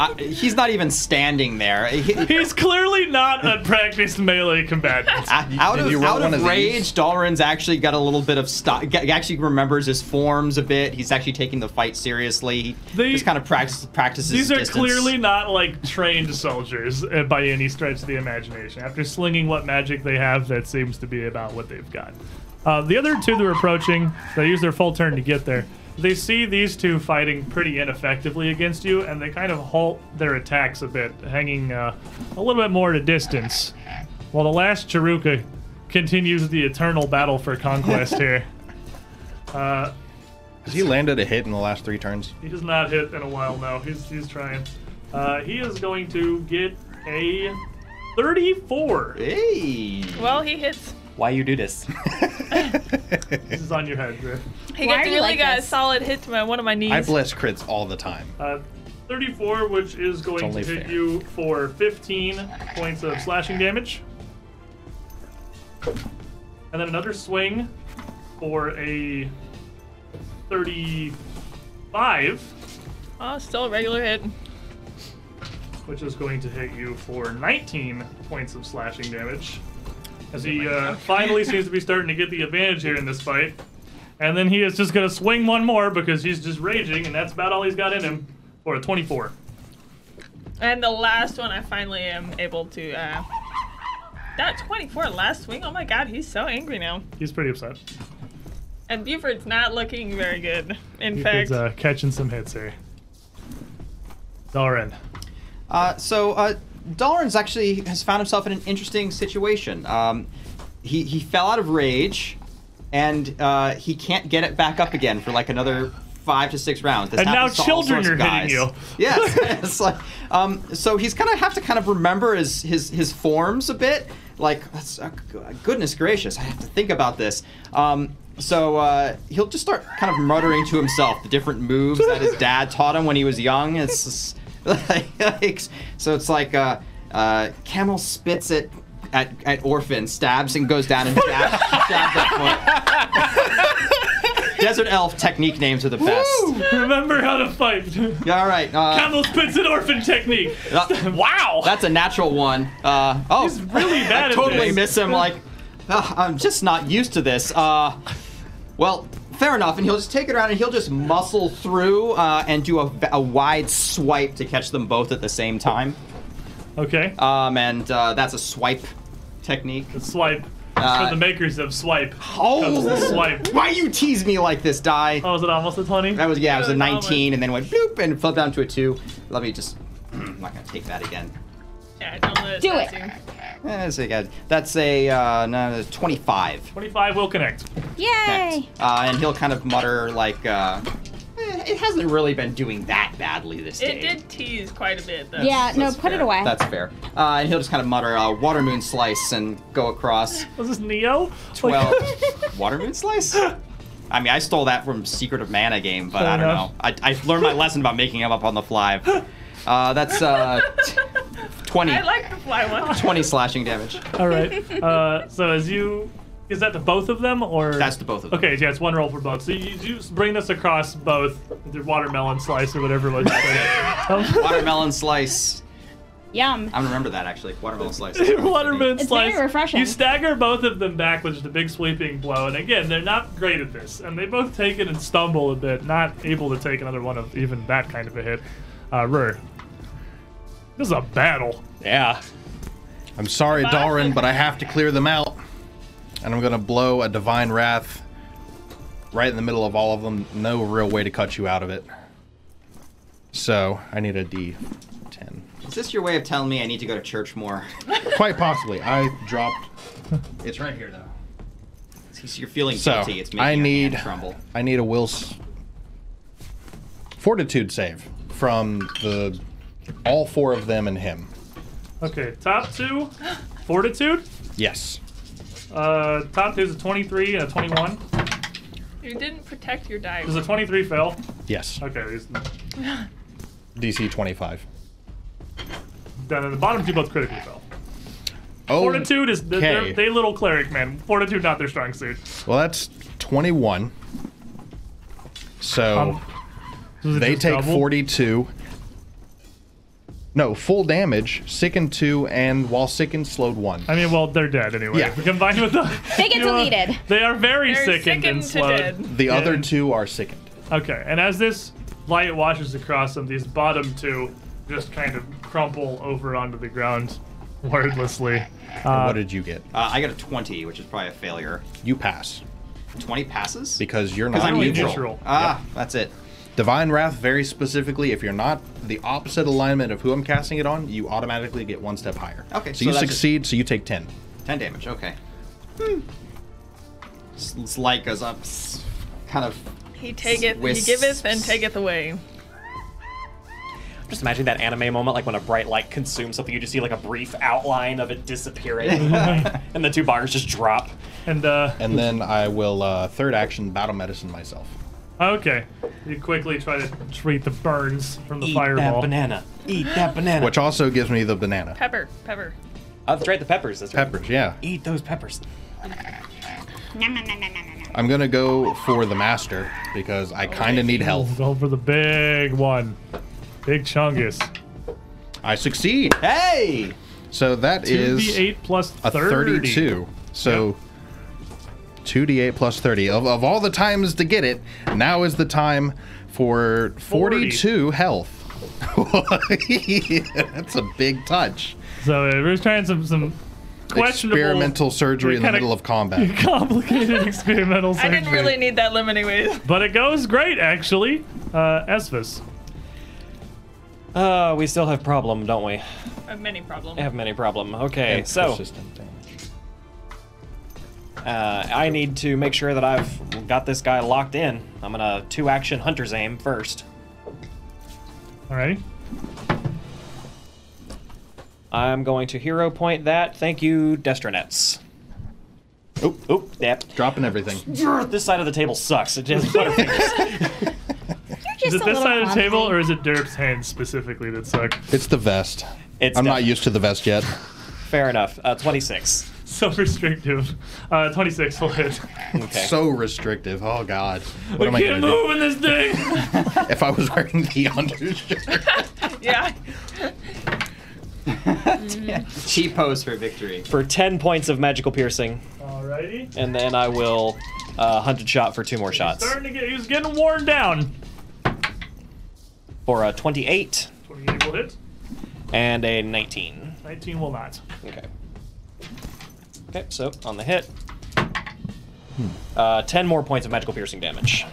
[SPEAKER 3] I, he's not even standing there. He-
[SPEAKER 1] He's clearly not a practiced melee combatant.
[SPEAKER 3] out out
[SPEAKER 2] did
[SPEAKER 3] of,
[SPEAKER 2] you roll
[SPEAKER 3] out of,
[SPEAKER 2] one of these?
[SPEAKER 3] rage, Dalrin's actually got a little bit of stock. He actually remembers his forms a bit. He's actually taking the fight seriously. He
[SPEAKER 1] They-
[SPEAKER 3] just kind of practice, practices.
[SPEAKER 1] These
[SPEAKER 3] his
[SPEAKER 1] are
[SPEAKER 3] distance.
[SPEAKER 1] clearly not like trained soldiers uh, by any stretch of the imagination. After slinging what magic they have, that seems to be about what they've got. Uh, the other two that are approaching, they use their full turn to get there. They see these two fighting pretty ineffectively against you, and they kind of halt their attacks a bit, hanging uh, a little bit more at a distance. While the last Chiruka continues the eternal battle for conquest here. Uh,
[SPEAKER 2] Has he landed a hit in the last three turns?
[SPEAKER 1] he does not hit in a while now. He's he's trying. Uh, he is going to get a 34.
[SPEAKER 3] Hey.
[SPEAKER 4] Well, he hits.
[SPEAKER 8] why you do this?
[SPEAKER 1] This is on your head, Griff.
[SPEAKER 4] Hey,
[SPEAKER 5] Why
[SPEAKER 4] got
[SPEAKER 5] are
[SPEAKER 4] to
[SPEAKER 5] you
[SPEAKER 4] really
[SPEAKER 5] like
[SPEAKER 4] got a
[SPEAKER 5] this?
[SPEAKER 4] solid hit to my one of my knees.
[SPEAKER 2] I bless crits all the time.
[SPEAKER 1] Uh, 34, which is going to
[SPEAKER 2] only
[SPEAKER 1] hit
[SPEAKER 2] fair.
[SPEAKER 1] you for 15 points of slashing damage. And then another swing for a 35,
[SPEAKER 4] oh, still a regular hit.
[SPEAKER 1] which is going to hit you for 19 points of slashing damage. As he uh, finally seems to be starting to get the advantage here in this fight. And then he is just going to swing one more because he's just raging, and that's about all he's got in him for a 24.
[SPEAKER 4] And the last one, I finally am able to. Uh, that 24 last swing. Oh my god, he's so angry now.
[SPEAKER 1] He's pretty upset.
[SPEAKER 4] And Buford's not looking very good. In
[SPEAKER 1] Buford's
[SPEAKER 4] fact,
[SPEAKER 1] uh, catching some hits here. Doran.
[SPEAKER 3] Uh, so uh, Dalrin's actually has found himself in an interesting situation. Um, he he fell out of rage, and uh, he can't get it back up again for like another five to six rounds. This
[SPEAKER 1] And now
[SPEAKER 3] happens to all
[SPEAKER 1] children
[SPEAKER 3] sorts of
[SPEAKER 1] are hitting you.
[SPEAKER 3] guys. Yes, it's like, um, so he's gonna have to kind of remember his his his forms a bit. Like, that's, uh, goodness gracious, I have to think about this. Um, so uh, he'll just start kind of muttering to himself the different moves that his dad taught him when he was young. It's just, like, so it's like uh, uh, camel spits at, at at orphan, stabs and goes down and jabs, jabs at foot. Desert elf technique names are the best.
[SPEAKER 1] Remember how to fight.
[SPEAKER 3] Yeah, all right. Uh,
[SPEAKER 1] Camel spits an orphan technique.
[SPEAKER 3] uh,
[SPEAKER 1] Wow.
[SPEAKER 3] That's a natural one. Uh, oh,
[SPEAKER 1] He's really
[SPEAKER 3] I
[SPEAKER 1] bad at
[SPEAKER 3] totally
[SPEAKER 1] this.
[SPEAKER 3] miss him. Like, "Ugh, I'm just not used to this. Uh, well, fair enough. And he'll just take it around and he'll just muscle through uh, and do a, a wide swipe to catch them both at the same time.
[SPEAKER 1] okay.
[SPEAKER 3] Um, and uh, that's a swipe technique.
[SPEAKER 1] swipe.
[SPEAKER 3] uh,
[SPEAKER 1] For the makers of swipe.
[SPEAKER 3] Oh,
[SPEAKER 1] Comes the swipe.
[SPEAKER 3] why you tease me like this, die?
[SPEAKER 1] Oh, is it almost a 20?
[SPEAKER 3] That was yeah, it was a
[SPEAKER 4] Good knowledge.
[SPEAKER 3] 19, and then went bloop and fell down to a two. Let me just. I'm not gonna take that again.
[SPEAKER 4] yeah, don't let it
[SPEAKER 5] Do
[SPEAKER 4] stop
[SPEAKER 5] it.
[SPEAKER 4] you.
[SPEAKER 3] Eh, so you got- That's a uh, no, 25.
[SPEAKER 1] 25 will connect.
[SPEAKER 5] Yay!
[SPEAKER 3] Uh, and he'll kind of mutter like, uh, eh, "It hasn't really been doing that badly this day."
[SPEAKER 4] It did tease quite a bit though.
[SPEAKER 5] Yeah, no,
[SPEAKER 3] That's
[SPEAKER 5] put it
[SPEAKER 3] fair.
[SPEAKER 5] away.
[SPEAKER 3] That's fair. Uh, and he'll just kind of mutter, uh, "Water moon slice," and go across.
[SPEAKER 1] Was this Neo?
[SPEAKER 3] Twelve. Water moon slice. I mean, I stole that from Secret of Mana game, but
[SPEAKER 1] Fair
[SPEAKER 3] I don't
[SPEAKER 1] enough.
[SPEAKER 3] know. I, I learned my lesson about making them up on the fly. Uh, that's uh, t- twenty.
[SPEAKER 4] I like the fly one.
[SPEAKER 3] 20 slashing damage.
[SPEAKER 1] All right. Uh, so as you, is that to both of them or?
[SPEAKER 3] That's to both of them.
[SPEAKER 1] Okay, yeah, it's one roll for both. So you, you just bring this across both the watermelon slice or whatever it was. you said. Um,
[SPEAKER 3] Watermelon slice.
[SPEAKER 5] Yum.
[SPEAKER 3] I'm gonna remember that actually. Watermelon slice.
[SPEAKER 1] watermelon
[SPEAKER 5] It's
[SPEAKER 1] slice.
[SPEAKER 5] very refreshing.
[SPEAKER 1] You stagger both of them back with just a big sweeping blow, and again, they're not great at this, and they both take it and stumble a bit, not able to take another one of even that kind of a hit. Uh, Rur. This is a battle.
[SPEAKER 8] yeah.
[SPEAKER 2] I'm sorry, Dalrin, but I have to clear them out. And I'm going to blow a divine wrath right in the middle of all of them. No real way to cut you out of it. So I need a D10.
[SPEAKER 3] Is this your way of telling me I need to go to church more?
[SPEAKER 2] Quite possibly. I dropped. It's right here, though.
[SPEAKER 3] Since You're feeling
[SPEAKER 2] So,
[SPEAKER 3] guilty. It's making
[SPEAKER 2] I
[SPEAKER 3] your hand
[SPEAKER 2] need-
[SPEAKER 3] tremble.
[SPEAKER 2] I need a will s- fortitude save from the all four of them and him.
[SPEAKER 1] Okay, top two, fortitude.
[SPEAKER 2] Yes.
[SPEAKER 1] Uh, top two is a 23 and a 21.
[SPEAKER 4] You didn't protect your dice.
[SPEAKER 1] Does a 23 fail?
[SPEAKER 2] Yes.
[SPEAKER 1] Okay, these-
[SPEAKER 2] DC 25.
[SPEAKER 1] then the bottom two both critically fail.
[SPEAKER 2] Oh,
[SPEAKER 1] Fortitude is they're,
[SPEAKER 2] Okay.
[SPEAKER 1] they're, they little cleric man. Fortitude not their strong suit.
[SPEAKER 2] Well, that's 21. So
[SPEAKER 1] Um, does it
[SPEAKER 2] they
[SPEAKER 1] just
[SPEAKER 2] take
[SPEAKER 1] double?
[SPEAKER 2] 42. No, full damage, sickened 2, and while sickened, slowed 1.
[SPEAKER 1] I mean, well, they're dead anyway.
[SPEAKER 2] Yeah.
[SPEAKER 1] Combined with the
[SPEAKER 5] They get
[SPEAKER 1] you are-
[SPEAKER 5] deleted.
[SPEAKER 1] they are very
[SPEAKER 4] They're
[SPEAKER 1] sickened, and
[SPEAKER 4] to
[SPEAKER 1] slowed.
[SPEAKER 4] dead.
[SPEAKER 2] the other
[SPEAKER 1] and-
[SPEAKER 2] two are sickened.
[SPEAKER 1] Okay, and as this light washes across them, these bottom two just kind of crumple over onto the ground, wordlessly.
[SPEAKER 2] And
[SPEAKER 1] Uh,
[SPEAKER 2] what did you get?
[SPEAKER 3] Uh, I got a 20, which is probably a failure.
[SPEAKER 2] You pass
[SPEAKER 3] 20 passes?
[SPEAKER 2] because you're not
[SPEAKER 3] Because I'm
[SPEAKER 1] You're
[SPEAKER 3] neutral.
[SPEAKER 1] neutral.
[SPEAKER 3] Ah, that's it.
[SPEAKER 2] Divine Wrath, very specifically, if you're not the opposite alignment of who I'm casting it on, you automatically get one step higher.
[SPEAKER 3] Okay,
[SPEAKER 2] So,
[SPEAKER 3] so
[SPEAKER 2] you
[SPEAKER 3] that's it.
[SPEAKER 2] succeed, so you take 10.
[SPEAKER 3] 10 damage. Okay. Hmm. It's, it's like as I'm s- kind of.
[SPEAKER 4] He taketh,
[SPEAKER 3] Whis-
[SPEAKER 4] he giveth, and taketh away.
[SPEAKER 8] Just imagine that anime moment, like when a bright light consumes something, you just see like a brief outline of it disappearing, and the two bars just drop.
[SPEAKER 1] And uh,
[SPEAKER 2] And then I will uh, third action battle medicine myself.
[SPEAKER 1] okay, you quickly try to treat the burns from the
[SPEAKER 8] Eat that
[SPEAKER 1] fireball.
[SPEAKER 8] banana. Eat that banana.
[SPEAKER 2] Which also gives me the banana.
[SPEAKER 4] Pepper, pepper.
[SPEAKER 8] Oh, that's right, the peppers. That's right.
[SPEAKER 2] Peppers, yeah.
[SPEAKER 8] Eat those peppers.
[SPEAKER 5] Nom, nom, nom, nom, nom, nom, nom.
[SPEAKER 2] I'm gonna go for the master because I kinda need health.
[SPEAKER 1] Go for the big one, big chungus.
[SPEAKER 2] I succeed.
[SPEAKER 3] Hey!
[SPEAKER 2] So that is
[SPEAKER 1] 2d8 plus
[SPEAKER 2] a
[SPEAKER 1] 30.
[SPEAKER 2] 32. So 2d8 plus 30. Of, of all the times to get it, now is the time for 42 health. That's a big touch.
[SPEAKER 1] So uh, we're trying some some questionable
[SPEAKER 2] Experimental surgery in the
[SPEAKER 1] kinda-
[SPEAKER 2] middle of combat.
[SPEAKER 1] complicated experimental
[SPEAKER 4] I
[SPEAKER 1] surgery.
[SPEAKER 4] didn't really need that limb anyways.
[SPEAKER 1] But it goes great, actually. Uh, Esvis.
[SPEAKER 8] Uh, we still have problem, don't we?
[SPEAKER 4] A mini problem.
[SPEAKER 8] I have many problem. Okay, so
[SPEAKER 2] Persistent damage.
[SPEAKER 8] uh, I need to make sure that I've got this guy locked in. I'm gonna two action hunter's aim first.
[SPEAKER 1] Alrighty.
[SPEAKER 8] I'm going to hero point that. Thank you, Destronets.
[SPEAKER 2] Oop,
[SPEAKER 8] Oop, yep.
[SPEAKER 2] dropping everything.
[SPEAKER 8] This side of the table sucks. It has butterfingers.
[SPEAKER 5] You're
[SPEAKER 1] Is
[SPEAKER 5] just
[SPEAKER 1] it this
[SPEAKER 5] a little
[SPEAKER 1] side of the
[SPEAKER 5] clumsy.
[SPEAKER 1] table or is it Derp's hands specifically that suck?
[SPEAKER 2] It's the vest.
[SPEAKER 8] It's
[SPEAKER 2] I'm not
[SPEAKER 8] done.
[SPEAKER 2] used to the vest yet.
[SPEAKER 8] Fair enough. Uh, 26.
[SPEAKER 1] So restrictive. Uh, 26 will hit.
[SPEAKER 8] Okay.
[SPEAKER 2] So restrictive. Oh god. What am I
[SPEAKER 1] we can't
[SPEAKER 2] gonna
[SPEAKER 1] move
[SPEAKER 2] do?
[SPEAKER 1] in this thing!
[SPEAKER 2] If I was wearing the undershirt.
[SPEAKER 4] Yeah.
[SPEAKER 3] She pose for victory.
[SPEAKER 8] for 10 points of magical piercing,
[SPEAKER 1] Alrighty.
[SPEAKER 8] and then I will uh, hunted shot for two more shots.
[SPEAKER 1] Starting to get, he's getting worn down.
[SPEAKER 8] For a 28
[SPEAKER 1] 28 will hit.
[SPEAKER 8] and a 19.
[SPEAKER 1] 19 will not.
[SPEAKER 8] Okay. Okay, so on the hit. Uh, 10 more points of magical piercing damage.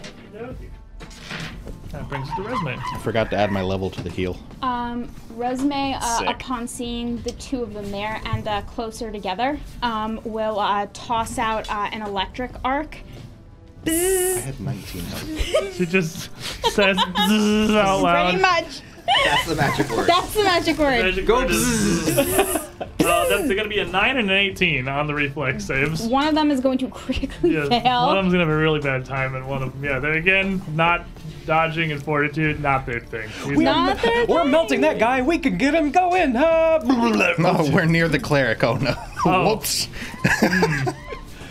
[SPEAKER 1] That brings us to resume.
[SPEAKER 2] I forgot to add my level to the heal.
[SPEAKER 5] Um, Resume, uh,
[SPEAKER 8] Sick.
[SPEAKER 5] upon seeing the two of them there and uh, closer together, um, will uh, toss out uh, an electric arc.
[SPEAKER 2] I had 19 health.
[SPEAKER 1] She just says "Bzzz" out loud.
[SPEAKER 5] Pretty much.
[SPEAKER 3] That's the magic word.
[SPEAKER 5] That's the magic word.
[SPEAKER 1] Go uh, that's going to be a 9 and an 18 on the reflex saves.
[SPEAKER 5] One of them is going to critically
[SPEAKER 1] Yeah,
[SPEAKER 5] fail.
[SPEAKER 1] one of them's gonna have a really bad time, and one of them, yeah, they're again not dodging and fortitude, not their thing. He's
[SPEAKER 5] Not their
[SPEAKER 8] We're
[SPEAKER 5] thing.
[SPEAKER 8] melting that guy. We can get him going. Uh,
[SPEAKER 2] No, we're near the cleric. Oh no.
[SPEAKER 1] Oh.
[SPEAKER 2] Whoops.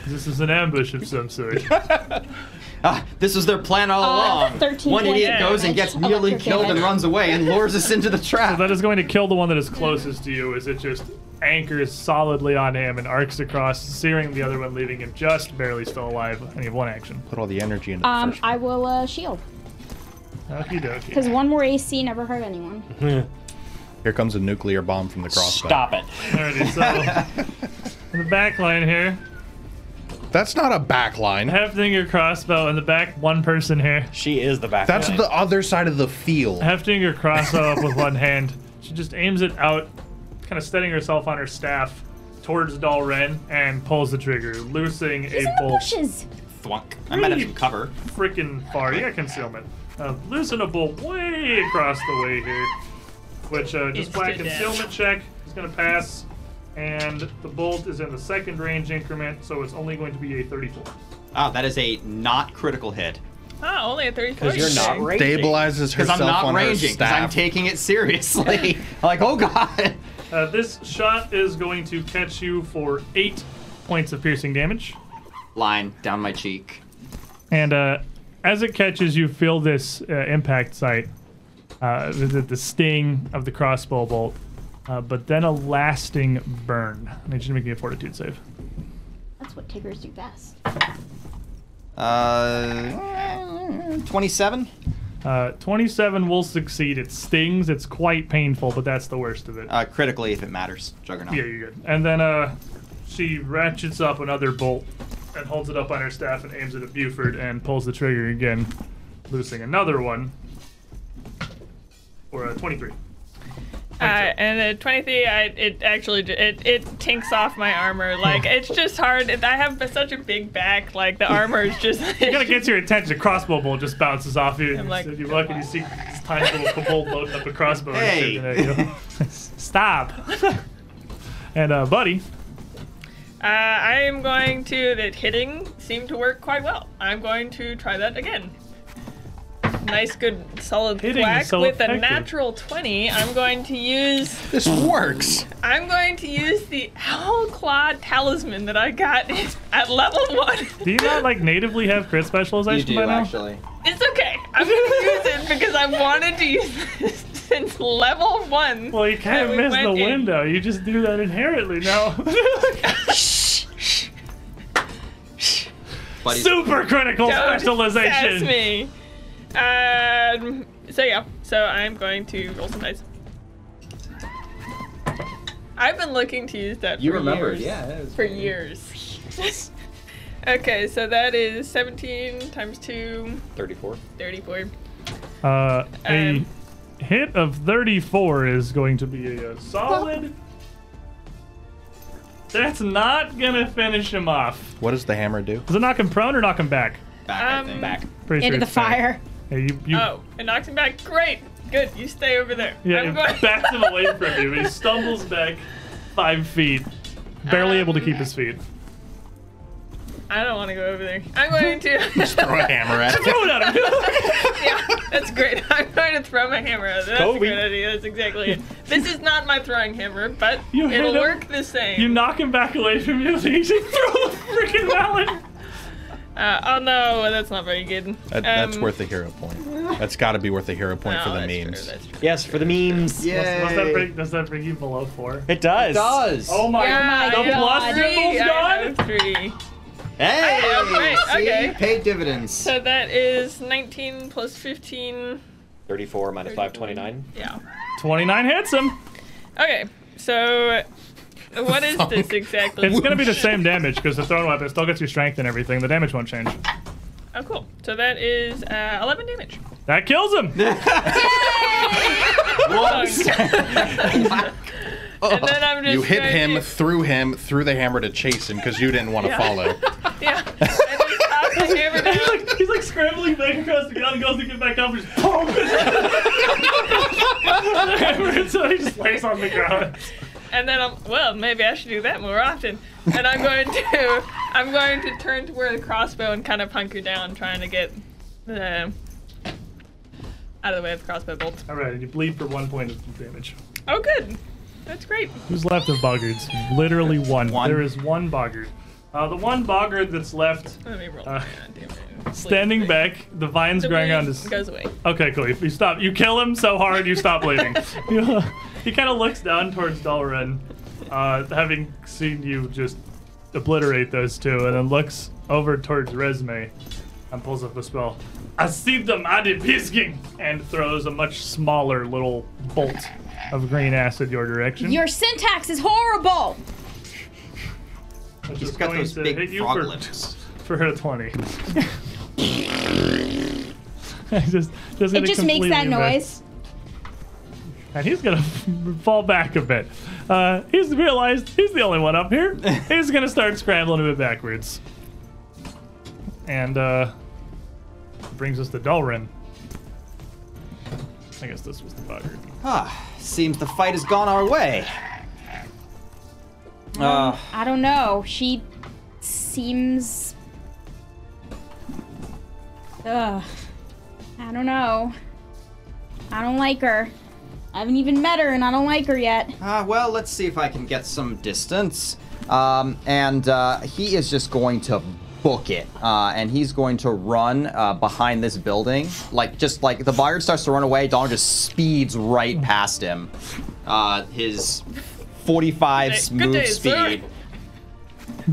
[SPEAKER 1] This is an ambush of some sort.
[SPEAKER 3] Ah, this was their plan all
[SPEAKER 5] Uh,
[SPEAKER 3] along.
[SPEAKER 5] 13
[SPEAKER 3] One
[SPEAKER 5] points
[SPEAKER 3] idiot
[SPEAKER 5] of
[SPEAKER 3] goes and
[SPEAKER 5] damage.
[SPEAKER 3] gets nearly
[SPEAKER 5] Electric
[SPEAKER 3] killed and
[SPEAKER 5] damage.
[SPEAKER 3] runs away and lures us into the trap.
[SPEAKER 1] that is going to kill the one that is closest to you as it just anchors solidly on him and arcs across, searing the other one, leaving him just barely still alive. And you have one action.
[SPEAKER 2] Put all the energy into the
[SPEAKER 5] Um,
[SPEAKER 2] first
[SPEAKER 5] I will uh, shield
[SPEAKER 1] Okie dokie.
[SPEAKER 5] because one more AC never hurt anyone.
[SPEAKER 2] Here comes a nuclear bomb from the crossbow.
[SPEAKER 8] Stop it.
[SPEAKER 1] Alrighty, so in the back line here,
[SPEAKER 2] That's not a back line.
[SPEAKER 1] hefting your crossbow in the back, one person here,
[SPEAKER 8] She is the back.
[SPEAKER 2] That's
[SPEAKER 8] line.
[SPEAKER 2] the other side of the field.
[SPEAKER 1] hefting your crossbow up with one hand. She just aims it out, kind of steadying herself on her staff towards Dalren and pulls the trigger, loosing
[SPEAKER 5] He's in
[SPEAKER 1] a
[SPEAKER 5] the
[SPEAKER 1] bolt
[SPEAKER 5] bushes.
[SPEAKER 3] Thwunk. I'm out of some cover.
[SPEAKER 1] freaking far. Yeah, concealment. Uh, loosen a bolt way across the way here, which uh, just by
[SPEAKER 4] Instant death.
[SPEAKER 1] concealment check is going to pass, and the bolt is in the second range increment, so it's only going to be a 34.
[SPEAKER 3] Ah, that is a not critical hit.
[SPEAKER 4] Oh, only a 34.
[SPEAKER 8] Because you're not
[SPEAKER 4] Okay.
[SPEAKER 8] raging.
[SPEAKER 2] Stabilizes
[SPEAKER 3] Because
[SPEAKER 2] herself
[SPEAKER 3] I'm not
[SPEAKER 2] on
[SPEAKER 3] raging,
[SPEAKER 2] her
[SPEAKER 3] because I'm
[SPEAKER 2] staff.
[SPEAKER 3] taking it seriously. like, oh god.
[SPEAKER 1] Uh, this shot is going to catch you for eight points of piercing damage.
[SPEAKER 3] Line down my cheek.
[SPEAKER 1] And uh, as it catches, you feel this uh, impact site, uh, the, the sting of the crossbow bolt, uh, but then a lasting burn. I need you to make me a fortitude save.
[SPEAKER 5] That's what Tiggers do best.
[SPEAKER 3] Uh, 27?
[SPEAKER 1] Uh, 27 will succeed. It stings. It's quite painful, but that's the worst of it.
[SPEAKER 3] Uh, critically, if it matters. Juggernaut.
[SPEAKER 1] yeah, you're good. And then uh, she ratchets up another bolt and holds it up on her staff and aims it at Buford and pulls the trigger again, loosing another one. Or uh, 23.
[SPEAKER 4] Uh, and at 23, I, it actually j- it it tinks off my
[SPEAKER 1] Hmm.
[SPEAKER 4] armor. Like it's just hard. I have such a big back. Like the armor is just.
[SPEAKER 1] It kind of gets your attention. Crossbow bolt just bounces off you. And
[SPEAKER 4] like-
[SPEAKER 1] you look and you see this tiny little kobold loading up a crossbow. and
[SPEAKER 3] Hey!
[SPEAKER 1] shooting at you. Stop. and uh, buddy,
[SPEAKER 4] Uh, Uh, I am going to. That hitting seemed to work quite well. I'm going to try that again. Nice, good, solid
[SPEAKER 1] Hitting is
[SPEAKER 4] whack
[SPEAKER 1] so
[SPEAKER 4] with a
[SPEAKER 1] effective.
[SPEAKER 4] natural twenty. I'm going to use.
[SPEAKER 2] This works.
[SPEAKER 4] I'm going to use the owl claw talisman that I got at level one.
[SPEAKER 1] Do you not like natively have crit specialization
[SPEAKER 3] You do
[SPEAKER 1] by now?
[SPEAKER 3] actually.
[SPEAKER 4] It's okay. I'm gonna use it because I wanted to use this since level one.
[SPEAKER 1] Well, you
[SPEAKER 4] that
[SPEAKER 1] can't
[SPEAKER 4] we
[SPEAKER 1] miss the
[SPEAKER 4] went in.
[SPEAKER 1] window. You just do that inherently now.
[SPEAKER 3] But he's-
[SPEAKER 1] Super critical
[SPEAKER 4] Don't
[SPEAKER 1] specialization.
[SPEAKER 4] sass me. Um. So yeah. So I'm going to roll some dice. I've been looking to use that.
[SPEAKER 3] you
[SPEAKER 4] for
[SPEAKER 3] remembered,
[SPEAKER 4] years.
[SPEAKER 3] yeah. that was
[SPEAKER 4] For
[SPEAKER 3] funny.
[SPEAKER 4] years. okay. So that is 17 times 2,
[SPEAKER 6] 34.
[SPEAKER 4] 34.
[SPEAKER 1] Uh, a
[SPEAKER 4] Um,
[SPEAKER 1] hit of 34 is going to be a, solid. That's not gonna finish him off.
[SPEAKER 2] What does the hammer do?
[SPEAKER 1] Does it knock him prone or knock him back?
[SPEAKER 3] Back,
[SPEAKER 4] Um,
[SPEAKER 3] I think.
[SPEAKER 4] Back.
[SPEAKER 1] Pretty
[SPEAKER 5] Into the
[SPEAKER 1] it's back.
[SPEAKER 5] fire.
[SPEAKER 1] Yeah, you, you,
[SPEAKER 4] Oh, it knocks him back. Great. Good. You stay over there.
[SPEAKER 1] yeah,
[SPEAKER 4] I'm
[SPEAKER 1] it
[SPEAKER 4] going.
[SPEAKER 1] backs him away from you. He stumbles back five feet,
[SPEAKER 4] Um,
[SPEAKER 1] barely able to keep his feet.
[SPEAKER 4] I don't want to go over there. I'm going to.
[SPEAKER 2] Throw a hammer at it.
[SPEAKER 1] Throw it at him.
[SPEAKER 4] yeah, that's great. I'm going to throw my hammer at it. That's
[SPEAKER 6] Kobe.
[SPEAKER 4] a great idea. That's exactly it. This is not my throwing hammer, but
[SPEAKER 1] You hit
[SPEAKER 4] it'll
[SPEAKER 1] him.
[SPEAKER 4] work the same.
[SPEAKER 1] you knock him back away from you. So you just throw the freaking mallet.
[SPEAKER 4] uh, oh no, that's not very good.
[SPEAKER 2] That, that's
[SPEAKER 4] Um,
[SPEAKER 2] worth a hero point. That's got to be worth a hero point
[SPEAKER 4] no,
[SPEAKER 2] for the
[SPEAKER 4] that's true,
[SPEAKER 2] memes.
[SPEAKER 4] that's true.
[SPEAKER 8] Yes, for the memes.
[SPEAKER 3] Yay.
[SPEAKER 1] Does that bring? Does that bring you below four?
[SPEAKER 8] It does.
[SPEAKER 3] It does.
[SPEAKER 1] Oh my!
[SPEAKER 4] Yeah,
[SPEAKER 1] the
[SPEAKER 4] I have
[SPEAKER 1] plus
[SPEAKER 4] three,
[SPEAKER 1] symbol's
[SPEAKER 4] I
[SPEAKER 1] gone.
[SPEAKER 4] have three.
[SPEAKER 3] Hey.
[SPEAKER 4] Oh, great,
[SPEAKER 3] see?
[SPEAKER 4] okay.
[SPEAKER 3] Paid dividends.
[SPEAKER 4] So that is 19 plus 15.
[SPEAKER 6] 34 minus 5, 29.
[SPEAKER 4] Yeah.
[SPEAKER 1] 29 hits him.
[SPEAKER 4] Okay, so what is this exactly?
[SPEAKER 1] It's gonna be the same damage because the thrown weapon still gets your strength and everything. The damage won't change.
[SPEAKER 4] Oh, cool. So that is uh, 11 damage.
[SPEAKER 1] That kills him.
[SPEAKER 4] And then I'm just
[SPEAKER 2] You hit
[SPEAKER 4] going
[SPEAKER 2] him,
[SPEAKER 4] to-
[SPEAKER 2] threw him, threw the hammer to chase him because you didn't want to follow.
[SPEAKER 4] Yeah. I just pop the hammer down.
[SPEAKER 1] he's, like, he's like scrambling back across the ground, goes to get back up, and just boom. so he just lays on the ground.
[SPEAKER 4] and then I'm well, maybe I should do that more often. And I'm going to I'm going to turn to where the crossbow and kind of hunker down, trying to get the out of the way of the crossbow bolt.
[SPEAKER 1] All right, and you bleed for one point of damage.
[SPEAKER 4] Oh, good. That's great.
[SPEAKER 1] Who's left of Boggards? Literally one.
[SPEAKER 3] One.
[SPEAKER 1] There is one Boggard. Uh, the one Boggard that's left,
[SPEAKER 4] Let me roll.
[SPEAKER 1] Uh,
[SPEAKER 4] God damn it.
[SPEAKER 1] standing
[SPEAKER 4] Please.
[SPEAKER 1] back, the vines
[SPEAKER 4] The
[SPEAKER 1] growing on
[SPEAKER 4] bleed
[SPEAKER 1] his
[SPEAKER 4] goes away.
[SPEAKER 1] Okay, cool. You, you stop. You kill him so hard, you stop bleeding. You- he kind of looks down towards Dalren, uh, having seen you just obliterate those two, and then looks over towards Resme and pulls up the spell. I see them, I did pisking, and throws a much smaller little bolt of green acid your direction.
[SPEAKER 5] Your syntax is horrible.
[SPEAKER 1] which
[SPEAKER 3] He's
[SPEAKER 1] is
[SPEAKER 3] got
[SPEAKER 1] going
[SPEAKER 3] those
[SPEAKER 1] to
[SPEAKER 3] big
[SPEAKER 1] hit you
[SPEAKER 3] frog
[SPEAKER 1] for-
[SPEAKER 3] lips.
[SPEAKER 1] for a 20. I just, just
[SPEAKER 5] It
[SPEAKER 1] gonna
[SPEAKER 5] just makes that
[SPEAKER 1] completely miss.
[SPEAKER 5] noise.
[SPEAKER 1] And he's gonna fall back a bit. Uh, he's realized he's the only one up here. he's gonna start scrambling a bit backwards. And uh, brings us to Dalrin. I guess this was the bugger.
[SPEAKER 3] Ah, seems the fight has gone our way. Uh,
[SPEAKER 5] I don't know. She seems. Ugh. I don't know. I don't like her. I haven't even met her, and I don't like her yet.
[SPEAKER 3] uh, well, let's see if I can get some distance. Um, and uh, he is just going to book it. Uh, and he's going to run uh, behind this building. Like, just like the Bayard starts to run away, Don just speeds right past him. Uh, his 45
[SPEAKER 4] Good day-
[SPEAKER 3] smooth
[SPEAKER 4] good day, sir.
[SPEAKER 3] speed.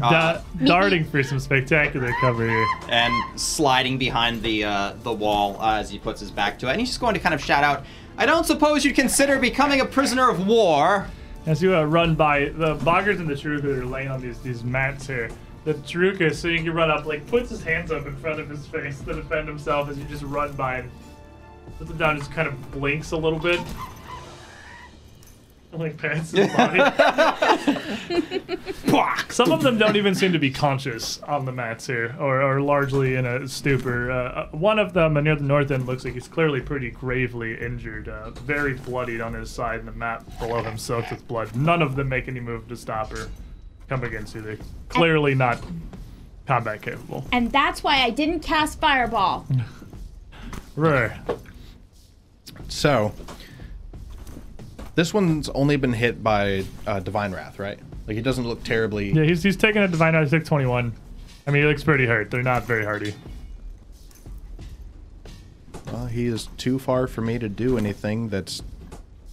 [SPEAKER 3] Ah. Uh,
[SPEAKER 1] Da- darting for some spectacular cover here.
[SPEAKER 3] and sliding behind the uh, the wall uh, as he puts his back to it. And he's just going to kind of shout out, "I don't suppose you'd consider becoming a prisoner of war."
[SPEAKER 1] As you uh, run by, the Boggers and the Truka are laying on these these mats here. The Truka, so you can run up, like puts his hands up in front of his face to defend himself as you just run by him. Puts him down, just kind of blinks a little bit. And, Like pats his body. Pwah! Some of them don't even seem to be conscious on the mats here, or are largely in a stupor. Uh, one of them, uh, near the north end, looks like he's clearly pretty gravely injured, uh, very bloodied on his side, and the mat below him soaked with blood. None of them make any move to stop her. come against you. They're clearly not combat capable.
[SPEAKER 5] And that's why I didn't cast Fireball.
[SPEAKER 1] Right.
[SPEAKER 2] So, this one's only been hit by uh, divine wrath, right? Like he doesn't look terribly.
[SPEAKER 1] Yeah, he's he's taking a divine out of six twenty one. I mean, he looks pretty hurt. They're not very hardy.
[SPEAKER 2] Well, he is too far for me to do anything that's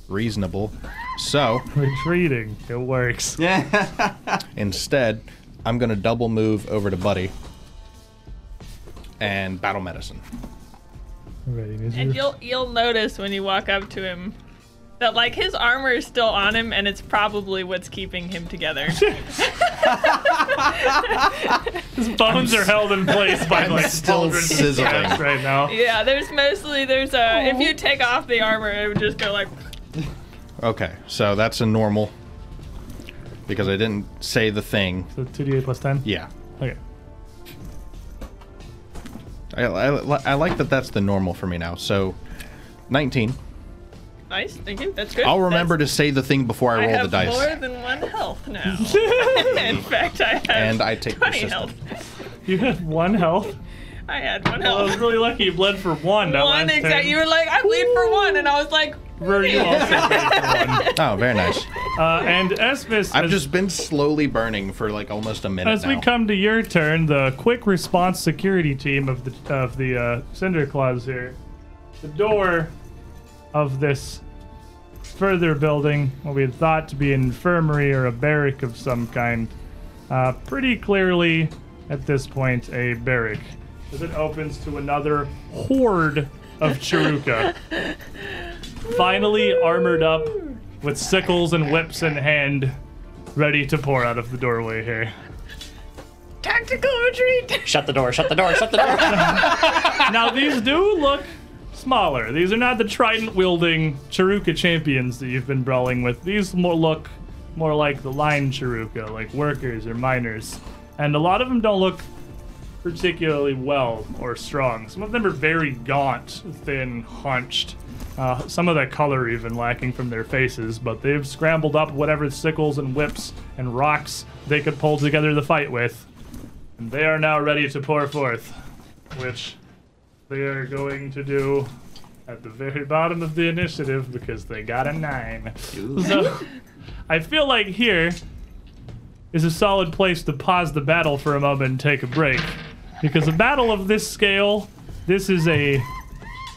[SPEAKER 2] reasonable. So
[SPEAKER 1] Retreating, it works. Yeah.
[SPEAKER 2] instead, I'm gonna double move over to Buddy and battle medicine.
[SPEAKER 4] And you'll you'll notice when you walk up to him that like his armor is still on him and it's probably what's keeping him together.
[SPEAKER 1] His bones are held in place by
[SPEAKER 2] I'm
[SPEAKER 1] like
[SPEAKER 2] still
[SPEAKER 1] cauldron
[SPEAKER 2] sizzling.
[SPEAKER 1] cast right now.
[SPEAKER 4] yeah, there's mostly there's a if you take off the armor it would just go like
[SPEAKER 2] Okay, so that's a normal because I didn't say the thing.
[SPEAKER 1] So two d eight plus ten.
[SPEAKER 2] Yeah,
[SPEAKER 1] Okay.
[SPEAKER 2] I, I, I like that. That's the normal for me now. So, 19.
[SPEAKER 4] nice, thank you. That's good.
[SPEAKER 2] I'll remember to say the thing before I
[SPEAKER 4] I
[SPEAKER 2] roll
[SPEAKER 4] have
[SPEAKER 2] the dice.
[SPEAKER 4] more than one health now. in fact, I have
[SPEAKER 2] And I take
[SPEAKER 4] 20
[SPEAKER 2] persistent.
[SPEAKER 4] health.
[SPEAKER 1] You had one health.
[SPEAKER 4] I had one
[SPEAKER 2] Oh,
[SPEAKER 1] Well, I
[SPEAKER 4] health.
[SPEAKER 1] was really lucky. You bled for one. That
[SPEAKER 4] one
[SPEAKER 1] last turn.
[SPEAKER 4] exact. You were like, I bleed for one, and I was like,
[SPEAKER 1] Were you also bleed for one?
[SPEAKER 2] Oh, very nice.
[SPEAKER 1] Uh, and Esmus,
[SPEAKER 2] I've
[SPEAKER 1] as,
[SPEAKER 2] just been slowly burning for like almost a minute
[SPEAKER 1] as
[SPEAKER 2] now.
[SPEAKER 1] we come to your turn, the quick response security team of the of the uh, Cinder Claws here, the door of this further building, what we had thought to be an infirmary or a barrack of some kind, uh, pretty clearly at this point a barrack, as it opens to another horde of Chiruka, finally armored up with sickles and whips in hand, ready to pour out of the doorway here.
[SPEAKER 4] tactical retreat.
[SPEAKER 6] Shut the door, shut the door, shut the door.
[SPEAKER 1] Now these do look smaller. These are not the trident wielding Chiruka champions that you've been brawling with. These more look more like the line Chiruka, like workers or miners. And a lot of them don't look particularly well or strong. Some of them are very gaunt, thin, hunched. Uh, some of that color even lacking from their faces, but they've scrambled up whatever sickles and whips and rocks they could pull together to fight with. And they are now ready to pour forth, which they are going to do at the very bottom of the initiative because they got a nine. So I feel like here is a solid place to pause the battle for a moment and take a break. Because a battle of this scale, this is a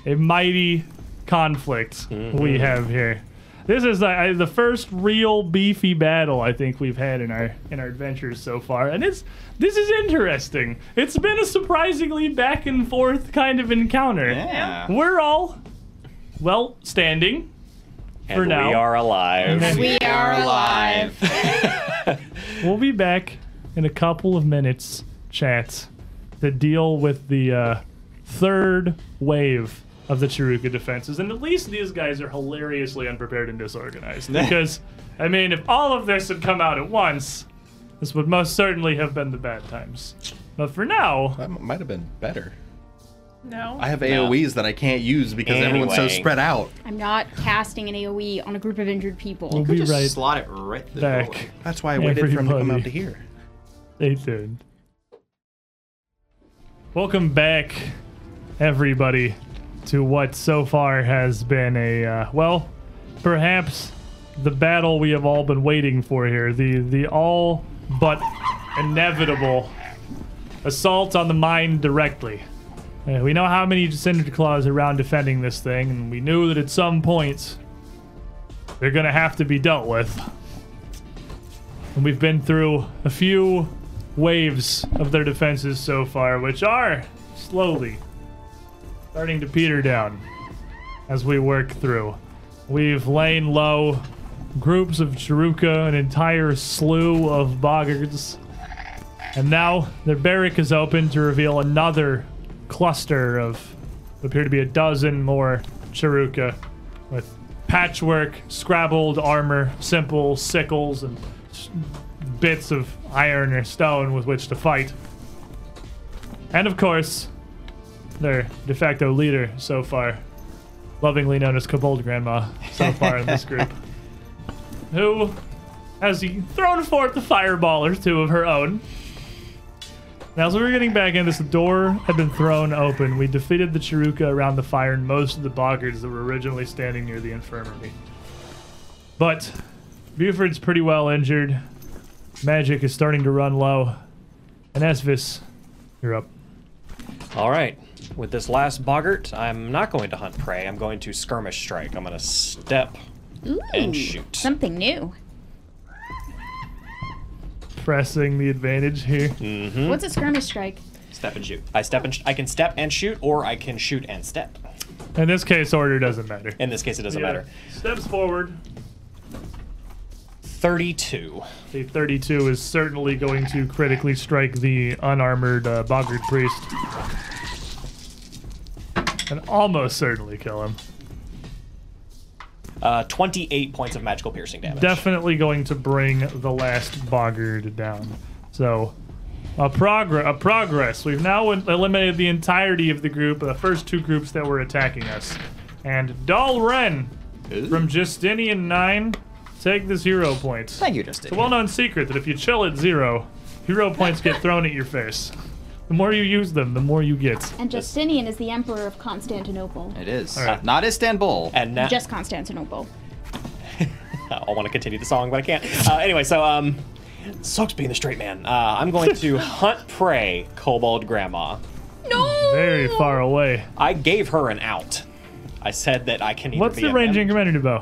[SPEAKER 1] a mighty conflict we have here. This is uh, the, the first real beefy battle I think we've had in our in our adventures so far, and it's this is interesting. It's been a surprisingly back and forth kind of encounter.
[SPEAKER 3] Yeah.
[SPEAKER 1] We're all well standing.
[SPEAKER 6] and
[SPEAKER 1] For now.
[SPEAKER 6] we are alive.
[SPEAKER 5] We are
[SPEAKER 3] alive.
[SPEAKER 1] We'll be back in a couple of minutes, chat, to deal with the uh, third wave of the Chiruka defenses. And at least these guys are hilariously unprepared and disorganized. Because, I mean, if all of this had come out at once, this would most certainly have been the bad times. But for now,
[SPEAKER 2] that might have been better.
[SPEAKER 4] No.
[SPEAKER 2] I have AoEs that I can't use because everyone's so
[SPEAKER 6] Anyway.
[SPEAKER 2] spread out.
[SPEAKER 5] I'm not casting an AoE on a group of injured people.
[SPEAKER 1] we'll be
[SPEAKER 3] Just
[SPEAKER 1] right
[SPEAKER 3] slot it right through the
[SPEAKER 1] back.
[SPEAKER 3] doorway.
[SPEAKER 2] That's why I waited for him to come
[SPEAKER 1] Everybody.
[SPEAKER 2] out to here.
[SPEAKER 1] Stay tuned. Welcome back, everybody, to what so far has been a uh, well, perhaps the battle we have all been waiting for here. The the all but inevitable assault on the mine directly. Uh, we know how many Cinder Claws are around defending this thing, and we knew that at some point they're gonna have to be dealt with. And we've been through a few waves of their defenses so far, which are slowly starting to peter down as we work through. We've lain low groups of Chiruka, an entire slew of boggards. And now their barrack is open to reveal another cluster of appear to be a dozen more Chiruka with patchwork, scrabbled armor, simple sickles, and s- bits of iron or stone with which to fight. And of course, their de facto leader so far, lovingly known as Kobold Grandma, so far in this group, who has thrown forth a fireball or two of her own. Now, as we were getting back in, this door had been thrown open. We defeated the Chiruka around the fire and most of the boggards that were originally standing near the infirmary. But Buford's pretty well injured. Magic is starting to run low. And Esvis, you're up.
[SPEAKER 6] All right. With this last boggart, I'm not going to hunt prey. I'm going to skirmish strike. I'm going to step
[SPEAKER 5] Ooh,
[SPEAKER 6] and shoot.
[SPEAKER 5] something new.
[SPEAKER 1] Pressing the advantage here.
[SPEAKER 6] Hmm.
[SPEAKER 5] What's a skirmish strike?
[SPEAKER 3] Step and shoot.
[SPEAKER 6] I step and sh- I can step and shoot, or I can shoot and step.
[SPEAKER 1] In this case, order doesn't matter.
[SPEAKER 6] In this case, it doesn't matter.
[SPEAKER 1] Steps forward.
[SPEAKER 6] 32.
[SPEAKER 1] The 32 is certainly going to critically strike the unarmored uh, Boggard Priest. And almost certainly kill him.
[SPEAKER 6] Uh, 28 points of magical piercing damage.
[SPEAKER 1] Definitely going to bring the last Boggard down. So, a, progr- a progress. We've now en- eliminated the entirety of the group, the first two groups that were attacking us. And Dalren from Justinian 9, take the zero points.
[SPEAKER 3] Thank you, Justin.
[SPEAKER 1] It's a well-known secret that if you chill at zero, hero points get thrown at your face. The more you use them, the more you get.
[SPEAKER 5] And Justinian is the emperor of Constantinople.
[SPEAKER 3] It is.
[SPEAKER 1] right.
[SPEAKER 3] Not Istanbul.
[SPEAKER 6] and now,
[SPEAKER 5] Just Constantinople.
[SPEAKER 6] I want to continue the song, but I can't. Uh, anyway, so um, sucks being the straight man. Uh, I'm going to hunt prey, Kobold Grandma.
[SPEAKER 5] No!
[SPEAKER 1] Very far away.
[SPEAKER 6] I gave her an out. I said that I can either
[SPEAKER 1] What's
[SPEAKER 6] be
[SPEAKER 1] the
[SPEAKER 6] an
[SPEAKER 1] range
[SPEAKER 6] M-
[SPEAKER 1] incremented bow?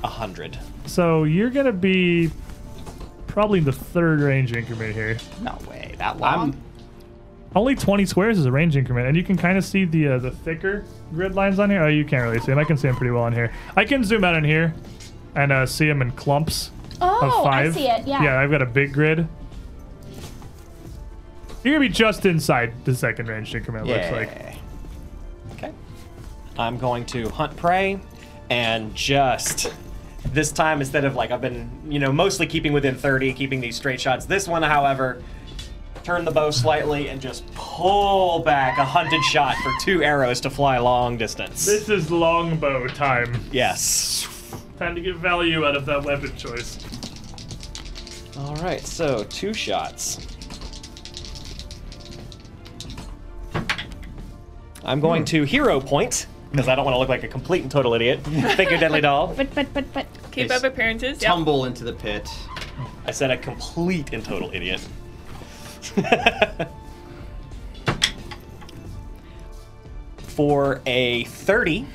[SPEAKER 6] 100.
[SPEAKER 1] So you're gonna be probably in the third range increment here.
[SPEAKER 3] No way. That long?
[SPEAKER 1] Only 20 squares is a range increment, and you can kind of see the uh, the thicker grid lines on here. Oh, you can't really see them. I can see them pretty well on here. I can zoom out in here and uh, see them in clumps.
[SPEAKER 5] Oh,
[SPEAKER 1] of
[SPEAKER 5] I
[SPEAKER 1] five.
[SPEAKER 5] see it, yeah.
[SPEAKER 1] I've got a big grid. You're gonna be just inside the second range increment. Looks like
[SPEAKER 6] Okay. I'm going to hunt prey and just this time instead of like I've been, you know, mostly keeping within 30, keeping these straight shots. This one, however, turn the bow slightly and just pull back a hunted shot for two arrows to fly long distance.
[SPEAKER 1] this is longbow time.
[SPEAKER 6] Yes.
[SPEAKER 1] Time to get value out of that weapon choice.
[SPEAKER 6] All right, so two shots. I'm going to hero point because I don't want to look like a complete and total idiot. Thank you, Deadly Doll.
[SPEAKER 5] But, but, but, but.
[SPEAKER 4] Keep
[SPEAKER 3] They
[SPEAKER 4] up appearances. Yep.
[SPEAKER 3] Tumble into the pit.
[SPEAKER 6] I said a complete and total idiot. For a 30,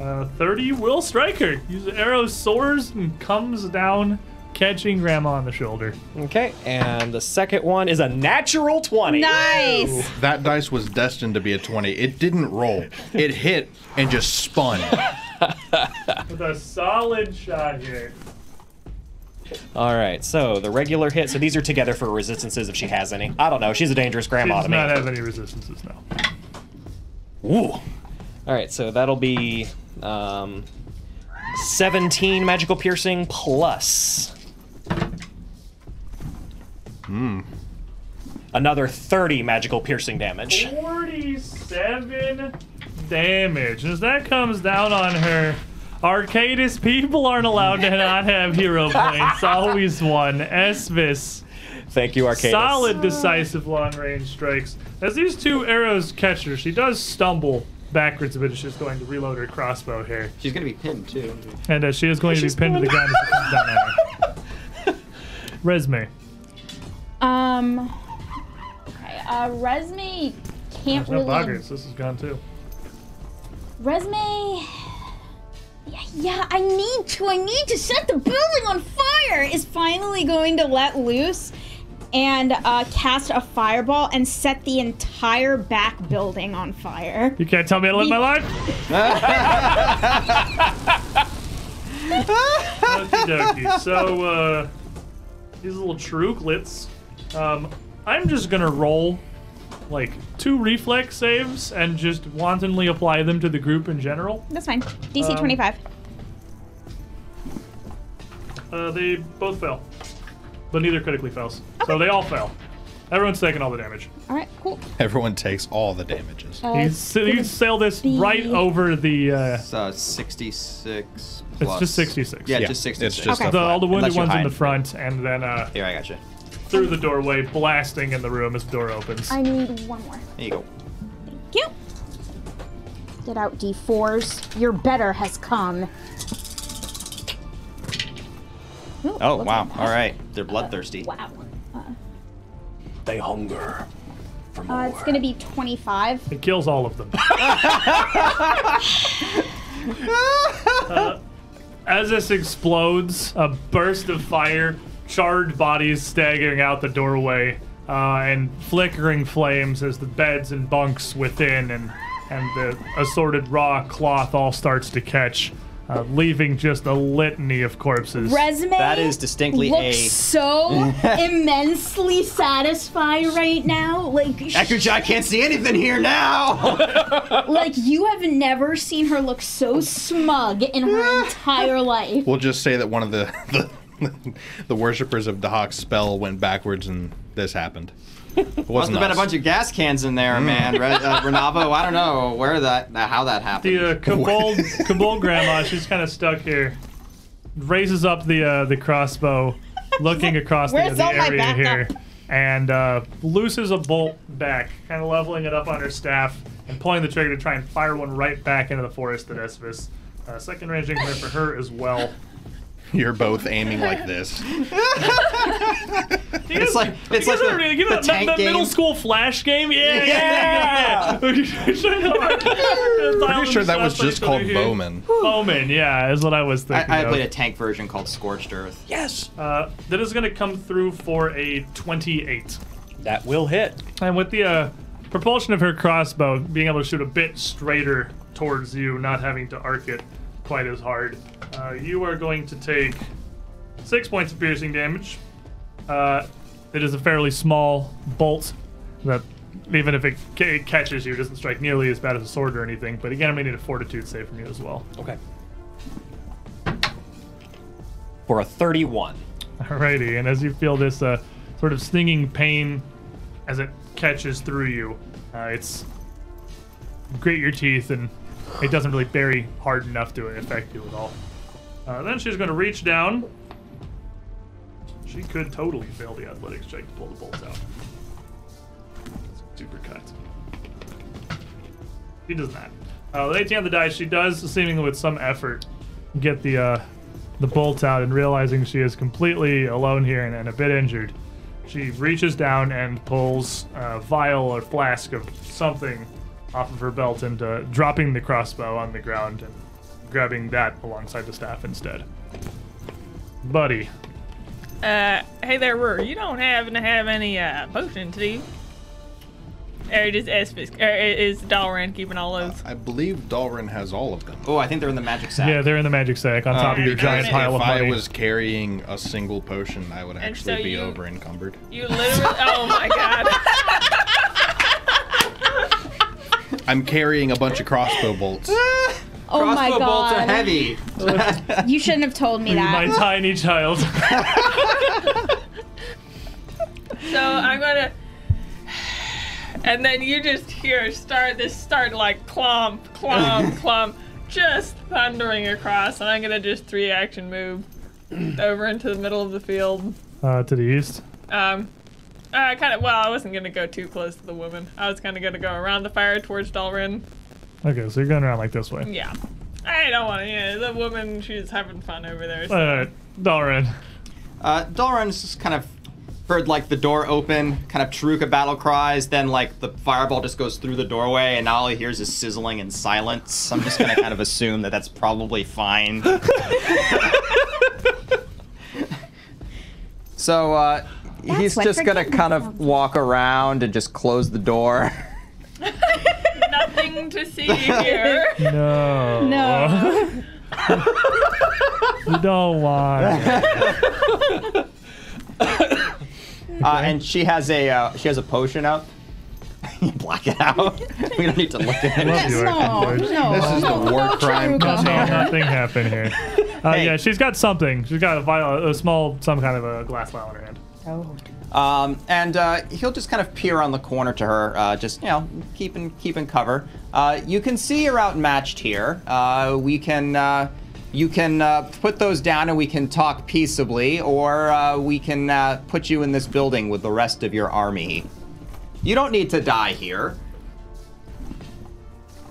[SPEAKER 1] Uh, 30 will strike her. Use arrow soars and comes down, catching Grandma on the shoulder.
[SPEAKER 6] okay, and the second one is a natural 20.
[SPEAKER 5] Nice!
[SPEAKER 2] That dice was destined to be a 20. It didn't roll. It hit and just spun.
[SPEAKER 1] With a solid shot here.
[SPEAKER 6] All right, so the regular hit. So these are together for resistances if she has any. I don't know. She's a dangerous
[SPEAKER 1] She
[SPEAKER 6] grandma
[SPEAKER 1] does
[SPEAKER 6] to me.
[SPEAKER 1] not have any resistances now.
[SPEAKER 6] Ooh. All right, so that'll be um, 17 magical piercing plus. Hmm. Another 30 magical piercing damage.
[SPEAKER 1] 47 damage. As that comes down on her, Arcadis people aren't allowed to not have hero points. Always one. Esvis.
[SPEAKER 6] Thank you, Arcadus.
[SPEAKER 1] Solid decisive long range strikes. As these two arrows catch her, she does stumble backwards, but she's going to reload her crossbow here.
[SPEAKER 3] She's gonna be pinned too.
[SPEAKER 1] And uh, she is going to be pinned to the ground as it comes down on her. Resume.
[SPEAKER 5] Um. Okay, uh, Resme can't
[SPEAKER 1] There's no
[SPEAKER 5] really.
[SPEAKER 1] boggers. This is gone too.
[SPEAKER 5] Resme. Yeah, Yeah, I need to. I need to set the building on fire. Is finally going to let loose and uh, cast a fireball and set the entire back building on fire.
[SPEAKER 1] You can't tell me to live my life? Okey-dokey. So, uh, these little truklets. Um, I'm just gonna roll like two reflex saves and just wantonly apply them to the group in general.
[SPEAKER 5] That's fine. DC
[SPEAKER 1] Um,
[SPEAKER 5] 25.
[SPEAKER 1] Uh, they both fail, but neither critically fails. So they all fail. Everyone's taking all the damage.
[SPEAKER 5] All right, cool.
[SPEAKER 2] Everyone takes all the damages.
[SPEAKER 5] Uh,
[SPEAKER 1] You,
[SPEAKER 5] it's
[SPEAKER 1] s- you
[SPEAKER 5] gonna
[SPEAKER 1] sail this right
[SPEAKER 5] be-
[SPEAKER 1] over the. Uh,
[SPEAKER 3] It's uh, 66
[SPEAKER 1] It's
[SPEAKER 3] plus-
[SPEAKER 1] just 66.
[SPEAKER 3] Yeah,
[SPEAKER 2] Yeah,
[SPEAKER 3] just
[SPEAKER 2] it's
[SPEAKER 3] 66.
[SPEAKER 2] just
[SPEAKER 5] Okay. a
[SPEAKER 1] the, all the wounded
[SPEAKER 3] Unless you
[SPEAKER 1] ones in
[SPEAKER 3] hide.
[SPEAKER 1] the front, and then uh,
[SPEAKER 3] Here, I got you.
[SPEAKER 1] through the doorway, blasting in the room as the door opens.
[SPEAKER 5] I need one more.
[SPEAKER 3] There you go.
[SPEAKER 5] Thank you. Get out D4s. Your better has come. Ooh,
[SPEAKER 3] Oh,
[SPEAKER 5] what's
[SPEAKER 3] wow.
[SPEAKER 5] that?
[SPEAKER 3] All right. They're bloodthirsty.
[SPEAKER 5] Wow. Uh,
[SPEAKER 6] They hunger for more.
[SPEAKER 5] uh, it's gonna be 25.
[SPEAKER 1] It kills all of them. Uh, as this explodes, a burst of fire, charred bodies staggering out the doorway, uh, and flickering flames as the beds and bunks within and and the assorted raw cloth all starts to catch, uh, leaving just a litany of corpses.
[SPEAKER 5] Resume.
[SPEAKER 3] That is distinctly
[SPEAKER 5] looks
[SPEAKER 3] a-
[SPEAKER 5] so immensely satisfied right now. Like sh-
[SPEAKER 3] Akuja, I can't see anything here now.
[SPEAKER 5] like you have never seen her look so smug in her entire life.
[SPEAKER 2] We'll just say that one of the the, the worshippers of Dahak's spell went backwards and this happened. It
[SPEAKER 3] Must
[SPEAKER 2] wasn't
[SPEAKER 3] have been a
[SPEAKER 2] us.
[SPEAKER 3] bunch of gas cans in there, man. Re- uh, Renavo, I don't know where that, how that happened.
[SPEAKER 1] The uh, Kabul, Kabul grandma, she's kind of stuck here. Raises up the uh, the crossbow, looking across the,
[SPEAKER 5] "Where's
[SPEAKER 1] the
[SPEAKER 5] all my
[SPEAKER 1] area
[SPEAKER 5] backup?"
[SPEAKER 1] here, and uh, looses a bolt back, kind of leveling it up on her staff and pulling the trigger to try and fire one right back into the forest at Espus. Uh, second range increment for her as well.
[SPEAKER 2] You're both aiming like this.
[SPEAKER 3] it's like
[SPEAKER 1] You
[SPEAKER 3] it's like
[SPEAKER 1] guys remember-
[SPEAKER 3] the,
[SPEAKER 1] you know
[SPEAKER 3] the
[SPEAKER 1] that-
[SPEAKER 3] tank
[SPEAKER 1] that
[SPEAKER 3] game.
[SPEAKER 1] middle school flash game? Yeah, yeah.
[SPEAKER 2] Pretty
[SPEAKER 1] Pretty
[SPEAKER 2] sure that was just called Bowman.
[SPEAKER 1] Bowman, yeah, is what I was thinking.
[SPEAKER 3] I, I
[SPEAKER 1] of.
[SPEAKER 3] played a tank version called Scorched Earth.
[SPEAKER 6] yes,
[SPEAKER 1] Uh, that is going to come through for a 28.
[SPEAKER 6] that will hit.
[SPEAKER 1] And with the uh, propulsion of her crossbow, being able to shoot a bit straighter towards you, not having to arc it quite as hard, uh, you are going to take six points of piercing damage. Uh, it is a fairly small bolt that, even if it, ca- it catches you, doesn't strike nearly as bad as a sword or anything. But again, I'm going to need a fortitude save from you as well.
[SPEAKER 6] Okay. For a 31.
[SPEAKER 1] Alrighty, and as you feel this uh, sort of stinging pain as it catches through you, uh, it's you grit your teeth and it doesn't really bury hard enough to affect you at all. Uh, then she's going to reach down. She could totally fail the athletics check to pull the bolts out. Super cut. She does not. Uh, with 18 on the die, she does, seemingly with some effort, get the uh, the bolts out and realizing she is completely alone here and, and a bit injured, she reaches down and pulls a vial or flask of something off of her belt and uh, dropping the crossbow on the ground and grabbing that alongside the staff instead. Buddy,
[SPEAKER 4] Uh, hey there, Rur. You don't happen to have any uh, potions, do you? Or does Espis, or is Dalran keeping all those?
[SPEAKER 2] I believe Dalrin has all of them.
[SPEAKER 3] Oh, I think they're in the magic sack.
[SPEAKER 1] yeah, they're in the magic sack on top of your
[SPEAKER 2] because
[SPEAKER 1] giant
[SPEAKER 4] if
[SPEAKER 1] pile
[SPEAKER 2] Um, if
[SPEAKER 1] of money.
[SPEAKER 2] I was carrying a single potion, I would actually
[SPEAKER 4] so
[SPEAKER 2] be
[SPEAKER 4] you-
[SPEAKER 2] over encumbered.
[SPEAKER 4] You literally. oh my god.
[SPEAKER 2] I'm carrying a bunch of crossbow bolts.
[SPEAKER 5] Oh
[SPEAKER 3] Crossbow
[SPEAKER 5] my
[SPEAKER 3] bolts are
[SPEAKER 5] god.
[SPEAKER 3] heavy.
[SPEAKER 5] You shouldn't have told me
[SPEAKER 1] my
[SPEAKER 5] that.
[SPEAKER 1] tiny child.
[SPEAKER 4] So I'm gonna. And then you just hear start this start like clomp, clomp, clomp, just thundering across, and I'm gonna just three action move over into the middle of the field.
[SPEAKER 1] uh, to the east.
[SPEAKER 4] Um, uh, kind of. Well, I wasn't gonna go too close to the woman. I was kind of gonna go around the fire towards Dalrin.
[SPEAKER 1] Okay, so you're going around like this way.
[SPEAKER 4] Yeah, I don't want to. Yeah, the woman, she's having fun over there. so-
[SPEAKER 1] Alright, Dalrin.
[SPEAKER 3] Uh, Dalron's just kind of heard like the door open, kind of Taruka battle cries, then like the fireball just goes through the doorway, and all he hears is sizzling and silence. I'm just gonna kind of assume that that's probably fine. so uh, he's
[SPEAKER 5] what
[SPEAKER 3] just gonna
[SPEAKER 5] forgiveness
[SPEAKER 3] kind of
[SPEAKER 5] sounds like.
[SPEAKER 3] walk around and just close the door.
[SPEAKER 4] Nothing to see here.
[SPEAKER 1] No.
[SPEAKER 5] No.
[SPEAKER 1] you don't want.
[SPEAKER 3] Uh, and she has a uh, she has a potion up. You Black it out. we don't need to look at
[SPEAKER 1] Love
[SPEAKER 3] it.
[SPEAKER 1] you,
[SPEAKER 5] No, no,
[SPEAKER 1] Archangel.
[SPEAKER 2] This is the
[SPEAKER 5] no,
[SPEAKER 2] war
[SPEAKER 5] no,
[SPEAKER 2] crime
[SPEAKER 5] Charuga.
[SPEAKER 1] No,
[SPEAKER 2] container.
[SPEAKER 1] nothing happened here. Uh,
[SPEAKER 3] Hey.
[SPEAKER 1] Yeah, she's got something. She's got a vial, a small, some kind of a glass vial in her hand.
[SPEAKER 5] Oh.
[SPEAKER 3] Um, and uh, he'll just kind of peer on the corner to her, uh, just you know, keeping keeping cover. Uh, you can see you're outmatched here. Uh, we can uh, you can uh, put those down and we can talk peaceably, or uh, we can uh, put you in this building with the rest of your army. You don't need to die here.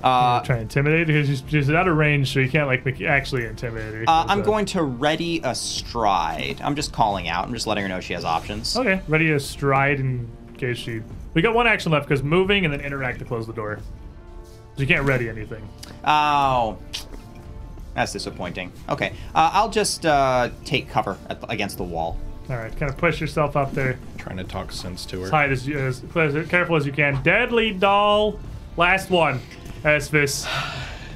[SPEAKER 3] Uh,
[SPEAKER 1] Try to intimidate because she's, she's out of range, so you can't like make- actually intimidate her.
[SPEAKER 3] uh, I'm
[SPEAKER 1] so-
[SPEAKER 3] going to ready a stride. I'm just calling out. I'm just letting her know she has options.
[SPEAKER 1] Okay, ready to stride in case she. We got one action left because moving and then interact to close the door. So you can't ready anything.
[SPEAKER 3] Oh, that's disappointing. Okay, uh, I'll just uh, take cover at the, against the wall.
[SPEAKER 1] All right, kind of push yourself up there,
[SPEAKER 2] Trying to talk sense to
[SPEAKER 1] as
[SPEAKER 2] her.
[SPEAKER 1] high as, you- as, as careful as you can. Deadly doll, last one. Esvis,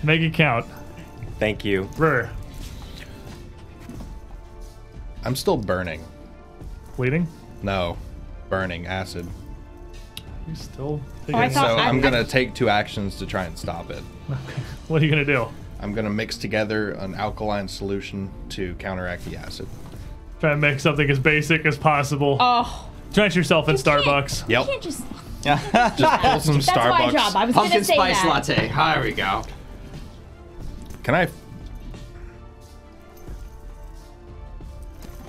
[SPEAKER 1] make it count.
[SPEAKER 6] Thank you.
[SPEAKER 1] Brr,
[SPEAKER 2] I'm still burning.
[SPEAKER 1] bleeding.
[SPEAKER 2] No, burning acid.
[SPEAKER 1] You still?
[SPEAKER 5] Oh, I
[SPEAKER 1] taking-
[SPEAKER 2] So
[SPEAKER 5] thought- I-
[SPEAKER 2] I'm
[SPEAKER 5] I-
[SPEAKER 2] gonna take two actions to try and stop it.
[SPEAKER 1] what are you gonna do?
[SPEAKER 2] I'm gonna mix together an alkaline solution to counteract the acid.
[SPEAKER 1] Try to make something as basic as possible.
[SPEAKER 5] Oh,
[SPEAKER 1] Drench yourself in
[SPEAKER 5] you can't-
[SPEAKER 1] Starbucks.
[SPEAKER 5] You
[SPEAKER 2] Yep.
[SPEAKER 5] can't just.
[SPEAKER 2] Just pull some
[SPEAKER 5] That's my
[SPEAKER 2] Starbucks.
[SPEAKER 5] job. I was
[SPEAKER 3] Pumpkin
[SPEAKER 5] gonna say
[SPEAKER 3] spice
[SPEAKER 5] that.
[SPEAKER 3] latte. There we go.
[SPEAKER 2] Can I?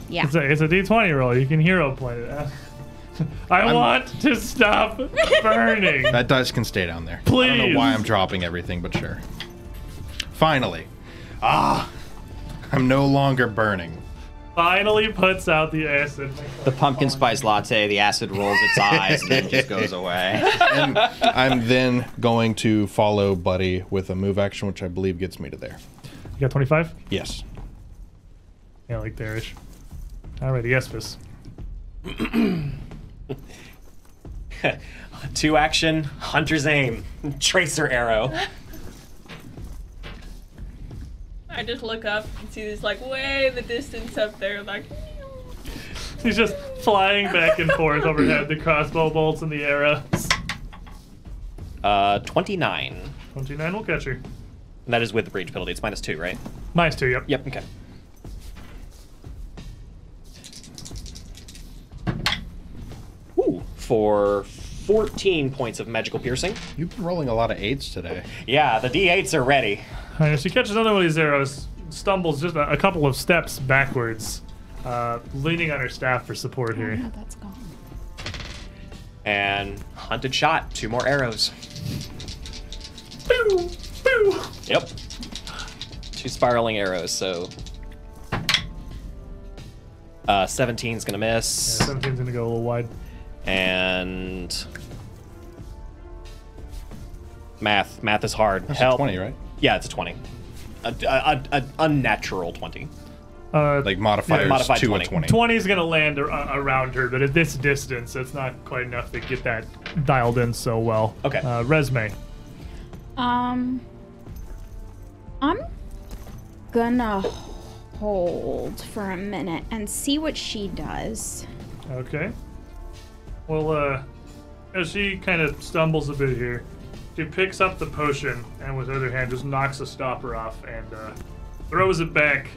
[SPEAKER 5] Yeah.
[SPEAKER 1] It's a, it's a D20 roll. You can hero point it. I want to stop burning.
[SPEAKER 2] That dice can stay down there. I don't
[SPEAKER 1] Please.
[SPEAKER 2] know why I'm dropping everything, but sure. Finally, ah, I'm no longer burning.
[SPEAKER 1] Finally puts out the acid.
[SPEAKER 3] The pumpkin spice latte. The acid rolls its eyes and then just goes away.
[SPEAKER 2] And I'm then going to follow Buddy with a move action, which I believe gets me to there.
[SPEAKER 1] You got 25?
[SPEAKER 2] Yes.
[SPEAKER 1] Yeah, like there-ish. Alrighty, Espus.
[SPEAKER 6] Two action, Hunter's Aim, Tracer Arrow.
[SPEAKER 4] I just look up and see this like way in the distance up there, like.
[SPEAKER 1] He's just flying back and forth overhead, the crossbow bolts and the arrows.
[SPEAKER 6] Uh, 29.
[SPEAKER 1] 29 will catch her.
[SPEAKER 6] And that is with the breach penalty. It's minus two, right?
[SPEAKER 1] Minus two, yep.
[SPEAKER 6] Yep. Okay. Ooh, for 14 points of magical piercing.
[SPEAKER 2] You've been rolling a lot of eights today.
[SPEAKER 6] Yeah, the D8s are ready.
[SPEAKER 1] Uh, she catches another one of these arrows, stumbles just a, a couple of steps backwards, uh, leaning on her staff for support here.
[SPEAKER 5] No, that's gone.
[SPEAKER 6] And hunted shot. Two more arrows.
[SPEAKER 1] Pew! Pew!
[SPEAKER 6] Yep. Two spiraling arrows, so. Uh, 17's gonna miss.
[SPEAKER 1] 17's gonna go a little wide.
[SPEAKER 6] and math math is hard
[SPEAKER 2] That's a
[SPEAKER 6] help
[SPEAKER 2] Twenty, right?
[SPEAKER 6] yeah it's a 20 a, a, a, a unnatural 20
[SPEAKER 1] Uh,
[SPEAKER 2] Like modifiers
[SPEAKER 6] modified
[SPEAKER 2] to
[SPEAKER 6] 20.
[SPEAKER 2] a twenty.
[SPEAKER 1] 20 is going to land ar- uh, around her, but at this distance, it's not quite enough to get that dialed in so well.
[SPEAKER 6] Okay.
[SPEAKER 1] Uh, resume.
[SPEAKER 5] Um, I'm gonna hold for a minute and see what she does.
[SPEAKER 1] Okay. Well, uh, as she kind of stumbles a bit here, she picks up the potion and with her other hand just knocks the stopper off and uh, throws it back.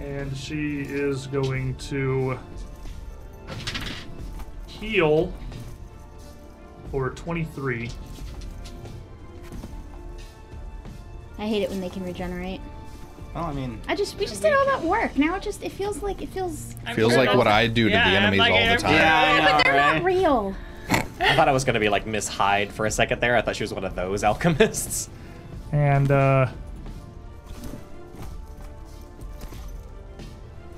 [SPEAKER 1] And she is going to heal for 23.
[SPEAKER 5] I hate it when they can regenerate.
[SPEAKER 3] Well, I mean,
[SPEAKER 5] I just we just did all that work. Now it just it feels like it feels.
[SPEAKER 2] Feels like what I do to
[SPEAKER 4] Yeah,
[SPEAKER 2] the
[SPEAKER 4] I'm
[SPEAKER 2] enemies
[SPEAKER 4] like,
[SPEAKER 2] all the
[SPEAKER 4] I'm-
[SPEAKER 2] time.
[SPEAKER 3] yeah, I know,
[SPEAKER 5] They're
[SPEAKER 3] right?
[SPEAKER 5] not real.
[SPEAKER 6] i thought i was gonna be like miss hyde for a second there i thought she was one of those alchemists
[SPEAKER 1] And uh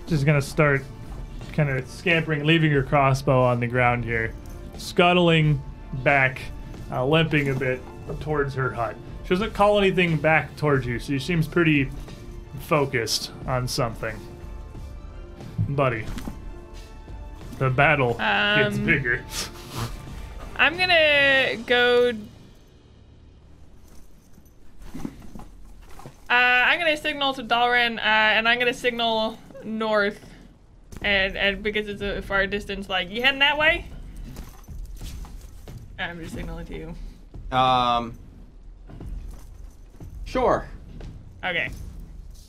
[SPEAKER 1] just gonna start kind of scampering, leaving your crossbow on the ground here, scuttling back, uh, limping a bit towards her hut. She doesn't call anything back towards you. She seems pretty focused on something. Buddy, the battle gets
[SPEAKER 4] Um,
[SPEAKER 1] bigger.
[SPEAKER 4] I'm gonna go. Uh, I'm gonna signal to Dalren, uh, and I'm gonna signal north, and and because it's a far distance, like you heading that way. I'm just signaling to you.
[SPEAKER 3] um, sure.
[SPEAKER 4] Okay.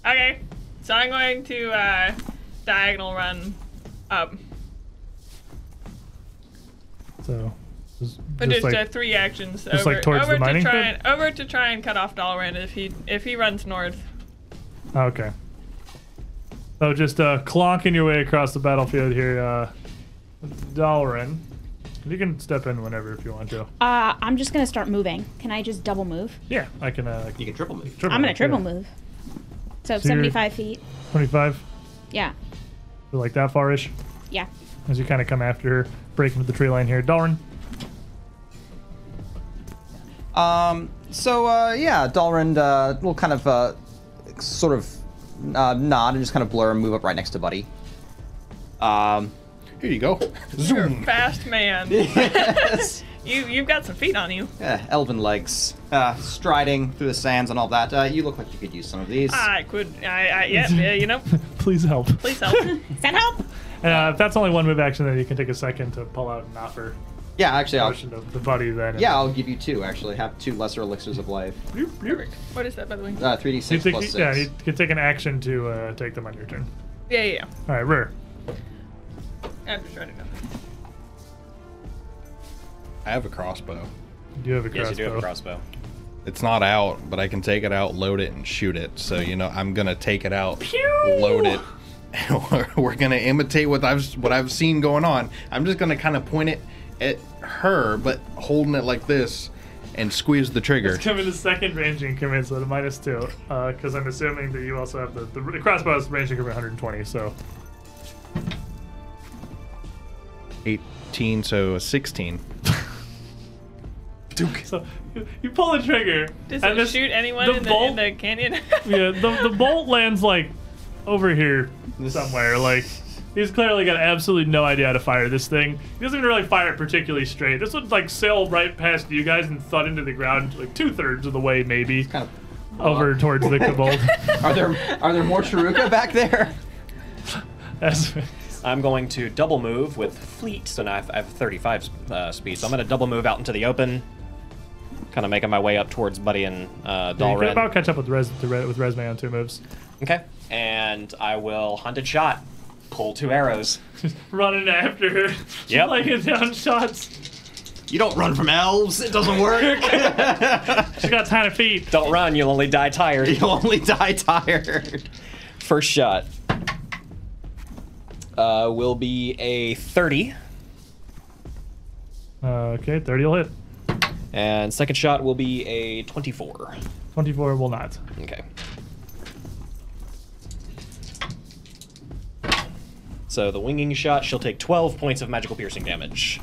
[SPEAKER 4] Okay. So I'm going to uh, diagonal run up. But
[SPEAKER 1] Just
[SPEAKER 4] just
[SPEAKER 1] like-
[SPEAKER 4] uh, three actions
[SPEAKER 1] just
[SPEAKER 4] over,
[SPEAKER 1] like towards
[SPEAKER 4] over
[SPEAKER 1] the mining
[SPEAKER 4] to try
[SPEAKER 1] pit?
[SPEAKER 4] and, over to try and cut off Dalaran if he if he runs north.
[SPEAKER 1] Okay. So just uh, clonking your way across the battlefield here, uh, Dalren. You can step in whenever if you want to.
[SPEAKER 5] Uh, I'm just gonna start moving. Can I just double move?
[SPEAKER 1] Yeah, I can. Uh,
[SPEAKER 3] You can triple move.
[SPEAKER 5] I'm gonna triple
[SPEAKER 1] yeah.
[SPEAKER 5] move. So,
[SPEAKER 1] So you're-
[SPEAKER 5] 75 feet.
[SPEAKER 1] Twenty-five,
[SPEAKER 5] Yeah,
[SPEAKER 1] so like that far-ish,
[SPEAKER 5] yeah.
[SPEAKER 1] as you kind of come after her, breaking the tree line here, Dalren.
[SPEAKER 9] Um, so uh, yeah, Dalrind uh, will kind of uh, sort of uh, nod and just kind of blur and move up right next to Buddy. Um,
[SPEAKER 2] Here you go.
[SPEAKER 4] You're a fast man. you you've got some feet on you.
[SPEAKER 9] yeah,
[SPEAKER 3] Elven legs.
[SPEAKER 9] uh, striding through the sands and all that. Uh, you look like you could use some of these.
[SPEAKER 5] Uh,
[SPEAKER 4] I could I, I yeah, yeah you know
[SPEAKER 1] Please help.
[SPEAKER 4] please help.
[SPEAKER 5] Does that help?
[SPEAKER 1] Uh, if that's only one move action, then you can take a second to pull out and offer
[SPEAKER 9] Yeah, actually, I'll,
[SPEAKER 1] potion to the buddy. Then and-
[SPEAKER 9] yeah, I'll give you two. Actually, have two lesser elixirs of life.
[SPEAKER 1] Bloop, bloop.
[SPEAKER 4] what is that by the way?
[SPEAKER 9] Uh, 3d6
[SPEAKER 1] You take-
[SPEAKER 9] plus six.
[SPEAKER 1] yeah, you can take an action to uh, take them on your turn.
[SPEAKER 4] Yeah yeah.
[SPEAKER 1] All right, rare.
[SPEAKER 4] yeah. I'm just trying to know.
[SPEAKER 2] I have a crossbow.
[SPEAKER 1] You do have a crossbow.
[SPEAKER 6] Yes, you do have a crossbow.
[SPEAKER 2] It's not out, but I can take it out, load it, and shoot it. So you know, I'm gonna take it out, load it. and we're- We're gonna imitate what I've what I've seen going on. I'm just gonna kind of point it at her, but holding it like this, and squeeze the trigger.
[SPEAKER 1] It's coming to second ranging command, so the minus two. Because I'm assuming that you also have the, the crossbow's ranging command 120, so
[SPEAKER 2] 18, so 16.
[SPEAKER 1] so you, you pull the trigger.
[SPEAKER 4] Does
[SPEAKER 1] and
[SPEAKER 4] it
[SPEAKER 1] this-
[SPEAKER 4] shoot anyone
[SPEAKER 1] the
[SPEAKER 4] in, the,
[SPEAKER 1] bolt-
[SPEAKER 4] in the canyon?
[SPEAKER 1] Yeah, the, the bolt lands like over here somewhere. Like he's clearly got absolutely no idea how to fire this thing. He doesn't even really fire it particularly straight. This would like sail right past you guys and thud into the ground like two thirds of the way maybe
[SPEAKER 9] Kind of-
[SPEAKER 1] over towards the kobold.
[SPEAKER 9] are there are there more Charuka back there?
[SPEAKER 1] As-
[SPEAKER 6] I'm going to double move with fleet, so now I have, I have 35 uh, speed. So I'm going to double move out into the open, kind of making my way up towards Buddy and uh,
[SPEAKER 1] You can
[SPEAKER 6] Dalren.
[SPEAKER 1] about catch up with Res, to Re- with Resume on two moves.
[SPEAKER 6] Okay, and I will hunted shot, pull two arrows.
[SPEAKER 1] running after her.
[SPEAKER 6] Yep.
[SPEAKER 1] like it down shots.
[SPEAKER 3] You don't run from elves. It doesn't work.
[SPEAKER 1] She's got tiny feet.
[SPEAKER 6] Don't run, you'll only die tired.
[SPEAKER 3] you only die tired.
[SPEAKER 6] First shot uh, will be a 30,
[SPEAKER 1] Uh, okay, 30 will hit.
[SPEAKER 6] and second shot will be a 24.
[SPEAKER 1] 24 will not.
[SPEAKER 6] Okay. So the winging shot, she'll take 12 points of magical piercing damage.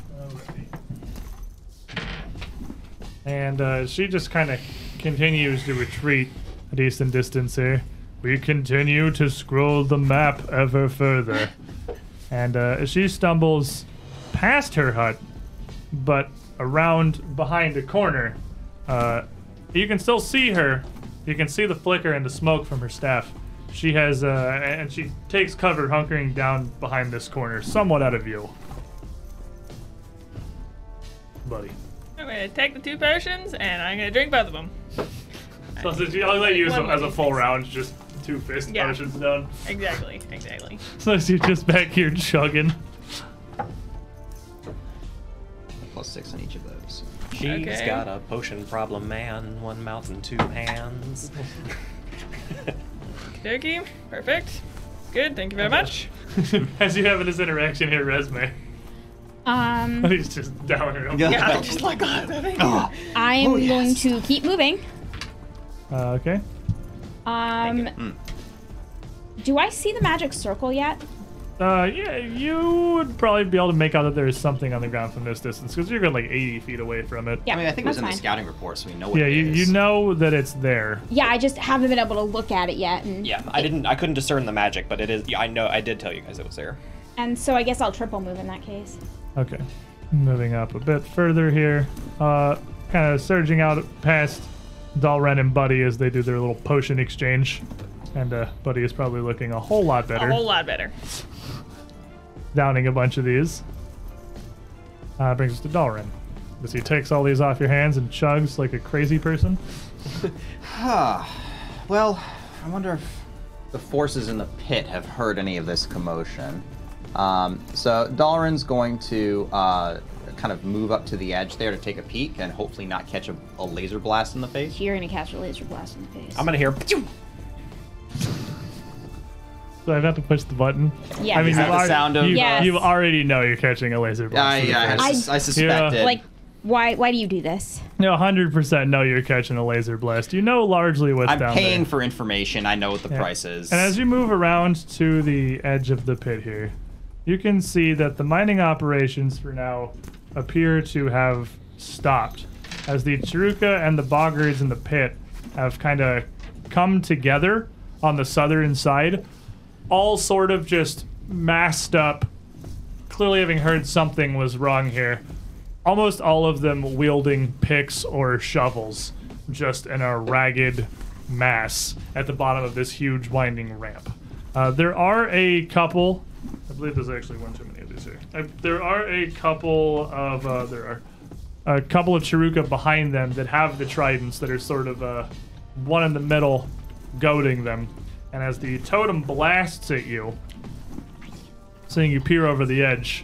[SPEAKER 1] And uh, she just kind of continues to retreat a decent distance here. We continue to scroll the map ever further. and uh, she stumbles past her hut, but around behind a corner. Uh, you can still see her. You can see the flicker and the smoke from her staff. She has, uh, and she takes cover, hunkering down behind this corner, somewhat out of view. Buddy.
[SPEAKER 4] I'm gonna take the two potions and I'm gonna drink both of them.
[SPEAKER 1] So since you- I'll let you use
[SPEAKER 4] One
[SPEAKER 1] them as a
[SPEAKER 4] more
[SPEAKER 1] full
[SPEAKER 4] piece.
[SPEAKER 1] round, just two fist
[SPEAKER 4] Yeah.
[SPEAKER 1] potions down.
[SPEAKER 4] Exactly, exactly.
[SPEAKER 1] So you're just back here chugging.
[SPEAKER 9] Plus six on each of those.
[SPEAKER 6] She's
[SPEAKER 4] Okay.
[SPEAKER 6] got a potion problem, man. One mouth and two hands.
[SPEAKER 4] Doki, perfect. Good, thank you very much.
[SPEAKER 1] as you have this interaction here, resume.
[SPEAKER 5] Um,
[SPEAKER 1] He's just down her.
[SPEAKER 4] Yeah, I'm just like
[SPEAKER 3] Ah.
[SPEAKER 5] I'm
[SPEAKER 3] Oh, yes.
[SPEAKER 5] going to keep moving.
[SPEAKER 1] Uh, okay.
[SPEAKER 3] Mm.
[SPEAKER 5] Um, do I see the magic circle yet?
[SPEAKER 1] Uh, yeah, you would probably be able to make out that there is something on the ground from this distance because you're going like 80 feet away from it.
[SPEAKER 5] Yeah,
[SPEAKER 3] I mean, I think it was
[SPEAKER 5] that's
[SPEAKER 3] in the
[SPEAKER 5] fine.
[SPEAKER 3] scouting report, so we know what
[SPEAKER 1] Yeah,
[SPEAKER 3] it
[SPEAKER 1] you,
[SPEAKER 3] is.
[SPEAKER 1] you know that it's there.
[SPEAKER 5] Yeah, I just haven't been able to look at it yet, and
[SPEAKER 6] yeah, I didn't. I couldn't discern the magic, but it is. I know. I did tell you guys it was there.
[SPEAKER 5] and so I guess I'll triple move in that case.
[SPEAKER 1] Okay. Moving up a bit further here. Uh, kind of surging out past Dalren and Buddy as they do their little potion exchange. And uh, Buddy is probably looking a whole lot
[SPEAKER 4] a
[SPEAKER 1] better,
[SPEAKER 4] whole lot better.
[SPEAKER 1] downing a bunch of these. Uh, brings us to Dalren. As he takes all these off your hands and chugs like a crazy person.
[SPEAKER 9] Ah, Well, I wonder if the forces in the pit have heard any of this commotion. Um, so Dalrin's going to uh, kind of move up to the edge there to take a peek and hopefully not catch a, a laser blast in the face.
[SPEAKER 5] You're gonna catch a laser blast in the face.
[SPEAKER 8] I'm gonna hear.
[SPEAKER 1] So I'd have to push the button.
[SPEAKER 5] Yeah.
[SPEAKER 1] I mean,
[SPEAKER 5] Is
[SPEAKER 1] you,
[SPEAKER 5] that
[SPEAKER 9] the
[SPEAKER 1] already,
[SPEAKER 9] sound of,
[SPEAKER 1] you,
[SPEAKER 5] Yes.
[SPEAKER 1] you already know you're catching a laser blast.
[SPEAKER 9] I,
[SPEAKER 1] to the
[SPEAKER 9] I,
[SPEAKER 1] face.
[SPEAKER 9] I,
[SPEAKER 5] I-
[SPEAKER 9] I suspected.
[SPEAKER 5] like, why? Why do you do this?
[SPEAKER 1] No, 100% know you're catching a laser blast. You know largely what's
[SPEAKER 9] I'm
[SPEAKER 1] down
[SPEAKER 9] paying
[SPEAKER 1] there.
[SPEAKER 9] for information. I know what the
[SPEAKER 1] Yeah.
[SPEAKER 9] price is.
[SPEAKER 1] And as you move around to the edge of the pit here, you can see that the mining operations for now appear to have stopped, as the Chiruka and the Boggards in the pit have kind of come together on the southern side, all sort of just massed up, clearly having heard something was wrong here. Almost all of them wielding picks or shovels, just in a ragged mass at the bottom of this huge winding ramp. Uh, there are a couple. I believe there's actually one too many of these here. I, there are a couple of uh, there are a couple of Chiruka behind them that have the tridents that are sort of uh, one in the middle, goading them. And as the totem blasts at you, seeing you peer over the edge,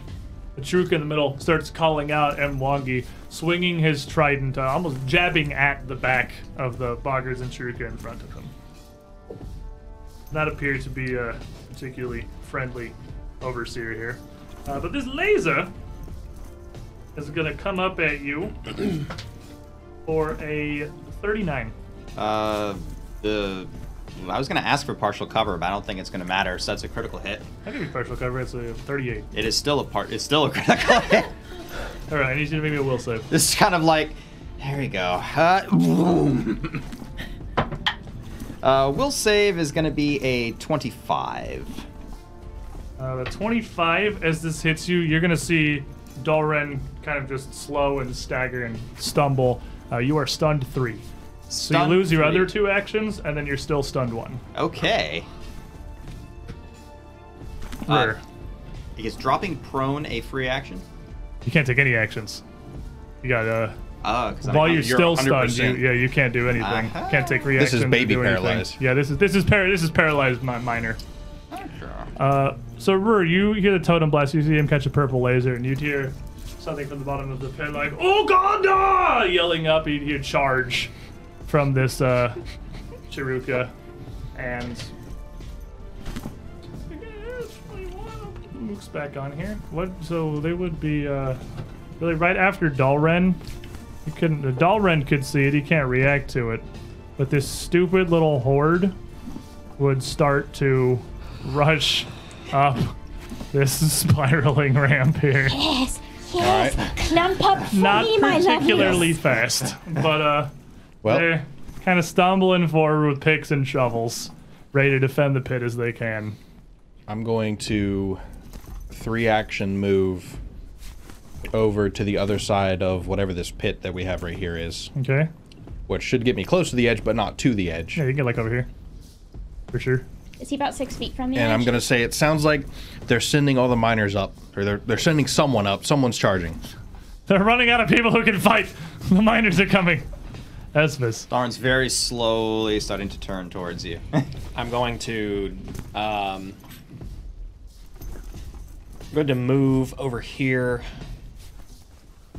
[SPEAKER 1] the Chiruka in the middle starts calling out M. Wangi, swinging his trident, uh, almost jabbing at the back of the Boggers and Chiruka in front of him. Not appear to be a particularly friendly overseer here. Uh, but this laser is going to come up at you for a 39.
[SPEAKER 3] Uh, the I was gonna ask for partial cover, but I don't think it's gonna matter. So that's a critical hit.
[SPEAKER 1] I think you partial cover, it's a 38.
[SPEAKER 3] It is still a part. It's still a critical hit.
[SPEAKER 1] All right, I need you to make me a will save.
[SPEAKER 3] This is kind of like, there we go. Uh, boom. Uh, will save is gonna be a 25.
[SPEAKER 1] Uh, the 25, as this hits you, you're going to see Dalren kind of just slow and stagger and stumble. Uh, you are stunned three. So
[SPEAKER 3] Stunned
[SPEAKER 1] you lose your
[SPEAKER 3] three.
[SPEAKER 1] other two actions, and then you're still stunned one.
[SPEAKER 3] Okay. Uh,
[SPEAKER 1] Rare.
[SPEAKER 3] Is dropping prone a free action?
[SPEAKER 1] you can't take any actions. You got uh,
[SPEAKER 3] Uh, 'cause I'm-
[SPEAKER 1] while you're,
[SPEAKER 2] you're
[SPEAKER 1] still stunned, you,
[SPEAKER 2] 100%.
[SPEAKER 1] yeah, you can't do anything.
[SPEAKER 3] Uh-huh.
[SPEAKER 1] Can't take reactions.
[SPEAKER 2] is
[SPEAKER 1] or
[SPEAKER 2] baby
[SPEAKER 1] do anything.
[SPEAKER 2] paralyzed.
[SPEAKER 1] Yeah, this is this is par- this is paralyzed my minor.
[SPEAKER 3] Sure.
[SPEAKER 1] Uh, so Rur, you hear the totem blast, you see him catch a purple laser, and you'd hear something from the bottom of the pit like "Uganda!" yelling up. You'd hear charge from this uh, Chiruka, and I guess we wanna- Luke's back on here. What? So they would be uh, really right after Dalren. You couldn't. Dalren could see it. He can't react to it. But this stupid little horde would start to rush up this spiraling ramp here.
[SPEAKER 5] Yes. Yes. Clump up for
[SPEAKER 1] Not
[SPEAKER 5] me, my
[SPEAKER 1] particularly
[SPEAKER 5] lovelies.
[SPEAKER 1] fast, but uh,
[SPEAKER 2] Well,
[SPEAKER 1] they're kind of stumbling forward with picks and shovels, ready to defend the pit as they can.
[SPEAKER 2] I'm going to three action move over to the other side of whatever this pit that we have right here is,
[SPEAKER 1] Okay,
[SPEAKER 2] which should get me close to the edge, but not to the edge.
[SPEAKER 1] yeah, you can get like over here, for sure.
[SPEAKER 5] Is he about six feet from the
[SPEAKER 2] And I'm
[SPEAKER 5] edge?
[SPEAKER 2] going to say it sounds like they're sending all the miners up, or they're, they're sending someone up. Someone's charging.
[SPEAKER 1] They're running out of people who can fight. The miners are coming. Esmus.
[SPEAKER 3] Darn's very slowly starting to turn towards you.
[SPEAKER 8] I'm going to. Um, I'm going to move over here,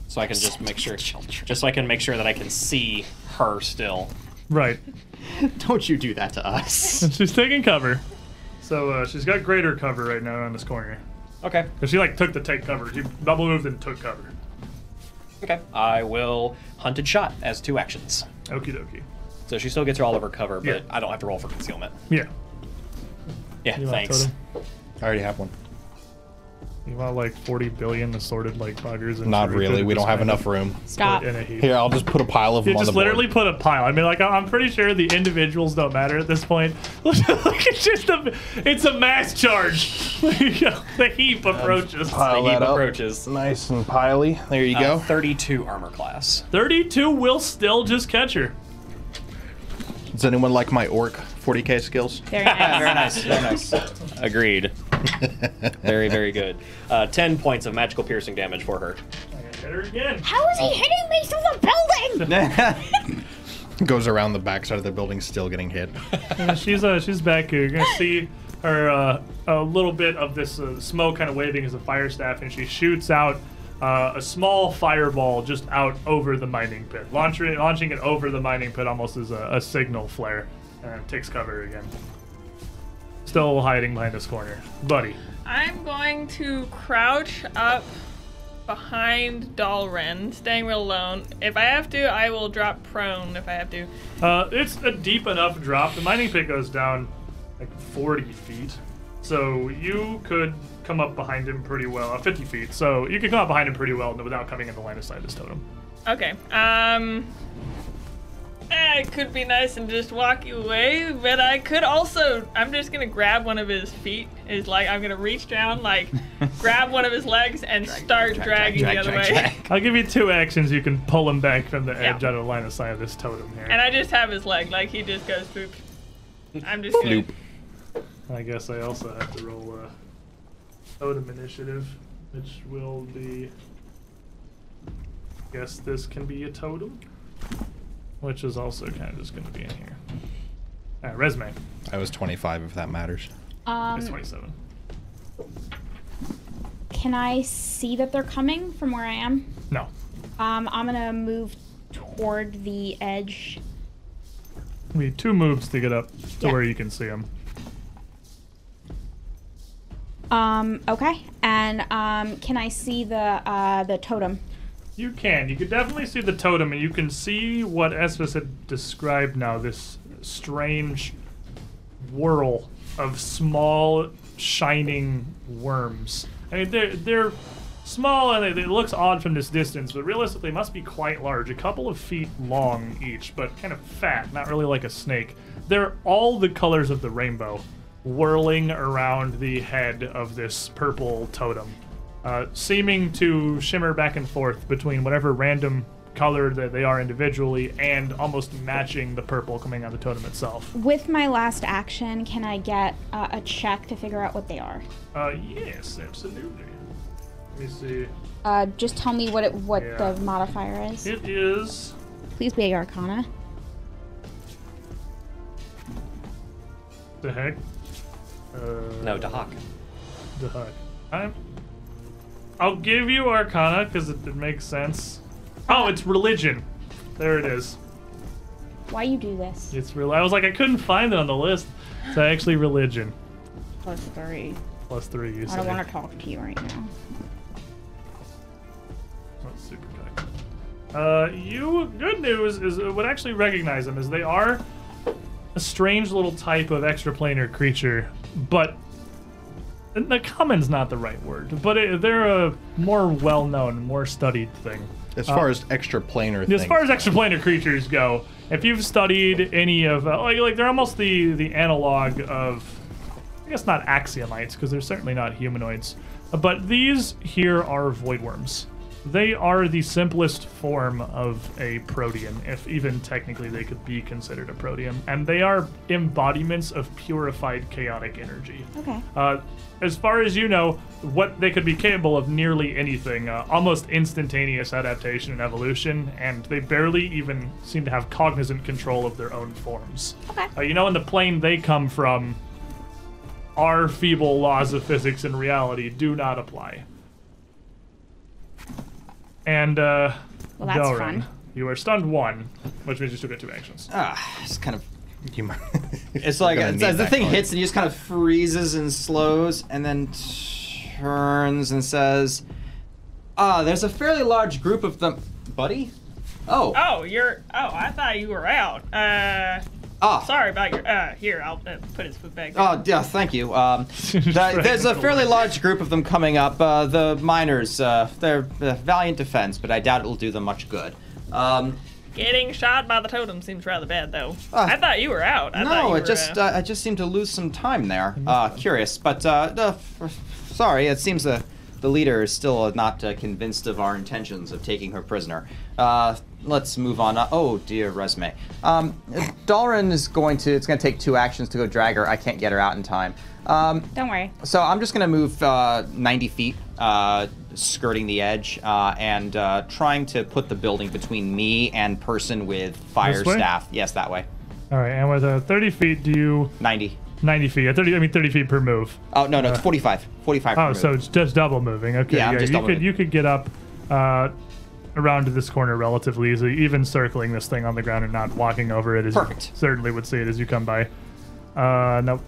[SPEAKER 8] so I can just make sure. Just so I can make sure that I can see her still.
[SPEAKER 1] Right.
[SPEAKER 3] don't you do that to us.
[SPEAKER 1] And she's taking cover. So uh, she's got greater cover right now on this corner.
[SPEAKER 8] Okay.
[SPEAKER 1] Because she like took the take cover. She double moved and took cover.
[SPEAKER 8] Okay. I will hunted shot as two actions.
[SPEAKER 1] Okie dokie.
[SPEAKER 8] So she still gets all of her cover, but
[SPEAKER 1] Yeah.
[SPEAKER 8] I don't have to roll for concealment.
[SPEAKER 1] Yeah.
[SPEAKER 8] Yeah,
[SPEAKER 1] You want
[SPEAKER 8] thanks.
[SPEAKER 1] totem?
[SPEAKER 2] I already have one.
[SPEAKER 1] You want like 40 billion assorted like buggers and
[SPEAKER 2] Not
[SPEAKER 1] Naruto
[SPEAKER 2] really.
[SPEAKER 1] to
[SPEAKER 2] We don't
[SPEAKER 1] just
[SPEAKER 2] have
[SPEAKER 1] kind of
[SPEAKER 2] enough room.
[SPEAKER 5] Stop.
[SPEAKER 1] put In a heap.
[SPEAKER 2] Here, I'll just put a pile of them
[SPEAKER 1] You
[SPEAKER 2] on the
[SPEAKER 1] just literally
[SPEAKER 2] board.
[SPEAKER 1] put a pile. I mean, like I- I'm pretty sure the individuals don't matter at this point. Look, it's just a, it's a mass charge. the heap approaches.
[SPEAKER 2] pile
[SPEAKER 8] the heap
[SPEAKER 2] that up.
[SPEAKER 8] approaches.
[SPEAKER 2] Nice and piley. There you
[SPEAKER 8] Uh,
[SPEAKER 2] go.
[SPEAKER 8] 32 armor class.
[SPEAKER 1] 32 will still just catch her.
[SPEAKER 2] Does anyone like my orc 40k skills?
[SPEAKER 5] Very nice.
[SPEAKER 3] very nice, very nice.
[SPEAKER 8] Agreed. very, very good. Uh, 10 points of magical piercing damage for her.
[SPEAKER 1] I gotta hit her again.
[SPEAKER 5] How is he hitting me through the building?
[SPEAKER 2] Goes around the backside of the building, still getting hit.
[SPEAKER 1] Uh, she's uh, she's back here. You're gonna see her uh, a little bit of this uh, smoke kind of waving as a fire staff, and she shoots out uh, a small fireball just out over the mining pit, launching it, launching it over the mining pit almost as a, a signal flare, and then takes cover again. Still hiding behind this corner, buddy.
[SPEAKER 4] I'm going to crouch up behind Dalren, staying real alone. If I have to, I will drop prone if I have to.
[SPEAKER 1] Uh, it's a deep enough drop. The mining pit goes down like 40 feet. So you could come up behind him pretty well, uh, 50 feet. So you could come up behind him pretty well without coming into line of sight of his totem.
[SPEAKER 4] Okay. Um. eh, It could be nice and just walk you away, but I could also. I'm just gonna grab one of his feet. Is like I'm gonna reach down, like grab one of his legs and start dragging the other way.
[SPEAKER 1] I'll give you two actions. You can pull him back from the edge
[SPEAKER 4] Yeah.
[SPEAKER 1] out of line of sight of this totem here.
[SPEAKER 4] And I just have his leg, like he just goes boop. I'm just gonna.
[SPEAKER 2] Bloop.
[SPEAKER 1] I guess I also have to roll a totem initiative, which will be. Guess this can be a totem, which is also kind of just going to be in here. All right, resume.
[SPEAKER 2] I was 25, if that matters.
[SPEAKER 1] It's
[SPEAKER 5] Um,
[SPEAKER 1] 27.
[SPEAKER 5] can I see that they're coming from where I am?
[SPEAKER 1] No.
[SPEAKER 5] Um, I'm gonna move toward the edge.
[SPEAKER 1] We need two moves to get up to
[SPEAKER 5] Yeah.
[SPEAKER 1] where you can see him.
[SPEAKER 5] Um, okay. And um, can I see the uh, the totem?
[SPEAKER 1] You can. You can definitely see the totem, and you can see what Espis had described now this strange whirl of small, shining worms. I mean, they're, they're small and it, it looks odd from this distance, but realistically, must be quite large a couple of feet long each, but kind of fat, not really like a snake. They're all the colors of the rainbow whirling around the head of this purple totem uh, seeming to shimmer back and forth between whatever random color that they are individually and almost matching the purple coming out of the totem itself.
[SPEAKER 5] With my last action, can I get uh, a check to figure out what they are?
[SPEAKER 1] Uh, yes, absolutely. Let me see.
[SPEAKER 5] Uh, just tell me what it what
[SPEAKER 1] Yeah.
[SPEAKER 5] the modifier is.
[SPEAKER 1] It is.
[SPEAKER 5] Please be Arcana.
[SPEAKER 1] The heck? Uh,
[SPEAKER 6] No, Dahak.
[SPEAKER 1] The heck. I'm. I'll give you Arcana because it, it makes sense. Oh, it's religion. There it is.
[SPEAKER 5] Why you do this?
[SPEAKER 1] It's real. I was like, I couldn't find it on the list. It's actually religion.
[SPEAKER 5] Plus three.
[SPEAKER 1] Plus three, you
[SPEAKER 5] I don't
[SPEAKER 1] say.
[SPEAKER 5] want to talk to you right now.
[SPEAKER 1] Not super tight. Uh, you good news is uh, would actually recognize them as they are a strange little type of extraplanar creature, but and the common's not the right word, but it, they're a more well-known, more studied thing.
[SPEAKER 2] As far as extra planar
[SPEAKER 1] Uh, As far as extraplanar creatures go, if you've studied any of uh, like like they're almost the the analog of I guess not axionites because they're certainly not humanoids, Uh, but these here are voidworms. They are the simplest form of a protean, if even technically they could be considered a protean, and they are embodiments of purified chaotic energy.
[SPEAKER 5] Okay.
[SPEAKER 1] Uh, as far as you know, what they could be capable of nearly anything, uh, almost instantaneous adaptation and evolution, and they barely even seem to have cognizant control of their own forms.
[SPEAKER 5] Okay.
[SPEAKER 1] Uh, you know, in the plane they come from, our feeble laws of physics and reality do not apply. And, uh,
[SPEAKER 5] Well, that's
[SPEAKER 1] Delrin,
[SPEAKER 5] fun.
[SPEAKER 1] you are stunned one, which means you still get two actions.
[SPEAKER 3] Ah, it's kind of.
[SPEAKER 2] You might-
[SPEAKER 3] It's
[SPEAKER 2] You're
[SPEAKER 3] like
[SPEAKER 2] gonna
[SPEAKER 3] it's,
[SPEAKER 2] need
[SPEAKER 3] as the
[SPEAKER 2] that
[SPEAKER 3] thing
[SPEAKER 2] card.
[SPEAKER 3] hits and he just kind of freezes and slows and then turns and says, "Ah, there's a fairly large group of them, buddy." Oh,
[SPEAKER 4] Oh, you're. Oh, I thought you were out. Uh,
[SPEAKER 3] ah,
[SPEAKER 4] sorry about your. Uh, here, I'll uh, put his foot back. down.
[SPEAKER 3] Oh, yeah, thank you. Um, th- there's a fairly large group of them coming up. Uh, the miners, uh, they're uh, valiant defense, but I doubt it'll do them much good. Um,
[SPEAKER 4] Getting shot by the totem seems rather bad, though.
[SPEAKER 3] Uh,
[SPEAKER 4] I thought you were out. I thought you
[SPEAKER 3] no,
[SPEAKER 4] were,
[SPEAKER 3] it just
[SPEAKER 4] uh,
[SPEAKER 3] uh, I just seemed to lose some time there. Uh, curious, but uh, no, f- f- sorry, it seems the the leader is still not uh, convinced of our intentions of taking her prisoner.
[SPEAKER 9] Uh,
[SPEAKER 3] Let's move on. Uh, oh dear, resume.
[SPEAKER 9] um, Dalrin is going to. It's going to take two actions to go drag her. I can't get her out in time. Um,
[SPEAKER 5] Don't worry.
[SPEAKER 9] so I'm just going to move. Uh,
[SPEAKER 3] 90 feet, uh, skirting the edge, uh, and uh, trying to put the building between me and person with fire
[SPEAKER 1] way?
[SPEAKER 3] staff. Yes, that way.
[SPEAKER 1] All right, and with uh, 30 feet, do you
[SPEAKER 3] 90.
[SPEAKER 1] 90 feet? uh, 30, I mean 30 feet per move.
[SPEAKER 3] Oh, no, no, it's 45. 45.
[SPEAKER 1] Oh,
[SPEAKER 3] per
[SPEAKER 1] so
[SPEAKER 3] move.
[SPEAKER 1] it's just double moving. Okay,
[SPEAKER 3] Yeah,
[SPEAKER 1] yeah,
[SPEAKER 3] I'm just
[SPEAKER 1] you
[SPEAKER 3] double
[SPEAKER 1] could
[SPEAKER 3] moving.
[SPEAKER 1] you could get up uh, around to this corner relatively easily. Even circling this thing on the ground and not walking over it, as
[SPEAKER 8] Perfect.
[SPEAKER 1] you certainly would see it as you come by. Uh, and that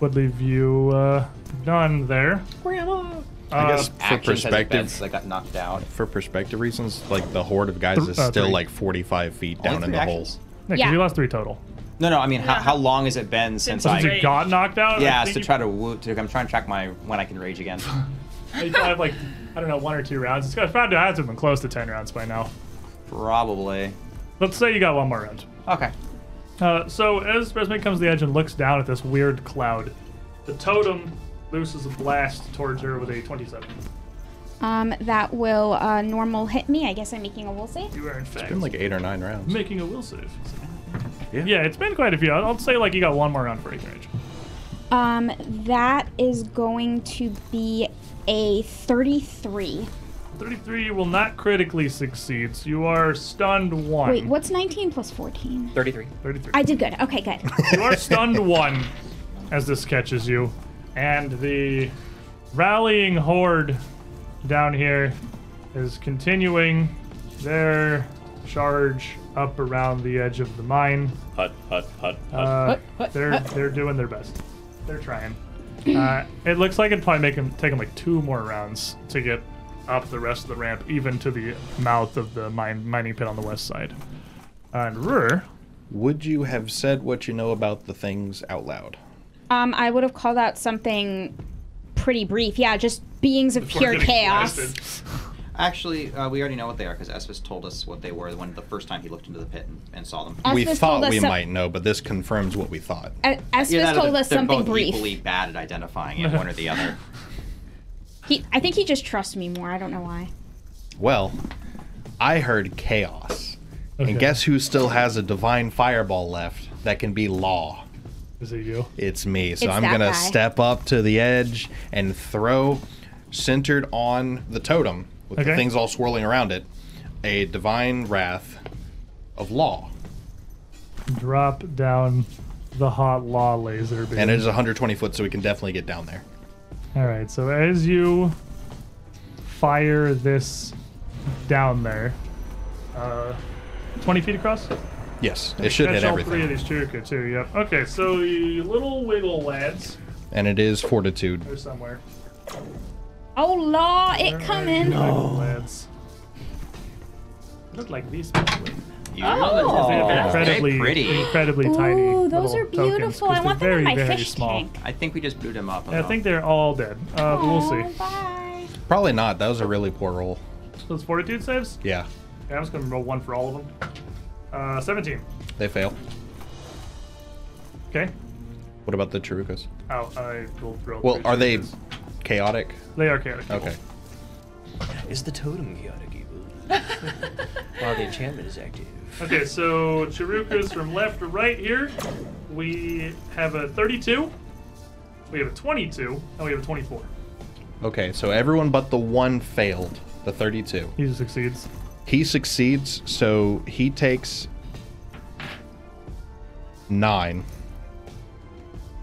[SPEAKER 1] would leave you uh, none there.
[SPEAKER 8] Grandma.
[SPEAKER 2] I
[SPEAKER 1] Uh,
[SPEAKER 2] guess for
[SPEAKER 3] Actions has a bed,
[SPEAKER 2] perspective,
[SPEAKER 3] so they got knocked out.
[SPEAKER 2] for perspective reasons, like the horde of guys
[SPEAKER 1] Th-
[SPEAKER 2] is
[SPEAKER 1] uh,
[SPEAKER 2] still
[SPEAKER 1] three.
[SPEAKER 2] like 45 feet
[SPEAKER 3] Only
[SPEAKER 2] down in
[SPEAKER 3] Oh, three
[SPEAKER 2] the
[SPEAKER 3] actions.
[SPEAKER 2] hole.
[SPEAKER 1] Yeah, 'cause
[SPEAKER 5] Yeah.
[SPEAKER 1] you lost three total.
[SPEAKER 3] No, no. I mean, how,
[SPEAKER 4] Yeah.
[SPEAKER 3] how long has it been since,
[SPEAKER 4] Since
[SPEAKER 3] I?
[SPEAKER 1] Since you
[SPEAKER 4] Rage.
[SPEAKER 1] got knocked out. I
[SPEAKER 3] yeah,
[SPEAKER 1] think
[SPEAKER 3] to
[SPEAKER 1] you-
[SPEAKER 3] try to woo. To, I'm trying to track my when I can rage again.
[SPEAKER 1] You probably have like I don't know one or two rounds. It's got- it's probably has to have been close to ten rounds by now.
[SPEAKER 3] Probably.
[SPEAKER 1] Let's say you got one more round.
[SPEAKER 3] Okay.
[SPEAKER 1] Uh, so as Resme comes to the edge and looks down at this weird cloud, the totem looses a blast towards her with a 27.
[SPEAKER 5] Um, that will uh, normal hit me. I guess I'm making a will save.
[SPEAKER 1] You are in fact
[SPEAKER 2] Been like eight or nine rounds.
[SPEAKER 1] making a will save.
[SPEAKER 2] Yeah.
[SPEAKER 1] Yeah, it's been quite a few. I'll I'll say like you got one more round for each range.
[SPEAKER 5] Um, that is going to be a 33.
[SPEAKER 1] 33 will not critically succeed. So you are stunned one.
[SPEAKER 5] Wait, what's 19 plus 14?
[SPEAKER 6] 33.
[SPEAKER 1] 33.
[SPEAKER 5] I did good. Okay, good.
[SPEAKER 1] You are stunned one as this catches you, and the rallying horde down here is continuing their charge up around the edge of the mine.
[SPEAKER 6] Hut, hut, hut, hut.
[SPEAKER 1] Uh, they're they're doing their best. They're trying. Uh, it looks like it'd probably make them take them like two more rounds to get up the rest of the ramp, even to the mouth of the mine mining pit on the west side. And Rur,
[SPEAKER 2] Would you have said what you know about the things out loud?
[SPEAKER 5] Um, I would have called out something pretty brief. Yeah, just beings of pure chaos.
[SPEAKER 3] Actually, uh, we already know what they are because Esvis told us what they were when the first time he looked into the pit and, and saw them.
[SPEAKER 5] Esvis
[SPEAKER 2] we
[SPEAKER 5] told
[SPEAKER 2] thought
[SPEAKER 5] us
[SPEAKER 2] we
[SPEAKER 5] some-
[SPEAKER 2] might know, but this confirms what we thought.
[SPEAKER 5] E- Esvis
[SPEAKER 3] Either that or
[SPEAKER 5] told
[SPEAKER 3] they're-
[SPEAKER 5] us
[SPEAKER 3] they're
[SPEAKER 5] something
[SPEAKER 3] both
[SPEAKER 5] brief.
[SPEAKER 3] equally bad at identifying it, one or the other.
[SPEAKER 5] He, I think he just trusts me more. I don't know why.
[SPEAKER 2] Well, I heard chaos.
[SPEAKER 1] Okay.
[SPEAKER 2] And guess who still has a divine fireball left that can be law?
[SPEAKER 1] is it you?
[SPEAKER 2] It's me. So
[SPEAKER 5] It's
[SPEAKER 2] I'm
[SPEAKER 5] that
[SPEAKER 2] going to
[SPEAKER 5] guy.
[SPEAKER 2] step up to the edge and throw, centered on the totem, with
[SPEAKER 1] Okay.
[SPEAKER 2] the things all swirling around it, a divine wrath of law.
[SPEAKER 1] Drop down the hot law laser beam.
[SPEAKER 2] And it is 120 foot, so we can definitely get down there.
[SPEAKER 1] All right, so as you fire this down there, uh, 20 feet across?
[SPEAKER 2] Yes, it should
[SPEAKER 1] Catch
[SPEAKER 2] hit
[SPEAKER 1] all three of
[SPEAKER 2] everything.
[SPEAKER 1] these Chirica, too, yep. Okay, so the little wiggle lads
[SPEAKER 2] And it is fortitude.
[SPEAKER 1] are somewhere.
[SPEAKER 5] Oh, law, it
[SPEAKER 1] Where are
[SPEAKER 5] coming.
[SPEAKER 1] you Wiggle lads. Look like these. by the way.
[SPEAKER 3] You
[SPEAKER 1] They have
[SPEAKER 3] oh,
[SPEAKER 1] incredibly,
[SPEAKER 3] pretty.
[SPEAKER 1] incredibly tiny.
[SPEAKER 5] Ooh, those
[SPEAKER 1] little
[SPEAKER 5] are
[SPEAKER 1] tokens,
[SPEAKER 5] beautiful.
[SPEAKER 1] 'cause
[SPEAKER 5] I
[SPEAKER 1] they're
[SPEAKER 5] want them
[SPEAKER 1] very,
[SPEAKER 5] in my
[SPEAKER 1] very
[SPEAKER 5] fish
[SPEAKER 1] small.
[SPEAKER 5] tank.
[SPEAKER 3] I think we just blew them up.
[SPEAKER 1] I think they're all dead. Uh, but we'll
[SPEAKER 5] Oh,
[SPEAKER 1] see.
[SPEAKER 5] bye.
[SPEAKER 2] Probably not. That was a really poor roll.
[SPEAKER 1] Those fortitude saves?
[SPEAKER 2] Yeah,
[SPEAKER 1] Yeah, I'm just gonna roll one for all of them. Uh, 17.
[SPEAKER 2] they fail.
[SPEAKER 1] Okay.
[SPEAKER 2] What about the Chirukas?
[SPEAKER 1] Oh, I will roll.
[SPEAKER 2] Well,
[SPEAKER 1] three
[SPEAKER 2] are they
[SPEAKER 1] chances.
[SPEAKER 2] chaotic?
[SPEAKER 1] They are chaotic. evil.
[SPEAKER 2] Okay.
[SPEAKER 6] Is the totem chaotic evil? While the enchantment is active.
[SPEAKER 1] Okay, so Chirukas from left to right here. We have a 32, we have a 22, and we have a 24.
[SPEAKER 2] Okay, so everyone but the one failed, the 32.
[SPEAKER 1] He succeeds.
[SPEAKER 2] He succeeds, so he takes nine.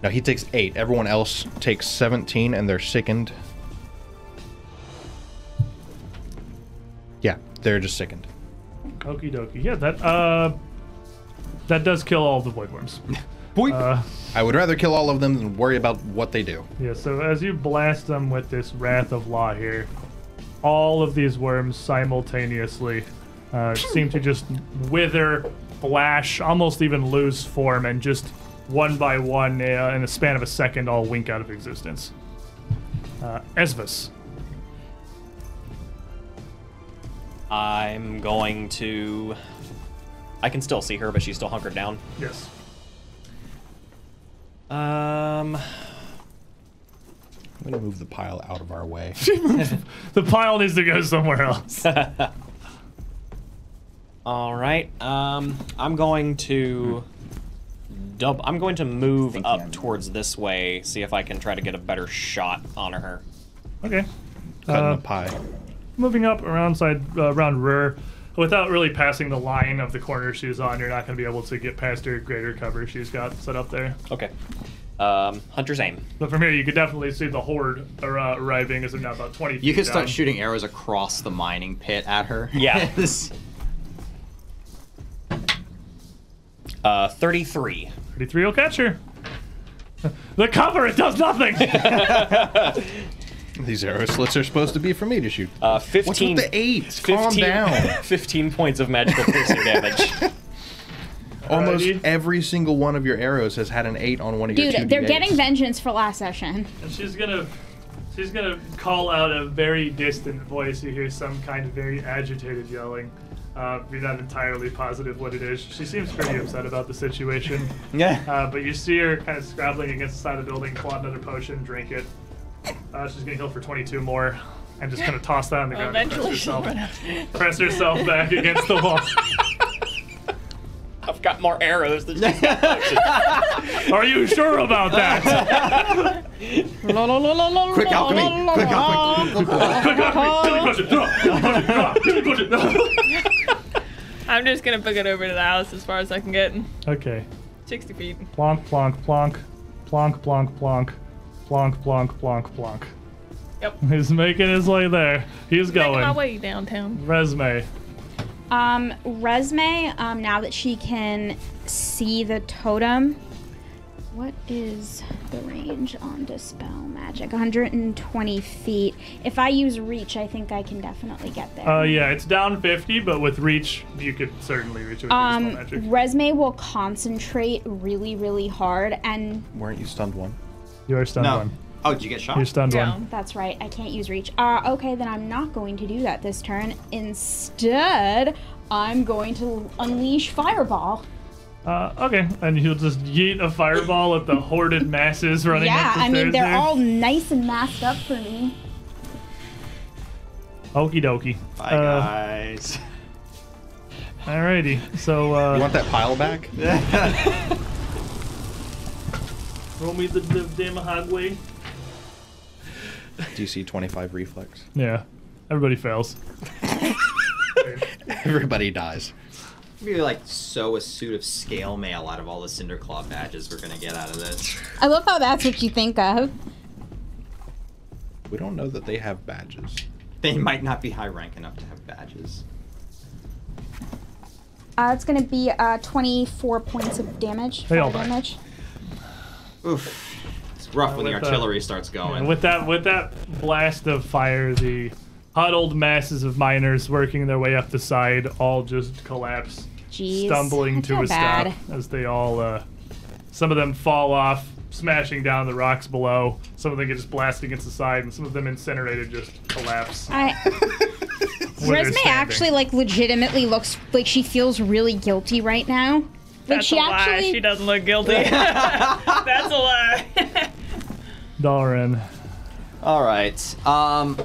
[SPEAKER 2] No, he takes eight. Everyone else takes 17 and they're sickened. Yeah, they're just sickened.
[SPEAKER 1] Okie dokie. Yeah, that uh, that does kill all the voidworms.
[SPEAKER 2] Boy,
[SPEAKER 1] Uh,
[SPEAKER 2] I would rather kill all of them than worry about what they do.
[SPEAKER 1] Yeah, so as you blast them with this Wrath of Law here, all of these worms simultaneously uh, seem to just wither, flash, almost even lose form, and just one by one, uh, in the span of a second, all wink out of existence. Uh, Esvis.
[SPEAKER 8] I'm going to. I can still see her, but she's still hunkered down.
[SPEAKER 1] Yes.
[SPEAKER 8] Um,
[SPEAKER 2] I'm gonna move the pile out of our way.
[SPEAKER 1] The pile needs to go somewhere else.
[SPEAKER 8] All right. Um, I'm going to dub. I'm going to move
[SPEAKER 3] Thinking
[SPEAKER 8] up
[SPEAKER 3] I'm-
[SPEAKER 8] towards this way. See if I can try to get a better shot on her.
[SPEAKER 1] Okay.
[SPEAKER 2] Cutting
[SPEAKER 1] Uh,
[SPEAKER 2] the pie.
[SPEAKER 1] moving up around side uh, around Rur, without really passing the line of the corner she's on, you're not going to be able to get past her greater cover she's got set up there.
[SPEAKER 8] Okay. Um, Hunter's aim.
[SPEAKER 1] But from here, you could definitely see the horde ar- uh, arriving as they're now about 20 feet
[SPEAKER 3] You could start
[SPEAKER 1] down.
[SPEAKER 3] shooting arrows across the mining pit at her.
[SPEAKER 8] Yeah.
[SPEAKER 3] This-
[SPEAKER 8] Uh, 33.
[SPEAKER 1] 33 will catch her. the cover, it does nothing!
[SPEAKER 2] These arrow slits are supposed to be for me to shoot.
[SPEAKER 8] Uh,
[SPEAKER 2] What's
[SPEAKER 8] 15.
[SPEAKER 2] with the eights? Calm down.
[SPEAKER 8] 15 points of magical piercing damage.
[SPEAKER 2] Almost
[SPEAKER 1] Alrighty.
[SPEAKER 2] every single one of your arrows has had an eight on one of your
[SPEAKER 5] Dude, they're
[SPEAKER 2] 2d8s.
[SPEAKER 5] getting vengeance for last session.
[SPEAKER 1] And she's gonna she's gonna call out a very distant voice. You hear some kind of very agitated yelling. Uh, you're not entirely positive what it is. She seems pretty upset about the situation.
[SPEAKER 9] Yeah.
[SPEAKER 1] Uh, but you see her kind of scrabbling against the side of the building, claw another potion, drink it. Uh, she's gonna heal for 22 more, and just kind of toss that on the ground. and press
[SPEAKER 4] Eventually she'll
[SPEAKER 1] herself,
[SPEAKER 4] run out.
[SPEAKER 1] press herself back against the wall.
[SPEAKER 8] I've got more arrows than just that potion.
[SPEAKER 1] Are you sure about that?
[SPEAKER 3] quick alchemy. Quick alchemy.
[SPEAKER 1] Quick, quick, quick, healing potion, throw, healing potion, throw, healing potion, throw.
[SPEAKER 4] I'm just gonna book it over to the house as far as I can get.
[SPEAKER 1] Okay.
[SPEAKER 4] 60 feet.
[SPEAKER 1] Plonk, plonk, plonk, plonk, plonk, plonk, plonk, plonk, plonk, plonk.
[SPEAKER 4] Yep.
[SPEAKER 1] He's making his way there. He's
[SPEAKER 4] Making my
[SPEAKER 1] going.
[SPEAKER 4] way downtown.
[SPEAKER 1] Resume.
[SPEAKER 5] Um, Resme, um, now that she can see the totem, what is the range on Dispel Magic? 120 feet. If I use Reach, I think I can definitely get there.
[SPEAKER 1] Uh, yeah, it's down 50, but with reach, you could certainly reach it with
[SPEAKER 5] Um,
[SPEAKER 1] your spell magic.
[SPEAKER 5] Resme will concentrate really, really hard, and
[SPEAKER 2] Weren't you stunned one?
[SPEAKER 1] You are stunned
[SPEAKER 3] No.
[SPEAKER 1] one.
[SPEAKER 3] Oh, did you get shot?
[SPEAKER 1] You're stunned one.
[SPEAKER 4] Down.
[SPEAKER 5] that's right, I can't use reach. Uh, okay, then I'm not going to do that this turn. Instead, I'm going to unleash Fireball.
[SPEAKER 1] Uh, okay, and he'll just yeet a fireball at the hoarded masses running
[SPEAKER 5] yeah,
[SPEAKER 1] up the
[SPEAKER 5] I mean,
[SPEAKER 1] stairs
[SPEAKER 5] they're
[SPEAKER 1] there.
[SPEAKER 5] all nice and masked up for me.
[SPEAKER 1] Okie dokie.
[SPEAKER 3] Bye,
[SPEAKER 1] Uh,
[SPEAKER 3] guys.
[SPEAKER 1] alrighty, so uh,
[SPEAKER 2] You want that pile back?
[SPEAKER 1] roll me the, the Damahagway.
[SPEAKER 2] DC 25 reflex.
[SPEAKER 1] Yeah, everybody fails.
[SPEAKER 2] Everybody dies.
[SPEAKER 3] Maybe like sew a suit of scale mail out of all the Cinderclaw badges we're gonna get out of this.
[SPEAKER 5] I love how that's what you think of.
[SPEAKER 2] We don't know that they have badges.
[SPEAKER 3] They might not be high rank enough to have badges.
[SPEAKER 5] Uh, it's gonna be uh, 24 points of damage.
[SPEAKER 1] They all
[SPEAKER 5] fire
[SPEAKER 1] die.
[SPEAKER 5] damage.
[SPEAKER 3] Oof. It's rough when the
[SPEAKER 1] with, uh,
[SPEAKER 3] artillery starts going.
[SPEAKER 1] And with that, with that blast of fire, the huddled masses of miners working their way up the side all just collapse,
[SPEAKER 5] Jeez.
[SPEAKER 1] stumbling
[SPEAKER 5] that's
[SPEAKER 1] to
[SPEAKER 5] not
[SPEAKER 1] a
[SPEAKER 5] bad.
[SPEAKER 1] stop as they all, uh, some of them fall off, smashing down the rocks below. Some of them get just blasted against the side, and some of them incinerated just collapse.
[SPEAKER 5] I,
[SPEAKER 1] where they're
[SPEAKER 5] Resme
[SPEAKER 1] standing.
[SPEAKER 5] Uh, actually like legitimately looks like she feels really guilty right now. Like
[SPEAKER 4] That's
[SPEAKER 5] she
[SPEAKER 4] a
[SPEAKER 5] actually
[SPEAKER 4] lie. She doesn't look guilty. That's a lie.
[SPEAKER 1] Dalren.
[SPEAKER 9] All right. Um.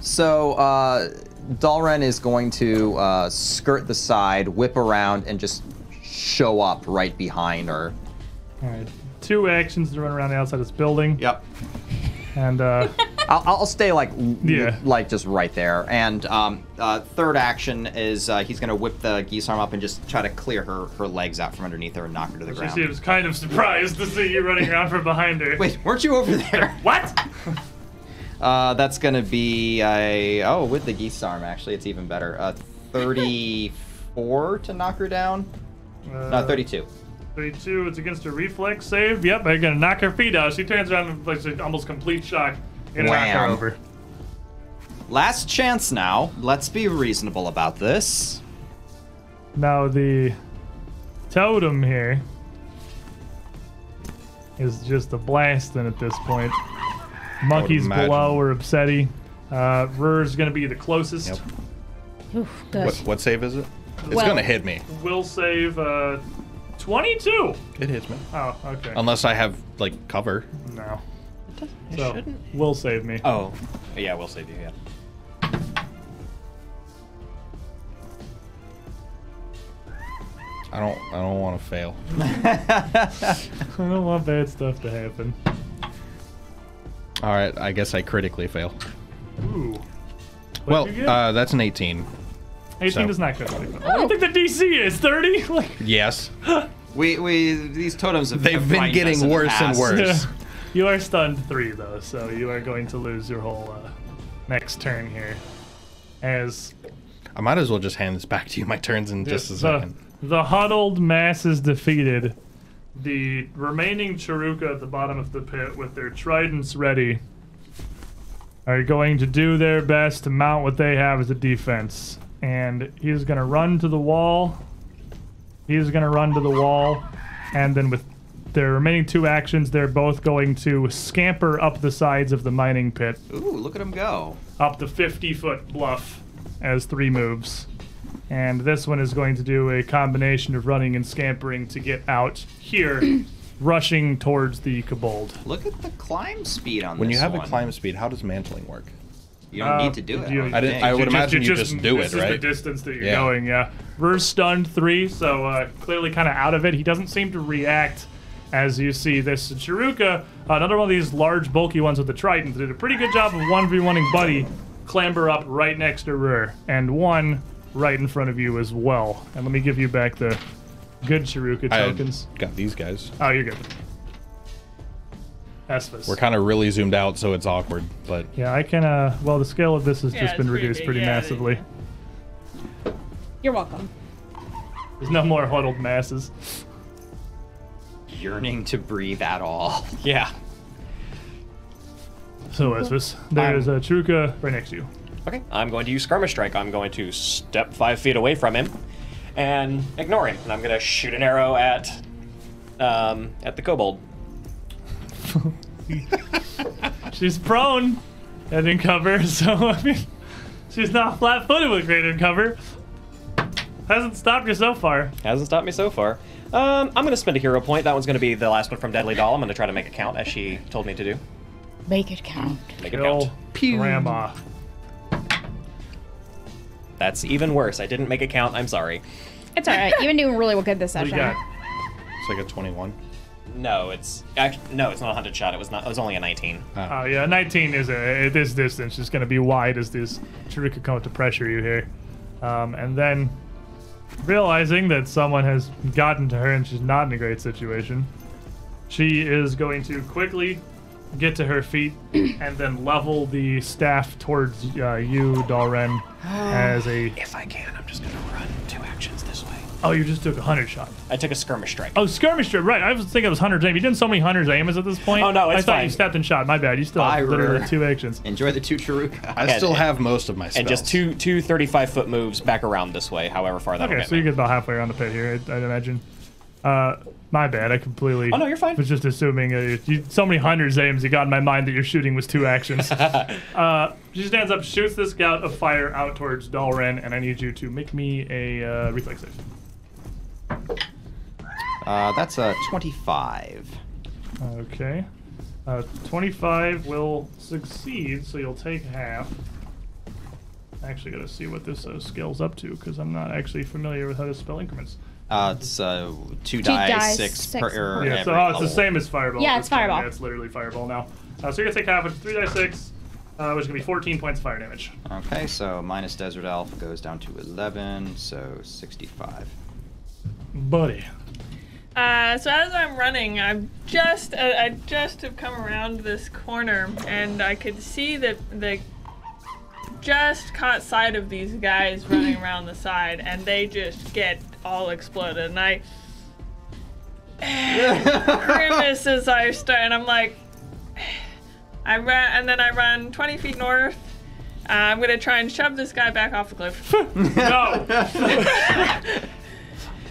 [SPEAKER 9] So uh, Dalren is going to uh, skirt the side, whip around, and just show up right behind her.
[SPEAKER 1] All right. Two actions to run around the outside of this building,
[SPEAKER 9] Yep.
[SPEAKER 1] and uh,
[SPEAKER 9] I'll, I'll stay like l-
[SPEAKER 1] Yeah.
[SPEAKER 9] like just right there. And um, uh, third action is uh, he's gonna whip the geese arm up and just try to clear her her legs out from underneath her and knock her to the
[SPEAKER 1] she
[SPEAKER 9] ground.
[SPEAKER 1] seems kind of surprised to see you running around from behind her.
[SPEAKER 9] Wait, weren't you over there?
[SPEAKER 1] what?
[SPEAKER 9] Uh, that's gonna be a oh with the geese arm actually it's even better. Uh, thirty-four to knock her down.
[SPEAKER 1] Uh,
[SPEAKER 9] No, thirty-two.
[SPEAKER 1] 32, Uh, it's against her reflex save. Yep, they're gonna knock her feet out. She turns around and like an almost complete shock. Gonna knock
[SPEAKER 9] Wham.
[SPEAKER 1] her over.
[SPEAKER 9] Last chance now. Let's be reasonable about this.
[SPEAKER 1] Now the totem here is just a blasting at this point. Monkeys
[SPEAKER 2] imagine.
[SPEAKER 1] below are upsetty. Uh Rur's gonna be the closest.
[SPEAKER 2] Yep.
[SPEAKER 5] Oof, good.
[SPEAKER 2] What, what save is it? It's
[SPEAKER 5] Well-
[SPEAKER 2] gonna hit me.
[SPEAKER 1] Will save uh 22.
[SPEAKER 2] It hits me.
[SPEAKER 1] Oh, okay.
[SPEAKER 2] Unless I have like cover.
[SPEAKER 1] no. So, will save me.
[SPEAKER 8] Oh, yeah, we'll save you. Yeah.
[SPEAKER 2] I don't. I don't want to fail.
[SPEAKER 1] I don't want bad stuff to happen.
[SPEAKER 2] All right. I guess I critically fail.
[SPEAKER 1] Ooh. What'd
[SPEAKER 2] well,
[SPEAKER 1] you get?
[SPEAKER 2] uh, that's an 18.
[SPEAKER 1] 18
[SPEAKER 2] so-
[SPEAKER 1] is not critical. I don't think the DC is 30. Like,
[SPEAKER 2] Yes.
[SPEAKER 3] We we these totems have
[SPEAKER 2] They've
[SPEAKER 3] have
[SPEAKER 2] been
[SPEAKER 3] frightened us
[SPEAKER 2] getting
[SPEAKER 3] in the
[SPEAKER 2] worse and
[SPEAKER 3] past.
[SPEAKER 2] worse.
[SPEAKER 1] You are stunned three though, so you are going to lose your whole uh, next turn here. As
[SPEAKER 2] I might as well just hand this back to you. My turn's in just a
[SPEAKER 1] the,
[SPEAKER 2] second.
[SPEAKER 1] the huddled mass is defeated, the remaining Charuka at the bottom of the pit with their tridents ready are going to do their best to mount what they have as a defense. And he's going to run to the wall. He's going to run to the wall. And then with their remaining two actions, they're both going to scamper up the sides of the mining pit,
[SPEAKER 3] Ooh, look at them go.
[SPEAKER 1] up the 50 foot bluff as three moves. And this one is going to do a combination of running and scampering to get out here, rushing towards the kobold.
[SPEAKER 3] Look at the climb speed on
[SPEAKER 2] When
[SPEAKER 3] this
[SPEAKER 2] you have a
[SPEAKER 3] one.
[SPEAKER 2] climb speed, how does mantling work?
[SPEAKER 3] you don't
[SPEAKER 1] Uh,
[SPEAKER 3] need to do it.
[SPEAKER 1] you-
[SPEAKER 3] don't
[SPEAKER 1] I
[SPEAKER 2] didn't-
[SPEAKER 3] think.
[SPEAKER 2] I would imagine you just do
[SPEAKER 1] this
[SPEAKER 2] it,
[SPEAKER 1] is
[SPEAKER 2] right?
[SPEAKER 1] the distance that you're
[SPEAKER 2] Yeah.
[SPEAKER 1] going, yeah. We're stunned three, so uh, clearly kind of out of it. He doesn't seem to react as you see this Chiruka, another one of these large, bulky ones with the trident, did a pretty good job of 1v1ing Buddy clamber up right next to Rur, and one right in front of you as well. And let me give you back the good Chiruka
[SPEAKER 2] I
[SPEAKER 1] tokens.
[SPEAKER 2] got these guys.
[SPEAKER 1] Oh, you're good. Espus.
[SPEAKER 2] We're kind of really zoomed out, so it's awkward. But
[SPEAKER 1] yeah, I can. Uh, well, the scale of this has
[SPEAKER 4] Yeah,
[SPEAKER 1] just
[SPEAKER 4] it's
[SPEAKER 1] been
[SPEAKER 4] pretty
[SPEAKER 1] reduced
[SPEAKER 4] big.
[SPEAKER 1] pretty
[SPEAKER 4] Yeah,
[SPEAKER 1] massively.
[SPEAKER 4] yeah.
[SPEAKER 5] You're welcome.
[SPEAKER 1] There's no more huddled masses.
[SPEAKER 3] yearning to breathe at all.
[SPEAKER 8] Yeah.
[SPEAKER 1] So, Espus, there is a Truka right next to you.
[SPEAKER 8] Okay. I'm going to use skirmish strike. I'm going to step five feet away from him and ignore him, and I'm going to shoot an arrow at um, at the kobold.
[SPEAKER 1] She's prone and in cover, so I mean, she's not flat footed with greater cover. Hasn't stopped you so far.
[SPEAKER 8] Hasn't stopped me so far. Um, I'm going to spend a hero point. That one's going to be the last one from Deadly Doll. I'm going to try to make it count as she told me to do.
[SPEAKER 5] Make it count.
[SPEAKER 8] Make it
[SPEAKER 1] Kill
[SPEAKER 8] count.
[SPEAKER 1] Grandma.
[SPEAKER 8] That's even worse. I didn't make it count. I'm sorry.
[SPEAKER 5] It's all right. You've been doing really good this
[SPEAKER 1] What do
[SPEAKER 5] session.
[SPEAKER 1] you got?
[SPEAKER 2] it's like a 21.
[SPEAKER 8] No, it's actually, no, it's not a hundred shot. It was not. It was only a 19.
[SPEAKER 1] Oh, yeah, 19 is a, at this distance. It's going to be wide as this Chiruka comes to pressure you here. Um, and then, realizing that someone has gotten to her and she's not in a great situation, she is going to quickly get to her feet and then level the staff towards uh, you, Dalren, as a.
[SPEAKER 8] If I can, I'm just going to run two actions this way.
[SPEAKER 1] Oh, you just took a 100 shot.
[SPEAKER 8] I took a skirmish strike.
[SPEAKER 1] Oh, skirmisher, right. I was thinking it was Hunter's aim. You've done so many Hunter's aims at this point.
[SPEAKER 8] Oh, no,
[SPEAKER 1] I
[SPEAKER 8] it's
[SPEAKER 1] thought
[SPEAKER 8] fine.
[SPEAKER 1] you stepped and shot. My bad. You still have
[SPEAKER 3] Fire.
[SPEAKER 1] literally two actions.
[SPEAKER 3] Enjoy the two Charuka.
[SPEAKER 2] I
[SPEAKER 8] And-
[SPEAKER 2] still have most of my spells.
[SPEAKER 8] and just two two 35 foot moves back around this way, however far that.
[SPEAKER 1] Okay, so you
[SPEAKER 8] me.
[SPEAKER 1] get about halfway around the pit here, I'd, I'd imagine. Uh, my bad. I completely.
[SPEAKER 8] Oh, no, you're fine.
[SPEAKER 1] Was just assuming uh, you, so many hundreds aims you got in my mind that your shooting was two actions. uh, she stands up, shoots this gout of fire out towards Dalren, and I need you to make me a uh, reflex save.
[SPEAKER 3] Uh, that's a 25.
[SPEAKER 1] Okay. Uh, 25 will succeed, so you'll take half. Actually, gotta see what this uh, scales up to because I'm not actually familiar with how to spell increments.
[SPEAKER 3] Uh, it's uh, two, die,
[SPEAKER 5] dice,
[SPEAKER 3] six,
[SPEAKER 5] six.
[SPEAKER 3] per error.
[SPEAKER 1] Yeah, so
[SPEAKER 3] every
[SPEAKER 1] oh, it's the
[SPEAKER 3] level.
[SPEAKER 1] same as Fireball.
[SPEAKER 5] Yeah,
[SPEAKER 1] at
[SPEAKER 5] it's
[SPEAKER 1] this point.
[SPEAKER 5] Fireball.
[SPEAKER 1] Yeah, it's literally Fireball now. Uh, so you're gonna take half, which is three die six, uh, which is gonna be 14 points of fire damage.
[SPEAKER 3] Okay, so minus Desert Elf goes down to 11, so 65.
[SPEAKER 1] Buddy.
[SPEAKER 4] Uh, so as I'm running, I'm just uh, I just have come around this corner, and I could see that the just caught sight of these guys running around the side, and they just get all exploded, and I grimace as I start, and I'm like, I run, and then I run 20 feet north. Uh, I'm gonna try and shove this guy back off the cliff.
[SPEAKER 1] No.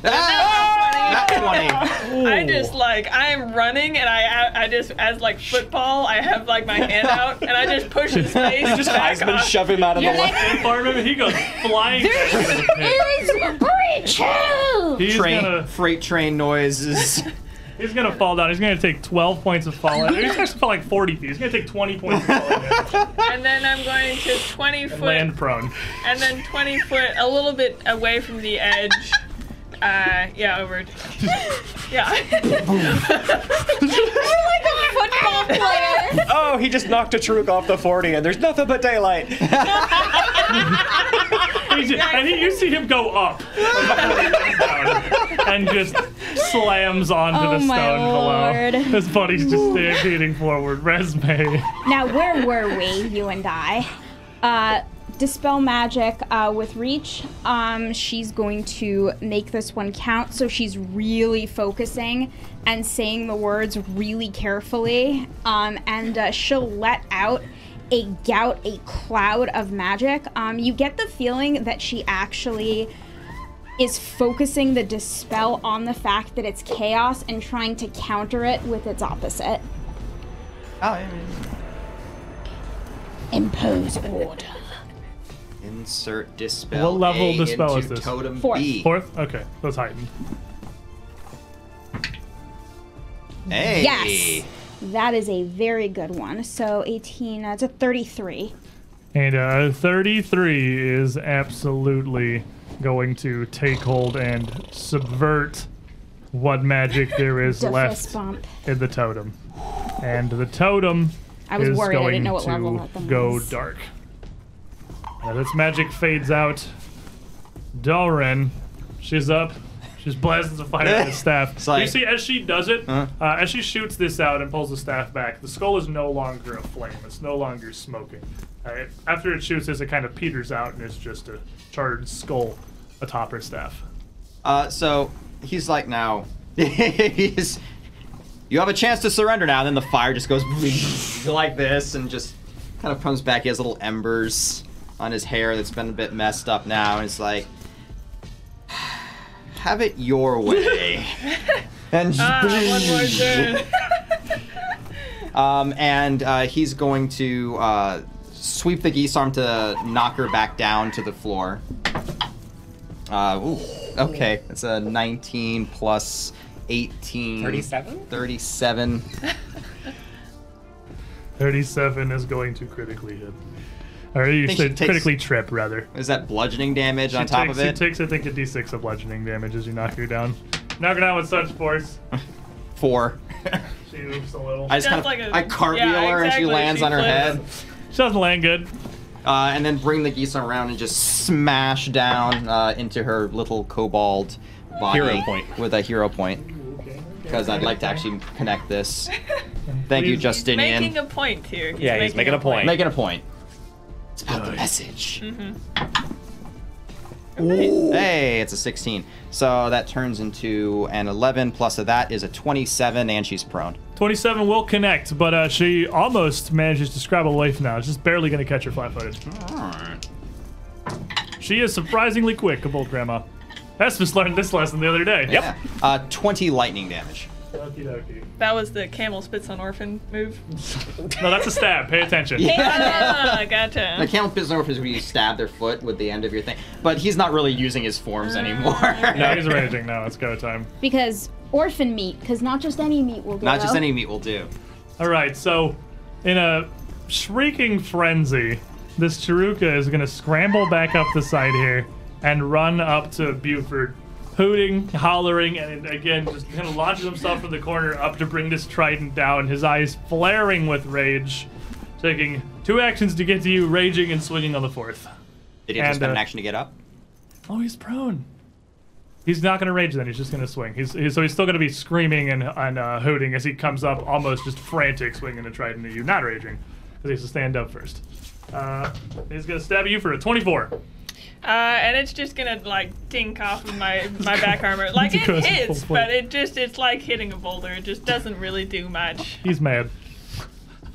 [SPEAKER 3] Ah! Not 20.
[SPEAKER 4] I just like I'm running and I I just as like football I have like my hand out and I just push his face.
[SPEAKER 8] You just
[SPEAKER 4] back
[SPEAKER 8] Heisman
[SPEAKER 4] off.
[SPEAKER 8] shove him out of the way.
[SPEAKER 1] Barman, he goes flying. back into the pit.
[SPEAKER 5] There is breach. Help!
[SPEAKER 1] He's
[SPEAKER 3] Train,
[SPEAKER 1] gonna
[SPEAKER 3] Freight train noises.
[SPEAKER 1] he's gonna fall down. He's gonna take 12 points of fall. He's actually fall like 40 feet. He's gonna take 20 points of fall damage.
[SPEAKER 4] And then I'm going to 20 foot
[SPEAKER 1] Land prone.
[SPEAKER 4] and then 20 foot a little bit away from the edge. Uh, yeah, over. yeah. Oh
[SPEAKER 5] Football player.
[SPEAKER 8] Oh, he just knocked a Truk off the 40, and there's nothing but daylight.
[SPEAKER 1] He's- and he, you see him go up. Down. and just slams onto
[SPEAKER 5] Oh
[SPEAKER 1] the stone
[SPEAKER 5] my
[SPEAKER 1] below.
[SPEAKER 5] lord.
[SPEAKER 1] His body's just stampeding forward. Resume.
[SPEAKER 5] Now, where were we, you and I? Uh, dispel magic uh, with reach. Um, she's going to make this one count, so she's really focusing and saying the words really carefully. Um, and uh, she'll let out a gout, a cloud of magic. Um, you get the feeling that she actually is focusing the dispel on the fact that it's chaos and trying to counter it with its opposite.
[SPEAKER 3] Oh, yeah, yeah.
[SPEAKER 5] Impose order.
[SPEAKER 3] Insert dispel.
[SPEAKER 1] What level
[SPEAKER 3] A
[SPEAKER 1] dispel
[SPEAKER 3] into
[SPEAKER 1] is this?
[SPEAKER 3] Totem
[SPEAKER 5] Fourth.
[SPEAKER 3] B.
[SPEAKER 1] Fourth? Okay, that's heightened.
[SPEAKER 3] Hey.
[SPEAKER 5] Yes. That is a very good one. So 18, uh, it's a 33.
[SPEAKER 1] And uh, 33 is absolutely going to take hold and subvert what magic there is
[SPEAKER 5] The
[SPEAKER 1] left
[SPEAKER 5] fist bump.
[SPEAKER 1] in the totem. And the totem
[SPEAKER 5] I was
[SPEAKER 1] is
[SPEAKER 5] worried. I
[SPEAKER 1] going
[SPEAKER 5] didn't know what
[SPEAKER 1] to
[SPEAKER 5] level that thing
[SPEAKER 1] go
[SPEAKER 5] was.
[SPEAKER 1] dark. Now this magic fades out. Dalren, she's up. She's blasting the fire with the staff.
[SPEAKER 3] like-
[SPEAKER 1] you see, as she does it, uh, as she shoots this out and pulls the staff back, the skull is no longer aflame. It's no longer smoking. Uh, it- after it shoots this, it kind of peters out and it's just a charred skull atop her staff.
[SPEAKER 3] Uh, so he's like now. he's, you have a chance to surrender now. And then the fire just goes like this and just kind of comes back. He has little embers on his hair that's been a bit messed up now. And it's like, have it your way.
[SPEAKER 9] And
[SPEAKER 4] Ah, one more turn.
[SPEAKER 3] Um, and uh, he's going to uh, sweep the geese arm to knock her back down to the floor. Uh, ooh, okay, that's a 19 plus 18.
[SPEAKER 8] 37?
[SPEAKER 3] 37.
[SPEAKER 1] 37 is going to critically hit. Or you
[SPEAKER 3] think
[SPEAKER 1] should
[SPEAKER 3] she takes-
[SPEAKER 1] critically trip, rather.
[SPEAKER 3] Is that bludgeoning damage on
[SPEAKER 1] She
[SPEAKER 3] top
[SPEAKER 1] takes,
[SPEAKER 3] of it?
[SPEAKER 1] She takes, I think, a d6 of bludgeoning damage as you knock her down. Knock her down with such force.
[SPEAKER 3] Four.
[SPEAKER 1] She moves a little.
[SPEAKER 3] I just kind
[SPEAKER 4] Sounds
[SPEAKER 3] of
[SPEAKER 4] like a-
[SPEAKER 3] I cartwheel
[SPEAKER 4] yeah,
[SPEAKER 3] her and
[SPEAKER 4] exactly,
[SPEAKER 3] she lands
[SPEAKER 4] she
[SPEAKER 3] on her head,
[SPEAKER 1] She doesn't land good.
[SPEAKER 3] uh, and then bring the geese arm around and just smash down uh, into her little kobold body
[SPEAKER 2] Hero point.
[SPEAKER 3] with a hero point. Because I'd like to actually connect this. Thank you,
[SPEAKER 1] Please.
[SPEAKER 3] Justinian.
[SPEAKER 4] Making a point here. He's
[SPEAKER 6] Yeah, he's making a point.
[SPEAKER 3] Making a point. It's about the message.
[SPEAKER 1] Mm-hmm.
[SPEAKER 3] Hey, it's a 16. So that turns into an 11 plus of that is a 27, and she's prone.
[SPEAKER 1] 27 will connect, but uh, she almost manages to scrabble away from now. It's just barely going to catch her flat footed. She is surprisingly quick, old grandma. Espus learned this lesson the other day.
[SPEAKER 3] Yeah. Uh, 20 lightning damage.
[SPEAKER 1] Okie dokie.
[SPEAKER 4] That was the camel spits on orphan move.
[SPEAKER 1] No, that's a stab. Pay attention.
[SPEAKER 4] ah, gotcha.
[SPEAKER 3] The camel pits is where you stab their foot with the end of your thing, but he's not really using his forms anymore.
[SPEAKER 1] Mm. No, he's raging now. It's go time.
[SPEAKER 5] Because orphan meat, because not just any meat will go.
[SPEAKER 3] Not just any meat will do.
[SPEAKER 1] All right, so in a shrieking frenzy, this Chiruka is going to scramble back up the side here and run up to Buford, hooting, hollering, and again, just kind of launches himself from the corner up to bring this trident down, his eyes flaring with rage, taking two actions to get to you, raging and swinging on the fourth.
[SPEAKER 3] Did he have
[SPEAKER 1] And,
[SPEAKER 3] to spend
[SPEAKER 1] uh,
[SPEAKER 3] an action to get up?
[SPEAKER 1] Oh, he's prone. He's not going to rage then. He's just going to swing. He's, he's so he's still going to be screaming and, and uh, hooting as he comes up, almost just frantic, swinging a trident at you. Not raging, because he has to stand up first. Uh, he's going to stab you for a 24.
[SPEAKER 4] Uh, and it's just gonna like dink off of my my back armor. Like it
[SPEAKER 1] Because of full
[SPEAKER 4] hits,
[SPEAKER 1] plate.
[SPEAKER 4] but it just it's like hitting a boulder. It just doesn't really do much.
[SPEAKER 1] He's mad.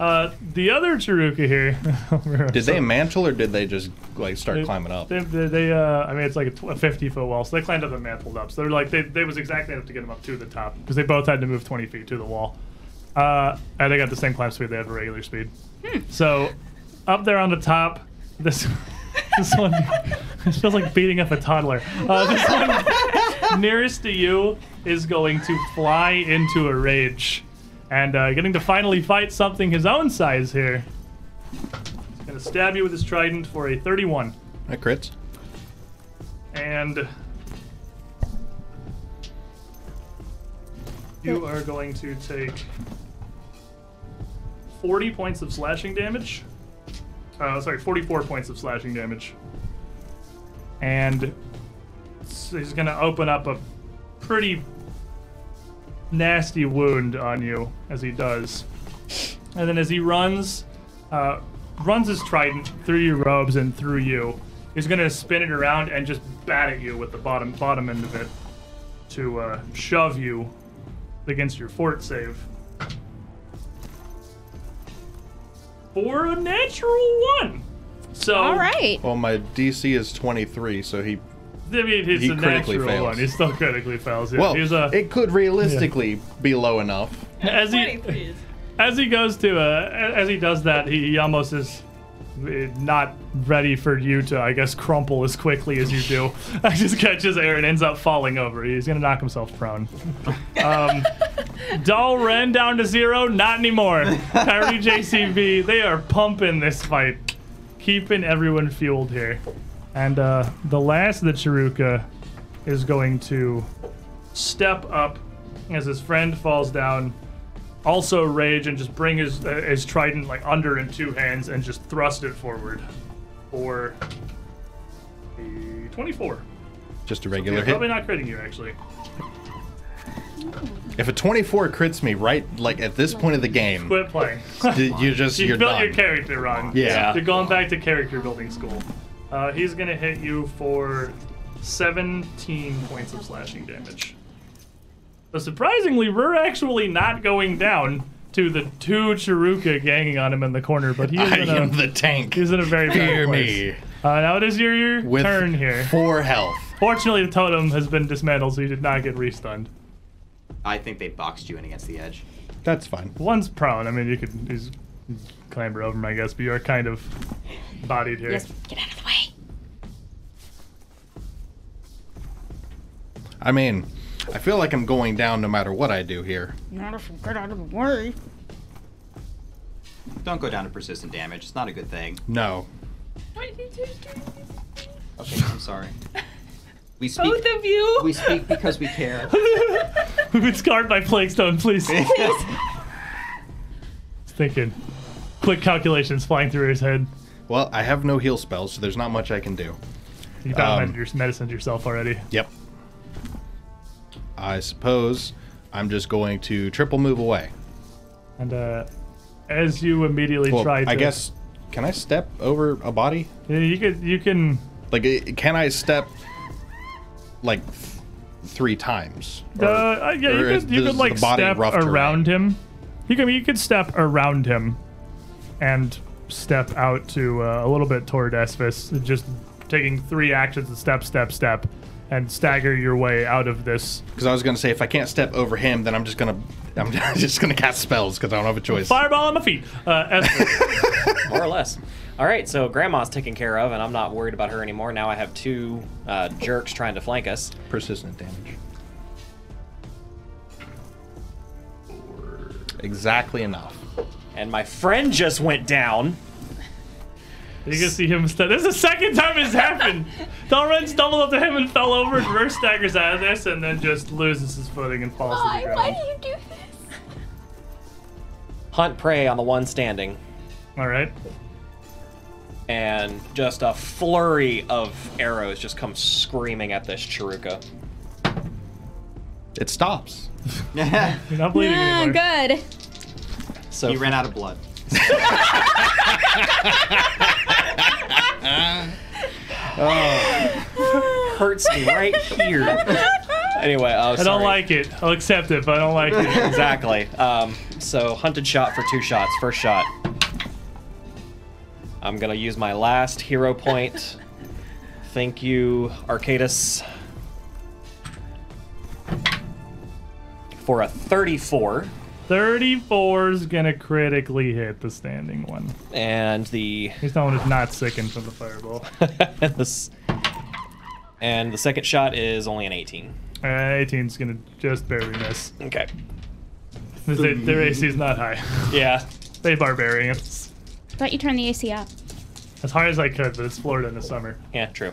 [SPEAKER 1] Uh, the other Chiruka here.
[SPEAKER 2] Did they mantle or did they just like start
[SPEAKER 1] They-
[SPEAKER 2] climbing up?
[SPEAKER 1] They, they, they, uh, I mean, it's like a, tw- a 50 foot wall, so they climbed up and mantled up. So they're like, they, they was exactly enough to get them up to the top because they both had to move 20 feet to the wall. Uh, and they got the same climb speed, they have a regular speed. So up there on the top, this this one this feels like beating up a toddler. Uh, this one nearest to you is going to fly into a rage. And uh, getting to finally fight something his own size here. He's going to stab you with his trident for a 31
[SPEAKER 2] That crits.
[SPEAKER 1] and you are going to take 40 points of slashing damage. Uh, sorry, 44 points of slashing damage. And so he's going to open up a pretty nasty wound on you as he does. And then as he runs, uh, runs his trident through your robes and through you. He's gonna spin it around and just bat at you with the bottom bottom end of it to uh, shove you against your fort save. For a natural one. So
[SPEAKER 5] All right.
[SPEAKER 1] Oh.
[SPEAKER 2] Well, my DC is 23, so he.
[SPEAKER 1] I mean, it's
[SPEAKER 2] He
[SPEAKER 1] a
[SPEAKER 2] critically
[SPEAKER 1] natural
[SPEAKER 2] fails.
[SPEAKER 1] one. He still critically fails. Yeah.
[SPEAKER 2] Well,
[SPEAKER 1] he's a
[SPEAKER 2] it could realistically be low enough.
[SPEAKER 1] as he
[SPEAKER 4] 23 is-
[SPEAKER 1] as he goes to uh, a- as he does that, he, he almost is uh, not ready for you to, I guess, crumple as quickly as you do. I just catches air and ends up falling over. He's gonna knock himself prone. Um, Doll Ren down to zero. Not anymore. Tyree JCB, they are pumping this fight, keeping everyone fueled here. And uh, the last of the Chiruka is going to step up as his friend falls down also rage and just bring his uh, his trident like under in two hands and just thrust it forward for a 24
[SPEAKER 2] Just a regular
[SPEAKER 1] Yeah, probably
[SPEAKER 2] hit.
[SPEAKER 1] not critting you actually
[SPEAKER 2] If a 24 crits me right, like at this point of the game,
[SPEAKER 1] quit playing
[SPEAKER 2] d- you just
[SPEAKER 1] you
[SPEAKER 2] you're
[SPEAKER 1] built
[SPEAKER 2] done.
[SPEAKER 1] your character wrong
[SPEAKER 2] Yeah.
[SPEAKER 1] you're going back to character building school uh, he's gonna hit you for 17 points of slashing damage but surprisingly we're actually not going down to the two Chiruka ganging on him in the corner but he is
[SPEAKER 2] I
[SPEAKER 1] in a-
[SPEAKER 2] am the tank.
[SPEAKER 1] He's in a very bad
[SPEAKER 2] Fear
[SPEAKER 1] place.
[SPEAKER 2] me.
[SPEAKER 1] Uh, now it is your, your
[SPEAKER 2] With
[SPEAKER 1] turn here.
[SPEAKER 2] four health.
[SPEAKER 1] Fortunately, the totem has been dismantled, so you did not get restunned.
[SPEAKER 3] I think they boxed you in against the edge.
[SPEAKER 2] That's fine.
[SPEAKER 1] One's prone. I mean, you could he's, clamber over him, I guess, but you are kind of bodied here.
[SPEAKER 5] Yes. Get out of the way.
[SPEAKER 2] I mean, I feel like I'm going down no matter what I do here.
[SPEAKER 5] Not if you get out of the way.
[SPEAKER 3] Don't go down to persistent damage. It's not a good thing.
[SPEAKER 2] No.
[SPEAKER 4] 22 strength.
[SPEAKER 3] Okay, I'm sorry. We speak.
[SPEAKER 4] Both of you.
[SPEAKER 3] We speak because we care.
[SPEAKER 1] We've been scarred by plague stone. Please. I was thinking. Quick calculations flying through his head.
[SPEAKER 2] Well, I have no heal spells, so there's not much I can do.
[SPEAKER 1] You
[SPEAKER 2] Um,
[SPEAKER 1] found your medicine yourself already.
[SPEAKER 2] Yep. I suppose I'm just going to triple move away.
[SPEAKER 1] And uh, as you immediately
[SPEAKER 2] Well,
[SPEAKER 1] try to,
[SPEAKER 2] I guess can I step over a body?
[SPEAKER 1] Yeah, you could you can
[SPEAKER 2] Like, i- can I step like th- three times? Or-
[SPEAKER 1] Uh, yeah,
[SPEAKER 2] or
[SPEAKER 1] you
[SPEAKER 2] is
[SPEAKER 1] could, you
[SPEAKER 2] this
[SPEAKER 1] could like
[SPEAKER 2] the body
[SPEAKER 1] step
[SPEAKER 2] rough terrain?
[SPEAKER 1] around him. You can you could step around him, and step out to uh, a little bit toward Esvis, just taking three actions: step, step, step, and stagger your way out of this
[SPEAKER 2] Because I was gonna say if I can't step over him, then I'm just gonna I'm just gonna cast spells because I don't have a choice.
[SPEAKER 1] fireball on my feet. Uh, Esvis,
[SPEAKER 6] more or less. All right, so Grandma's taken care of, and I'm not worried about her anymore. Now I have two uh, jerks trying to flank us.
[SPEAKER 2] Persistent damage. Exactly enough.
[SPEAKER 6] And my friend just went down.
[SPEAKER 1] you can see him. St- this is the second time it's happened. Dalren stumbled up to him and fell over, and reverse staggers out of this, and then just loses his footing and falls to the
[SPEAKER 5] Why?
[SPEAKER 1] ground.
[SPEAKER 5] Why do you do this?
[SPEAKER 6] Hunt prey on the one standing,
[SPEAKER 1] All right.
[SPEAKER 6] and just a flurry of arrows just come screaming at this Chiruka.
[SPEAKER 2] It stops.
[SPEAKER 1] You're not bleeding
[SPEAKER 5] Ah,
[SPEAKER 1] anymore.
[SPEAKER 5] good.
[SPEAKER 6] So
[SPEAKER 3] he ran out of blood.
[SPEAKER 1] Uh,
[SPEAKER 6] hurts me right here. anyway, uh,
[SPEAKER 1] I don't like it. I'll accept it, but I don't like it.
[SPEAKER 6] exactly. Um, so hunted shot for two shots. First shot. I'm gonna use my last hero point. Thank you, Arcadus. For a 34,
[SPEAKER 1] 34 is gonna critically hit the standing one.
[SPEAKER 6] and the
[SPEAKER 1] He's the one who's not sickened from the fireball.
[SPEAKER 6] this, and the second shot is only an 18.
[SPEAKER 1] Uh, 18's gonna just barely miss.
[SPEAKER 6] Okay.
[SPEAKER 1] Their, their AC is not high.
[SPEAKER 6] Yeah.
[SPEAKER 1] they barbarians.
[SPEAKER 5] Thought you turned the AC up.
[SPEAKER 1] As high as I could, but it's Florida in the summer.
[SPEAKER 6] Yeah. True.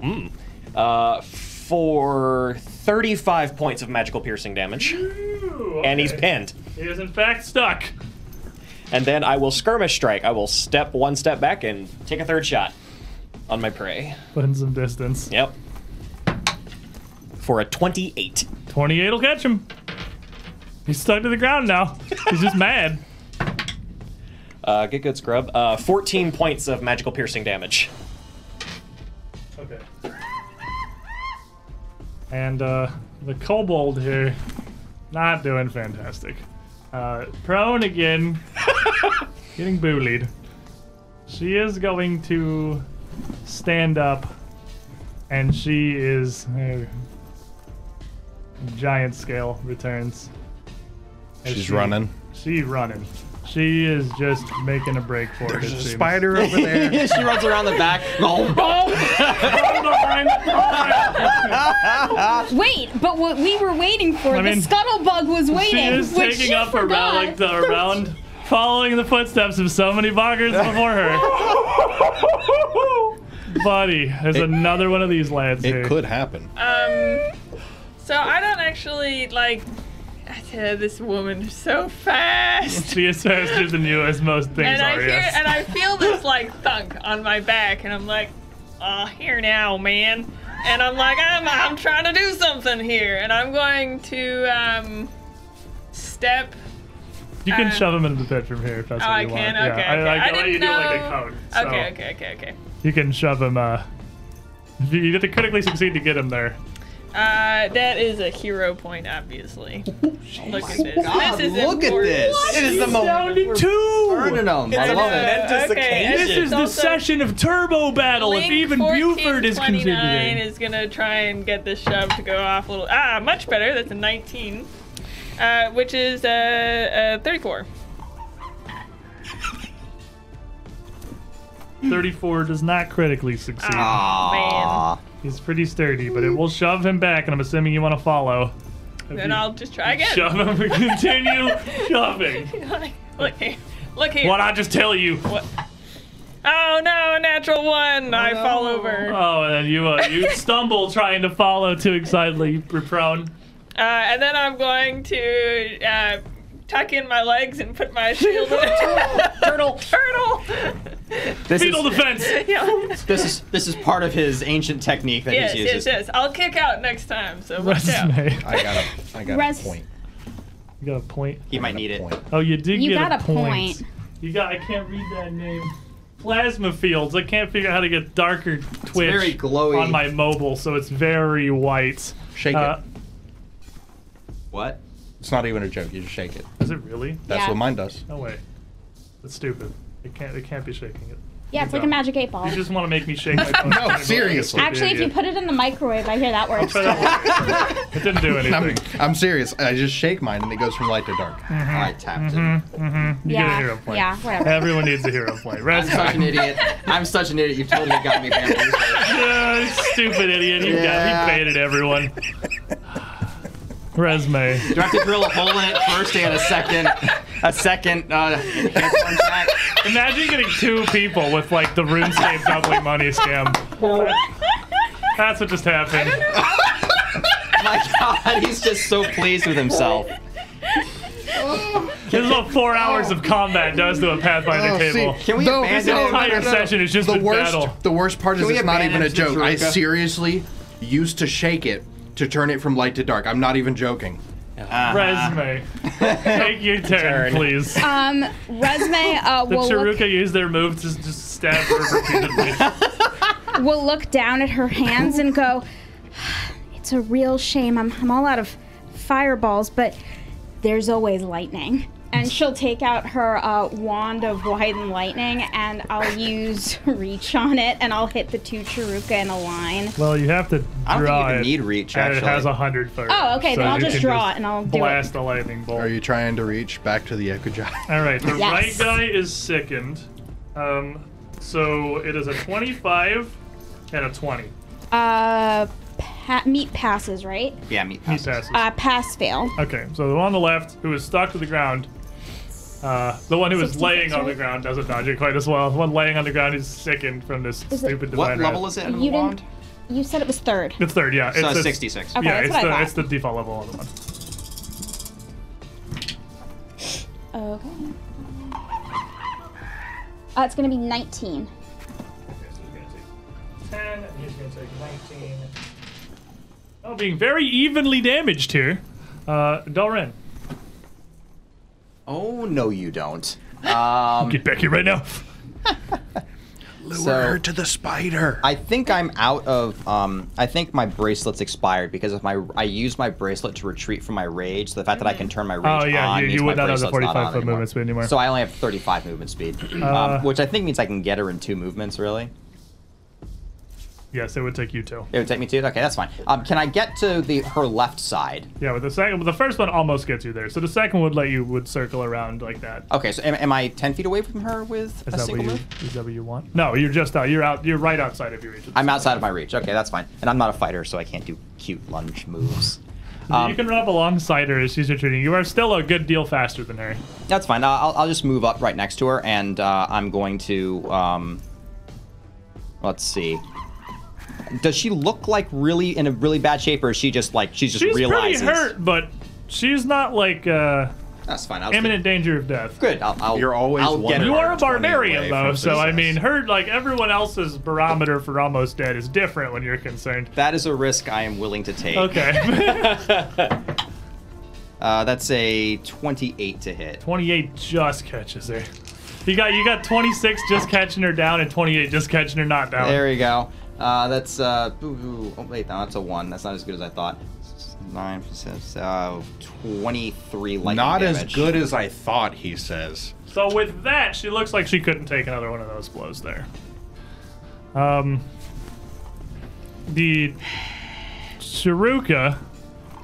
[SPEAKER 6] Mm. Uh, for 35 points of magical piercing damage. and he's pinned.
[SPEAKER 1] He is in fact stuck.
[SPEAKER 6] And then I will skirmish strike. I will step one step back and take a third shot on my prey.
[SPEAKER 1] Put in some distance.
[SPEAKER 6] Yep.
[SPEAKER 8] for a 28.
[SPEAKER 1] 28 will catch him. He's stuck to the ground now. He's just mad.
[SPEAKER 8] Uh, get good, Scrub. Uh, 14 points of magical piercing damage.
[SPEAKER 1] Okay. And uh, the kobold here, not doing fantastic. Uh, prone again, getting bullied. She is going to stand up, and she is uh, giant scale returns. As
[SPEAKER 2] She's
[SPEAKER 1] she-
[SPEAKER 2] running.
[SPEAKER 1] She running. She is just making a break for it.
[SPEAKER 2] There's
[SPEAKER 1] it
[SPEAKER 2] a
[SPEAKER 1] seems.
[SPEAKER 2] spider over there.
[SPEAKER 9] she runs around the back. Oh, oh.
[SPEAKER 1] Hold on, hold on.
[SPEAKER 5] Wait, but what we were waiting
[SPEAKER 1] I
[SPEAKER 5] for, the
[SPEAKER 1] mean,
[SPEAKER 5] scuttle bug was waiting.
[SPEAKER 1] She is
[SPEAKER 5] which
[SPEAKER 1] taking
[SPEAKER 5] she
[SPEAKER 1] up her uh,
[SPEAKER 5] forgot.
[SPEAKER 1] round, like the around, following the footsteps of so many boggers before her. Buddy, there's
[SPEAKER 2] It-
[SPEAKER 1] another one of these lads here.
[SPEAKER 2] It could happen.
[SPEAKER 4] Um, so I don't actually like. I tell you, this woman is so fast.
[SPEAKER 1] She is faster than you, as most things
[SPEAKER 4] And I
[SPEAKER 1] are.
[SPEAKER 4] hear
[SPEAKER 1] yes.
[SPEAKER 4] and I feel this like thunk on my back, and I'm like, uh, here now, man. And I'm like, I'm I'm trying to do something here, and I'm going to um step.
[SPEAKER 1] you can
[SPEAKER 4] uh,
[SPEAKER 1] shove him into the pit from here if that's
[SPEAKER 4] Oh,
[SPEAKER 1] what
[SPEAKER 4] I
[SPEAKER 1] you
[SPEAKER 4] can.
[SPEAKER 1] want.
[SPEAKER 4] Okay,
[SPEAKER 1] yeah,
[SPEAKER 4] okay.
[SPEAKER 1] I, I,
[SPEAKER 4] I
[SPEAKER 1] can let
[SPEAKER 4] didn't
[SPEAKER 1] you do
[SPEAKER 4] know.
[SPEAKER 1] like a cone. so
[SPEAKER 4] Okay, okay, okay, okay.
[SPEAKER 1] You can shove him. Uh, if you, you have to critically succeed to get him there.
[SPEAKER 4] Uh, that is a hero point, obviously. look at this.
[SPEAKER 9] Oh God,
[SPEAKER 4] this is
[SPEAKER 9] look at
[SPEAKER 4] important.
[SPEAKER 9] this. It is the moment.
[SPEAKER 1] Two.
[SPEAKER 9] Burning 'em. I love it.
[SPEAKER 4] momentous okay, and
[SPEAKER 1] This
[SPEAKER 4] it's
[SPEAKER 1] is the
[SPEAKER 4] also-
[SPEAKER 1] session of turbo battle.
[SPEAKER 4] Link
[SPEAKER 1] if even Buford is
[SPEAKER 4] 1429
[SPEAKER 1] contributing.
[SPEAKER 4] is gonna try and get this shove to go off a little. Ah, much better. That's a 19, uh, which is uh, uh, 34.
[SPEAKER 1] 34 does not critically succeed.
[SPEAKER 2] Ah.
[SPEAKER 9] Aw.
[SPEAKER 1] He's pretty sturdy, but it will shove him back, and I'm assuming you want to follow. If
[SPEAKER 4] Then
[SPEAKER 1] you
[SPEAKER 4] I'll just try again.
[SPEAKER 1] shove him and continue shoving.
[SPEAKER 4] Like, look here. Look here.
[SPEAKER 1] What I just tell you.
[SPEAKER 4] Oh no, a natural one. I fall over. Uh,
[SPEAKER 1] Oh, and then you uh, you stumble trying to follow too excitedly. You're prone.
[SPEAKER 4] Uh, and then I'm going to uh, tuck in my legs and put my shield. turtle. Turtle. turtle.
[SPEAKER 9] This
[SPEAKER 1] Fetal
[SPEAKER 9] is,
[SPEAKER 1] defense.
[SPEAKER 4] yeah.
[SPEAKER 9] this is this is part of his ancient technique that
[SPEAKER 4] Yes,
[SPEAKER 9] he
[SPEAKER 4] yes,
[SPEAKER 9] uses.
[SPEAKER 4] yes. I'll kick out next time. So watch out.
[SPEAKER 1] Resume.
[SPEAKER 2] I got a, I got
[SPEAKER 5] Rest-
[SPEAKER 2] a point.
[SPEAKER 1] You got a point.
[SPEAKER 9] He might need
[SPEAKER 2] A
[SPEAKER 9] it.
[SPEAKER 2] point.
[SPEAKER 1] Oh, you did
[SPEAKER 5] You
[SPEAKER 1] get
[SPEAKER 5] got
[SPEAKER 1] a,
[SPEAKER 5] a point.
[SPEAKER 1] You got. I can't read that name. Plasma fields. I can't figure out how to get darker twitch
[SPEAKER 9] very glowy.
[SPEAKER 1] on my mobile, so it's very white.
[SPEAKER 2] Shake
[SPEAKER 1] Uh,
[SPEAKER 2] it.
[SPEAKER 9] What?
[SPEAKER 2] It's not even a joke. You just shake it.
[SPEAKER 1] is it really?
[SPEAKER 2] That's
[SPEAKER 5] Yeah.
[SPEAKER 2] what mine does.
[SPEAKER 1] No way. That's stupid. It can't. It can't be shaking it.
[SPEAKER 5] Yeah, it's like a
[SPEAKER 1] job.
[SPEAKER 5] magic eight ball.
[SPEAKER 1] You just want to make me shake my phone.
[SPEAKER 2] No, seriously.
[SPEAKER 5] Actually, if you put it in the microwave, I hear that works.
[SPEAKER 1] It didn't do
[SPEAKER 2] I'm,
[SPEAKER 1] anything.
[SPEAKER 2] I'm serious. I just shake mine and it goes from light to dark.
[SPEAKER 9] I tapped him.
[SPEAKER 3] Mm-hmm.
[SPEAKER 1] You get a hero
[SPEAKER 5] yeah,
[SPEAKER 1] point.
[SPEAKER 5] yeah, whatever.
[SPEAKER 1] Everyone needs a hero point.
[SPEAKER 9] I'm
[SPEAKER 1] Rest
[SPEAKER 9] such an idiot. I'm such an idiot. You totally got me. bamboozled.
[SPEAKER 1] Yeah, stupid idiot. You
[SPEAKER 9] Yeah.
[SPEAKER 1] got me baited, everyone. Resume.
[SPEAKER 9] Do I have to drill a hole in it first and a second? A second. Uh, hand contact?
[SPEAKER 1] Imagine getting two people with like the RuneScape doubling money scam.
[SPEAKER 3] Oh
[SPEAKER 1] That's what just happened.
[SPEAKER 4] Uh,
[SPEAKER 9] My God, he's just so pleased with himself.
[SPEAKER 1] This is what four hours of combat does to a
[SPEAKER 2] Oh,
[SPEAKER 1] Pathfinder table.
[SPEAKER 9] Can we abandon
[SPEAKER 1] no, entire no, no. session is just
[SPEAKER 2] the
[SPEAKER 1] been
[SPEAKER 2] worst.
[SPEAKER 1] battle.
[SPEAKER 2] The worst part is
[SPEAKER 9] we
[SPEAKER 2] it's not even
[SPEAKER 9] abandon
[SPEAKER 2] a joke. I
[SPEAKER 9] Jinchuruka?
[SPEAKER 2] seriously used to shake it to turn it from light to dark. I'm not even joking.
[SPEAKER 1] Resume. Take your turn,
[SPEAKER 6] Turn.
[SPEAKER 1] please.
[SPEAKER 5] Um, resume. Uh,
[SPEAKER 1] The
[SPEAKER 5] we'll
[SPEAKER 1] Chiruka
[SPEAKER 5] look,
[SPEAKER 1] used their move to just stab her repeatedly.
[SPEAKER 5] we'll look down at her hands and go. It's a real shame. I'm I'm all out of fireballs, but there's always lightning. And she'll take out her uh, wand of widened lightning, and I'll use reach on it, and I'll hit the two Chiruka in a line.
[SPEAKER 1] Well, you have to
[SPEAKER 9] I don't think you
[SPEAKER 1] draw
[SPEAKER 9] even
[SPEAKER 1] it.
[SPEAKER 9] need reach,
[SPEAKER 1] and it has
[SPEAKER 9] actually.
[SPEAKER 1] a hundred first.
[SPEAKER 5] Oh, okay, then I'll
[SPEAKER 1] you
[SPEAKER 5] just
[SPEAKER 1] can
[SPEAKER 5] draw it and I'll do it.
[SPEAKER 1] blast a lightning bolt.
[SPEAKER 2] Are you trying to reach back to the Ekujai?
[SPEAKER 1] All right, the
[SPEAKER 5] Yes.
[SPEAKER 1] right guy is sickened. Um, so it is a twenty-five and a twenty.
[SPEAKER 5] Uh, pa- meat passes, right?
[SPEAKER 9] Yeah, meat
[SPEAKER 1] He
[SPEAKER 9] passes.
[SPEAKER 1] passes.
[SPEAKER 5] Uh, pass fail.
[SPEAKER 1] okay, so the one on the left who is stuck to the ground. Uh, the one who is
[SPEAKER 5] 66,
[SPEAKER 1] laying on the
[SPEAKER 5] right?
[SPEAKER 1] ground doesn't dodge it quite as well. The one laying on the ground is sickened from this
[SPEAKER 5] Is it-
[SPEAKER 1] stupid divine
[SPEAKER 9] What
[SPEAKER 1] wrath.
[SPEAKER 9] level is it in the
[SPEAKER 5] You didn't-
[SPEAKER 9] wand?
[SPEAKER 5] You said it was third.
[SPEAKER 1] It's third, yeah.
[SPEAKER 9] So
[SPEAKER 1] it's
[SPEAKER 9] it's
[SPEAKER 1] it's-
[SPEAKER 9] 66.
[SPEAKER 5] Okay,
[SPEAKER 1] yeah,
[SPEAKER 5] that's
[SPEAKER 1] it's
[SPEAKER 5] what I
[SPEAKER 1] the
[SPEAKER 5] thought.
[SPEAKER 1] it's the default level on the one.
[SPEAKER 5] Okay. Uh, it's gonna be 19.
[SPEAKER 1] Okay, so he's gonna take 10, and he's gonna take 19. Oh, being very evenly damaged here. Uh, Dalren,
[SPEAKER 3] Oh no, you don't. Um,
[SPEAKER 1] get back here right now.
[SPEAKER 2] Lure
[SPEAKER 3] So-
[SPEAKER 2] her to the spider.
[SPEAKER 3] I think I'm out of. Um, I think my bracelet's expired because if my I use my bracelet to retreat from my rage, so the fact that I can turn my rage
[SPEAKER 1] Oh, yeah,
[SPEAKER 3] on
[SPEAKER 1] you-
[SPEAKER 3] means
[SPEAKER 1] you
[SPEAKER 3] my
[SPEAKER 1] would not have the
[SPEAKER 3] bracelet's not
[SPEAKER 1] 45
[SPEAKER 3] on
[SPEAKER 1] foot movement speed anymore.
[SPEAKER 3] So I only have 35 movement speed,
[SPEAKER 1] Uh,
[SPEAKER 3] um, which I think means I can get her in two movements. Really,
[SPEAKER 1] Yes, it would take you two.
[SPEAKER 3] it would take me two. Okay, that's fine. Um, can I get to the her left side?
[SPEAKER 1] Yeah, but the second, but the first one almost gets you there. So the second would let you would circle around like that.
[SPEAKER 3] Okay, so am, am I 10 feet away from her with
[SPEAKER 1] Is that
[SPEAKER 3] a
[SPEAKER 1] what
[SPEAKER 3] single
[SPEAKER 1] you
[SPEAKER 3] move?
[SPEAKER 1] is that what you want? No, you're just out. You're out. You're right outside of your reach.
[SPEAKER 3] I'm outside of my reach. Okay, that's fine. And I'm not a fighter, so I can't do cute lunge moves. Um,
[SPEAKER 1] you can run up alongside her as she's retreating. You are still a good deal faster than her.
[SPEAKER 3] That's fine. Uh, I'll, I'll just move up right next to her, and uh, I'm going to. Um, let's see. Does she look like really in a really bad shape, or is she just like she's just
[SPEAKER 1] She's
[SPEAKER 3] realizes?
[SPEAKER 1] pretty hurt, but she's not like uh,
[SPEAKER 3] That's fine. I'll
[SPEAKER 1] imminent danger of death.
[SPEAKER 3] Good. I'll, I'll,
[SPEAKER 2] You're always
[SPEAKER 3] I'll
[SPEAKER 2] one
[SPEAKER 3] get
[SPEAKER 1] You
[SPEAKER 3] her.
[SPEAKER 2] more.
[SPEAKER 1] are a
[SPEAKER 2] 20
[SPEAKER 1] barbarian
[SPEAKER 2] away
[SPEAKER 1] though,
[SPEAKER 2] from
[SPEAKER 1] so I
[SPEAKER 2] success.
[SPEAKER 1] mean, her like everyone else's barometer for almost dead is different when you're concerned.
[SPEAKER 3] That is a risk I am willing to take.
[SPEAKER 1] Okay,
[SPEAKER 3] Uh, that's a 28 to hit.
[SPEAKER 1] 28 just catches her. You got you got 26 just catching her down and 28 just catching her not down.
[SPEAKER 3] There you go. Uh, that's uh, boo boo. Oh wait, no, that's a one. That's not as good as I thought. Nine, six, uh, 23 lightning
[SPEAKER 2] Not as
[SPEAKER 3] damage.
[SPEAKER 2] good as I thought, he says.
[SPEAKER 1] So with that, she looks like she couldn't take another one of those blows there. Um, the Shiruka,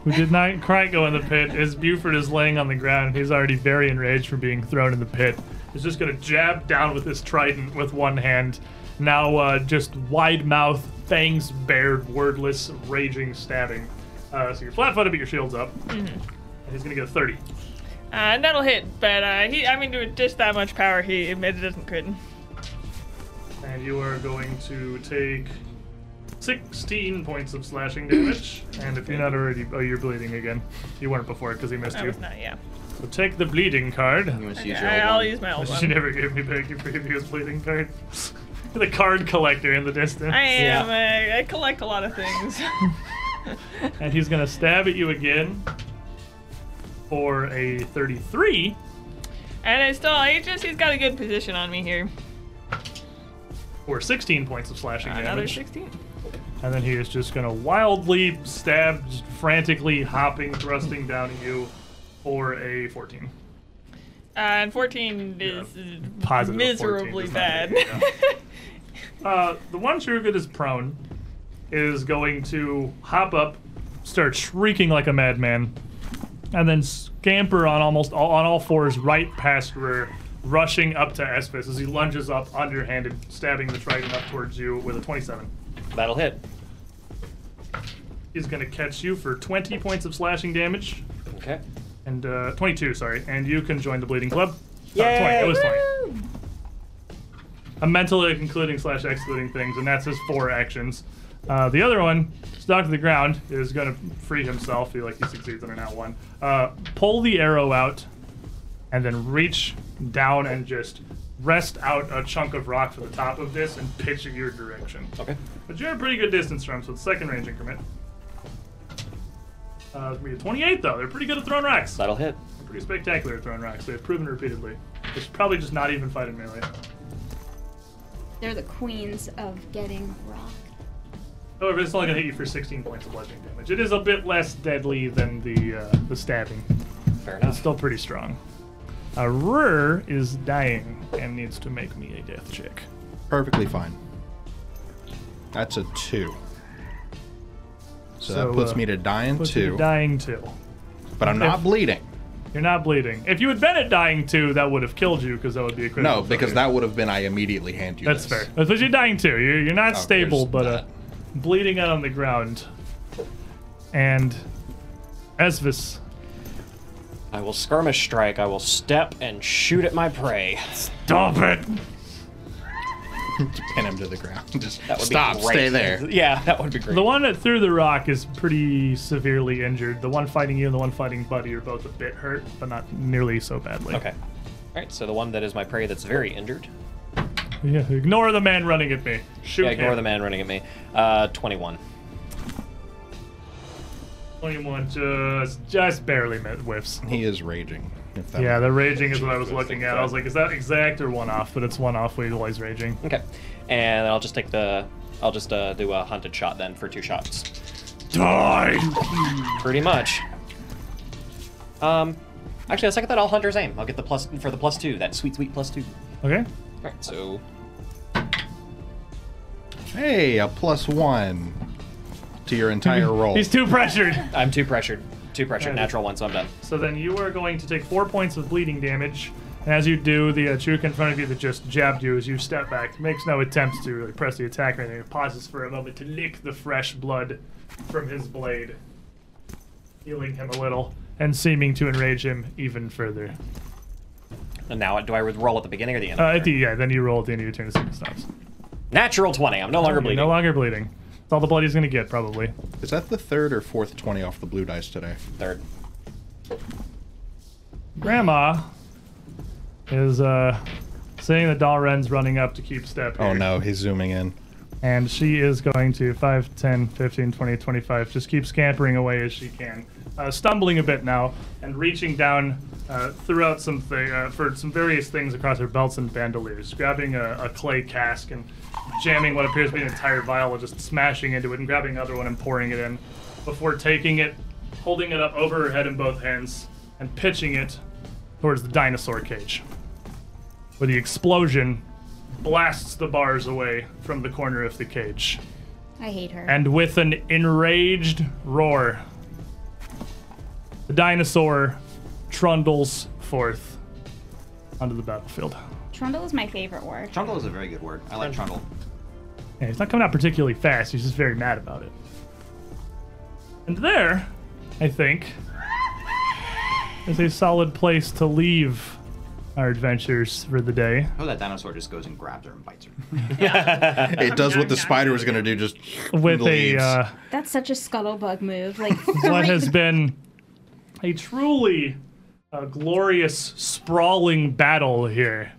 [SPEAKER 1] who did not quite go in the pit, as Buford is laying on the ground, he's already very enraged from being thrown in the pit. He's just gonna jab down with his trident with one hand, now uh, just wide mouth, fangs bared, wordless, raging stabbing. Uh, so you're flat-footed, but your shield's up. And he's gonna get a 30.
[SPEAKER 4] Uh, and that'll hit, but uh, he, I mean, with just that much power, he it doesn't crit.
[SPEAKER 1] And you are going to take 16 points of slashing damage. and if you're not already. Oh, you're bleeding again. You weren't before because he missed
[SPEAKER 4] I
[SPEAKER 1] you.
[SPEAKER 4] was not, yeah.
[SPEAKER 1] So take the bleeding card.
[SPEAKER 3] You want to use your
[SPEAKER 4] I,
[SPEAKER 3] old
[SPEAKER 4] I'll
[SPEAKER 3] one?
[SPEAKER 4] use my old
[SPEAKER 1] She
[SPEAKER 4] one.
[SPEAKER 1] never gave me back your previous bleeding card. the card collector in the distance.
[SPEAKER 4] I am. uh, I, I collect a lot of things.
[SPEAKER 1] And he's going to stab at you again for a 33.
[SPEAKER 4] and I still, he just, he's got a good position on me here.
[SPEAKER 1] Or 16 points of slashing
[SPEAKER 4] Another
[SPEAKER 1] damage.
[SPEAKER 4] 16.
[SPEAKER 1] And then he is just going to wildly stab, frantically hopping, thrusting down at you for a 14.
[SPEAKER 4] Uh, and 14 is
[SPEAKER 1] positive 14 does
[SPEAKER 4] miserably
[SPEAKER 1] not
[SPEAKER 4] bad.
[SPEAKER 1] hit, Uh, the one Shuriken that is prone is going to hop up, start shrieking like a madman, and then scamper on almost all, on all fours right past Rur, rushing up to Espis as he lunges up underhanded, stabbing the trident up towards you with a 27.
[SPEAKER 6] That'll hit.
[SPEAKER 1] He's going to catch you for 20 points of slashing damage,
[SPEAKER 6] Okay.
[SPEAKER 1] and uh, 22, sorry, and you can join the Bleeding Club. Uh, 20,
[SPEAKER 6] Yay!
[SPEAKER 1] it was 20. I'm mentally including slash excluding things, and that's his four actions. Uh, the other one, stuck to the ground, is going to free himself. He like he succeeds on an out one. Uh, pull the arrow out, and then reach down and just rest out a chunk of rock for the top of this and pitch it your direction.
[SPEAKER 6] Okay.
[SPEAKER 1] But you're a pretty good distance from, so it's second range increment. Uh, it's gonna be a 28 though. They're pretty good at throwing rocks.
[SPEAKER 6] That'll hit.
[SPEAKER 1] Pretty spectacular at throwing rocks. They've proven repeatedly. It's probably just not even fighting melee.
[SPEAKER 10] They're the queens of getting rocked.
[SPEAKER 1] However, it's only going to hit you for 16 points of bludgeoning damage. It is a bit less deadly than the uh, the stabbing.
[SPEAKER 6] Fair
[SPEAKER 1] It's
[SPEAKER 6] enough.
[SPEAKER 1] still pretty strong. Uh, Rur is dying and needs to make me a death check.
[SPEAKER 2] Perfectly fine. That's a two.
[SPEAKER 1] So,
[SPEAKER 2] So, that puts
[SPEAKER 1] uh,
[SPEAKER 2] me to dying
[SPEAKER 1] Puts you to
[SPEAKER 2] two,
[SPEAKER 1] Dying two.
[SPEAKER 2] but I'm not
[SPEAKER 1] if-
[SPEAKER 2] bleeding.
[SPEAKER 1] You're not bleeding. If you had been at dying two, that would have killed you because that would be a critical.
[SPEAKER 2] No, because
[SPEAKER 1] failure.
[SPEAKER 2] that would have been I immediately hand you.
[SPEAKER 1] That's
[SPEAKER 2] this.
[SPEAKER 1] fair. That's what you're dying to. You're, you're not
[SPEAKER 2] Oh,
[SPEAKER 1] stable,
[SPEAKER 2] there's
[SPEAKER 1] but uh, bleeding out on the ground. And Esvis
[SPEAKER 6] I will skirmish strike. I will step and shoot at my prey.
[SPEAKER 1] Stop it!
[SPEAKER 2] Pin him to the ground. Just
[SPEAKER 6] That would
[SPEAKER 2] stop.
[SPEAKER 6] Be great.
[SPEAKER 2] Stay there.
[SPEAKER 6] Yeah, that would be great.
[SPEAKER 1] The one that threw the rock is pretty severely injured. The one fighting you and the one fighting Buddy are both a bit hurt, but not nearly so badly.
[SPEAKER 6] Okay. All right. So the one that is my prey that's very injured.
[SPEAKER 1] Yeah, ignore the man running at me. Shoot
[SPEAKER 6] Yeah, ignore
[SPEAKER 1] him.
[SPEAKER 6] the man running at me. Uh, 21.
[SPEAKER 1] 21 just just barely met whiffs.
[SPEAKER 2] He is raging. If that
[SPEAKER 1] Yeah, the raging is what I was looking at. I was like, is that exact or one off? But it's one off. We always raging.
[SPEAKER 8] Okay. And I'll just take the. I'll just uh, do a hunted shot then for two shots. Die! Pretty much. Um, actually, I'll second that. All hunter's aim. I'll get the plus for the plus two. That sweet, sweet plus two.
[SPEAKER 1] Okay.
[SPEAKER 8] All right. So
[SPEAKER 2] hey, a plus one to your entire roll.
[SPEAKER 1] He's too pressured.
[SPEAKER 8] I'm too pressured. Too pressured.
[SPEAKER 1] Yeah.
[SPEAKER 8] Natural one, so I'm done.
[SPEAKER 1] So then you are going to take four points of bleeding damage. And as you do, the uh, chook in front of you that just jabbed you as you step back makes no attempt to like, press the attack or anything. It pauses for a moment to lick the fresh blood from his blade, healing him a little and seeming to enrage him even further.
[SPEAKER 8] And now, do I roll at the beginning or the end?
[SPEAKER 1] Uh, at the, yeah, then you roll at the end of your turn to see if it stops.
[SPEAKER 8] Natural twenty. I'm no longer bleeding.
[SPEAKER 1] No longer bleeding. It's all the blood he's going to get, probably.
[SPEAKER 2] Is that the third or fourth 20 off the blue dice today?
[SPEAKER 8] Third.
[SPEAKER 1] Grandma is uh, seeing that Dalren's running up to keep step.
[SPEAKER 2] Oh
[SPEAKER 1] here.
[SPEAKER 2] no, he's zooming in.
[SPEAKER 1] And she is going to 5, 10, 15, 20, 25. Just keep scampering away as she can. Uh, stumbling a bit now and reaching down uh, throughout some thi- uh, for some various things across her belts and bandoliers. Grabbing a, a clay cask and jamming what appears to be an entire vial and just smashing into it and grabbing another one and pouring it in before taking it, holding it up over her head in both hands and pitching it towards the dinosaur cage where the explosion blasts the bars away from the corner of the cage.
[SPEAKER 5] I hate her.
[SPEAKER 1] And with an enraged roar, the dinosaur trundles forth onto the battlefield.
[SPEAKER 5] Trundle is my favorite word.
[SPEAKER 3] Trundle is a very good word. I like trundle.
[SPEAKER 1] Yeah, he's not coming out particularly fast, he's just very mad about it. And there, I think, is a solid place to leave our adventures for the day.
[SPEAKER 3] Oh, that dinosaur just goes and grabs her and bites her.
[SPEAKER 2] It does what the spider was gonna do, just
[SPEAKER 1] With
[SPEAKER 2] leaves.
[SPEAKER 1] a uh,
[SPEAKER 5] That's such a scuttlebug move. Like
[SPEAKER 1] what has been a truly uh, glorious, sprawling battle here.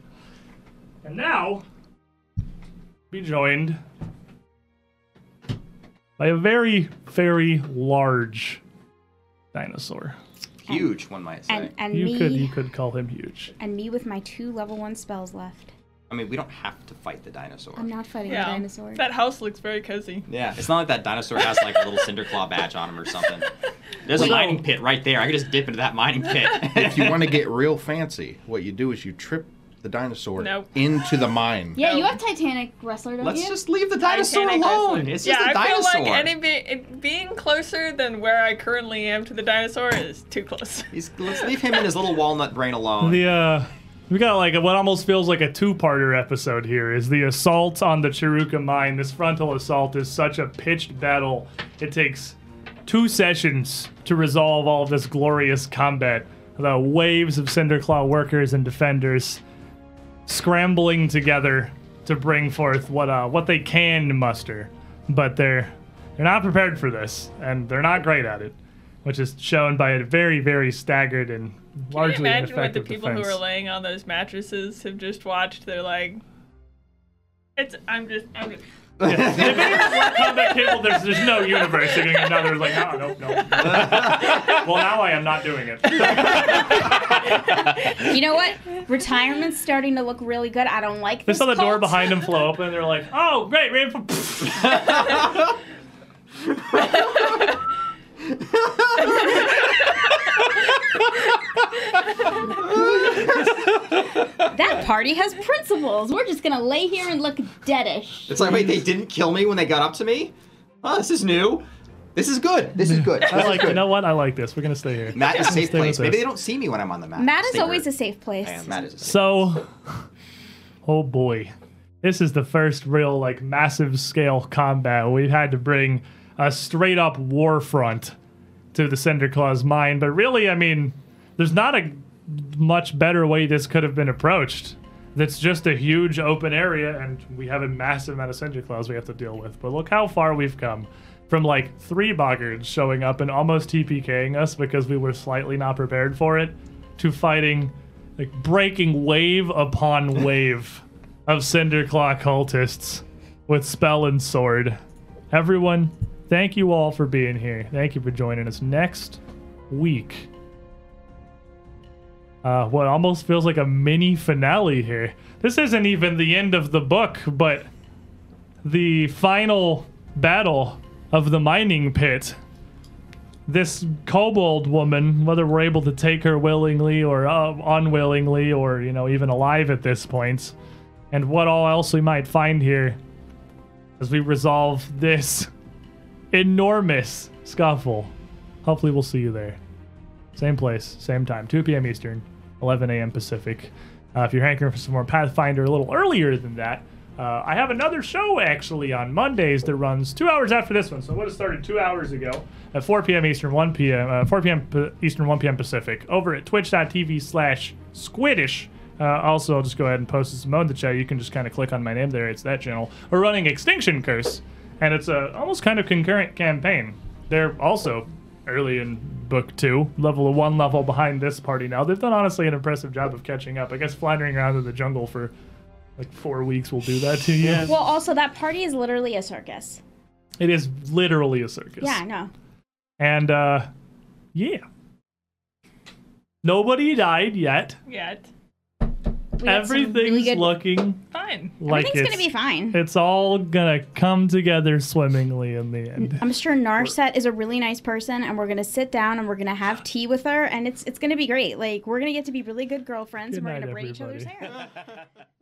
[SPEAKER 1] And now, be joined by a very, very large dinosaur.
[SPEAKER 3] Huge, one might say.
[SPEAKER 5] and and
[SPEAKER 1] You
[SPEAKER 5] me
[SPEAKER 1] could e- you could call him huge.
[SPEAKER 5] and me with my two level one spells left.
[SPEAKER 3] I mean, we don't have to fight the dinosaur.
[SPEAKER 5] I'm not fighting
[SPEAKER 4] Yeah.
[SPEAKER 5] a dinosaur.
[SPEAKER 4] That house looks very cozy.
[SPEAKER 3] Yeah, it's not like that dinosaur has like a little cinder claw badge on him or something. There's a
[SPEAKER 1] So-
[SPEAKER 3] mining pit right there. I could just dip into that mining pit.
[SPEAKER 2] if you want to get real fancy, what you do is you trip the dinosaur
[SPEAKER 4] Nope.
[SPEAKER 2] into the mine.
[SPEAKER 5] yeah, you have Titanic wrestler, don't
[SPEAKER 3] Let's
[SPEAKER 5] you?
[SPEAKER 3] just leave the dinosaur
[SPEAKER 4] Titanic
[SPEAKER 3] alone.
[SPEAKER 4] wrestler.
[SPEAKER 3] It's
[SPEAKER 4] yeah,
[SPEAKER 3] just a
[SPEAKER 4] I
[SPEAKER 3] dinosaur.
[SPEAKER 4] feel like any be- it- being closer than where I currently am to the dinosaur is too close.
[SPEAKER 3] He's, let's leave him and his little walnut brain alone.
[SPEAKER 1] The uh, we got like what almost feels like a two-parter episode here. Is the assault on the Chiruka mine? This frontal assault is such a pitched battle. It takes two sessions to resolve all of this glorious combat. The waves of Cinderclaw workers and defenders scrambling together to bring forth what uh, what they can muster, but they're they're not prepared for this, and they're not great at it, which is shown by a very very staggered and
[SPEAKER 4] Can you
[SPEAKER 1] largely
[SPEAKER 4] imagine what the
[SPEAKER 1] ineffective
[SPEAKER 4] people
[SPEAKER 1] defense.
[SPEAKER 4] who are laying on those mattresses have just watched? They're like, it's. I'm just. I'm just.
[SPEAKER 1] if anyone's left combat cable, there's there's no universe. They're gonna another like no no no. well now I am not doing it.
[SPEAKER 5] You know what? Retirement's starting to look really good. I don't like
[SPEAKER 1] They
[SPEAKER 5] this.
[SPEAKER 1] saw the door
[SPEAKER 5] cult.
[SPEAKER 1] behind them flow open, and they're like, oh great, we have-
[SPEAKER 5] That party has principles. We're just gonna lay here and look deadish.
[SPEAKER 3] It's like, wait, they didn't kill me when they got up to me? Oh, this is new. This is good. This is good.
[SPEAKER 1] I like you know what I like this. We're gonna stay here.
[SPEAKER 3] Matt is a safe
[SPEAKER 1] Stay with
[SPEAKER 3] place. Maybe
[SPEAKER 1] us.
[SPEAKER 3] they don't see me when I'm on the map.
[SPEAKER 5] Matt is
[SPEAKER 3] Secret.
[SPEAKER 5] always a safe place.
[SPEAKER 3] Man, Matt is a safe.
[SPEAKER 1] So, oh boy, this is the first real like massive scale combat we've had to bring a straight up war front to the Cinderclaw's mind. But really, I mean, there's not a much better way this could have been approached. That's just a huge open area, and we have a massive amount of Cinderclaws we have to deal with. But look how far we've come. From like three boggards showing up and almost TPKing us because we were slightly not prepared for it, to fighting like breaking wave upon wave of Cinderclaw cultists with spell and sword. Everyone Thank you all for being here. Thank you for joining us next week. Uh, what almost feels like a mini finale here. This isn't even the end of the book, but the final battle of the mining pit. This kobold woman, whether we're able to take her willingly or uh, unwillingly, or you know, even alive at this point, and what all else we might find here as we resolve this enormous scuffle. Hopefully, we'll see you there. Same place, same time, 2 p.m. Eastern, 11 a.m. Pacific. Uh, if you're hankering for some more Pathfinder a little earlier than that, uh, I have another show actually on Mondays that runs two hours after this one. So it would have started two hours ago at 4 p.m. Eastern, 1 p.m. Uh, 4 p.m. P- Eastern, 1 p.m. Pacific over at twitch.tv slash squidish. Uh, also, I'll just go ahead and post this mode in the chat. You can just kind of click on my name there. It's that channel. We're running Extinction Curse, and it's a almost kind of concurrent campaign. They're also early in book two, level one level behind this party now. They've done honestly an impressive job of catching up. I guess floundering around in the jungle for like four weeks will do that to you.
[SPEAKER 5] Well, also that party is literally a circus.
[SPEAKER 1] It is literally a circus.
[SPEAKER 5] Yeah, no.
[SPEAKER 1] And uh yeah. Nobody died yet.
[SPEAKER 4] Yet.
[SPEAKER 5] We had some
[SPEAKER 1] Everything's
[SPEAKER 5] really good-
[SPEAKER 1] looking
[SPEAKER 4] Fine.
[SPEAKER 1] like
[SPEAKER 5] Everything's
[SPEAKER 1] it's
[SPEAKER 5] gonna be fine.
[SPEAKER 1] It's all gonna come together swimmingly in the end.
[SPEAKER 5] I'm sure Narset is a really nice person, and we're gonna sit down and we're gonna have tea with her, and it's it's gonna be great. Like we're gonna get to be really good girlfriends,
[SPEAKER 1] Good
[SPEAKER 5] and we're
[SPEAKER 1] night,
[SPEAKER 5] gonna braid each other's
[SPEAKER 1] everybody.
[SPEAKER 5] hair.